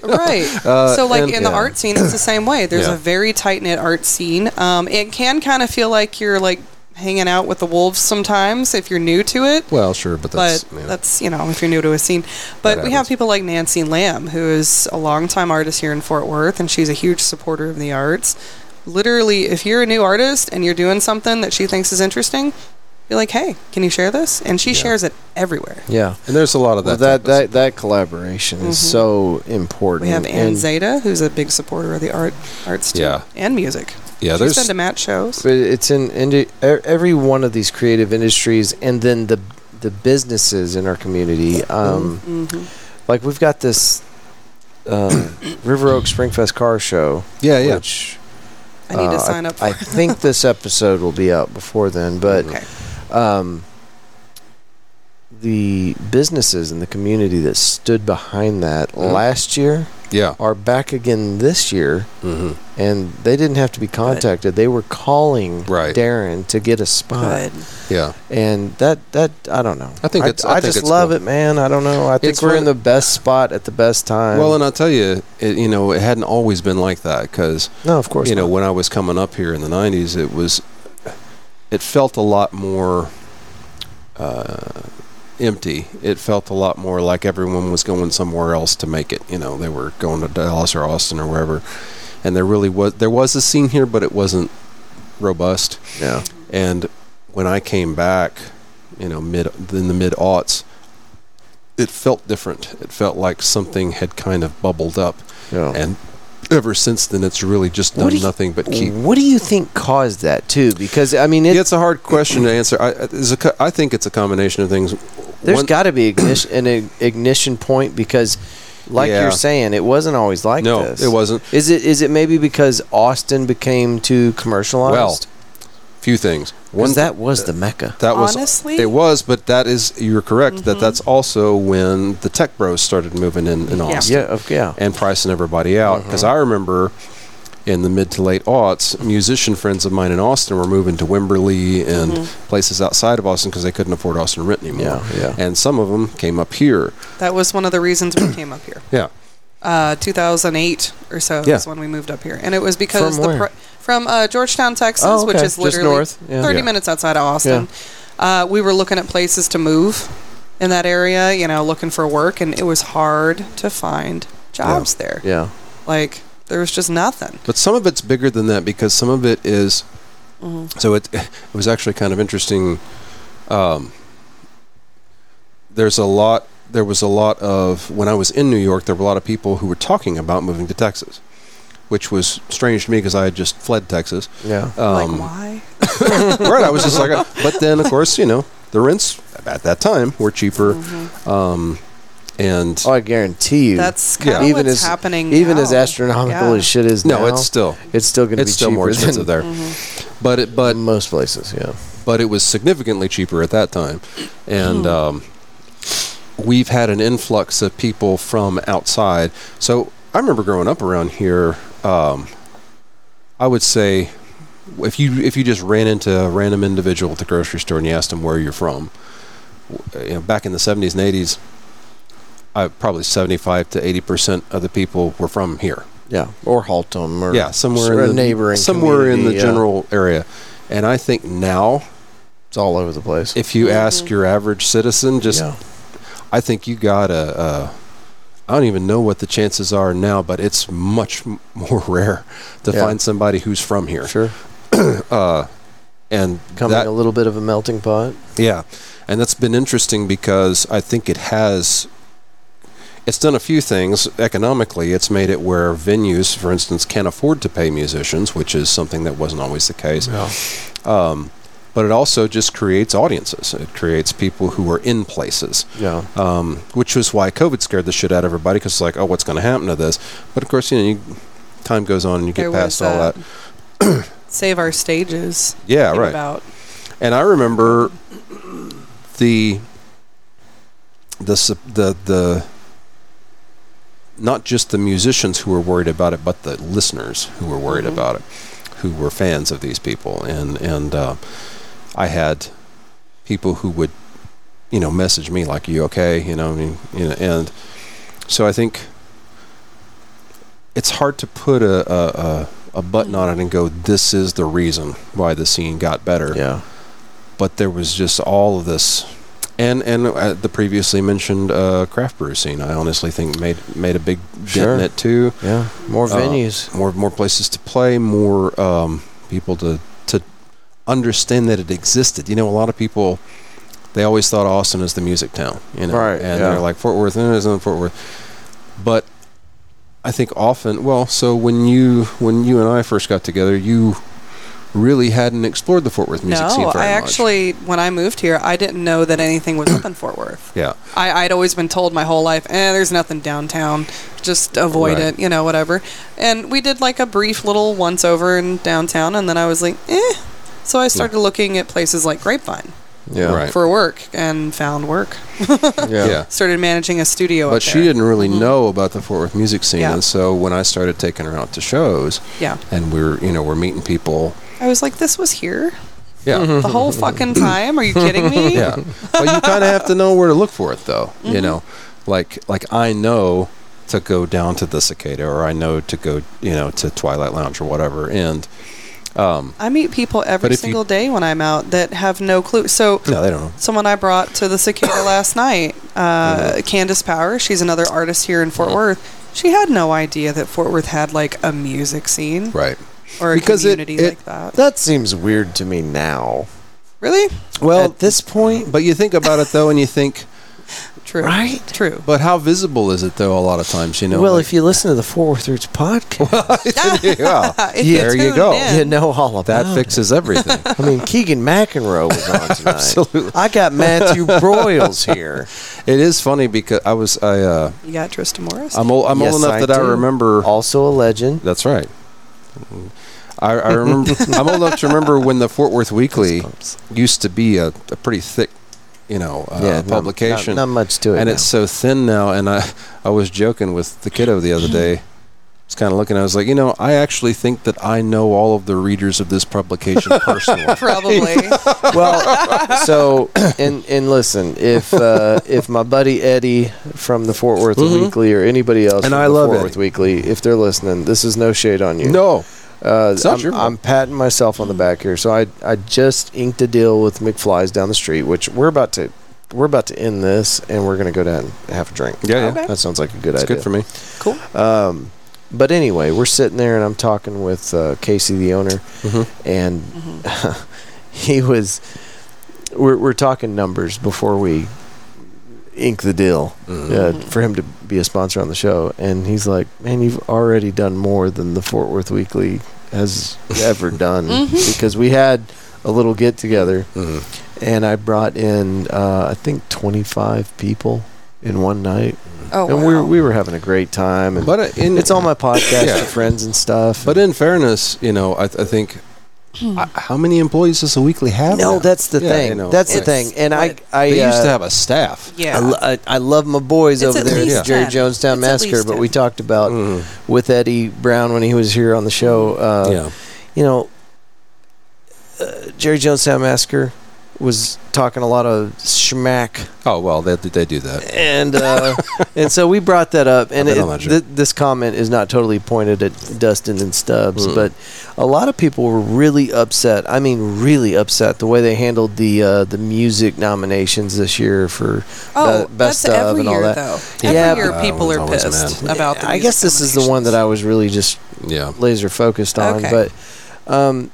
S2: right.
S4: Uh,
S2: so, like
S4: and-
S2: in the
S4: yeah.
S2: art scene, it's the same way. There's
S4: Yeah.
S2: a very tight knit art scene. Um, it can kind of feel like you're like hanging out with the wolves sometimes if you're new to it.
S4: well, sure, but that's
S2: but
S4: you know.
S2: that's you know if you're new to a scene.
S4: That
S2: But we
S4: happens.
S2: have people like Nancy Lamb, who is a longtime artist here in Fort Worth, and she's a huge supporter of the arts. Literally, if you're a new artist and you're doing something that she thinks is interesting, be like, "Hey, can you share this?" And she shares it everywhere.
S12: yeah.
S4: And there's a lot of
S12: Well,
S4: that.
S12: that
S4: type of
S12: that that collaboration is so important.
S2: Mm-hmm. We have Ann
S12: and-
S2: Zeta, who's a big supporter of the art arts too,
S4: Mm, Yeah.
S2: and music.
S4: stuff. yeah,
S2: She's
S4: there's
S2: been to Matt shows.
S12: But it's in, indi- e- every one of these creative industries, and then the the businesses in our community. Um,
S4: Mm-hmm.
S12: Like we've got this um, River Oak Springfest car show.
S4: yeah, yeah.
S12: Which,
S2: I need
S12: uh,
S2: to sign up. For
S12: I think this episode will be out before then, but
S2: Okay.
S12: um, the businesses in the community that stood behind that
S4: Mm-hmm.
S12: last year
S4: yeah.
S12: are back again this year
S4: hmm
S12: and they didn't have to be contacted. They were calling
S4: Right.
S12: Darren to get a spot,
S2: Good.
S4: Yeah.
S12: and that that I don't know.
S4: I think it's- I
S12: I,
S4: think
S12: just
S4: it's
S12: love
S4: cool.
S12: it, man. I don't know. I think
S4: It's
S12: we're
S4: one-
S12: in the best spot at the best time.
S4: Well, and I'll tell you, it, you know, it hadn't always been like that because,
S12: no, of course,
S4: you know,
S12: not.
S4: when I was coming up here in the 90s, it was, it felt a lot more uh, empty. It felt a lot more like everyone was going somewhere else to make it. You know, they were going to Dallas or Austin or wherever. And there really was, there was a scene here, but it wasn't robust.
S12: yeah,
S4: And when I came back, you know, mid in the mid aughts, it felt different. It felt like something had kind of bubbled up,
S12: yeah.
S4: and ever since then, it's really just done
S12: do you-
S4: nothing but keep.
S12: what do you think caused that too? Because I mean, it,
S4: Yeah, it's a hard question to answer. I, it's a, co- I think it's a combination of things.
S12: there's
S4: One-
S12: got to be ignition, an ig- ignition point because, like
S4: Yeah.
S12: you're saying, it wasn't always like
S4: no,
S12: this.
S4: it wasn't.
S12: Is it? Is it maybe because Austin became too commercialized?
S4: Well, few things. One
S1: Because that was the mecca.
S4: that was
S2: Honestly?
S4: it was, but that is you're correct
S1: Mm-hmm.
S4: that that's also when the tech bros started moving in in Austin
S1: Yeah, Mm-hmm. of, yeah.
S4: and pricing everybody out. Because I remember in the mid to late aughts, musician friends of mine in Austin were moving to Wimberley and places outside of Austin because they couldn't afford Austin rent anymore.
S1: Mm-hmm. Yeah, yeah.
S4: And some of them came up here.
S2: That was one of the reasons we came up here.
S4: Yeah.
S2: Uh, 2008 or so
S4: Yeah.
S2: is when we moved up here, and it was because
S1: From
S2: the
S1: where?
S2: pri- from uh, Georgetown, Texas,
S1: Oh,
S2: which
S1: okay.
S2: is
S1: Just
S2: literally
S1: north. Yeah.
S2: 30
S4: Yeah.
S2: minutes outside of Austin. Uh, we were looking at places to move in that area, you know, looking for work, and it was hard to find jobs there.
S1: Yeah.
S2: Like there was just nothing.
S4: But some of it's bigger than that because some of it is- So it <laughs> it was actually kind of interesting. Um, there's a lot. There was a lot of when I was in New York. There were a lot of people who were talking about moving to Texas, which was strange to me because I had just fled Texas.
S1: Yeah.
S2: like
S4: Um,
S2: why?
S4: right. I was just like, uh, but then of course you know the rents at that time were cheaper, um, and
S1: Oh, I guarantee you.
S2: That's kind of
S4: Yeah.
S2: what's
S1: as,
S2: happening.
S1: Even
S2: now.
S1: as astronomical
S2: Yeah.
S1: as shit is
S4: no,
S1: now,
S4: it's still
S1: it's still going to be
S4: it's still
S1: cheaper
S4: more expensive
S1: than
S4: there. But it, but
S1: most places. Yeah.
S4: but it was significantly cheaper at that time. And um, we've had an influx of people from outside. So I remember growing up around here. Um, I would say if you if you just ran into a random individual at the grocery store and you asked them where you're from, w- you know, back in the 70s and 80s, I, probably 75 to 80 percent of the people were from here
S1: Yeah. Or Haltom or
S4: yeah, somewhere
S1: or
S4: in the
S1: neighboring
S4: somewhere in
S1: community,
S4: the
S1: yeah.
S4: general area. And I think now,
S1: It's all over the place.
S4: if you ask your average citizen, just
S1: yeah.
S4: I think you got a, a. I don't even know what the chances are now, but it's much m- <laughs> more rare to
S1: Yeah.
S4: find somebody who's from here.
S1: Sure.
S4: Uh, and
S1: Coming
S4: that,
S1: a little bit of a melting pot.
S4: yeah, and that's been interesting because I think it has. It's done a few things economically. It's made it where venues, for instance, can afford to pay musicians, which is something that wasn't always the case. Um, but it also just creates audiences. It creates people who are in places,
S1: Yeah.
S4: um, which was why COVID scared the shit out of everybody because it's like, oh, what's going to happen to this? But of course, you know, you, time goes on and you get
S2: There
S4: past
S2: was
S4: all that.
S2: that. Save our stages.
S4: Yeah,
S2: Think
S4: right.
S2: About
S4: And I remember the the sup- the the not just the musicians who were worried about it, but the listeners who were worried about it, who were fans of these people, and and uh, I had people who would you know message me like, "You okay?" You know, I mean, you know, and so I think it's hard to put a a, a, a button on it and go, "This is the reason why the scene got better."
S1: Yeah.
S4: but there was just all of this, and and uh, the previously mentioned uh, craft brew scene. I honestly think made made a big
S1: Sure.
S4: dent in it too.
S1: Yeah. More
S4: Uh, <laughs>
S1: venues.
S4: More more places to play, more um, people to to understand that it existed. You know, a lot of people they always thought Austin is the music town. You know,
S1: Right,
S4: and
S1: yeah.
S4: they're like Fort Worth, no, it's not Fort Worth, but I think often, well, so when you when you and I first got together, you really hadn't explored the Fort Worth music scene
S2: no,
S4: very
S2: I
S4: much.
S2: actually when I moved here, I didn't know that anything was up in Fort Worth.
S4: yeah.
S2: I, I'd always been told my whole life, eh, there's nothing downtown. Just avoid
S4: Right.
S2: it, you know, whatever. And we did like a brief little once over in downtown, and then I was like, eh. So I started looking at places like Grapevine
S1: Yeah.
S4: Right.
S2: for work and found work.
S1: Yeah.
S4: Yeah.
S2: Started managing a studio.
S4: But
S2: up
S4: she
S2: there. Mm-hmm.
S4: didn't really know about the Fort Worth music scene,
S2: Yeah.
S4: and so when I started taking her out to shows,
S2: Yeah,
S4: and we're you know we're meeting people,
S2: I was like, this was
S4: <laughs>
S2: here
S4: yeah,
S2: the whole fucking time. Are you kidding
S4: <laughs>
S2: me? <laughs>
S4: yeah. but you kind of have to know where to look for it, though.
S2: Mm-hmm.
S4: You know, like like I know to go down to the Cicada, or I know to go you know to Twilight Lounge or whatever, and um,
S2: I meet people
S4: But
S2: every
S4: if you-
S2: single day when I'm out that have no clue. So
S4: no, they don't know.
S2: someone I brought to the
S12: <coughs>
S2: cicada last night,
S12: Mm-hmm.
S2: uh, Candace Power. She's another artist here in Fort Worth. She had no idea that Fort Worth had like a music scene
S4: Right.
S2: or a
S1: Because it-
S2: community
S1: it-
S2: like that.
S1: That seems weird to me now.
S2: Really?
S1: Well, at this point,
S4: But you think about it though, and you think,
S2: True.
S1: Right?
S2: True.
S4: but how visible is it though? A lot of times, you know.
S1: well,
S4: like-
S1: if you listen to the Four Worth Roots podcast,
S4: <laughs> yeah,
S2: <laughs> If
S4: there you
S2: tuned
S4: go.
S2: in- Oh.
S1: you know all about
S4: that
S1: it.
S4: fixes everything.
S1: I mean, Keegan McEnroe was
S4: <laughs>
S1: on tonight.
S4: Absolutely.
S1: I got Matthew Broyles
S4: <laughs>
S1: here.
S4: it is funny because I was I uh,
S2: You got Trista Morris.
S4: I'm old, I'm
S1: Yes,
S4: old enough
S1: I
S4: that I
S1: do.
S4: remember.
S1: Also a legend.
S4: That's right. I, I remember. I'm old enough to remember when the Fort Worth Weekly used to be a, a pretty thick, you know, uh,
S12: Yeah, not-
S4: publication.
S12: Not much to it.
S4: and
S12: now.
S4: it's so thin now. And I, I was joking with the kiddo the other day. I was kind of looking. I was like, you know, I actually think that I know all of the readers of this publication personally.
S12: <laughs>
S2: Probably.
S12: well, so <clears throat> and and listen, if uh, if my buddy Eddie from the Fort Worth Weekly or anybody else
S4: Mm-hmm. And
S12: from
S4: I
S12: the
S4: love
S12: Fort
S4: Eddie.
S12: Worth Weekly, if they're listening, this is no shade on you.
S4: no,
S12: uh,
S4: It's not
S12: I'm,
S4: your fault.
S12: I'm patting myself on the back here. So I I just inked a deal with McFly's down the street, which we're about to we're about to end this, and we're gonna go down and have a drink.
S4: Yeah, yeah. Okay.
S12: that sounds like a good
S4: it's
S12: idea.
S4: good for me.
S2: cool.
S12: Um, but anyway, we're sitting there and I'm talking with uh, Casey, the owner,
S2: Mm-hmm.
S12: and <laughs> he was. We're, we're talking numbers before we ink the deal uh,
S2: Mm-hmm.
S12: for him to be a sponsor on the show, and he's like, "Man, you've already done more than the Fort Worth Weekly
S2: <laughs>
S12: has ever done
S2: Mm-hmm.
S12: because we had a little get together, and I brought in uh, I think 25 people in one night."
S2: Oh,
S12: and
S2: wow.
S12: we were, we were having a great time. And
S4: But uh, in,
S12: it's on my podcast
S4: Yeah.
S12: to friends and stuff.
S4: But in fairness, you know, I, th- I think I, how many employees does a weekly have?
S12: no,
S4: now?
S12: that's the
S4: Yeah,
S12: thing.
S4: you know,
S12: that's the
S4: it's-
S12: thing. And I,
S2: what-
S12: I,
S4: They
S12: uh,
S4: used to have a staff.
S12: I,
S2: yeah.
S12: lo- I, I love my boys
S2: It's
S12: over
S2: at
S12: there,
S2: least
S12: at Jerry
S2: 10.
S12: Jonestown
S2: It's at
S12: Massacre.
S2: least
S12: But
S2: 10.
S12: we talked about
S4: Mm.
S12: with Eddie Brown when he was here on the show. Uh,
S4: Mm-hmm. yeah,
S12: You know, uh, Jerry Jonestown Massacre was talking a lot of schmack
S4: Oh well, they they do that.
S12: and uh, and so we brought that up, and
S4: bet
S12: it,
S4: on that,
S12: th- this comment is not totally pointed at Dustin and
S4: Hmm.
S12: Stubbs, but a lot of people were really upset. I mean, really upset the way they handled the uh, the music nominations this year for
S2: oh,
S12: be-
S2: that's
S12: best of
S2: every
S12: and all
S2: year,
S12: that.
S2: though.
S12: Yeah,
S2: every year,
S4: but-
S2: people
S4: I
S2: are
S4: was always
S2: pissed
S4: mad.
S2: about the
S12: I
S2: music
S12: guess this is the one that I was really just
S4: Yeah,
S12: laser focused on,
S2: Okay.
S12: but. Um,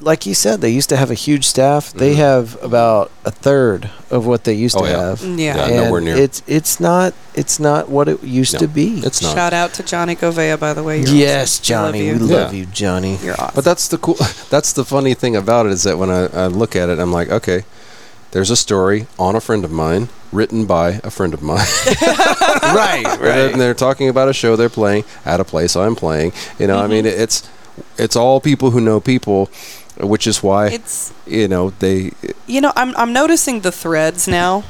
S12: like you said, they used to have a huge staff. They have about a third of what they used
S4: Mm-hmm. Oh,
S12: to
S4: yeah.
S12: have.
S2: nominations. Yeah.
S4: Yeah.
S12: And
S4: nowhere near.
S12: It's it's not it's not what it used
S4: No,
S12: to be.
S4: it's not.
S2: Shout out to Johnny Govea, by the way. You're
S12: Yes,
S2: awesome. I love
S12: Johnny.
S2: you.
S12: We
S4: Yeah.
S12: love you, Johnny.
S2: You're awesome.
S4: But that's the cool. <laughs> That's the funny thing about it is that when I, I look at it, I'm like, okay, there's a story on a friend of mine, written by a friend of mine.
S12: <laughs>
S4: <laughs>
S12: right,
S4: and they're talking about a show they're playing at a place I'm playing. You
S12: Mm-hmm.
S4: know, I mean, it's it's all people who know people, which is why
S2: it's
S4: you know they.
S2: You know, I'm I'm noticing the threads now.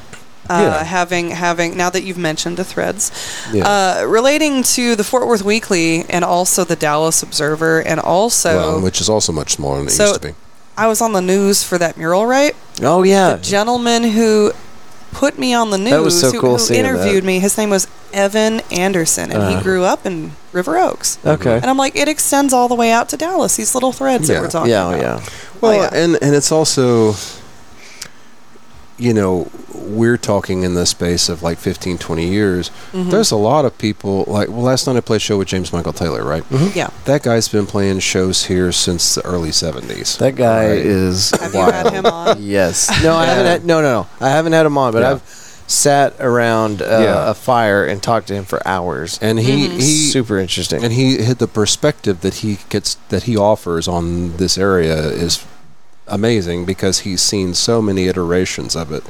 S2: Uh,
S4: Yeah.
S2: Having having now that you've mentioned the threads,
S4: Yeah.
S2: uh, relating to the Fort Worth Weekly and also the Dallas Observer and also
S4: well, which is also much smaller than it
S2: So- oh,
S4: used to be.
S2: I was on the news for that mural, right?
S12: Oh yeah.
S2: The gentleman who put me on the news,
S12: That Uh-huh. was so
S2: who,
S12: cool
S2: who
S12: seeing
S2: interviewed me, his name was Evan Anderson, and he grew up in River Oaks.
S12: Okay.
S2: And I'm like, it extends all the way out to Dallas. These little threads
S4: Yeah.
S2: that we're talking
S12: Yeah, oh,
S2: about.
S12: yeah.
S4: Well,
S2: yeah.
S4: and and it's also, you know, we're talking in the space of like 15, 20 years.
S2: Mm-hmm.
S4: There's a lot of people like. Well, last night I played a show with James Michael Taylor, right?
S2: Yeah.
S4: That guy's been playing shows here since the early 70s.
S12: That guy
S4: Right.
S12: is
S2: Have you had
S12: wild.
S2: him
S12: <laughs>
S2: on?
S12: Yes. No, I haven't had no no no. I haven't had him on, but
S4: Yeah.
S12: I've sat around uh,
S4: Yeah.
S12: a fire and talked to him for hours.
S4: and he
S2: Mm-hmm.
S4: he
S12: Super interesting.
S4: and he hit the perspective that he gets that he offers on this area is amazing because he's seen so many iterations of it.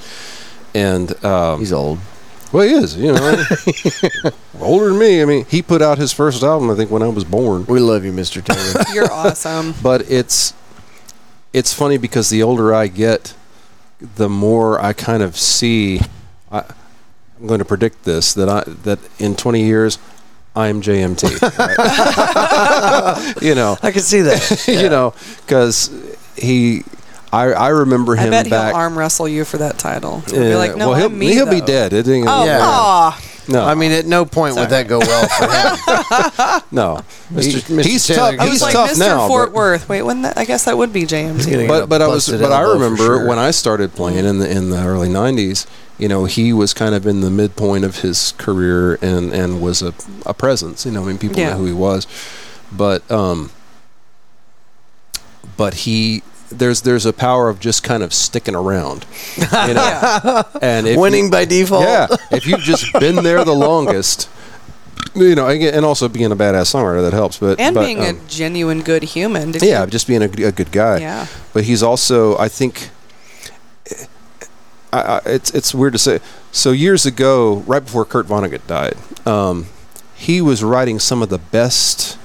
S4: And um,
S12: He's old.
S4: Well, he is. You know, <laughs> older than me. I mean, he put out his first album, I think, when I was born.
S12: We love you, Mr. Taylor.
S2: You're awesome.
S4: But it's it's funny because the older I get, the more I kind of see. I, I'm going to predict this that I that in 20 years, I'm JMT. right? <laughs> you know,
S12: <laughs> I can see that.
S4: you know, because he. I, I remember him
S2: I bet
S4: back.
S2: he'll arm wrestle you for that title. He'll
S4: Yeah,
S2: be like, no,
S4: well, he'll,
S2: I'm me,
S4: he'll be
S2: though."
S4: dead. It ain't gonna-
S2: Oh,
S12: Yeah.
S2: aw.
S4: no,
S12: I mean, at no point would that go well for him.
S4: no.
S12: Mr.
S4: He- he's
S12: Taylor
S4: tough.
S2: I
S12: gets
S2: was
S4: He's
S2: like
S4: tough
S2: Mr.
S4: now,
S2: Fort
S4: but-
S2: Worth. Wait, when that, I guess that would be JMT.
S12: gonna-
S4: but but I was
S12: Busted
S4: but I
S12: elbow for
S4: remember
S12: sure.
S4: when I started playing in the in the early '90s. You know, he was kind of in the midpoint of his career and and was a a presence. You know, I mean, people
S2: Yeah.
S4: knew who he was, but um, but he there's there's a power of just kind of sticking around, you
S2: <laughs>
S4: know, and if you-
S12: Winning <laughs> by default.
S4: yeah, if you've just been there the longest. You know, and and also being a badass songwriter that helps, but
S2: And
S4: but,
S2: being
S4: um,
S2: a genuine good human. Did
S4: yeah,
S2: you-
S4: just being a, g- a good guy.
S2: Yeah.
S4: But he's also, I think, I, I, it's it's weird to say. So years ago, right before Kurt Vonnegut died, um, he was writing some of the best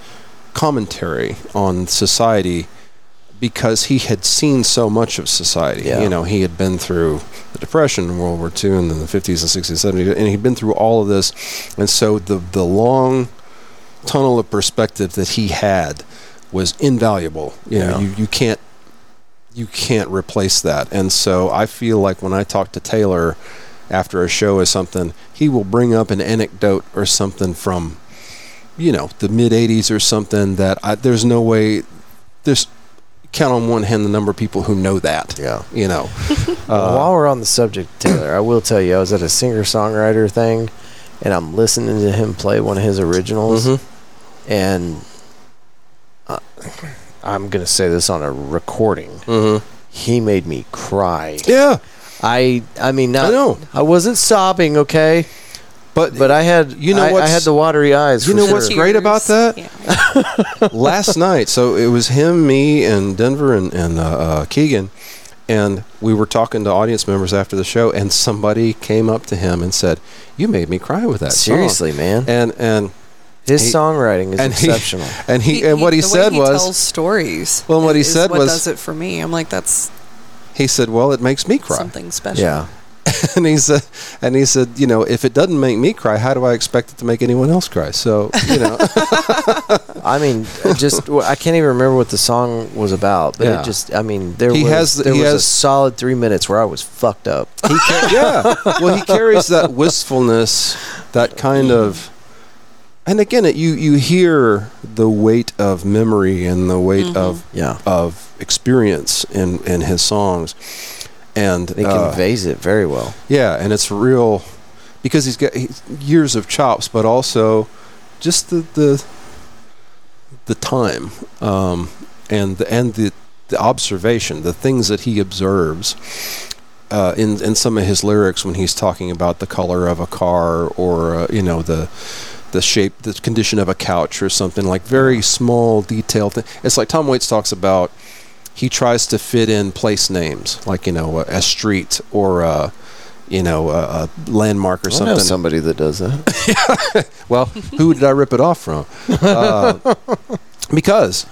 S4: commentary on society because he had seen so much of society.
S13: Yeah.
S4: You know, he had been through the Depression, World War II, and then the 50s and 60s and 70s, and he'd been through all of this. And so the, the long tunnel of perspective that he had was invaluable. You know,
S13: Yeah.
S4: you, you can't you can't replace that. And so I feel like when I talk to Taylor after a show or something, he will bring up an anecdote or something from you know the mid 80s or something that I, there's no way there's count on one hand the number of people who know that
S13: Yeah.
S4: you know Uh,
S12: While we're on the subject, Taylor, I will tell you, I was at a singer songwriter thing and I'm listening to him play one of his originals.
S4: Mm-hmm.
S12: And uh, I'm going to say this on a recording. He made me cry.
S4: Mm-hmm. yeah
S12: I I mean, not,
S4: I know.
S12: I wasn't sobbing, okay?
S4: but
S12: But I had,
S4: You know
S12: I- I
S4: what's-
S12: had the watery eyes.
S4: You
S12: for
S4: know
S12: sure.
S4: what's great about that?
S2: Yeah.
S4: last night so it was him me and denver and, and uh, uh, keegan and we were talking to audience members after the show and somebody came up to him and said you made me cry with that song."
S12: Seriously, man.
S4: and and
S12: His
S4: He-
S12: songwriting is
S4: and he-
S12: exceptional.
S4: <laughs> and he, and what he
S2: the way
S4: said
S2: he
S4: was
S2: tells stories.
S4: Well, what he
S2: is
S4: said
S2: what
S4: was-
S2: does it for me. I'm like, that's
S4: he said well it makes me cry
S2: something special.
S12: yeah.
S4: and he said, and he said, you know, if it doesn't make me cry, how do I expect it to make anyone else cry? So, you
S2: <laughs>
S4: know, <laughs>
S12: I mean, I <laughs> just I can't even remember what the song was about, but
S4: Yeah.
S12: it just I mean there
S4: He
S12: was
S4: has the-
S12: there
S4: he
S12: was a
S4: has-
S12: solid three minutes where I was fucked up.
S4: he ca- yeah. Well, he carries that wistfulness, that kind of, and again, it, you you hear the weight of memory and the weight
S2: Mm-hmm.
S4: of
S12: <laughs> Yeah,
S4: of experience in in his songs, and
S12: he
S4: uh,
S12: conveys it very well.
S4: Yeah, and it's real because he's got he- years of chops, but also just the the the time um, and the, and the the observation, the things that he observes uh, in in some of his lyrics when he's talking about the color of a car or uh, you know the the shape, the condition of a couch or something like very small detail thing. It's like Tom Waits talks about. He tries to fit in place names, like you know, a, a street or a, you know, a, a landmark or
S12: I know
S4: something.
S12: somebody that does that.
S4: Well, who did I rip it off from? Uh, because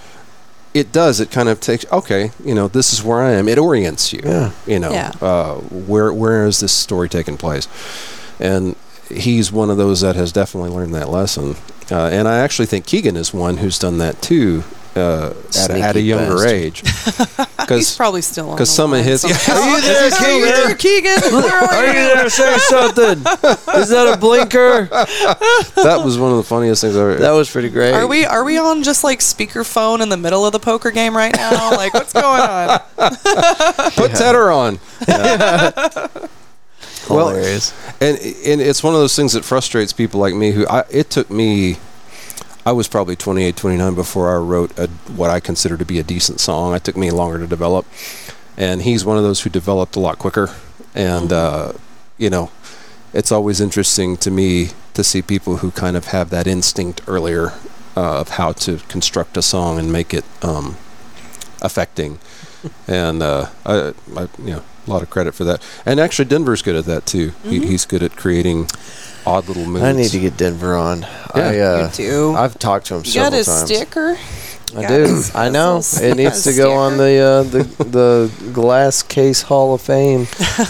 S4: it does. It kind of takes. Okay, you know, this is where I am. It orients you.
S12: Yeah.
S4: You know,
S2: Yeah.
S4: uh, where where is this story taking place? And he's one of those that has definitely learned that lesson. Uh, and I actually think Keegan is one who's done that too. Uh, at, a, at a
S12: Sneaky
S4: younger
S12: bastard.
S4: age,
S2: He's
S4: because
S2: probably still on.
S4: because
S2: the
S4: some of <laughs>
S2: line
S4: his-
S2: somewhere.
S4: Are you
S2: there, Keegan? Where are you?
S12: <laughs> Say something. Is that a
S4: <laughs>
S12: blinker?
S4: that was one of the funniest things I ever.
S12: That was pretty great.
S2: Are we are we on just like speakerphone in the middle of the poker game
S4: <laughs>
S2: right now? Like what's going on?
S4: Put Tedder on. well,
S12: Hilarious.
S4: and and it's one of those things that frustrates people like me who I it took me I was probably 28 29 before I wrote a, what I consider to be a decent song. It took me longer to develop. And he's one of those who developed a lot quicker and
S12: Mm-hmm.
S4: uh, you know it's always interesting to me to see people who kind of have that instinct earlier uh, of how to construct a song and make it um,
S12: <laughs>
S4: affecting. and uh, I, I, you know, a lot of credit for that. And actually, Denver's good at that too. He, he's good at creating odd little moods.
S12: Mm-hmm. I need to get Denver on. I uh,
S2: You do.
S12: I've talked to him
S2: You
S12: several
S2: got his
S12: times.
S2: sticker?
S12: I
S2: got
S12: do.
S2: his-
S12: I
S2: his
S12: know.
S2: little
S12: It needs to
S2: sticker.
S12: go on the uh, the the glass case Hall
S2: <laughs>
S12: of Fame.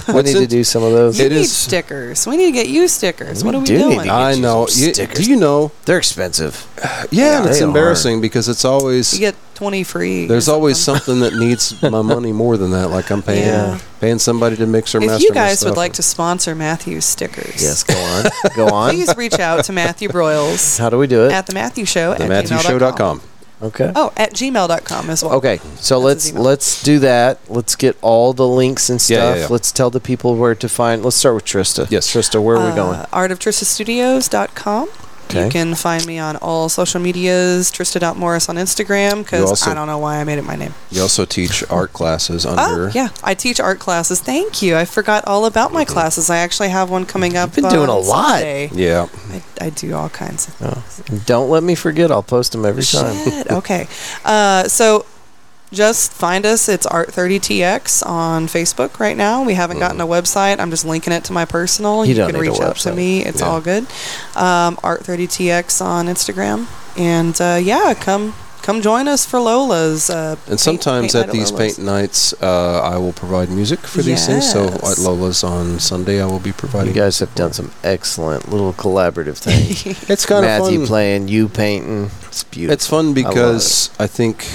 S12: We
S4: What's
S12: need to
S4: it-
S12: do some of those.
S2: You
S4: It
S2: need
S4: is-
S2: stickers. We need to get you stickers.
S12: We
S2: what are we
S12: do need
S2: doing?
S12: to get-
S4: I
S12: you
S4: know.
S12: some
S4: You, do
S12: stickers.
S4: you know?
S12: They're expensive.
S4: Yeah, and
S12: they
S4: it's
S12: are.
S4: embarrassing because it's
S2: you
S4: always
S2: get twenty free. or
S4: there's always
S2: something.
S4: something that needs my money more than that. Like I'm paying
S2: Yeah.
S4: paying somebody to mix or master.
S2: If you
S4: my
S2: guys would
S4: stuff.
S2: like to sponsor Matthew's stickers,
S12: Yes, go on.
S2: <laughs>
S12: Go on.
S2: please reach out
S12: <laughs>
S2: to Matthew Broyles
S12: How do we do it?
S2: at the Matthew Show
S4: the
S2: at
S4: MatthewShow.com.
S12: Okay.
S2: Oh, at gmail.com as well.
S12: Okay. So
S2: That's
S12: let's
S2: his email.
S12: let's do that. Let's get all the links and
S4: Yeah,
S12: stuff.
S4: yeah, yeah.
S12: Let's tell the people where to find. Let's start with Trista.
S4: Yes.
S12: Trista, where are we going?
S2: Uh, artoftristastudios.com.
S12: Okay.
S2: You can find me on all social medias, Trista.morris on Instagram,
S4: You
S2: because
S4: also-
S2: I don't know why I made it my name.
S4: You also teach art classes under.
S2: Oh, yeah. I teach art classes. Thank you. I forgot all about my classes. I actually have one coming up.
S12: been doing a
S2: on
S12: lot.
S2: Sunday.
S4: Yeah.
S2: I, I do all kinds of
S12: Don't let me forget. I'll post them every time.
S2: Shit. okay. Uh, so just find us. It's Art30TX on Facebook right now. We haven't gotten a website. I'm just linking it to my personal.
S12: You
S2: You,
S12: don't
S2: can
S12: need a
S2: reach out to
S12: website.
S2: me. It's
S4: Yeah.
S2: all good. Um, Art30TX on Instagram. And uh, yeah, come come join us for Lola's. Uh,
S4: And sometimes at these paint nights, uh, I will provide music for these things. So at
S2: Yes.
S4: Lola's on Sunday, I will be
S12: You
S4: providing.
S12: guys have done some excellent little
S2: <laughs>
S12: collaborative things.
S4: It's kind of
S12: Matthew
S4: fun.
S12: playing, you painting. It's beautiful.
S4: It's fun because I, think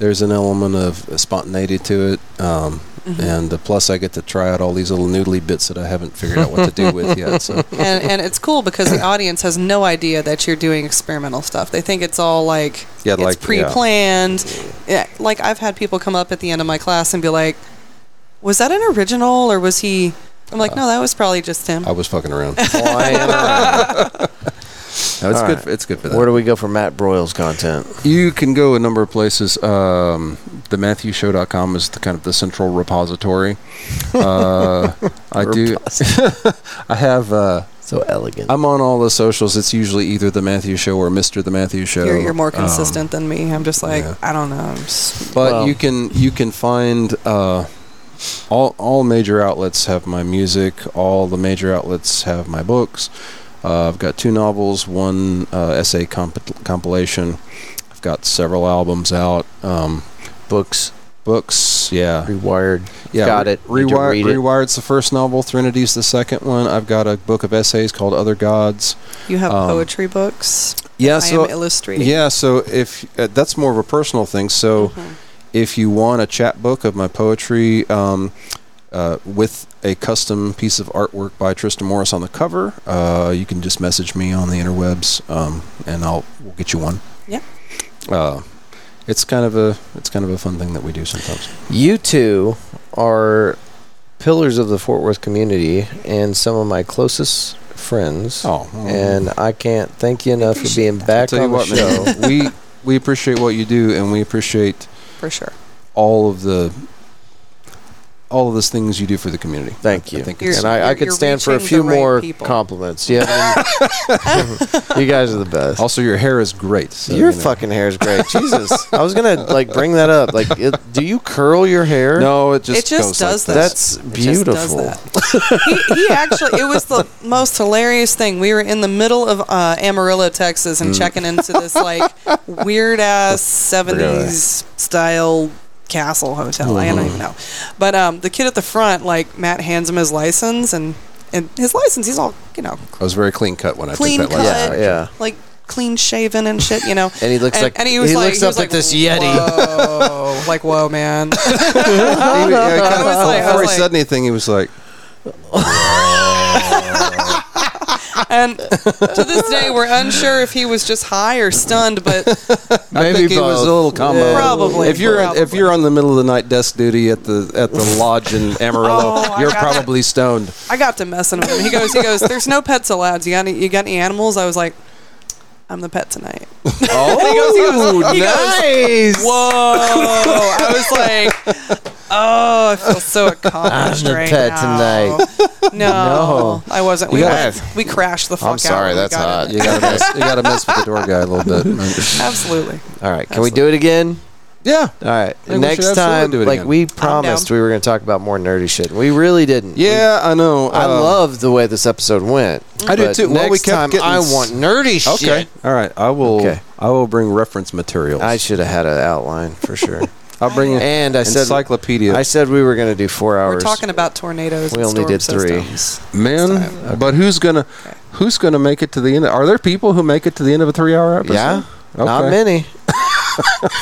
S4: there's an element of spontaneity to it. Um,
S2: Mm-hmm.
S4: And uh, plus, I get to try out all these little noodly bits that I haven't figured out what to do with yet. <laughs> So
S2: and, and it's cool because the audience has no idea that you're doing experimental stuff. They think it's all like
S4: Yeah,
S2: it's
S4: like- yeah.
S2: pre-planned. Yeah. like I've had people come up at the end of my class and be like, "Was that an original or was he?" I'm like, "No, that was probably just him."
S4: I was fucking around. No, it's good.
S12: right.
S4: For, it's good for that.
S12: <laughs> Where do we go for Matt Broyles content?
S4: You can go a number of places. Um, the MatthewShow.com is the kind of the central <laughs> repository. Uh, I do. <laughs> I have. Uh,
S12: So elegant.
S4: I'm on all the socials. It's usually either the Matthew Show or Mister the Matthew Show.
S2: You're, you're more
S4: Um,
S2: consistent than me. I'm just like,
S4: yeah.
S2: I don't know. I'm just-
S4: but
S12: Wow.
S4: you can you can find uh, all all major outlets have my music. All the major outlets have my books. Uh, I've got two novels, one uh, essay comp- compilation. I've got several albums out. Um,
S12: Books
S4: books, yeah,
S12: rewired.
S4: yeah.
S12: Got
S4: Re-
S12: it. Need to
S4: Rewire-
S12: read it.
S4: Rewired's the first novel. Trinity's the second one. I've got a book of essays called Other Gods.
S2: you have
S4: Um,
S2: poetry books.
S4: Yeah,
S2: I
S4: so
S2: am illustrating.
S4: yeah, so if uh, that's more of a personal thing. So
S2: Mm-hmm.
S4: if you want a chapbook of my poetry um, uh, with a custom piece of artwork by Tristan Morris on the cover, uh, you can just message me on the interwebs, um, and I'll we'll get you one.
S2: Yeah.
S4: Uh, it's kind of a it's kind of a fun thing that we do sometimes.
S12: You two are pillars of the Fort Worth community and some of my closest friends.
S4: Oh,
S12: And I can't thank you enough for being back
S4: tell you
S12: on the
S4: what,
S12: show.
S4: man, we we appreciate what you do, and we appreciate
S2: for sure.
S4: all of the all of those things you do for the community.
S12: Thank
S4: I
S12: you.
S4: think
S2: You're-
S4: it's,
S12: and I, I
S2: you're-
S12: could
S2: you're
S12: stand for a
S2: reaching
S12: few
S2: the right
S12: more
S2: people.
S12: compliments. Yeah, I mean, <laughs> you guys are the best.
S4: also your hair is great. So,
S12: your
S4: you know.
S12: fucking hair is <laughs> great. Jesus, I was gonna like bring that up. Like, it, do you curl your hair?
S4: No, it just
S2: It just
S4: goes
S2: does
S4: like
S2: that.
S12: that's
S2: just does
S12: beautiful. <laughs>
S2: that. he, he actually, it was the most hilarious thing. We were in the middle of uh, Amarillo, Texas,
S12: Mm.
S2: and checking into this
S12: <laughs>
S2: like weird ass seventies style castle hotel. I
S12: Mm-hmm.
S2: don't even know, but um, the kid at the front, like Matt, hands him his license, and and his license, he's all you know,
S4: I was very clean cut when I
S2: Clean
S4: took that
S2: cut.
S4: last.
S12: yeah, yeah.
S2: like clean shaven and shit, you know.
S12: And he looks
S2: And,
S12: like
S2: and he was
S12: he
S2: like,
S12: looks
S2: he was
S12: up
S2: like,
S12: at this yeti.
S2: Whoa, like whoa, man.
S4: He,
S2: <laughs>
S4: yeah, he
S2: Oh. I
S4: kinda-
S2: was like- I
S4: before
S2: was
S4: he
S2: like-
S4: said anything, he was like,
S2: And to this day, we're unsure if he was just high or stunned, but
S4: "I think he was a little combo."
S2: Probably,
S4: If you're if
S2: probably.
S4: you're on the middle of the night desk duty at the at <laughs> the lodge in Amarillo,
S2: Oh, I
S4: you're
S2: got it.
S4: probably
S2: <laughs>
S4: stoned.
S2: I got to messing with him. He goes, he goes. There's no pets allowed. You got any, you got any animals? I was like, I'm the pet tonight.
S4: Oh, nice.
S2: Whoa! I was like, oh, I feel so accomplished
S12: I'm the
S2: right
S12: pet
S2: now. tonight. No, I wasn't. We,
S12: You
S2: got, we crashed the fuck
S12: I'm sorry,
S2: out. when we
S12: that's
S2: got
S12: hot.
S2: in
S4: You gotta mess, you gotta mess with the door guy a little bit. <laughs>
S2: there. Absolutely.
S12: All right, can we do it again?
S4: Yeah,
S12: All right,
S4: think we
S12: next
S4: should absolutely
S12: time,
S4: do it
S12: like
S4: again.
S12: we promised, we were gonna talk about more nerdy shit. We really didn't.
S4: yeah, I know.
S12: I
S4: Uh,
S12: love the way this episode went.
S4: I do
S12: but
S4: too.
S12: Next
S4: Well, we kept
S12: time,
S4: getting
S12: I
S4: s-
S12: want nerdy shit.
S4: Okay, all right. I will.
S12: Okay.
S4: I will bring reference materials.
S12: I should have had an outline for sure.
S4: <laughs> I'll bring in
S12: and I said,
S4: encyclopedia.
S12: I said we were gonna do four hours.
S2: We're talking about tornadoes.
S12: We
S2: and
S12: only did
S2: storm
S12: three.
S2: systems.
S4: Man, but who's gonna who's gonna make it to the end? Are there people who make it to the end of a three-hour episode?
S12: Yeah, not
S4: Okay. <laughs>
S12: many.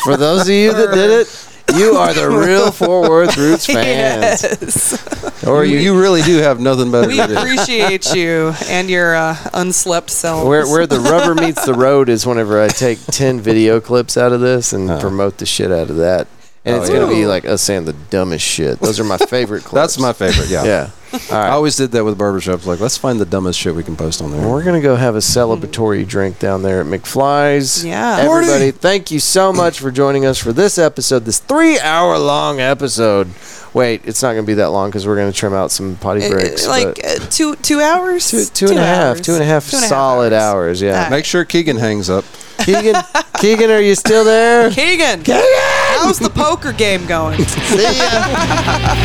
S12: for those of you that did it, you are the real Fort
S4: <laughs>
S12: Worth Roots fans.
S2: <laughs> Yes.
S4: Or you, you really do have nothing better
S2: We
S4: to do.
S2: appreciate you and your uh, unslept self.
S12: Where where the rubber meets the road is whenever I take ten video clips out of this
S4: Uh-huh.
S12: and promote the shit out of that.
S4: Oh,
S12: And it's gonna be
S2: yeah.
S12: like us saying the dumbest shit. Those are my favorite
S4: <laughs>
S12: clips.
S4: That's my favorite. <laughs> Yeah.
S12: yeah.
S4: I always did that with barbershops. Like, let's find the dumbest shit we can post on there.
S12: And we're gonna go have a celebratory drink down there at McFly's.
S2: Yeah. Marty!
S12: everybody, thank you so much for joining us for this episode, this three-hour-long episode. Wait, it's not gonna be that long because we're gonna trim out some potty
S2: Uh, <laughs>
S12: breaks.
S2: like
S12: but
S2: uh, two two hours,
S12: two, eh, two and a half, two and a half solid hours. Ah. Yeah,
S2: All
S4: Make sure Keegan hangs up.
S12: Keegan, Keegan, are you still there?
S2: Keegan, how's the poker game going?
S12: <laughs>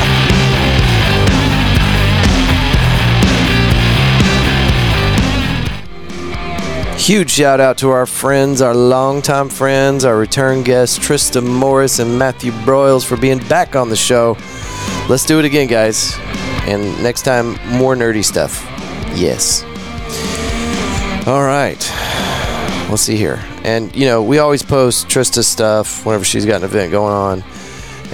S12: Huge shout out to our friends, our longtime friends, our return guests, Trista Morris and Matthew Broyles, for being back on the show. Let's do it again, guys. And next time, more nerdy stuff. Yes. All right. Let's see here. And, you know, we always post Trista's stuff whenever she's got an event going on,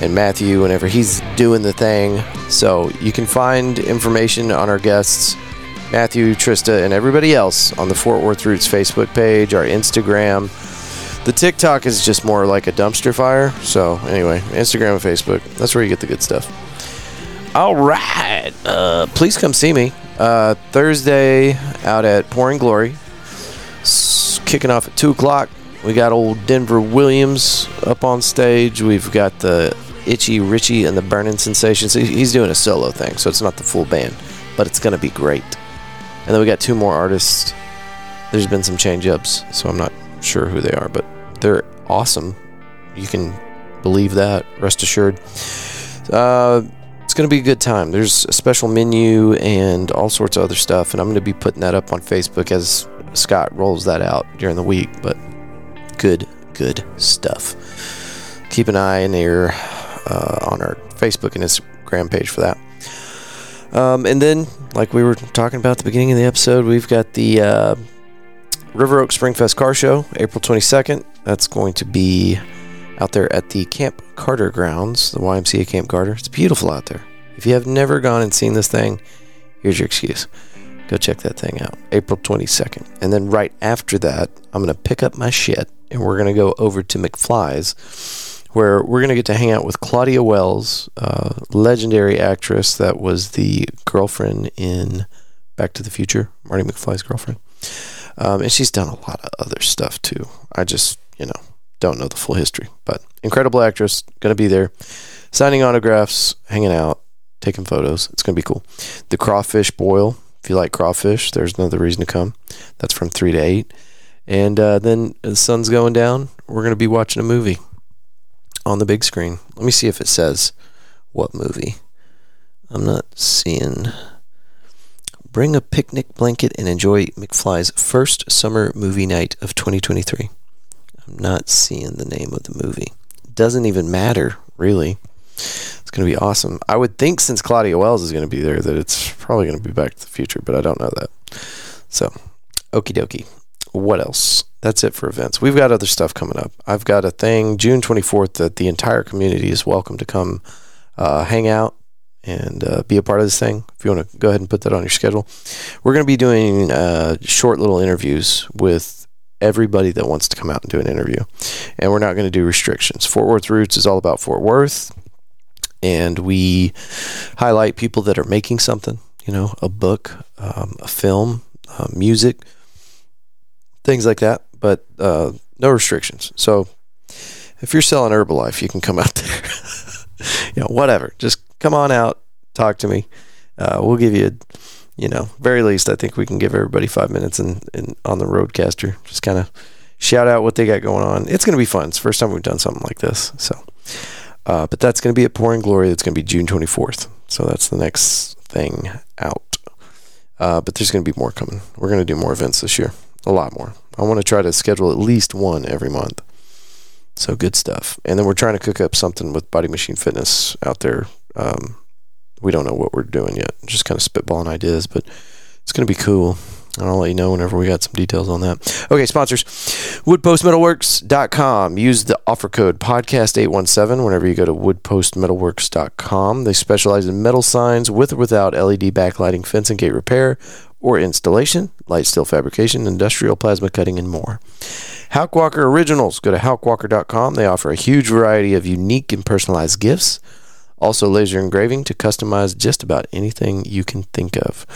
S12: and Matthew whenever he's doing the thing. So you can find information on our guests, Matthew, Trista, and everybody else on the Fort Worth Roots Facebook page, our Instagram. The TikTok is just more like a dumpster fire. So, anyway, Instagram and Facebook. That's where you get the good stuff. All right. Uh, please come see me uh, Thursday out at Pouring Glory. S- kicking off at 2 o'clock. We got old Denver Williams up on stage. We've got the Itchy Richie and the Burning Sensations. He- He's doing a solo thing, so it's not the full band, but it's going to be great. And then we got two more artists. There's been some change ups, so I'm not sure who they are, but they're awesome. You can believe that, rest assured. Uh, it's going to be a good time. There's a special menu and all sorts of other stuff, and I'm going to be putting that up on Facebook as Scott rolls that out during the week. But good, good stuff. Keep an eye and ear uh, on our Facebook and Instagram page for that. Um, and then, like we were talking about at the beginning of the episode, we've got the uh, River Oak Springfest Car Show, April 22nd. That's going to be out there at the Camp Carter grounds, the YMCA Camp Carter. It's beautiful out there. If you have never gone and seen this thing, here's your excuse. Go check that thing out. April 22nd. And then right after that, I'm going to pick up my shit and we're going to go over to McFly's where we're going to get to hang out with Claudia Wells, uh, legendary actress that was the girlfriend in Back to the Future, Marty McFly's girlfriend. Um, and she's done a lot of other stuff too. I just, you know, don't know the full history, but incredible actress, gonna be there, signing autographs, hanging out, taking photos. It's gonna be cool. The crawfish boil, if you like crawfish, there's another reason to come. That's from three to eight, and uh, then the sun's going down. We're gonna be watching a movie on the big screen. Let me see if it says what movie. I'm not seeing. Bring a picnic blanket and enjoy McFly's first summer movie night of 2023. I'm not seeing the name of the movie. Doesn't even matter, really. It's going to be awesome. I would think since Claudia Wells is going to be there that it's probably going to be Back to the Future, but I don't know that. So, okie dokie. What else? That's it for events. We've got other stuff coming up. I've got a thing June 24th that the entire community is welcome to come uh, hang out and uh, be a part of this thing. If you want to go ahead and put that on your schedule, we're going to be doing uh, short little interviews with everybody that wants to come out and do an interview. And we're not going to do restrictions. Fort Worth Roots is all about Fort Worth, and we highlight people that are making something. You know, a book, um, a film, uh, music, things like that. But uh, no restrictions. So if you're selling Herbalife, you can come out <laughs> there. you know, whatever. Just come on out, talk to me. Uh, we'll give you, a, you know, very least, I think we can give everybody five minutes and in, on the roadcaster. Just kind of shout out what they got going on. It's going to be fun. It's the first time we've done something like this. So, uh, but that's going to be at Pouring Glory. That's going to be June 24th. So that's the next thing out. Uh, but there's going to be more coming. We're going to do more events this year, a lot more. I want to try to schedule at least one every month. So good stuff. And then we're trying to cook up something with Body Machine Fitness out there. Um, we don't know what we're doing yet. Just kind of spitballing ideas, but it's going to be cool. And I'll let you know whenever we got some details on that. Okay, sponsors woodpostmetalworks.com. Use the offer code podcast817 whenever you go to woodpostmetalworks.com. They specialize in metal signs with or without LED backlighting, fence and gate repair or installation, light steel fabrication, industrial plasma cutting, and more. Hawk Walker Originals. Go to hawkwalker.com. They offer a huge variety of unique and personalized gifts. Also, laser engraving to customize just about anything you can think of.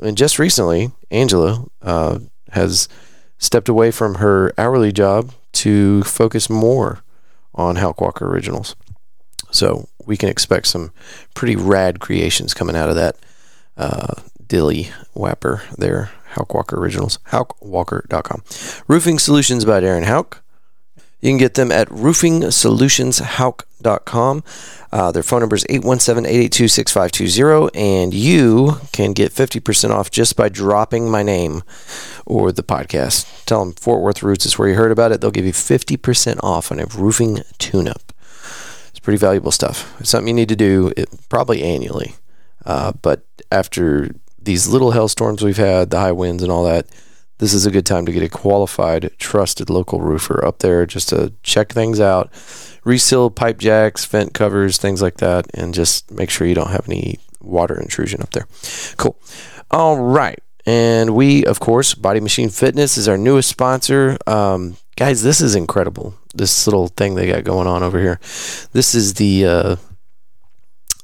S12: And just recently, Angela uh, has stepped away from her hourly job to focus more on Hawk Walker Originals. So, we can expect some pretty rad creations coming out of that uh, dilly wapper there. Hauk Walker Originals, haukwalker.com. Roofing Solutions by Darren Hauk. You can get them at roofingsolutionshauk.com. Uh, their phone number is 817-882-6520, and you can get 50% off just by dropping my name or the podcast. Tell them Fort Worth Roots is where you heard about it. They'll give you 50% off on a roofing tune-up. It's pretty valuable stuff. It's something you need to do it, probably annually. Uh, but after these little hailstorms we've had, the high winds and all that, this is a good time to get a qualified, trusted local roofer up there just to check things out, reseal pipe jacks, vent covers, things like that, and just make sure you don't have any water intrusion up there. Cool. All right. And we, of course, Body Machine Fitness is our newest sponsor. Um, guys, this is incredible. This little thing they got going on over here. This is the. Uh,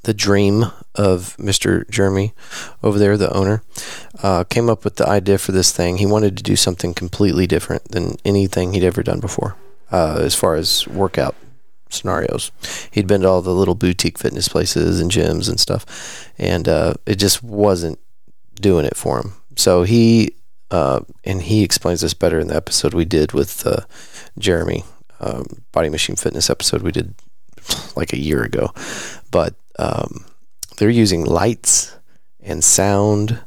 S12: the dream of Mr. Jeremy over there, the owner, uh, came up with the idea for this thing. He wanted to do something completely different than anything he'd ever done before, uh, as far as workout scenarios. He'd been to all the little boutique fitness places and gyms and stuff, and uh, it just wasn't doing it for him. So he, uh, and he explains this better in the episode we did with uh, Jeremy, um, Body Machine Fitness episode we did like a year ago. But um, they're using lights and sound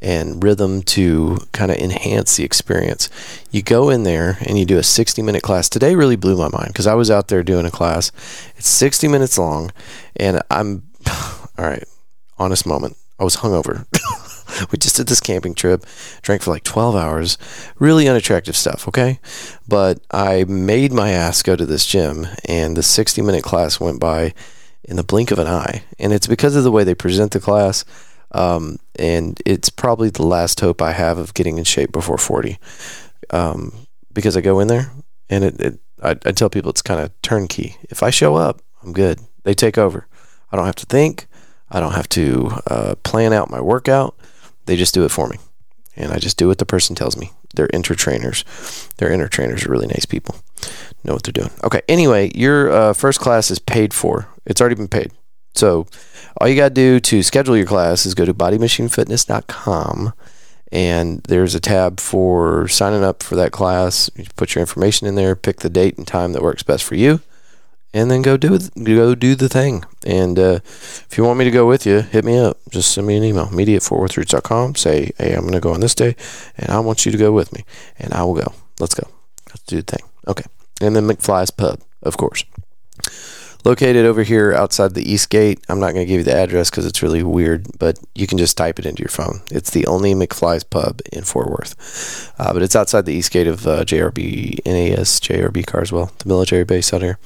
S12: and rhythm to kind of enhance the experience. You go in there and you do a 60 minute class. Today really blew my mind because I was out there doing a class. It's 60 minutes long, and I'm <sighs> all right, honest moment. I was hungover. <laughs> we just did this camping trip, drank for like 12 hours, really unattractive stuff, okay? But I made my ass go to this gym, and the 60 minute class went by in the blink of an eye. And it's because of the way they present the class. Um, and it's probably the last hope I have of getting in shape before 40. Um, because I go in there and it, it I, I tell people it's kind of turnkey. If I show up, I'm good. They take over. I don't have to think. I don't have to uh, plan out my workout. They just do it for me. And I just do what the person tells me. They're intertrainers. Their intertrainers are really nice people. Know what they're doing. Okay. Anyway, your uh, first class is paid for. It's already been paid. So all you got to do to schedule your class is go to bodymachinefitness.com and there's a tab for signing up for that class. You put your information in there, pick the date and time that works best for you and then go do it, go do the thing. And uh, if you want me to go with you, hit me up. Just send me an email, media at oh fortworthroots.com. Say, hey, I'm going to go on this day, and I want you to go with me, and I will go. Let's go. Let's do the thing. Okay. And then McFly's Pub, of course. Located over here outside the East Gate. I'm not going to give you the address because it's really weird, but you can just type it into your phone. It's the only McFly's Pub in Fort Worth. Uh, but it's outside the East Gate of uh, JRB, NAS, JRB Carswell, the military base out here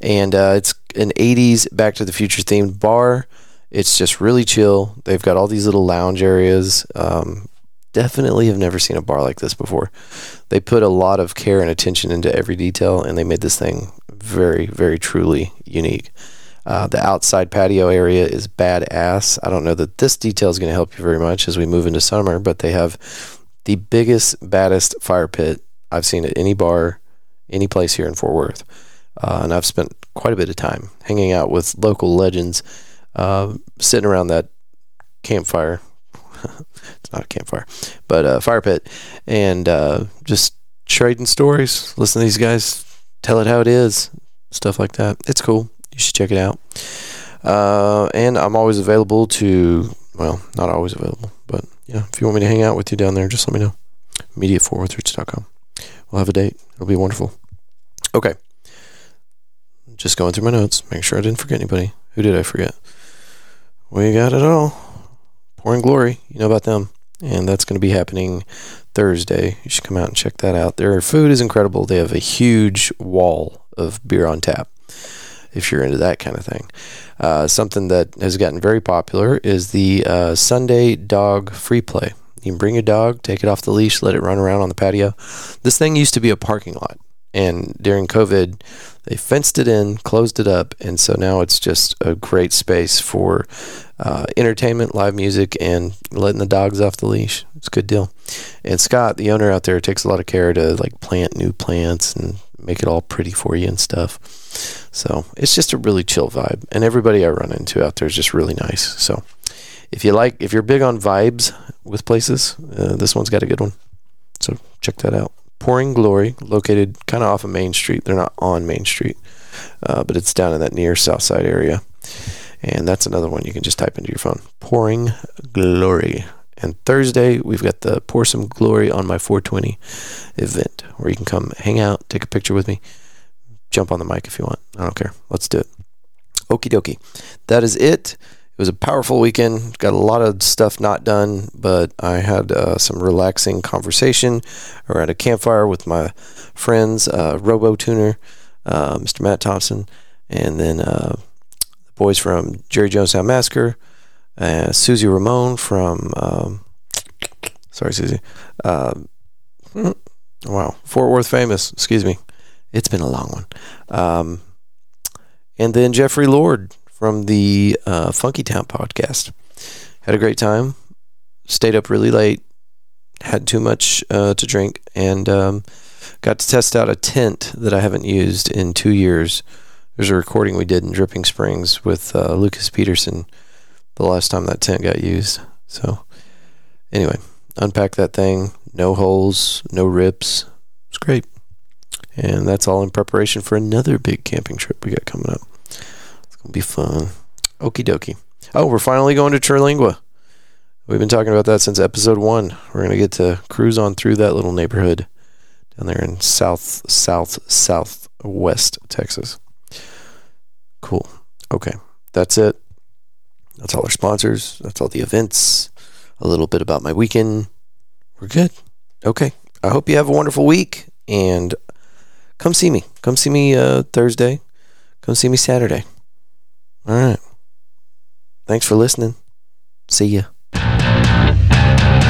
S12: and uh, it's an 80s back to the future themed bar it's just really chill they've got all these little lounge areas um, definitely have never seen a bar like this before they put a lot of care and attention into every detail and they made this thing very very truly unique uh, the outside patio area is badass i don't know that this detail is going to help you very much as we move into summer but they have the biggest baddest fire pit i've seen at any bar any place here in fort worth uh, and I've spent quite a bit of time hanging out with local legends, uh, sitting around that campfire. <laughs> it's not a campfire, but a fire pit, and uh, just trading stories, listen to these guys tell it how it is, stuff like that. It's cool. You should check it out. Uh, and I'm always available to, well, not always available, but yeah, if you want me to hang out with you down there, just let me know. oh MediaForwardRoots.com. We'll have a date. It'll be wonderful. Okay just going through my notes, make sure I didn't forget anybody. Who did I forget? We got it all. Pouring Glory, you know about them. And that's going to be happening Thursday. You should come out and check that out. Their food is incredible. They have a huge wall of beer on tap if you're into that kind of thing. Uh, something that has gotten very popular is the uh, Sunday Dog Free Play. You can bring your dog, take it off the leash, let it run around on the patio. This thing used to be a parking lot and during COVID, they fenced it in, closed it up, and so now it's just a great space for uh, entertainment, live music, and letting the dogs off the leash. It's a good deal. And Scott, the owner out there, takes a lot of care to like plant new plants and make it all pretty for you and stuff. So it's just a really chill vibe, and everybody I run into out there is just really nice. So if you like, if you're big on vibes with places, uh, this one's got a good one. So check that out. Pouring Glory, located kind of off of Main Street. They're not on Main Street, uh, but it's down in that near South Side area. And that's another one you can just type into your phone. Pouring Glory. And Thursday, we've got the Pour Some Glory on My 420 event where you can come hang out, take a picture with me, jump on the mic if you want. I don't care. Let's do it. Okie dokie. That is it. It was a powerful weekend. Got a lot of stuff not done, but I had uh, some relaxing conversation around a campfire with my friends, uh, Robo Tuner, uh, Mr. Matt Thompson, and then uh, the boys from Jerry Jonestown Massacre, uh, Susie Ramon from, um, sorry, Susie. Uh, wow, Fort Worth Famous, excuse me. It's been a long one. Um, and then Jeffrey Lord from the uh, Funky Town podcast. Had a great time. Stayed up really late. Had too much uh, to drink, and um, got to test out a tent that I haven't used in two years. There's a recording we did in Dripping Springs with uh, Lucas Peterson. The last time that tent got used. So, anyway, unpack that thing. No holes, no rips. It's great. And that's all in preparation for another big camping trip we got coming up. It's going to be fun. Okie dokie. Oh, we're finally going to Trilingua. We've been talking about that since episode one. We're going to get to cruise on through that little neighborhood down there in south, south, southwest Texas. Cool. Okay. That's it. That's all our sponsors. That's all the events. A little bit about my weekend. We're good. Okay. I hope you have a wonderful week and come see me. Come see me uh, Thursday. Come see me Saturday. All right. Thanks for listening. See ya.